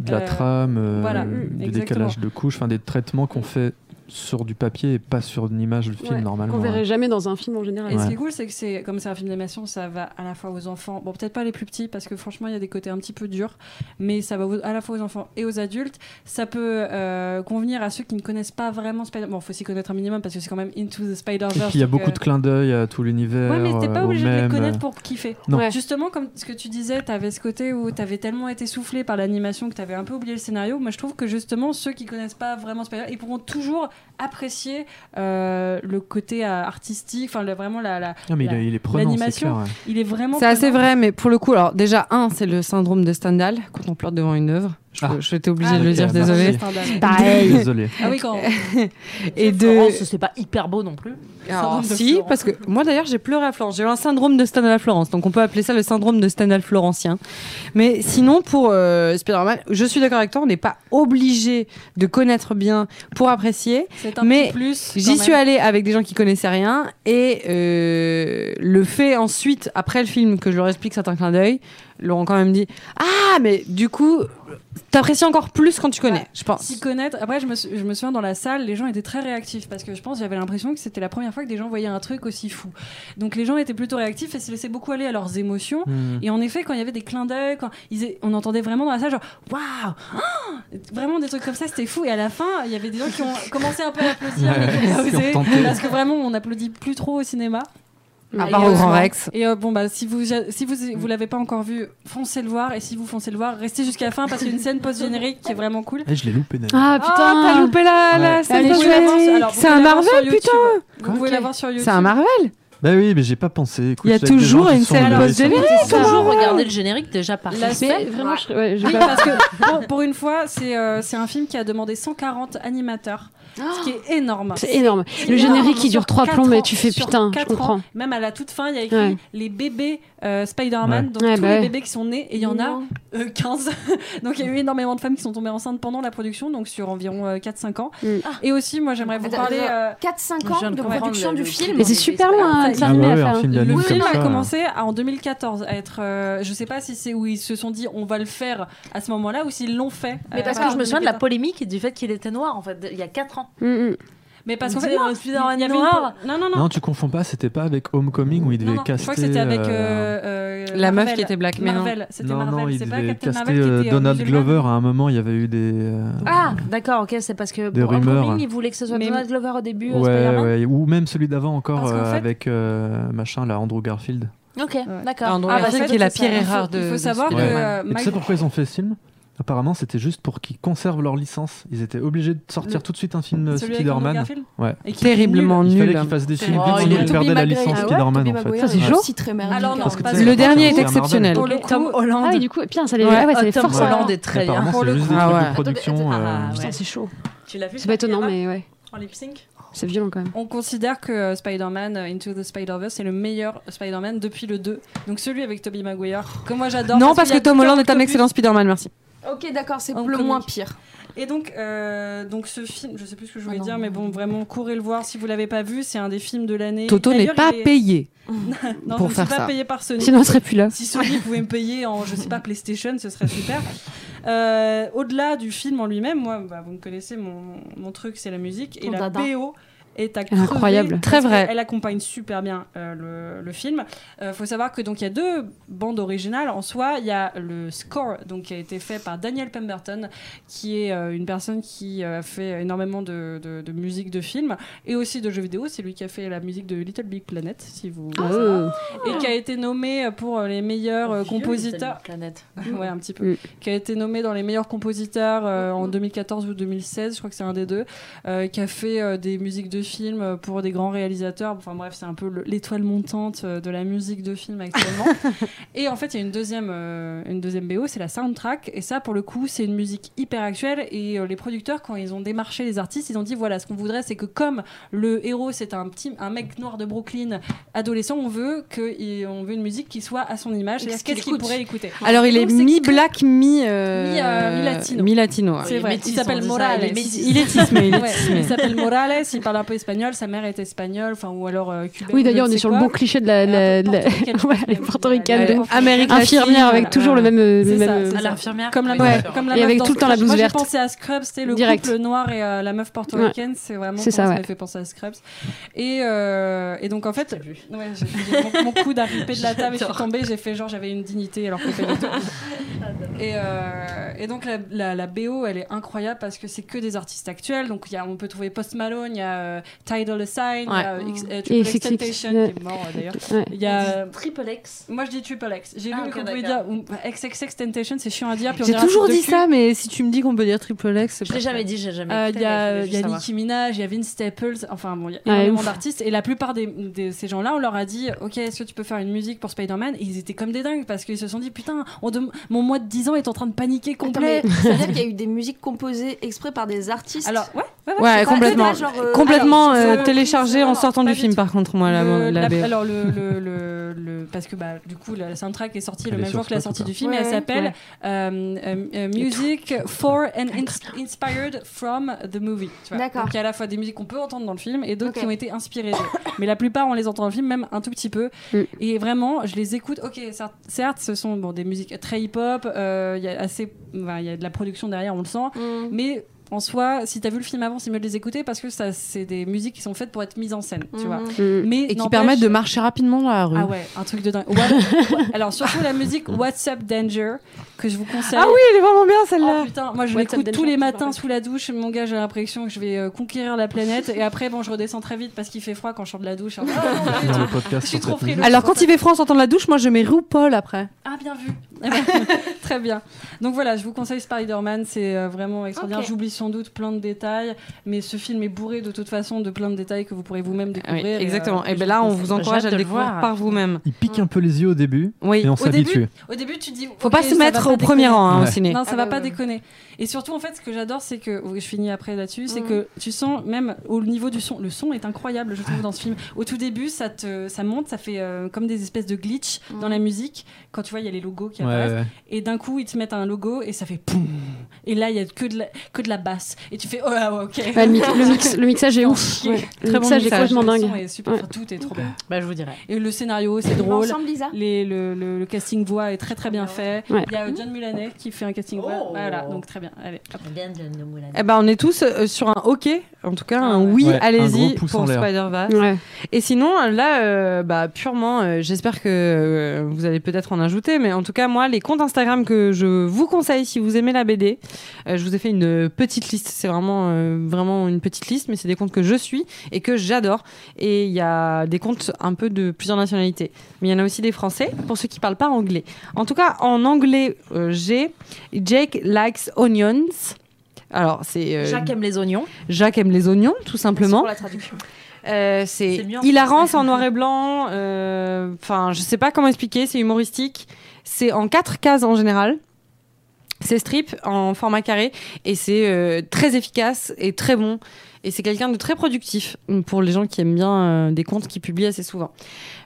Speaker 7: De la
Speaker 5: Euh,
Speaker 7: trame, euh,
Speaker 5: voilà, mm,
Speaker 7: du
Speaker 5: exactement.
Speaker 7: décalage de couches, enfin des traitements qu'on fait sur du papier et pas sur une image le film
Speaker 4: Ouais,
Speaker 7: normalement. hein.
Speaker 4: Qu'on verrait jamais dans un film en général.
Speaker 5: Et ce
Speaker 7: Ouais.
Speaker 5: qui est cool, c'est que c'est comme c'est un film d'animation, ça va à la fois aux enfants. Bon, peut-être pas les plus petits, parce que franchement, il y a des côtés un petit peu durs, mais ça va aux- à la fois aux enfants et aux adultes. Ça peut euh, convenir à ceux qui ne connaissent pas vraiment Spider. Bon, faut s'y connaître un minimum parce que c'est quand même Into the
Speaker 7: Et
Speaker 5: Spider-Verse.
Speaker 7: puis il y a
Speaker 5: donc,
Speaker 7: beaucoup
Speaker 5: euh,
Speaker 7: de clins d'œil à tout l'univers.
Speaker 5: Ouais, mais t'es
Speaker 7: euh,
Speaker 5: pas
Speaker 7: au
Speaker 5: obligé de les
Speaker 7: même,
Speaker 5: connaître pour kiffer.
Speaker 7: Non.
Speaker 4: Ouais.
Speaker 5: Justement, comme ce que tu disais, t'avais ce côté où t'avais tellement été soufflé par l'animation que t'avais un peu oublié le scénario. Moi, je trouve que justement, ceux qui connaissent pas vraiment Spider-Man, ils pourront toujours apprécier euh, le côté euh, artistique, enfin, le- vraiment la, la-
Speaker 7: Non, mais il,
Speaker 5: la-
Speaker 7: est- il est prenant, c'est
Speaker 5: l'animation.
Speaker 7: clair. ouais.
Speaker 5: il est vraiment.
Speaker 2: C'est assez
Speaker 5: prenant.
Speaker 2: vrai, mais pour le coup, alors déjà, un, c'est le syndrome de Stendhal quand on pleure devant une œuvre. Je-
Speaker 7: Ah.
Speaker 2: J'étais obligée
Speaker 5: Ah,
Speaker 2: de le
Speaker 5: ok,
Speaker 2: dire,
Speaker 7: bah,
Speaker 2: désolée. <laughs>
Speaker 1: Pareil.
Speaker 7: Désolé.
Speaker 5: Ah oui, quand.
Speaker 2: Et
Speaker 1: Florence,
Speaker 2: de.
Speaker 1: c'est pas hyper beau non plus.
Speaker 2: Alors,
Speaker 5: Syndrome de
Speaker 2: si,
Speaker 5: Florence.
Speaker 2: parce que moi d'ailleurs j'ai pleuré à Florence. J'ai eu un syndrome de Stendhal à Florence, donc on peut appeler ça le syndrome de Stendhal florencien. Mais sinon, pour euh, Spider-Man, je suis d'accord avec toi, on n'est pas obligé de connaître bien pour apprécier.
Speaker 5: C'est un
Speaker 2: Mais
Speaker 5: petit plus. quand
Speaker 2: J'y
Speaker 5: même.
Speaker 2: suis allée avec des gens qui connaissaient rien et euh, le fait ensuite, après le film, que je leur explique certains clins d'œil, leur ont quand même dit Ah, mais du coup, t'apprécies encore plus quand tu connais, je
Speaker 5: S'y
Speaker 2: pense.
Speaker 5: connaître. Après, je me, sou- je me souviens dans la salle, les gens étaient très réactifs parce que je pense j'avais l'impression que c'était la première fois que des gens voyaient un truc aussi fou. Donc les gens étaient plutôt réactifs et se laissaient beaucoup aller à leurs émotions.
Speaker 7: Hmm.
Speaker 5: Et en effet, quand il y avait des clins d'œil, quand ils a- on entendait vraiment dans la salle genre waouh, <gasps> Ah vraiment des trucs comme ça, c'était fou. Et à la fin, il y avait des gens qui ont commencé un peu à applaudir, <laughs> mais qui ont
Speaker 7: Ouais,
Speaker 5: osé,
Speaker 7: qui ont tenté.
Speaker 5: parce que vraiment, on applaudit plus trop au cinéma.
Speaker 2: À
Speaker 5: Et
Speaker 2: part au Grand
Speaker 5: heureusement.
Speaker 2: Rex.
Speaker 5: Et euh, bon bah si vous si vous
Speaker 4: Mm.
Speaker 5: vous l'avez pas encore vu, foncez le voir et si vous foncez le voir, restez jusqu'à la fin parce qu'il y a une scène post générique qui est vraiment cool.
Speaker 7: Eh, je l'ai loupé d'ailleurs.
Speaker 4: Ah
Speaker 5: Oh,
Speaker 2: Ah, t'as
Speaker 4: putain
Speaker 2: loupé la, la
Speaker 7: Ouais.
Speaker 2: scène
Speaker 4: Allez,
Speaker 2: de
Speaker 5: Vous pouvez l'avoir sur-
Speaker 2: Drake.
Speaker 5: alors, vous
Speaker 2: C'est
Speaker 5: pouvez
Speaker 2: un
Speaker 5: l'avoir
Speaker 2: Marvel,
Speaker 5: sur YouTube.
Speaker 2: putain
Speaker 5: Vous pouvez
Speaker 4: Ok.
Speaker 5: l'avoir sur YouTube.
Speaker 2: C'est un Marvel
Speaker 7: Bah oui, mais j'ai pas pensé. Écoute,
Speaker 2: Il y a
Speaker 7: je suis avec des
Speaker 2: toujours
Speaker 7: gens qui
Speaker 2: une
Speaker 7: sont
Speaker 2: scène
Speaker 7: nourris sur-
Speaker 2: post-générique.
Speaker 1: Toujours regarder le générique déjà par
Speaker 5: La-
Speaker 1: respect.
Speaker 4: Mais vraiment, je- ouais, j'ai
Speaker 5: Oui,
Speaker 4: pas-
Speaker 5: parce que pour, pour une fois, c'est euh, c'est un film qui a demandé 140 animateurs, ce qui est énorme.
Speaker 4: C'est énorme. Le
Speaker 5: énorme.
Speaker 4: générique qui dure
Speaker 5: Sur
Speaker 4: trois
Speaker 5: quatre
Speaker 4: plombs, mais
Speaker 5: ans-
Speaker 4: tu fais
Speaker 5: sur
Speaker 4: putain, je
Speaker 5: quatre
Speaker 4: comprends.
Speaker 5: ans, même à la toute fin, il y a écrit
Speaker 4: Ouais.
Speaker 5: les bébés euh, Spider-Man,
Speaker 7: Ouais.
Speaker 5: donc
Speaker 4: Ouais,
Speaker 5: tous
Speaker 4: bah
Speaker 5: les
Speaker 4: ouais.
Speaker 5: bébés qui sont nés, et il y en a euh, 15. <laughs> donc il y a eu énormément de femmes qui sont tombées enceintes pendant la production, donc sur environ euh, 4-5 ans.
Speaker 4: Mm.
Speaker 1: Ah.
Speaker 5: Et aussi, moi j'aimerais vous
Speaker 6: Attends,
Speaker 5: parler.
Speaker 6: attends.
Speaker 5: euh,
Speaker 6: 4-5
Speaker 1: Je viens
Speaker 6: ans
Speaker 1: de
Speaker 6: de
Speaker 1: comprendre
Speaker 6: production
Speaker 1: le-
Speaker 6: du film.
Speaker 4: Mais c'est super loin
Speaker 7: Ah
Speaker 4: hein, de
Speaker 7: bah
Speaker 4: s'arrimer à
Speaker 7: ouais, un
Speaker 4: faire.
Speaker 7: film
Speaker 5: Le
Speaker 7: d'anime
Speaker 5: film
Speaker 7: comme
Speaker 5: a
Speaker 7: ça.
Speaker 5: commencé à- en 2014 à être. euh, je sais pas si c'est où ils se sont dit on va le faire à ce moment-là ou s'ils l'ont fait.
Speaker 1: Mais
Speaker 5: euh,
Speaker 1: parce que
Speaker 5: voilà,
Speaker 1: je
Speaker 5: en
Speaker 1: me souviens de la
Speaker 5: 2014.
Speaker 1: polémique et du fait qu'il était noir en fait de- il y a 4 ans.
Speaker 4: Mm, mm.
Speaker 5: Mais parce qu'en
Speaker 1: Vous
Speaker 5: fait,
Speaker 1: savez,
Speaker 5: non,
Speaker 1: un
Speaker 5: il y avait une
Speaker 1: noir.
Speaker 5: po- Non, non, non.
Speaker 7: Non, tu confonds pas, c'était pas avec Homecoming où il
Speaker 5: Non,
Speaker 7: devait
Speaker 5: non,
Speaker 7: caster.
Speaker 5: Je crois que c'était avec euh,
Speaker 7: euh,
Speaker 5: euh,
Speaker 2: La meuf
Speaker 5: Marvel.
Speaker 2: qui était black, mais non.
Speaker 5: Marvel, c'était
Speaker 7: Non, non,
Speaker 5: Marvel,
Speaker 7: il
Speaker 5: c'est pas
Speaker 7: devait
Speaker 5: Captain
Speaker 7: caster
Speaker 5: Marvel qui
Speaker 7: euh,
Speaker 5: était, euh,
Speaker 7: Donald
Speaker 5: musulmane.
Speaker 7: Glover. À un moment, il y avait eu des. euh,
Speaker 1: Ah, d'accord, ok, c'est parce que
Speaker 7: Des
Speaker 1: pour
Speaker 7: rumeurs.
Speaker 1: Homecoming, ils voulaient que ce soit
Speaker 5: Mais-
Speaker 1: Donald Glover au début, euh,
Speaker 7: Ouais,
Speaker 1: Spider-Man.
Speaker 7: ouais, ou même celui d'avant encore
Speaker 5: Parce qu'en
Speaker 7: euh,
Speaker 5: fait-
Speaker 7: avec euh, machin là, Andrew Garfield.
Speaker 1: Ok,
Speaker 5: Ouais.
Speaker 1: d'accord.
Speaker 2: Ah, Andrew
Speaker 5: Ah, bah,
Speaker 2: Garfield,
Speaker 5: ça,
Speaker 2: qui est la
Speaker 5: c'est ça.
Speaker 2: pire
Speaker 5: Il faut-
Speaker 2: erreur de.
Speaker 5: Il faut
Speaker 2: de
Speaker 5: savoir que
Speaker 2: Spider-Man.
Speaker 5: euh,
Speaker 7: Et tu sais
Speaker 5: Mike-
Speaker 7: pourquoi ils ont fait ce film Apparemment, c'était juste pour qu'ils conservent leur licence. Ils étaient obligés de sortir
Speaker 5: Le-
Speaker 7: tout de suite un film euh,
Speaker 5: Celui avec Andrew
Speaker 7: Spider-Man.
Speaker 5: Garfield
Speaker 7: Ouais.
Speaker 5: Et qui est
Speaker 2: Terriblement
Speaker 7: Il fallait
Speaker 2: nul.
Speaker 7: qu'ils fassent des films
Speaker 5: Oh,
Speaker 7: vite,
Speaker 6: Ah,
Speaker 5: il
Speaker 7: sinon
Speaker 5: est- Ah
Speaker 7: ils perdaient la licence Spider-Man en fait.
Speaker 2: Ça, c'est
Speaker 7: Ouais.
Speaker 2: chaud.
Speaker 6: Si très hein. mal.
Speaker 5: Alors non,
Speaker 7: Parce que
Speaker 5: pas
Speaker 7: tu sais,
Speaker 2: Le
Speaker 7: à partir
Speaker 2: dernier
Speaker 7: de
Speaker 2: est
Speaker 7: Marvel-
Speaker 2: exceptionnel.
Speaker 5: Pour le
Speaker 1: Tom
Speaker 5: coup,
Speaker 1: Holland.
Speaker 4: Ah oui, du coup, putain, ça les ouais, ça les
Speaker 1: Tom
Speaker 4: force. à-
Speaker 1: Holland est très bien.
Speaker 7: Apparemment,
Speaker 5: Pour le
Speaker 7: c'est juste
Speaker 5: coup.
Speaker 7: des
Speaker 2: Ah
Speaker 7: trucs
Speaker 2: ouais.
Speaker 7: de production. euh,
Speaker 1: Ah
Speaker 4: Putain,
Speaker 1: ouais.
Speaker 4: c'est chaud.
Speaker 1: Tu l'as vu
Speaker 4: C'est pas étonnant, mais ouais,
Speaker 5: en lip sync
Speaker 4: c'est violent quand même.
Speaker 5: On considère que euh, Spider-Man euh, Into the Spider-Verse est le meilleur Spider-Man depuis le 2. Donc celui avec Tobey Maguire, que moi j'adore.
Speaker 2: Non,
Speaker 5: parce
Speaker 2: parce
Speaker 5: qu'il y
Speaker 2: que
Speaker 5: a
Speaker 2: Tom
Speaker 5: Peter
Speaker 2: Holland est un
Speaker 5: Octopus.
Speaker 2: excellent Spider-Man, merci.
Speaker 6: Ok, d'accord, c'est
Speaker 5: En
Speaker 6: le
Speaker 5: comique.
Speaker 6: moins pire.
Speaker 5: Et donc, euh, donc ce film, je sais plus ce que je voulais
Speaker 6: Ah non.
Speaker 5: dire, mais bon, vraiment, courez le voir si vous l'avez pas vu. C'est un des films de l'année.
Speaker 2: Toto n'est
Speaker 5: D'ailleurs,
Speaker 2: pas
Speaker 5: il est-
Speaker 2: payé.
Speaker 5: Non,
Speaker 2: pour
Speaker 5: je ne
Speaker 2: faire
Speaker 5: suis pas
Speaker 2: ça.
Speaker 5: payé par Sony.
Speaker 4: Sinon, on serait plus là.
Speaker 5: Si Sony pouvait me payer en, je sais pas, PlayStation, ce serait super. Euh, Au-delà du film en lui-même, moi, bah, vous me connaissez, mon, mon truc, c'est la musique. Et
Speaker 6: Ton
Speaker 5: la
Speaker 6: dada.
Speaker 5: PO est à
Speaker 4: est incroyable.
Speaker 5: crever,
Speaker 2: Très
Speaker 5: parce
Speaker 2: vrai.
Speaker 5: que Elle accompagne super bien euh, le, le film. Euh, faut savoir que donc il y a deux bandes originales en soi. Il y a le score, donc qui a été fait par Daniel Pemberton, qui est euh, une personne qui euh, a fait énormément de, de- de musique de film et aussi de jeux vidéo. C'est lui qui a fait la musique de Little Big Planet, si vous.
Speaker 4: Oh.
Speaker 5: Et qui a été nommé pour les meilleurs euh, compositeurs.
Speaker 1: Planète.
Speaker 5: <laughs> Ouais, un petit peu.
Speaker 4: Mm.
Speaker 5: Qui a été nommé dans les meilleurs compositeurs euh, en 2014 ou 2016, je crois que c'est un des deux. euh, qui a fait euh, des musiques de films euh, pour des grands réalisateurs. Enfin bref, c'est un peu le- l'étoile montante euh, de la musique de film actuellement. et en fait, il y a une deuxième, euh, une deuxième BO, c'est la soundtrack. Et ça, pour le coup, c'est une musique hyper actuelle. Et euh, les producteurs, quand ils ont démarché les artistes, ils ont dit voilà, ce qu'on voudrait, c'est que comme le héros, c'est un petit, un mec noir de Brooklyn, adolescent, on veut que, il- on veut une musique qui soit à son image.
Speaker 6: Et
Speaker 5: C'est-à-dire,
Speaker 6: ce qu'il
Speaker 5: Qu'est-ce qu'il
Speaker 6: écoute.
Speaker 5: pourrait écouter
Speaker 2: Alors, il est
Speaker 5: Donc, Ah, c'est
Speaker 2: mi-black, mi...
Speaker 5: Mi, euh, mi-latino.
Speaker 2: Mi-latino, ouais.
Speaker 5: C'est vrai.
Speaker 1: métis,
Speaker 5: il s'appelle
Speaker 1: on dit ça,
Speaker 5: Morales.
Speaker 1: il est métis.
Speaker 2: Il est tismé, il est
Speaker 5: Ouais,
Speaker 2: tismé.
Speaker 5: il s'appelle Morales, il parle un peu espagnol, sa mère est espagnole, enfin ou alors euh, cubaine.
Speaker 4: Oui,
Speaker 5: je
Speaker 4: d'ailleurs,
Speaker 5: ne
Speaker 4: on est
Speaker 5: sais
Speaker 4: sur le
Speaker 5: quoi.
Speaker 4: bon cliché de la, la,
Speaker 5: Et un peu
Speaker 4: la- <laughs> ouais,
Speaker 5: portoricaine, je crois.
Speaker 4: les portoricaines
Speaker 5: Elle est
Speaker 4: de-
Speaker 2: Amérique
Speaker 4: infirmière avec
Speaker 5: voilà.
Speaker 4: toujours le même, euh,
Speaker 5: C'est
Speaker 4: le
Speaker 5: ça,
Speaker 4: même,
Speaker 5: c'est
Speaker 4: euh,
Speaker 1: À l'infirmière.
Speaker 5: Comme la,
Speaker 1: Oui,
Speaker 4: Ouais.
Speaker 5: meuf,
Speaker 1: d'accord.
Speaker 5: comme la
Speaker 4: Et
Speaker 5: meuf
Speaker 4: avec
Speaker 5: dans
Speaker 4: tout le temps
Speaker 5: Scrubs.
Speaker 4: la blouse
Speaker 5: Moi, j'ai
Speaker 4: verte.
Speaker 5: pensé à Scrubs, c'est le
Speaker 4: Direct.
Speaker 5: couple noir et euh, la meuf portoricaine, c'est vraiment
Speaker 4: C'est
Speaker 5: comment ça,
Speaker 4: ça,
Speaker 5: m'a
Speaker 4: ouais.
Speaker 5: fait penser à Scrubs. Et, euh, et donc en fait, ouais, j'ai- j'ai- mon, mon coude a ripé de la table et je suis tombée, j'ai fait genre j'avais une dignité alors que pas du tout.
Speaker 4: <laughs>
Speaker 5: Et, euh, et donc la, la- la BO, elle est incroyable parce que c'est que des artistes actuels. Donc il y a, on peut trouver Post Malone, il y a euh, Tidal
Speaker 2: Ouais.
Speaker 5: Assign, il y a X- euh,
Speaker 4: Et
Speaker 5: Triple X
Speaker 4: XXX,
Speaker 5: Temptation qui
Speaker 4: ouais.
Speaker 5: est mort euh, d'ailleurs.
Speaker 4: Ouais.
Speaker 5: Il y a euh,
Speaker 1: Triple X.
Speaker 5: moi je dis Triple X. J'ai
Speaker 1: Ah,
Speaker 5: vu
Speaker 1: ok,
Speaker 5: qu'on pouvait dire
Speaker 1: d'accord.
Speaker 5: ou- bah, XXX Temptation, c'est chiant à dire. puis on
Speaker 2: J'ai
Speaker 5: dirait un
Speaker 2: toujours
Speaker 5: truc de
Speaker 2: dit
Speaker 5: cul.
Speaker 2: ça, mais si tu me dis qu'on peut dire triple X, c'est
Speaker 1: Je
Speaker 2: pas...
Speaker 1: l'ai jamais dit, j'ai jamais.
Speaker 5: Euh,
Speaker 1: fait,
Speaker 5: Il y a,
Speaker 1: mais je
Speaker 5: il y
Speaker 1: voulais
Speaker 5: a
Speaker 1: juste
Speaker 5: Nicki Minaj, il y a Vince Staples, enfin bon, il y a
Speaker 4: Ouais,
Speaker 5: énormément
Speaker 4: ouf.
Speaker 5: d'artistes. Et la plupart des, de ces gens-là, on leur a dit Ok, est-ce que tu peux faire une musique pour Spider-Man Et ils étaient comme des dingues parce qu'ils se sont dit Putain, on dem- mon mois de 10 ans est en train de paniquer <laughs> complet.
Speaker 6: C'est-à-dire qu'il y a eu des musiques composées exprès par des artistes.
Speaker 5: Alors, ouais, ouais, ouais,
Speaker 2: Ouais,
Speaker 6: C'est pas-
Speaker 2: complètement.
Speaker 6: c'est pas genre, euh,
Speaker 2: Complètement
Speaker 5: alors,
Speaker 2: euh,
Speaker 5: c'est-
Speaker 2: téléchargé
Speaker 5: c'est-
Speaker 2: en sortant
Speaker 5: pas
Speaker 2: du
Speaker 5: du
Speaker 2: film,
Speaker 5: tout.
Speaker 2: par contre, moi, la,
Speaker 5: Le-
Speaker 2: la E.
Speaker 5: la-
Speaker 2: BO.
Speaker 5: alors le, le, le, le- parce que bah du coup la, la soundtrack est sortie
Speaker 7: Elle
Speaker 5: le
Speaker 7: est
Speaker 5: même
Speaker 7: sur
Speaker 5: jour que la
Speaker 7: Spotify.
Speaker 5: sortie du film et
Speaker 6: Ouais,
Speaker 5: elle s'appelle
Speaker 4: ouais.
Speaker 5: euh, euh, euh, Music for and ins- Inspired from the Movie. tu vois.
Speaker 6: D'accord.
Speaker 5: Donc il y a à la fois des musiques qu'on peut entendre dans le film et d'autres
Speaker 6: Ok.
Speaker 5: qui ont été inspirées. d'eux. Mais la plupart on les entend dans le film même un tout petit peu
Speaker 4: Mm.
Speaker 5: et vraiment je les écoute. Ok certes, certes, ce sont bon des musiques très hip hop. euh, Il y a assez enfin, il y a de la production derrière on le sent
Speaker 6: Mm.
Speaker 5: mais en soi, si t'as vu le film avant, c'est mieux de les écouter parce que ça, c'est des musiques qui sont faites pour être mises en scène, tu vois.
Speaker 6: Mm.
Speaker 4: Mm.
Speaker 5: Mais
Speaker 2: Et qui
Speaker 5: n'empêche-
Speaker 2: permettent de marcher rapidement dans la rue.
Speaker 5: ah ouais, un truc de dingue. What- Alors surtout
Speaker 2: <laughs>
Speaker 5: la musique What's Up Danger que je vous conseille.
Speaker 2: Ah oui, elle est vraiment bien,
Speaker 5: Oh
Speaker 2: celle-là
Speaker 5: putain, moi je
Speaker 4: What's Up
Speaker 5: l'écoute
Speaker 4: Danger,
Speaker 5: tous les
Speaker 4: je me
Speaker 5: matins
Speaker 4: rappelle.
Speaker 5: sous la douche. Mon gars, j'ai l'impression que je vais euh, conquérir la planète. Et après, bon, je redescends très vite parce qu'il fait froid quand je sors de la douche. Alors,
Speaker 2: <laughs>
Speaker 5: oh, non,
Speaker 7: Dans
Speaker 5: non,
Speaker 7: le
Speaker 5: non.
Speaker 7: podcast
Speaker 5: Je suis
Speaker 7: sur
Speaker 5: trop
Speaker 7: cette musique.
Speaker 5: frileux.
Speaker 2: Alors, quand il fait froid en sortant de la douche, moi, je mets RuPaul après.
Speaker 5: Ah, bien vu. Très bien. Donc voilà, je vous conseille Spider-Man, c'est euh, vraiment extraordinaire.
Speaker 6: Ok.
Speaker 5: J'oublie sans doute plein de détails, mais ce film est bourré de toute façon de plein de détails que vous pourrez vous-même découvrir. et, euh,
Speaker 2: Ah exactement.
Speaker 5: que
Speaker 2: Et
Speaker 5: je
Speaker 2: bien là, on
Speaker 5: conseille.
Speaker 2: vous
Speaker 1: J'ai hâte
Speaker 2: encourage à
Speaker 1: de
Speaker 2: le
Speaker 1: le
Speaker 2: découvrir
Speaker 1: voir.
Speaker 2: par vous-même.
Speaker 7: Il pique un peu les yeux au début
Speaker 2: Oui.
Speaker 7: et on
Speaker 5: Au début,
Speaker 7: s'habitue.
Speaker 5: au début, tu dis.
Speaker 2: Faut pas
Speaker 5: ok,
Speaker 2: se
Speaker 5: ça
Speaker 2: mettre
Speaker 5: va
Speaker 2: au
Speaker 5: pas
Speaker 2: premier
Speaker 5: déconner.
Speaker 2: rang hein, au
Speaker 7: Ouais.
Speaker 2: ciné.
Speaker 5: Non, ça
Speaker 6: Ah
Speaker 5: va
Speaker 6: bah
Speaker 5: pas
Speaker 6: ouais.
Speaker 5: déconner. Et surtout, en fait, ce que j'adore, c'est que. oui, Je finis après là-dessus, c'est
Speaker 2: Mhm.
Speaker 6: Mm.
Speaker 5: que tu sens, même au niveau du son, le son est incroyable, je trouve, dans ce film. Au tout début, ça, te, ça monte, ça fait euh, comme des espèces de glitch dans
Speaker 2: Mhm.
Speaker 6: Mm.
Speaker 5: la musique. Quand tu vois, il y a les logos qui
Speaker 7: Ouais,
Speaker 5: apparaissent.
Speaker 7: ouais.
Speaker 3: Ah
Speaker 5: Et d'un coup, ils te mettent un logo et ça fait poum. Et là, il y a que de la, que de la basse. Et tu fais oh, ah, ok.
Speaker 4: Ouais, le, mix-
Speaker 5: <laughs>
Speaker 4: le mix- le mixage est
Speaker 5: Sans
Speaker 4: ouf.
Speaker 5: chier.
Speaker 4: Ouais. Le
Speaker 2: bon
Speaker 4: mixage est
Speaker 2: mixage.
Speaker 4: complètement
Speaker 5: Le son
Speaker 4: dingue.
Speaker 5: est super,
Speaker 4: Ouais.
Speaker 5: enfin, tout est trop bien.
Speaker 1: Bah, je vous dirai.
Speaker 5: Et le scénario, c'est drôle.
Speaker 6: L'ensemble, Lisa.
Speaker 5: Les- le, le- le casting voix est très très bien fait.
Speaker 4: Ouais.
Speaker 5: Il y a euh, John Mulaney qui fait un casting voix.
Speaker 1: Oh.
Speaker 5: Voilà, donc très bien. Allez, hop.
Speaker 1: Ah, Bien de nous mouliner.
Speaker 2: Eh ben, on est tous euh, sur un OK, en tout cas un oui,
Speaker 7: Ouais, un gros
Speaker 2: allez-y
Speaker 7: pouce
Speaker 2: pour
Speaker 7: en l'air.
Speaker 2: Spider-Verse.
Speaker 4: Ouais.
Speaker 2: Et sinon, là, euh, bah, purement, euh, j'espère que euh, vous allez peut-être en ajouter, mais en tout cas, moi les comptes Instagram que je vous conseille si vous aimez la BD. Euh, je vous ai fait une petite liste. C'est vraiment, euh, vraiment une petite liste, mais c'est des comptes que je suis et que j'adore. Et il y a des comptes un peu de plusieurs nationalités. Mais il y en a aussi des Français pour ceux qui parlent pas anglais. En tout cas, en anglais, euh, j'ai Jake likes onions. Alors, c'est euh,
Speaker 1: Jacques aime les oignons.
Speaker 2: Jacques aime les oignons, tout
Speaker 6: Simplement.
Speaker 2: simplement.
Speaker 6: la traduction.
Speaker 2: Euh, c'est
Speaker 1: C'est mieux en
Speaker 2: hilarance
Speaker 1: français.
Speaker 2: en noir et blanc. euh, Enfin, je sais pas comment expliquer. C'est humoristique. C'est en quatre cases en général. C'est strip en format carré et c'est euh, très efficace et très bon. Et c'est quelqu'un de très productif pour les gens qui aiment bien euh, des comptes qui publient assez souvent.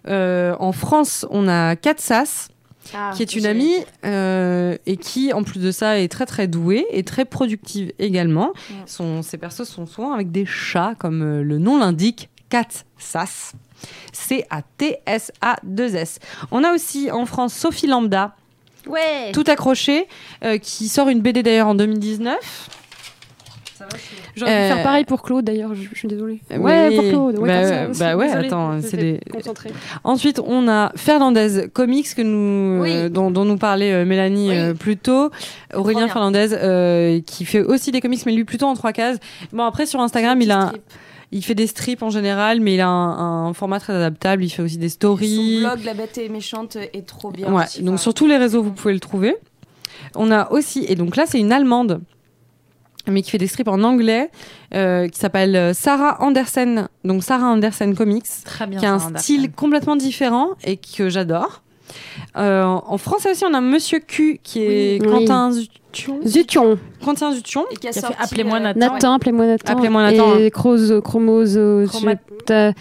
Speaker 2: Euh, en France, on a 4 sas
Speaker 1: Ah,
Speaker 2: qui est une amie euh, et qui, en plus de ça, est très très douée et très productive également.
Speaker 6: Ouais.
Speaker 2: Son- ses persos sont souvent avec des chats, comme euh, le nom l'indique, Cat Sass. C-A-T-S-A-2-S. On a aussi en France Sophie Lambda,
Speaker 6: Ouais.
Speaker 2: tout accroché, euh, qui sort une BD d'ailleurs en 2019.
Speaker 4: J'aurais
Speaker 2: Euh,
Speaker 4: pu faire pareil pour Claude d'ailleurs, je, je suis désolée.
Speaker 2: Euh,
Speaker 4: ouais,
Speaker 2: oui.
Speaker 4: pour Claude. Ouais,
Speaker 2: Bah,
Speaker 4: comme ça,
Speaker 2: euh,
Speaker 4: aussi.
Speaker 2: bah ouais,
Speaker 4: Désolée,
Speaker 2: attends,
Speaker 4: je
Speaker 2: c'est
Speaker 4: vais
Speaker 2: des-
Speaker 4: concentrée.
Speaker 2: Ensuite, on a Fernandez Comics que nous,
Speaker 6: Oui.
Speaker 2: euh, dont, dont nous parlait euh, Mélanie
Speaker 6: Oui.
Speaker 2: euh, plus tôt. Aurélien
Speaker 6: bien.
Speaker 2: Fernandez euh, qui fait aussi des comics, mais lui plutôt en trois cases. Bon, après sur Instagram, il a, un- il fait des strips en général, mais il a un, un format très adaptable. Il fait aussi des
Speaker 6: Son
Speaker 2: stories.
Speaker 6: blog La Bête est méchante est trop bien.
Speaker 2: Ouais,
Speaker 6: aussi.
Speaker 2: donc
Speaker 6: Enfin,
Speaker 2: sur tous les réseaux, vous pouvez le trouver. On a aussi, et donc là, c'est une Allemande, mais qui fait des strips en anglais, euh, qui s'appelle euh, Sarah Andersen, donc Sarah Andersen Comics
Speaker 1: Très bien.
Speaker 2: qui a un
Speaker 1: ça, Anderson.
Speaker 2: style complètement différent et que j'adore. Euh, en français aussi, on a Monsieur Q qui est
Speaker 4: Oui.
Speaker 2: Quentin Zution.
Speaker 4: Zution,
Speaker 2: Quentin Zution.
Speaker 6: et qui a
Speaker 1: Qui a fait
Speaker 6: sorti,
Speaker 1: Appelez-moi
Speaker 6: euh,
Speaker 1: Nathan.
Speaker 4: Nathan, appelez-moi Nathan.
Speaker 2: Appelez-moi Nathan, hein.
Speaker 4: Et Chroso, Chromoso,
Speaker 2: Chroma-
Speaker 4: je- ta-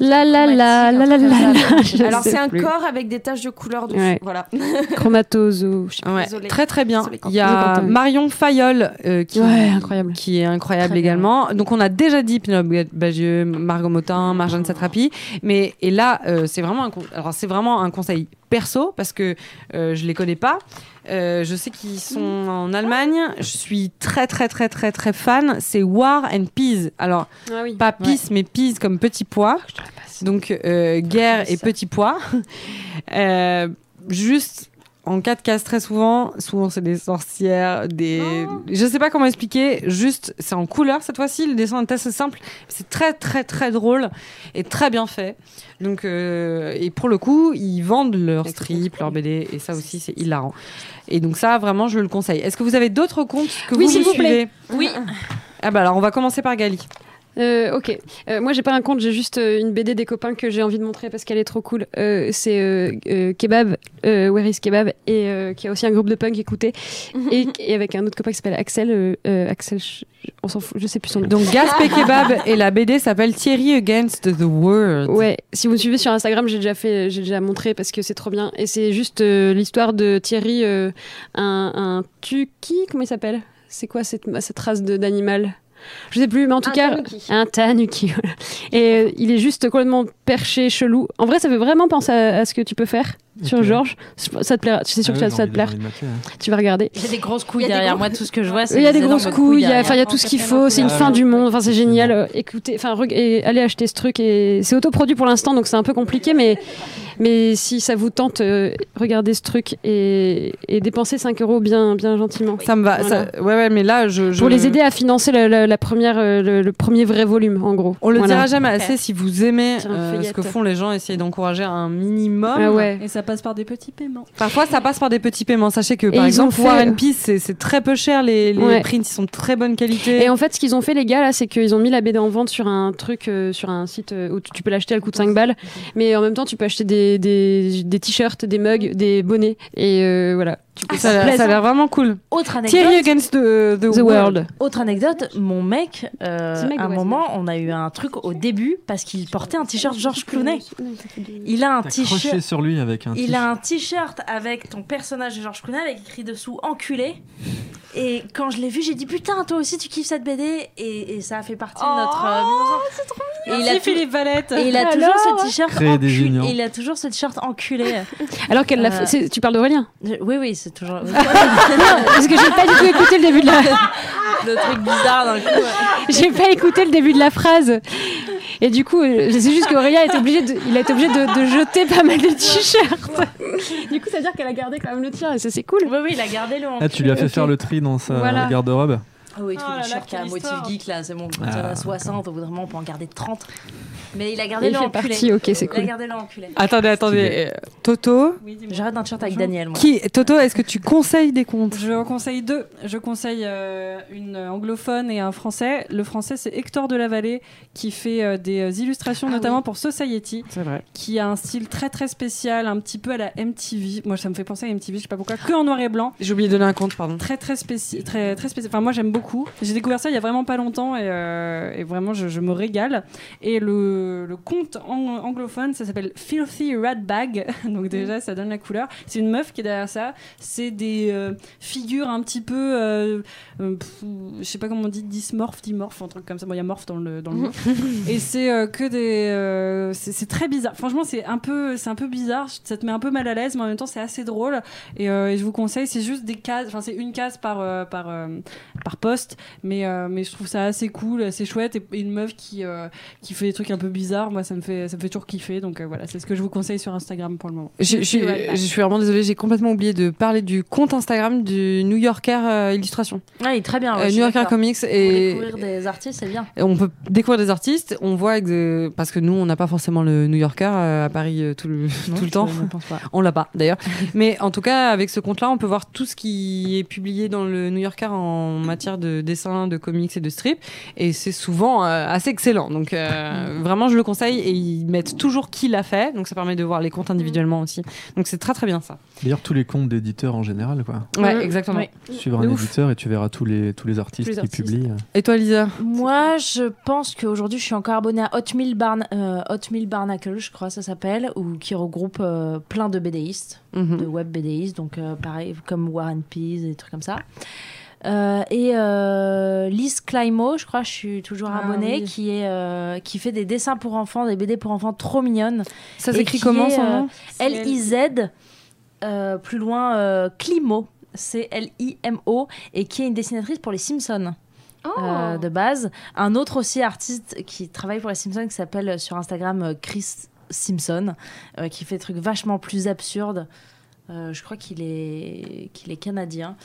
Speaker 4: La la la la la la la. je
Speaker 6: Alors
Speaker 4: sais
Speaker 6: c'est un
Speaker 4: plus.
Speaker 6: corps avec des taches de couleur dessus.
Speaker 4: Ouais.
Speaker 6: Voilà.
Speaker 4: Chromatoso. je sais
Speaker 2: Ouais,
Speaker 6: Désolée.
Speaker 2: très très bien.
Speaker 6: Désolée,
Speaker 2: Il y a
Speaker 4: Quentin.
Speaker 2: Marion Fayol euh,
Speaker 4: plus.
Speaker 2: qui,
Speaker 4: Ouais, incroyable.
Speaker 2: qui est incroyable
Speaker 1: Très bien.
Speaker 2: également. Donc on a déjà dit Penelope Bagieux, Margot Motin, Marjane Satrapi, mais et là euh, c'est vraiment un con- alors c'est vraiment un conseil perso parce que euh, je les connais pas. Euh, je sais qu'ils sont en Allemagne. Je suis très très très très très fan. C'est War and Peace. Alors
Speaker 4: Ah oui.
Speaker 2: pas pisse mais pisse comme petit pois donc euh, guerre et
Speaker 1: Ça.
Speaker 2: petit pois <laughs> Euh, juste en cas de cases très souvent souvent c'est des sorcières des je sais pas comment expliquer juste c'est en couleur cette fois-ci le dessin est assez simple c'est très très très drôle et très bien fait donc euh, et pour le coup ils vendent leurs strips leurs BD et ça aussi c'est hilarant et donc ça vraiment je le conseille est-ce que vous avez d'autres comptes que
Speaker 4: Oui,
Speaker 2: vous
Speaker 4: s'il
Speaker 2: vous
Speaker 4: vous plaît.
Speaker 2: suivez oui ah bah alors on va commencer par Gali
Speaker 4: Euh, ok. Euh, moi, j'ai pas un compte, j'ai juste euh, une BD des copains que j'ai envie de montrer parce qu'elle est trop cool. Euh, c'est euh, euh, Kebab, euh, Where is Kebab, et euh, qui a aussi un groupe de punk écouté, et, et avec un autre copain qui s'appelle Axel. euh, euh, Axel, je- je- on s'en fout, je sais plus son nom.
Speaker 2: Donc
Speaker 4: <laughs>
Speaker 2: Gaspé Kebab et la BD s'appelle Thierry Against the World.
Speaker 4: Ouais, si vous me suivez sur Instagram, j'ai déjà fait, j'ai déjà montré parce que c'est trop bien. Et c'est juste euh, l'histoire de Thierry, euh, un, un tuki, comment il s'appelle C'est quoi cette, cette race de- d'animal Je sais plus, mais en tout cas, un tanuki. voilà. Et euh, il est juste complètement perché, chelou. En vrai, ça fait vraiment penser à, à ce que tu peux faire sur
Speaker 7: Ok.
Speaker 4: Georges. Je- Ça te plaira, c'est
Speaker 3: Ah
Speaker 4: sûr que ça, ça te plaire. Tu vas regarder.
Speaker 1: Il y a des grosses couilles
Speaker 6: Il y a des
Speaker 1: derrière
Speaker 6: gros-
Speaker 1: moi, tout ce que <laughs> je vois, c'est.
Speaker 4: Il y a
Speaker 1: des
Speaker 4: des
Speaker 1: énormes
Speaker 4: grosses couilles, il y a, enfin, il y a
Speaker 5: en
Speaker 4: tout ce qu'il
Speaker 5: catalogue.
Speaker 4: faut, c'est une
Speaker 7: Ah,
Speaker 4: fin
Speaker 7: ouais.
Speaker 4: du monde, enfin, c'est
Speaker 7: Effectivement.
Speaker 4: génial. Euh, Écoutez, enfin, reg- et allez acheter ce truc et c'est autoproduit pour l'instant, donc c'est un peu compliqué, mais, mais si ça vous tente, euh, regardez ce truc et, et dépensez 5 euros bien, bien gentiment.
Speaker 2: Ça me va.
Speaker 4: Voilà.
Speaker 2: ça- ouais, ouais, mais là, je. je-
Speaker 4: Pour les aider à financer la, la- la première, euh, le, le premier vrai volume, en gros.
Speaker 2: On le
Speaker 4: Voilà.
Speaker 2: dira jamais assez. Si vous aimez
Speaker 4: Tiens,
Speaker 2: euh, ce
Speaker 4: feuillette.
Speaker 2: que font les gens, essayez d'encourager un minimum.
Speaker 4: Ah ouais.
Speaker 5: Et ça passe par des petits paiements.
Speaker 2: Parfois, ça passe par des petits paiements. Sachez que, par
Speaker 4: ils
Speaker 2: exemple,
Speaker 4: ont fait-
Speaker 2: War and Peace, c'est- c'est très peu cher. Les, les
Speaker 4: Ouais.
Speaker 2: prints, ils sont de très bonne qualité.
Speaker 4: Et en fait, ce qu'ils ont fait, les gars, là, c'est qu'ils ont mis la BD en vente sur un truc, euh, sur un site euh, où tu tu peux l'acheter à le coût de 5 balles, mais en même temps, tu peux acheter des, des, des t-shirts, des mugs, des bonnets, et euh, voilà. Tu peux-
Speaker 2: ça, a l'air- ça a l'air vraiment cool.
Speaker 1: Autre
Speaker 2: Thierry
Speaker 1: anecdote,
Speaker 2: Against the, the
Speaker 4: The World.
Speaker 1: autre anecdote, mon mec, euh,
Speaker 4: C'est le mec de
Speaker 1: à un
Speaker 4: West
Speaker 1: moment, on a eu un truc au début parce qu'il portait un t-shirt Georges Clooney. Il a un t-shirt.
Speaker 7: Accroché sur lui avec un
Speaker 1: Il a un t-shirt avec ton personnage de Georges Clooney avec écrit dessous enculé. Et quand je l'ai vu, j'ai dit putain, toi aussi tu kiffes cette BD et, et ça a fait partie de notre. euh,
Speaker 5: Et
Speaker 1: Et il a
Speaker 5: fait
Speaker 1: tou-
Speaker 5: les valettes.
Speaker 1: Et il a toujours ce t-shirt
Speaker 7: Créer des
Speaker 1: enculé.
Speaker 7: unions.
Speaker 1: Et il a toujours ce t-shirt enculé.
Speaker 4: Alors qu'elle l'a
Speaker 1: Euh,
Speaker 4: fait- c'est- Tu parles d'Aurélien
Speaker 1: Euh, oui, oui, c'est toujours <laughs>
Speaker 4: Parce que j'ai pas du tout écouté le début de la. <laughs>
Speaker 1: le truc bizarre d'un coup.
Speaker 4: J'ai pas écouté le début de la phrase. Et du coup, euh, c'est juste qu'Aurélien était obligé de, il a été obligé de, de jeter pas mal de t-shirts. du coup, ça veut dire qu'elle a gardé quand même le tien et ça, c'est cool.
Speaker 1: Oui, oui, il a gardé le.
Speaker 3: Ah, tu lui as fait faire le tri dans sa
Speaker 4: Voilà.
Speaker 3: garde-robe
Speaker 1: Ah oui, tous
Speaker 5: Oh là
Speaker 1: les
Speaker 5: là,
Speaker 1: shirts
Speaker 5: quelle
Speaker 1: à motif
Speaker 5: histoire.
Speaker 1: geek là, c'est bon,
Speaker 3: Ah,
Speaker 1: on en a 60, au bout d'un moment on peut en garder 30. Mais il a gardé
Speaker 4: Il
Speaker 1: le
Speaker 4: fait
Speaker 1: enculé.
Speaker 4: partie, ok, c'est
Speaker 1: Il a
Speaker 4: cool.
Speaker 1: gardé le enculé.
Speaker 2: Attendez, attendez. euh, Toto,
Speaker 5: Oui, dis-moi.
Speaker 1: J'arrête d'un t-shirt avec
Speaker 5: Bonjour.
Speaker 1: Daniel. Moi.
Speaker 2: qui, Toto, est-ce que tu conseilles des comptes
Speaker 5: Je en conseille deux. Je conseille euh, une anglophone et un français. Le français, c'est Hector de la Vallée qui fait euh, des euh, illustrations,
Speaker 4: Ah
Speaker 5: notamment pour Society,
Speaker 2: C'est vrai.
Speaker 5: qui a un style très très spécial, un petit peu à la MTV. Moi, ça me fait penser à MTV, je sais pas pourquoi, que en noir et blanc.
Speaker 2: J'ai oublié de donner un compte, pardon.
Speaker 5: Très très spécial. Très, très spéci- Enfin, moi, j'aime beaucoup. J'ai découvert ça il y a vraiment pas longtemps et, euh, et vraiment, je, je me régale. Et le, le compte ang- anglophone, ça s'appelle Filthy Rat Bag. <laughs> Donc, déjà, ça donne la couleur. C'est une meuf qui est derrière ça. C'est des euh, figures un petit peu, euh, euh, pff, je sais pas comment on dit, dysmorphe, dimorphe, un truc comme ça. Bon, il y a morphe dans le dans le mot. Et c'est euh, que des, euh, c'est c'est très bizarre. Franchement, c'est un peu, c'est un peu bizarre. Ça te met un peu mal à l'aise, mais en même temps, c'est assez drôle. Et, euh, et je vous conseille, c'est juste des cases. Enfin, c'est une case par euh, par euh, par poste, mais euh, mais je trouve ça assez cool, assez chouette. Et, et une meuf qui euh, qui fait des trucs un peu bizarres, moi, ça me fait ça me fait toujours kiffer. Donc euh, voilà, c'est ce que je vous conseille sur Instagram pour le moment.
Speaker 2: Je, je- je suis vraiment désolée, j'ai complètement oublié de parler du compte Instagram du New Yorker euh, Illustration.
Speaker 1: Ah, il est très bien.
Speaker 2: Euh,
Speaker 1: ouais, je
Speaker 2: New
Speaker 1: suis
Speaker 2: Yorker
Speaker 1: d'accord.
Speaker 2: Comics
Speaker 1: Pour
Speaker 2: et,
Speaker 1: découvrir des artistes, c'est bien.
Speaker 2: et on peut découvrir des artistes. On voit que, parce que nous, on n'a pas forcément le New Yorker euh, à Paris euh, tout le, <laughs> tout le temps. On l'a pas d'ailleurs. <laughs> Mais en tout cas, avec ce compte-là, on peut voir tout ce qui est publié dans le New Yorker en matière de dessin, de comics et de strip. Et c'est souvent euh, assez excellent. Donc euh,
Speaker 1: Mm.
Speaker 2: vraiment, je le conseille. Et ils mettent toujours qui l'a fait. Donc ça permet de voir les comptes individuellement aussi. Donc c'est très très bien ça.
Speaker 3: D'ailleurs, tous les comptes d'éditeurs en général, quoi.
Speaker 2: Ouais,
Speaker 4: Mhm.
Speaker 2: exactement.
Speaker 1: Ouais.
Speaker 3: Suivre
Speaker 2: De
Speaker 3: un
Speaker 2: ouf.
Speaker 3: éditeur et tu verras tous les, tous les artistes
Speaker 4: Tous les
Speaker 3: qui
Speaker 4: artistes.
Speaker 3: publient.
Speaker 2: Et toi, Lisa
Speaker 1: Moi, je pense qu'aujourd'hui, je suis encore abonnée à Hot Mill, Barn euh, Hot Mill Barnacle, je crois que ça s'appelle, ou qui regroupe euh, plein de BDistes,
Speaker 2: Mhm.
Speaker 1: de web BDistes, donc euh, pareil comme Warren Pease et des trucs comme ça. Euh, et euh, Liz Climo, je crois, je suis toujours
Speaker 5: Ah
Speaker 1: abonnée,
Speaker 5: oui.
Speaker 1: qui est euh, qui fait des dessins pour enfants, des BD pour enfants trop mignonnes.
Speaker 2: Ça
Speaker 1: Et
Speaker 2: s'écrit
Speaker 1: qui
Speaker 2: comment
Speaker 1: est,
Speaker 2: son
Speaker 1: euh,
Speaker 2: nom
Speaker 1: L I Z, euh, plus loin euh, Climo, c'est L I M O, et qui est une dessinatrice pour les Simpsons.
Speaker 6: Ah, Oh.
Speaker 1: euh,
Speaker 6: bah
Speaker 1: de base. Un autre aussi artiste qui travaille pour les Simpsons qui s'appelle euh, sur Instagram euh, Chris Simpson, euh, qui fait des trucs vachement plus absurdes. Euh, je crois qu'il est, qu'il est canadien.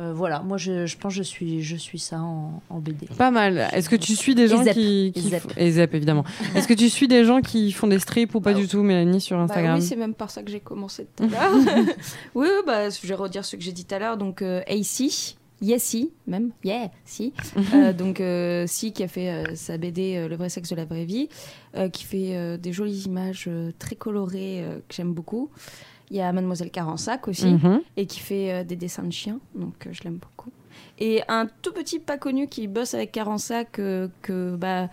Speaker 1: Euh, voilà, moi je, je pense que je suis, je suis ça en, en BD.
Speaker 2: Pas mal. Est-ce que tu suis des gens
Speaker 1: Et Zep.
Speaker 2: qui,
Speaker 1: Et
Speaker 2: qui
Speaker 1: Zep.
Speaker 2: font- et Zep, évidemment. Est-ce que tu suis des gens qui font des strips ou pas
Speaker 6: Bah
Speaker 2: du tout, Mélanie, sur
Speaker 6: Bah
Speaker 2: Instagram
Speaker 6: oui, c'est même par ça que j'ai commencé
Speaker 1: <laughs>
Speaker 6: tout à l'heure. <laughs> oui, oui, bah, je vais redire ce que j'ai dit tout à l'heure. Donc, euh, AC, Yessi, même, yeah,
Speaker 1: <laughs>
Speaker 6: si. Euh, donc, euh, si, qui a fait euh, sa BD euh, Le vrai sexe de la vraie vie, euh, qui fait euh, des jolies images euh, très colorées euh, que j'aime beaucoup. Il y a Mademoiselle Carensac aussi,
Speaker 2: Mhm.
Speaker 6: et qui fait euh, des dessins de chiens, donc euh, je l'aime beaucoup. Et un tout petit pas connu qui bosse avec Carensac, euh, que, bah,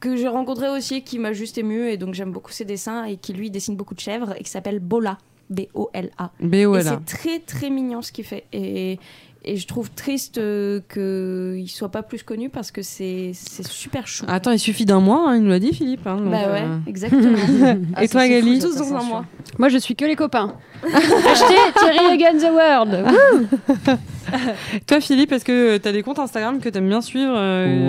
Speaker 6: que j'ai rencontré aussi, qui m'a juste ému, et donc j'aime beaucoup ses dessins, et qui lui dessine beaucoup de chèvres, et qui s'appelle Bola, B-O-L-A. Et
Speaker 2: B.O.L.A.
Speaker 6: c'est très très mignon ce qu'il fait. Et, et je trouve triste euh, qu'il soit pas plus connu parce que c'est c'est super chou.
Speaker 2: Attends, il suffit d'un mois, hein, il nous l'a dit, Philippe. hein, Ah, donc,
Speaker 6: bah ouais, Ah,
Speaker 2: euh,
Speaker 6: exactement.
Speaker 2: <laughs>
Speaker 3: Ah,
Speaker 2: Et toi, Gali
Speaker 6: Tous dans un mois.
Speaker 4: Moi, je suis que les copains. Achetez Thierry Again the World.
Speaker 2: Toi, Philippe, est-ce que euh, t'as des comptes Instagram que t'aimes bien suivre euh,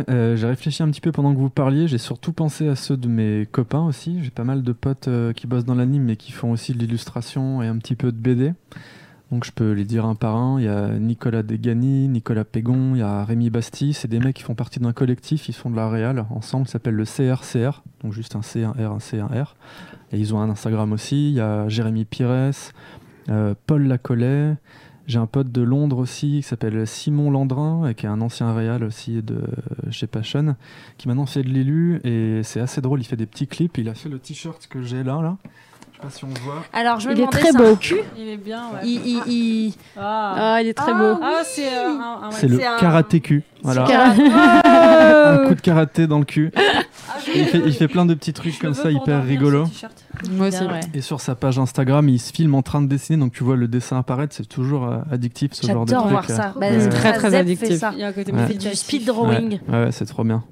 Speaker 3: Ouais, euh, j'ai réfléchi un petit peu pendant que vous parliez. J'ai surtout pensé à ceux de mes copains aussi. J'ai pas mal de potes euh, qui bossent dans l'anime mais qui font aussi de l'illustration et un petit peu de BD. Donc je peux les dire un par un. Il y a Nicolas Degani, Nicolas Pégon, il y a Rémi Basti. C'est des mecs qui font partie d'un collectif. Ils font de la réal ensemble. Ça s'appelle le CRCR. Donc juste un C, un R, un C, un R. Et ils ont un Instagram aussi. Il y a Jérémy Pires, euh, Paul Lacollet. J'ai un pote de Londres aussi qui s'appelle Simon Landrin, et qui est un ancien réal aussi de euh, chez Passion, qui maintenant fait de l'élu et c'est assez drôle. Il fait des petits clips. Il a fait le t-shirt que j'ai là, là. Je sais pas si on voit.
Speaker 1: Alors je me
Speaker 4: Il est
Speaker 1: demandais,
Speaker 4: très
Speaker 1: c'est
Speaker 4: beau.
Speaker 1: un cul
Speaker 5: Il est bien. ouais.
Speaker 1: Il- il- il-
Speaker 5: Ah,
Speaker 4: Ah, il est très beau.
Speaker 5: Ah, c'est euh, un, un-
Speaker 3: C'est le
Speaker 6: c'est un-
Speaker 3: karaté cul. Voilà.
Speaker 1: Ah,
Speaker 4: Car-
Speaker 3: Un coup de karaté dans le cul.
Speaker 5: Ah,
Speaker 3: Et il, fait, il fait plein de petits trucs
Speaker 5: Je
Speaker 3: comme
Speaker 5: le
Speaker 3: ça,
Speaker 5: veux pour
Speaker 3: hyper
Speaker 5: dormir,
Speaker 3: rigolo.
Speaker 5: ce t-shirt.
Speaker 2: Moi aussi.
Speaker 1: Bien, ouais.
Speaker 3: Et sur sa page Instagram, il se filme en train de dessiner, donc tu vois le dessin apparaître. C'est toujours euh, addictif ce genre de
Speaker 1: J'adore
Speaker 3: truc. hein. euh.
Speaker 1: voir ça. Bah,
Speaker 2: Ouais.
Speaker 1: c'est
Speaker 2: Très,
Speaker 1: pour
Speaker 2: très
Speaker 1: ça, Zep
Speaker 2: addictif.
Speaker 1: fait ça.
Speaker 5: Il y a un côté
Speaker 3: Ouais.
Speaker 1: Il fait Ah. du
Speaker 5: méditatif.
Speaker 1: speed
Speaker 3: Ouais,
Speaker 1: drawing.
Speaker 3: ouais, c'est trop bien.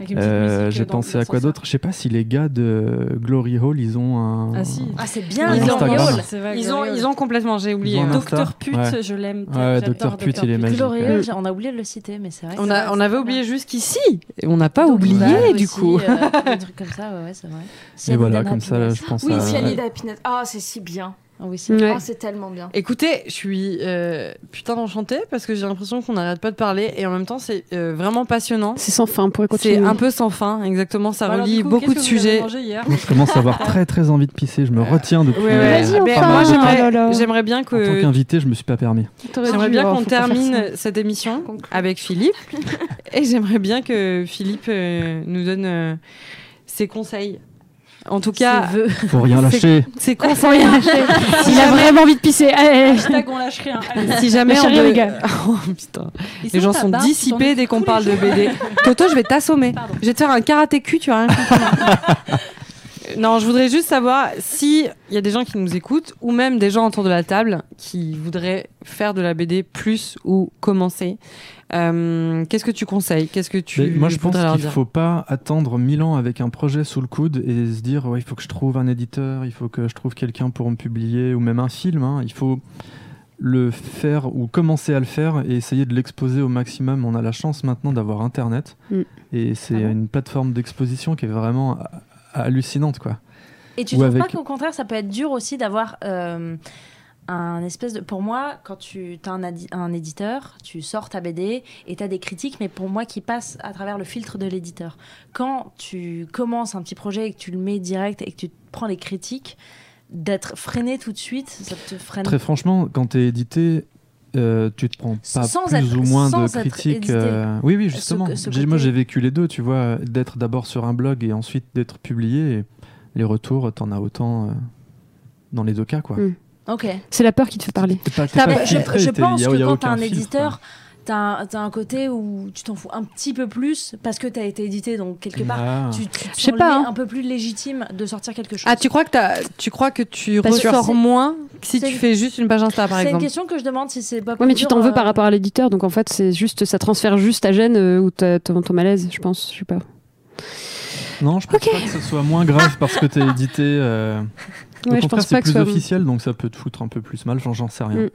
Speaker 5: Avec une petite
Speaker 3: Euh,
Speaker 5: musique
Speaker 3: J'ai
Speaker 5: dans-
Speaker 3: pensé
Speaker 5: dans
Speaker 3: à
Speaker 5: ce
Speaker 3: quoi
Speaker 5: sens-là.
Speaker 3: d'autre Je sais pas si les gars de Glory Hall, ils ont un.
Speaker 5: Ah si.
Speaker 1: Ah, c'est
Speaker 5: Ah,
Speaker 1: bien,
Speaker 3: Ils
Speaker 1: ils ont
Speaker 3: Instagram.
Speaker 1: Yol.
Speaker 5: C'est vrai,
Speaker 2: Ils ont,
Speaker 5: Gloriole.
Speaker 2: ils ont complètement, j'ai oublié.
Speaker 3: Ils ont un
Speaker 2: hein.
Speaker 3: Insta.
Speaker 5: Docteur Pute,
Speaker 3: Ouais.
Speaker 5: je l'aime.
Speaker 3: Ouais,
Speaker 5: j'adore
Speaker 3: Docteur Pute, il est
Speaker 5: Pute.
Speaker 3: magique.
Speaker 1: Gloriole, on a oublié de le citer, mais c'est vrai.
Speaker 2: On,
Speaker 1: c'est
Speaker 2: a,
Speaker 1: vrai,
Speaker 2: on
Speaker 1: c'est
Speaker 2: avait
Speaker 1: vrai.
Speaker 2: oublié jusqu'ici. Et on n'a pas
Speaker 1: Donc,
Speaker 2: oublié,
Speaker 1: Gloriole
Speaker 2: du
Speaker 1: aussi,
Speaker 2: <laughs>
Speaker 1: euh,
Speaker 2: coup.
Speaker 1: des trucs comme ça, ouais, ouais, c'est vrai.
Speaker 3: Et
Speaker 1: Cyanide
Speaker 3: voilà,
Speaker 1: and
Speaker 3: comme ça, là,
Speaker 1: Happiness.
Speaker 3: je pense
Speaker 6: Oui,
Speaker 3: à.
Speaker 6: Cyanide Happiness. Ah, c'est si bien.
Speaker 1: Ah oui, c'est
Speaker 4: Ouais.
Speaker 6: Ah, c'est tellement bien.
Speaker 2: Écoutez, je suis euh, putain d'enchantée parce que j'ai l'impression qu'on n'arrête pas de parler et en même temps, c'est euh, vraiment passionnant.
Speaker 4: C'est sans fin, on pourrait
Speaker 2: C'est
Speaker 4: continuer.
Speaker 2: un peu sans fin, exactement. Ça
Speaker 5: Bon, alors,
Speaker 2: relie
Speaker 5: du coup,
Speaker 2: beaucoup de
Speaker 5: qu'est-ce que vous avez
Speaker 2: sujets.
Speaker 5: mangé hier
Speaker 3: <laughs> Moi, je commence à avoir très très envie de pisser. Je me retiens depuis.
Speaker 2: Ouais, ouais.
Speaker 4: Vas-y,
Speaker 2: Mais
Speaker 4: enfin.
Speaker 2: moi, j'aimerais-
Speaker 4: Oh là là.
Speaker 2: j'aimerais bien
Speaker 3: En tant
Speaker 2: que
Speaker 3: qu'invité, je me suis pas permis.
Speaker 4: T'aurais
Speaker 2: J'aimerais
Speaker 4: dû,
Speaker 2: bien
Speaker 4: oh,
Speaker 2: qu'on
Speaker 4: faut pas faire ça.
Speaker 2: termine cette émission
Speaker 6: Conclure.
Speaker 2: avec Philippe. et j'aimerais bien que Philippe euh, nous donne euh, ses conseils. En tout
Speaker 1: Ses
Speaker 2: cas,
Speaker 1: vœux.
Speaker 3: Faut rien lâcher.
Speaker 2: ses conseils.
Speaker 4: <laughs> Sans rien lâcher. Il a vraiment envie de pisser. Eh, Allez, allez.
Speaker 5: Hashtag on lâche rien. Allez.
Speaker 2: Si jamais
Speaker 4: Lâchez
Speaker 2: on
Speaker 4: rien,
Speaker 2: de-
Speaker 4: les gars.
Speaker 2: <laughs> Oh, putain.
Speaker 5: Ils
Speaker 2: Les gens
Speaker 5: ta
Speaker 2: sont
Speaker 5: barbe,
Speaker 2: dissipés
Speaker 5: ils
Speaker 2: dès qu'on
Speaker 5: tous
Speaker 2: parle
Speaker 5: les
Speaker 2: de
Speaker 5: <laughs>
Speaker 2: BD. Toto, je vais t'assommer.
Speaker 5: Pardon.
Speaker 2: Je vais te faire un karaté cul, tu vas rien comprendre.
Speaker 5: <laughs>
Speaker 2: Euh, Non, je voudrais juste savoir si il y a des gens qui nous écoutent ou même des gens autour de la table qui voudraient faire de la BD plus ou commencer. Euh, Qu'est-ce que tu conseilles Qu'est-ce que tu
Speaker 3: Mais moi, je pense
Speaker 2: voudrais leur
Speaker 3: qu'il
Speaker 2: dire
Speaker 3: faut pas attendre mille ans avec un projet sous le coude et se dire ouais, il faut que je trouve un éditeur, il faut que je trouve quelqu'un pour me publier ou même un film. hein. Il faut le faire ou commencer à le faire et essayer de l'exposer au maximum. On a la chance maintenant d'avoir Internet
Speaker 4: Mm.
Speaker 3: et c'est
Speaker 5: Ah bon
Speaker 3: une plateforme d'exposition qui est vraiment ha- hallucinante quoi.
Speaker 1: Et tu
Speaker 3: Ou
Speaker 1: trouves pas
Speaker 3: avec-
Speaker 1: qu'au contraire, ça peut être dur aussi d'avoir euh, un espèce de. Pour moi, quand tu as un, adi- un éditeur, tu sors ta BD et tu as des critiques, mais pour moi, qui passent à travers le filtre de l'éditeur. Quand tu commences un petit projet et que tu le mets direct et que tu te prends les critiques, d'être freiné tout de suite, ça te freine.
Speaker 3: Très franchement, quand tu es édité, euh, tu te prends pas
Speaker 1: Sans
Speaker 3: plus
Speaker 1: être-
Speaker 3: ou moins
Speaker 1: sans
Speaker 3: de
Speaker 1: être
Speaker 3: critiques.
Speaker 1: édité.
Speaker 3: euh, Oui, oui, justement.
Speaker 1: Ce- ce
Speaker 3: J'ai- Moi,
Speaker 1: côté-
Speaker 3: j'ai vécu les deux, tu vois, d'être d'abord sur un blog et ensuite d'être publié. et les retours, t'en as autant euh, dans les deux cas, quoi.
Speaker 4: Mm.
Speaker 1: Ok.
Speaker 4: C'est la peur qui te fait parler.
Speaker 3: T'es pas- t'es
Speaker 1: T'as-
Speaker 3: pas
Speaker 1: mais Bah, je,
Speaker 3: filtré,
Speaker 1: je
Speaker 3: t'es-
Speaker 1: pense
Speaker 3: y a-
Speaker 1: que
Speaker 3: y a
Speaker 1: quand t'as
Speaker 3: aucun
Speaker 1: un
Speaker 3: filtre.
Speaker 1: éditeur, t'as un, t'as un côté où tu t'en fous un petit peu plus parce que t'as été édité, donc quelque part,
Speaker 3: Ah.
Speaker 1: tu, tu te
Speaker 4: Je sais
Speaker 1: sens
Speaker 4: pas,
Speaker 1: le-
Speaker 4: hein.
Speaker 1: un peu plus légitime de sortir quelque chose.
Speaker 2: Ah, tu crois que t'as- tu crois que tu
Speaker 4: Pas sûr.
Speaker 2: ressors
Speaker 1: C'est-
Speaker 2: moins que si
Speaker 1: c'est-
Speaker 2: tu fais juste une page Insta par
Speaker 1: C'est une
Speaker 2: exemple
Speaker 1: question que je demande si c'est pas
Speaker 4: Ouais, mais
Speaker 1: pour
Speaker 4: tu
Speaker 1: dire,
Speaker 4: t'en veux
Speaker 1: euh,
Speaker 4: par rapport à l'éditeur, donc en fait, c'est juste, ça transfère juste ta gêne euh, ou ta- ton, ton malaise, je pense. Je sais pas.
Speaker 3: Non, je pense pas que ce soit moins grave
Speaker 1: Ah.
Speaker 3: parce que t'es édité. euh, au
Speaker 4: Ouais, je
Speaker 3: contraire,
Speaker 4: pense
Speaker 3: c'est
Speaker 4: pas que
Speaker 3: plus
Speaker 4: ce soit.
Speaker 3: officiel, donc ça peut te foutre un peu plus mal. Enfin, j'en sais rien.
Speaker 4: Mm.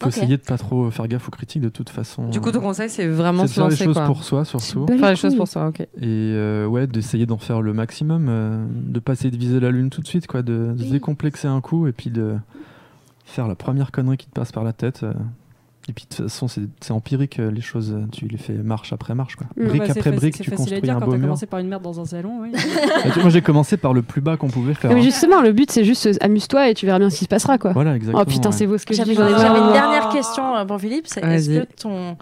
Speaker 3: Faut
Speaker 1: Ok.
Speaker 3: essayer de pas trop faire gaffe aux critiques de toute façon.
Speaker 2: Du coup, ton conseil, c'est vraiment
Speaker 3: c'est de
Speaker 2: se
Speaker 3: faire les
Speaker 2: lancer
Speaker 3: choses
Speaker 2: quoi.
Speaker 3: pour soi, surtout.
Speaker 4: Bah, les
Speaker 2: Faire les choses
Speaker 4: couilles.
Speaker 2: pour soi, ok.
Speaker 3: et euh, ouais d'essayer d'en faire le maximum euh, de pas essayer de viser la lune tout de suite quoi de, de se
Speaker 1: Oui.
Speaker 3: décomplexer un coup et puis de faire la première connerie qui te passe par la tête euh. et puis de toute façon c'est c'est empirique euh, les choses euh, tu les fais marche après marche quoi
Speaker 4: Mm.
Speaker 3: brique
Speaker 5: Bah, c'est
Speaker 3: après
Speaker 5: faci-
Speaker 3: brique
Speaker 5: c'est
Speaker 3: tu
Speaker 5: facile à
Speaker 3: construis
Speaker 5: dire
Speaker 3: un
Speaker 5: quand
Speaker 3: beau
Speaker 5: t'as
Speaker 3: mur
Speaker 5: commencé par une merde dans un salon.
Speaker 3: <laughs>
Speaker 5: Oui.
Speaker 3: Et tu- moi j'ai commencé par le plus bas qu'on pouvait faire
Speaker 4: Non, mais
Speaker 3: hein.
Speaker 4: justement, le but, c'est juste, euh, amuse-toi et tu verras bien ce qui se passera, quoi.
Speaker 3: voilà exactement
Speaker 4: oh putain,
Speaker 3: ouais.
Speaker 4: c'est beau ce que Ah. je
Speaker 1: J'avais
Speaker 4: dis. Oh.
Speaker 1: j'avais
Speaker 4: j'en ai
Speaker 1: une,
Speaker 4: marre.
Speaker 1: dernière question euh, pour Philippe. C'est est-ce
Speaker 2: Vas-y.
Speaker 1: que ton,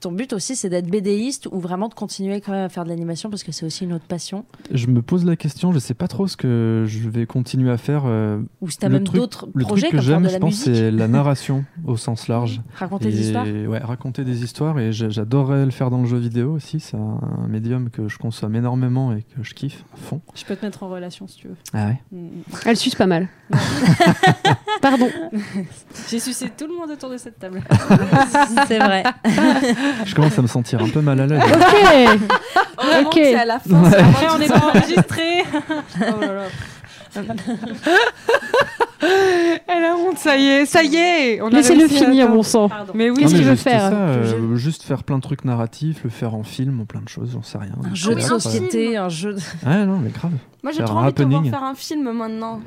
Speaker 1: ton but aussi, c'est d'être BDiste ou vraiment de continuer quand même à faire de l'animation parce que c'est aussi une autre passion
Speaker 3: je me pose la question je sais pas trop ce que je vais continuer à faire euh,
Speaker 1: Ou si t'as
Speaker 3: Le
Speaker 1: même
Speaker 3: truc-
Speaker 1: d'autres
Speaker 3: le
Speaker 1: projets
Speaker 3: truc
Speaker 1: comme
Speaker 3: que
Speaker 1: faire
Speaker 3: j'aime
Speaker 1: de
Speaker 3: je
Speaker 1: la
Speaker 3: pense
Speaker 1: musique,
Speaker 3: c'est la narration au sens large
Speaker 1: raconter des
Speaker 3: Et,
Speaker 4: <laughs>
Speaker 1: histoires.
Speaker 3: ouais, raconter des histoires et j'a- j'adorerais le faire dans le jeu vidéo aussi. C'est un un médium que je consomme énormément et que je kiffe à fond.
Speaker 5: Je peux te mettre en relation si tu veux.
Speaker 3: Ah ouais.
Speaker 5: Mm.
Speaker 4: Elle suce pas mal. Pardon.
Speaker 5: J'ai sucé tout le monde autour de cette
Speaker 3: <laughs>
Speaker 5: table.
Speaker 1: c'est vrai.
Speaker 3: Je commence à me sentir un peu mal
Speaker 1: <laughs>
Speaker 3: à l'aise.
Speaker 4: Ok. Ok.
Speaker 6: Vraiment, Oh, c'est à
Speaker 2: <laughs>
Speaker 6: la fin. c'est
Speaker 5: Après, on
Speaker 6: vraiment-
Speaker 5: n'est pas enregistré. oh là là.
Speaker 2: Elle a honte, ça y est, ça y est on a
Speaker 4: Laissez-le
Speaker 2: réussi à
Speaker 4: finir,
Speaker 2: atteindre.
Speaker 4: mon sang.
Speaker 5: Pardon.
Speaker 2: Mais oui,
Speaker 3: Non,
Speaker 4: Qu'est-ce
Speaker 3: mais
Speaker 4: qu'il veut
Speaker 3: juste
Speaker 4: faire,
Speaker 3: ça,
Speaker 1: le
Speaker 3: euh, Juste faire plein de trucs narratifs, le faire en film ou plein de choses, j'en sais rien.
Speaker 1: Un
Speaker 3: Je
Speaker 1: jeu de
Speaker 3: sais
Speaker 6: oui,
Speaker 3: pas.
Speaker 6: un
Speaker 1: société, un jeu. de-
Speaker 3: Ouais, non, mais grave.
Speaker 6: Moi, j'ai
Speaker 3: Faire
Speaker 6: trop
Speaker 3: un
Speaker 6: envie de te voir
Speaker 3: happening.
Speaker 6: faire un film maintenant.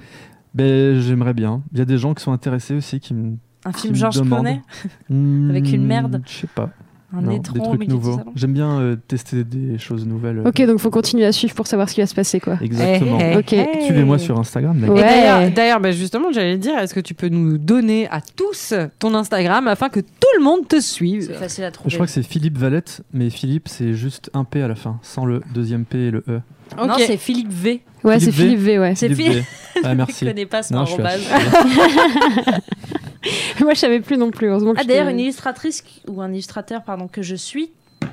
Speaker 3: Ben, J'aimerais bien. Il y a des gens qui sont intéressés aussi qui me.
Speaker 1: Un
Speaker 3: qui
Speaker 1: film
Speaker 3: me
Speaker 1: Georges
Speaker 3: demandent. Hmm,
Speaker 1: Clooney, Avec une merde.
Speaker 3: Je sais pas.
Speaker 1: un
Speaker 3: Non,
Speaker 1: étron
Speaker 3: des
Speaker 1: au
Speaker 3: trucs
Speaker 1: milieu du
Speaker 3: nouveaux.
Speaker 1: salon.
Speaker 3: J'aime bien euh, tester des choses nouvelles. euh,
Speaker 4: Ok, donc faut continuer à suivre pour savoir ce qui va se passer, quoi.
Speaker 3: Exactement.
Speaker 2: Eh, eh,
Speaker 4: Ok.
Speaker 2: eh.
Speaker 3: Suivez-moi sur Instagram. d'ailleurs.
Speaker 2: Et
Speaker 4: Ouais.
Speaker 2: d'ailleurs- D'ailleurs, bah, justement, j'allais dire, est-ce que tu peux nous donner à tous ton Instagram afin que tout le monde te
Speaker 1: C'est
Speaker 2: suive
Speaker 1: facile à trouver.
Speaker 3: Je crois que c'est Philippe Valette, mais Philippe c'est juste un P à la fin, sans le deuxième P et le E.
Speaker 2: Ok.
Speaker 1: Non, c'est Philippe V.
Speaker 4: Ouais, c'est
Speaker 3: Philippe V.
Speaker 4: Philippe V, ouais. <laughs>
Speaker 1: C'est
Speaker 3: Philippe
Speaker 1: Philippe.
Speaker 3: V. Ah
Speaker 1: Je
Speaker 3: merci.
Speaker 1: connais pas son
Speaker 3: Non, je suis
Speaker 1: arrobase.
Speaker 3: affligé.
Speaker 4: Moi, je savais plus non plus. Heureusement que
Speaker 1: Ah
Speaker 4: je
Speaker 1: d'ailleurs
Speaker 4: t'ai-
Speaker 1: une illustratrice qui- ou un illustrateur pardon que je suis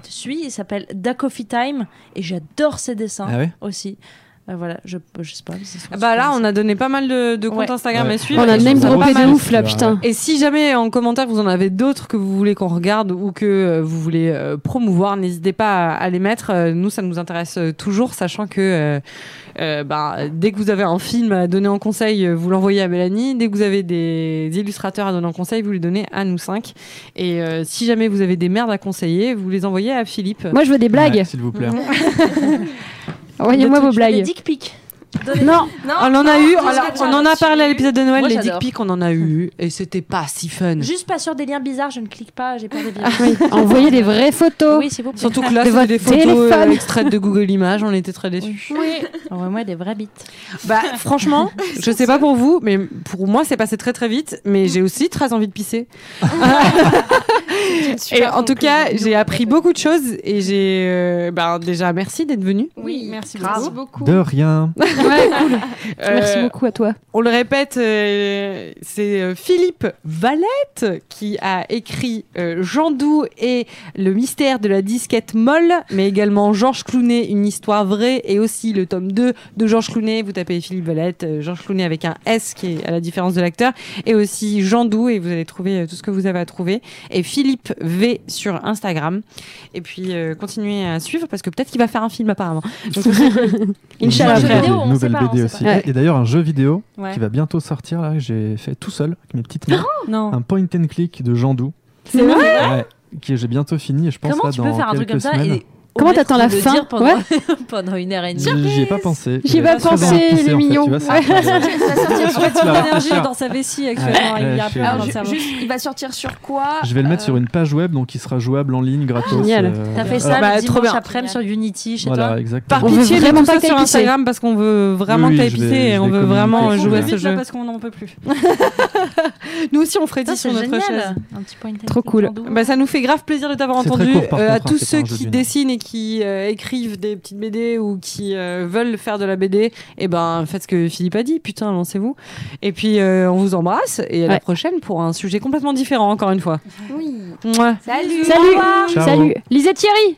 Speaker 1: suis il s'appelle Da Coffee Time et j'adore ses dessins
Speaker 3: Ah ouais
Speaker 1: aussi Euh, voilà, je, je sais pas. mais c'est ce qu'on
Speaker 2: Bah
Speaker 1: se
Speaker 2: là,
Speaker 1: pense.
Speaker 2: on a donné pas mal de, de comptes
Speaker 1: Ouais.
Speaker 2: Instagram
Speaker 7: Ouais.
Speaker 2: à suivre.
Speaker 4: On a
Speaker 2: et je
Speaker 4: name
Speaker 2: trouve ça
Speaker 4: droppé
Speaker 2: pas
Speaker 4: de
Speaker 2: mal.
Speaker 4: ouf là,
Speaker 7: Ouais.
Speaker 4: putain.
Speaker 2: Et si jamais en commentaire vous en avez d'autres que vous voulez qu'on regarde ou que euh, vous voulez euh, promouvoir, n'hésitez pas à, à les mettre. Euh, Nous, ça nous intéresse euh, toujours, sachant que euh, euh, bah, dès que vous avez un film à donner en conseil, euh, vous l'envoyez à Mélanie. Dès que vous avez des illustrateurs à donner en conseil, vous les donnez à nous cinq. Et euh, si jamais vous avez des merdes à conseiller, vous les envoyez à Philippe.
Speaker 4: Moi, je veux des
Speaker 7: Ouais,
Speaker 4: blagues.
Speaker 7: S'il vous plaît.
Speaker 4: Envoyez-moi
Speaker 2: Des
Speaker 4: vos
Speaker 2: trucs-
Speaker 1: Les
Speaker 4: blagues.
Speaker 1: dick pics.
Speaker 4: Non,
Speaker 2: Ah, on en a eu, on,
Speaker 1: parce
Speaker 2: a-
Speaker 1: que
Speaker 2: on en a
Speaker 1: j'adore.
Speaker 2: parlé à l'épisode de Noël,
Speaker 1: Moi,
Speaker 2: les dick
Speaker 1: j'adore.
Speaker 2: pics, on en a eu, et c'était pas si fun.
Speaker 1: Juste pas sur des liens bizarres, je ne clique pas, j'ai peur des virus.
Speaker 4: Ah oui. envoyez des vraies
Speaker 1: <laughs>
Speaker 4: photos.
Speaker 1: oui, c'est vous.
Speaker 2: Surtout que là,
Speaker 4: De
Speaker 2: c'était
Speaker 4: votre
Speaker 2: des photos euh,
Speaker 4: téléphone.
Speaker 2: extraites de Google Images, on était très déçus.
Speaker 1: <laughs> Envoie-moi des vraies bites.
Speaker 2: Bah, franchement, je sais pas pour vous, mais pour moi, c'est passé très très vite, mais j'ai aussi très envie de pisser. et Eh, en tout cas, j'ai appris beaucoup de choses et j'ai. euh, bah, déjà, merci d'être venu.
Speaker 6: Oui, merci
Speaker 1: grave.
Speaker 6: <laughs> beaucoup.
Speaker 7: De rien.
Speaker 2: euh,
Speaker 4: Merci beaucoup à toi.
Speaker 2: On le répète, euh, c'est euh, Philippe Valette qui a écrit euh, Jean Doux et le mystère de la disquette molle, mais également Georges Clounet, une histoire vraie, et aussi le tome 2 de Georges Clounet. Vous tapez Philippe Valette, euh, Georges Clounet avec un S qui est à la différence de l'acteur, et aussi Jean Doux, et vous allez trouver euh, tout ce que vous avez à trouver, et Philippe V sur Instagram. Et puis euh, continuez à suivre parce que peut-être qu'il va faire un film apparemment. Donc, Inch'Allah.
Speaker 1: Jeux
Speaker 7: Nouvelle
Speaker 1: vidéo,
Speaker 7: BD,
Speaker 1: on sait
Speaker 7: nouvelle
Speaker 1: pas, on
Speaker 7: BD
Speaker 1: sait
Speaker 7: aussi.
Speaker 4: pas. Ouais.
Speaker 7: Et d'ailleurs, un jeu vidéo
Speaker 5: Ouais.
Speaker 7: qui va bientôt sortir, là, que j'ai fait tout seul, avec mes petites
Speaker 1: Oh
Speaker 7: mains.
Speaker 5: Non.
Speaker 7: un point and click de Jean Doux.
Speaker 2: C'est vrai
Speaker 7: Ouais, qui j'ai bientôt fini et je pense
Speaker 1: Comment
Speaker 7: là
Speaker 1: tu
Speaker 7: dans
Speaker 1: peux faire un truc comme
Speaker 7: quelques
Speaker 1: ça
Speaker 7: semaines.
Speaker 1: et
Speaker 4: Comment
Speaker 1: omettre
Speaker 4: t'attends la
Speaker 1: de le
Speaker 4: fin
Speaker 1: dire pendant,
Speaker 4: Ouais.
Speaker 1: <laughs> pendant une heure et demie
Speaker 7: J'y ai pas pensé.
Speaker 4: J'y ai pas
Speaker 7: J'avais
Speaker 4: pensé,
Speaker 7: très envie de pisser,
Speaker 4: il est
Speaker 7: en fait,
Speaker 4: mignon.
Speaker 7: tu vois, ça <laughs>
Speaker 1: <laughs>
Speaker 7: me parlait.
Speaker 2: <laughs>
Speaker 6: Ça va sortir
Speaker 7: Tu
Speaker 6: sur-
Speaker 7: vas
Speaker 5: L'énergie
Speaker 7: réfléchir.
Speaker 5: est dans sa vessie actuellement.
Speaker 7: Ouais,
Speaker 5: il y a
Speaker 7: je suis-
Speaker 5: plein dans
Speaker 6: Alors,
Speaker 5: le cerveau.
Speaker 6: juste, il va sortir sur quoi
Speaker 7: Ah, Je vais le mettre
Speaker 6: euh,
Speaker 7: sur une page web, donc il sera jouable en ligne, gratos.
Speaker 4: Génial.
Speaker 7: euh,
Speaker 1: T'as fait ça
Speaker 2: Ah bah,
Speaker 1: le
Speaker 2: trop
Speaker 1: dimanche
Speaker 2: bien.
Speaker 1: après-midi sur Unity chez
Speaker 7: Voilà,
Speaker 1: toi
Speaker 7: exactement.
Speaker 2: Par
Speaker 4: On veut
Speaker 2: pitié,
Speaker 4: vraiment
Speaker 2: vraiment
Speaker 4: pas
Speaker 2: pas sur
Speaker 4: que t'ailles pisser.
Speaker 2: Instagram parce qu'on veut vraiment
Speaker 7: Oui,
Speaker 2: que t'ailles
Speaker 7: je vais-
Speaker 2: pisser et
Speaker 7: je
Speaker 2: on
Speaker 7: vais
Speaker 2: veut vraiment
Speaker 7: communiquer sur
Speaker 2: jouer à
Speaker 7: le-
Speaker 2: ce
Speaker 5: vite là
Speaker 2: jeu.
Speaker 5: parce qu'on n'en peut plus.
Speaker 2: Nous aussi, on ferait
Speaker 1: Ça,
Speaker 2: 10
Speaker 1: c'est
Speaker 2: sur notre chaise.
Speaker 1: génial. Un petit point and click
Speaker 4: Trop cool.
Speaker 1: en double.
Speaker 2: Bah, ça nous fait grave plaisir de t'avoir
Speaker 7: C'est très
Speaker 2: entendu. Euh,
Speaker 7: court, par
Speaker 2: à
Speaker 7: contre, hein,
Speaker 2: tous
Speaker 7: c'est
Speaker 2: ceux
Speaker 7: pas un jeu
Speaker 2: qui
Speaker 7: d'une heure.
Speaker 2: dessinent et qui euh, écrivent des petites BD ou qui euh, veulent faire de la BD, et ben faites ce que Philippe a dit, putain, lancez-vous. Et puis euh, on vous embrasse et à la
Speaker 4: Ouais.
Speaker 2: prochaine pour un sujet complètement différent encore une fois.
Speaker 6: Oui.
Speaker 2: Mouah.
Speaker 6: Salut.
Speaker 4: Salut.
Speaker 7: Ciao.
Speaker 4: Salut. Lisez Thierry.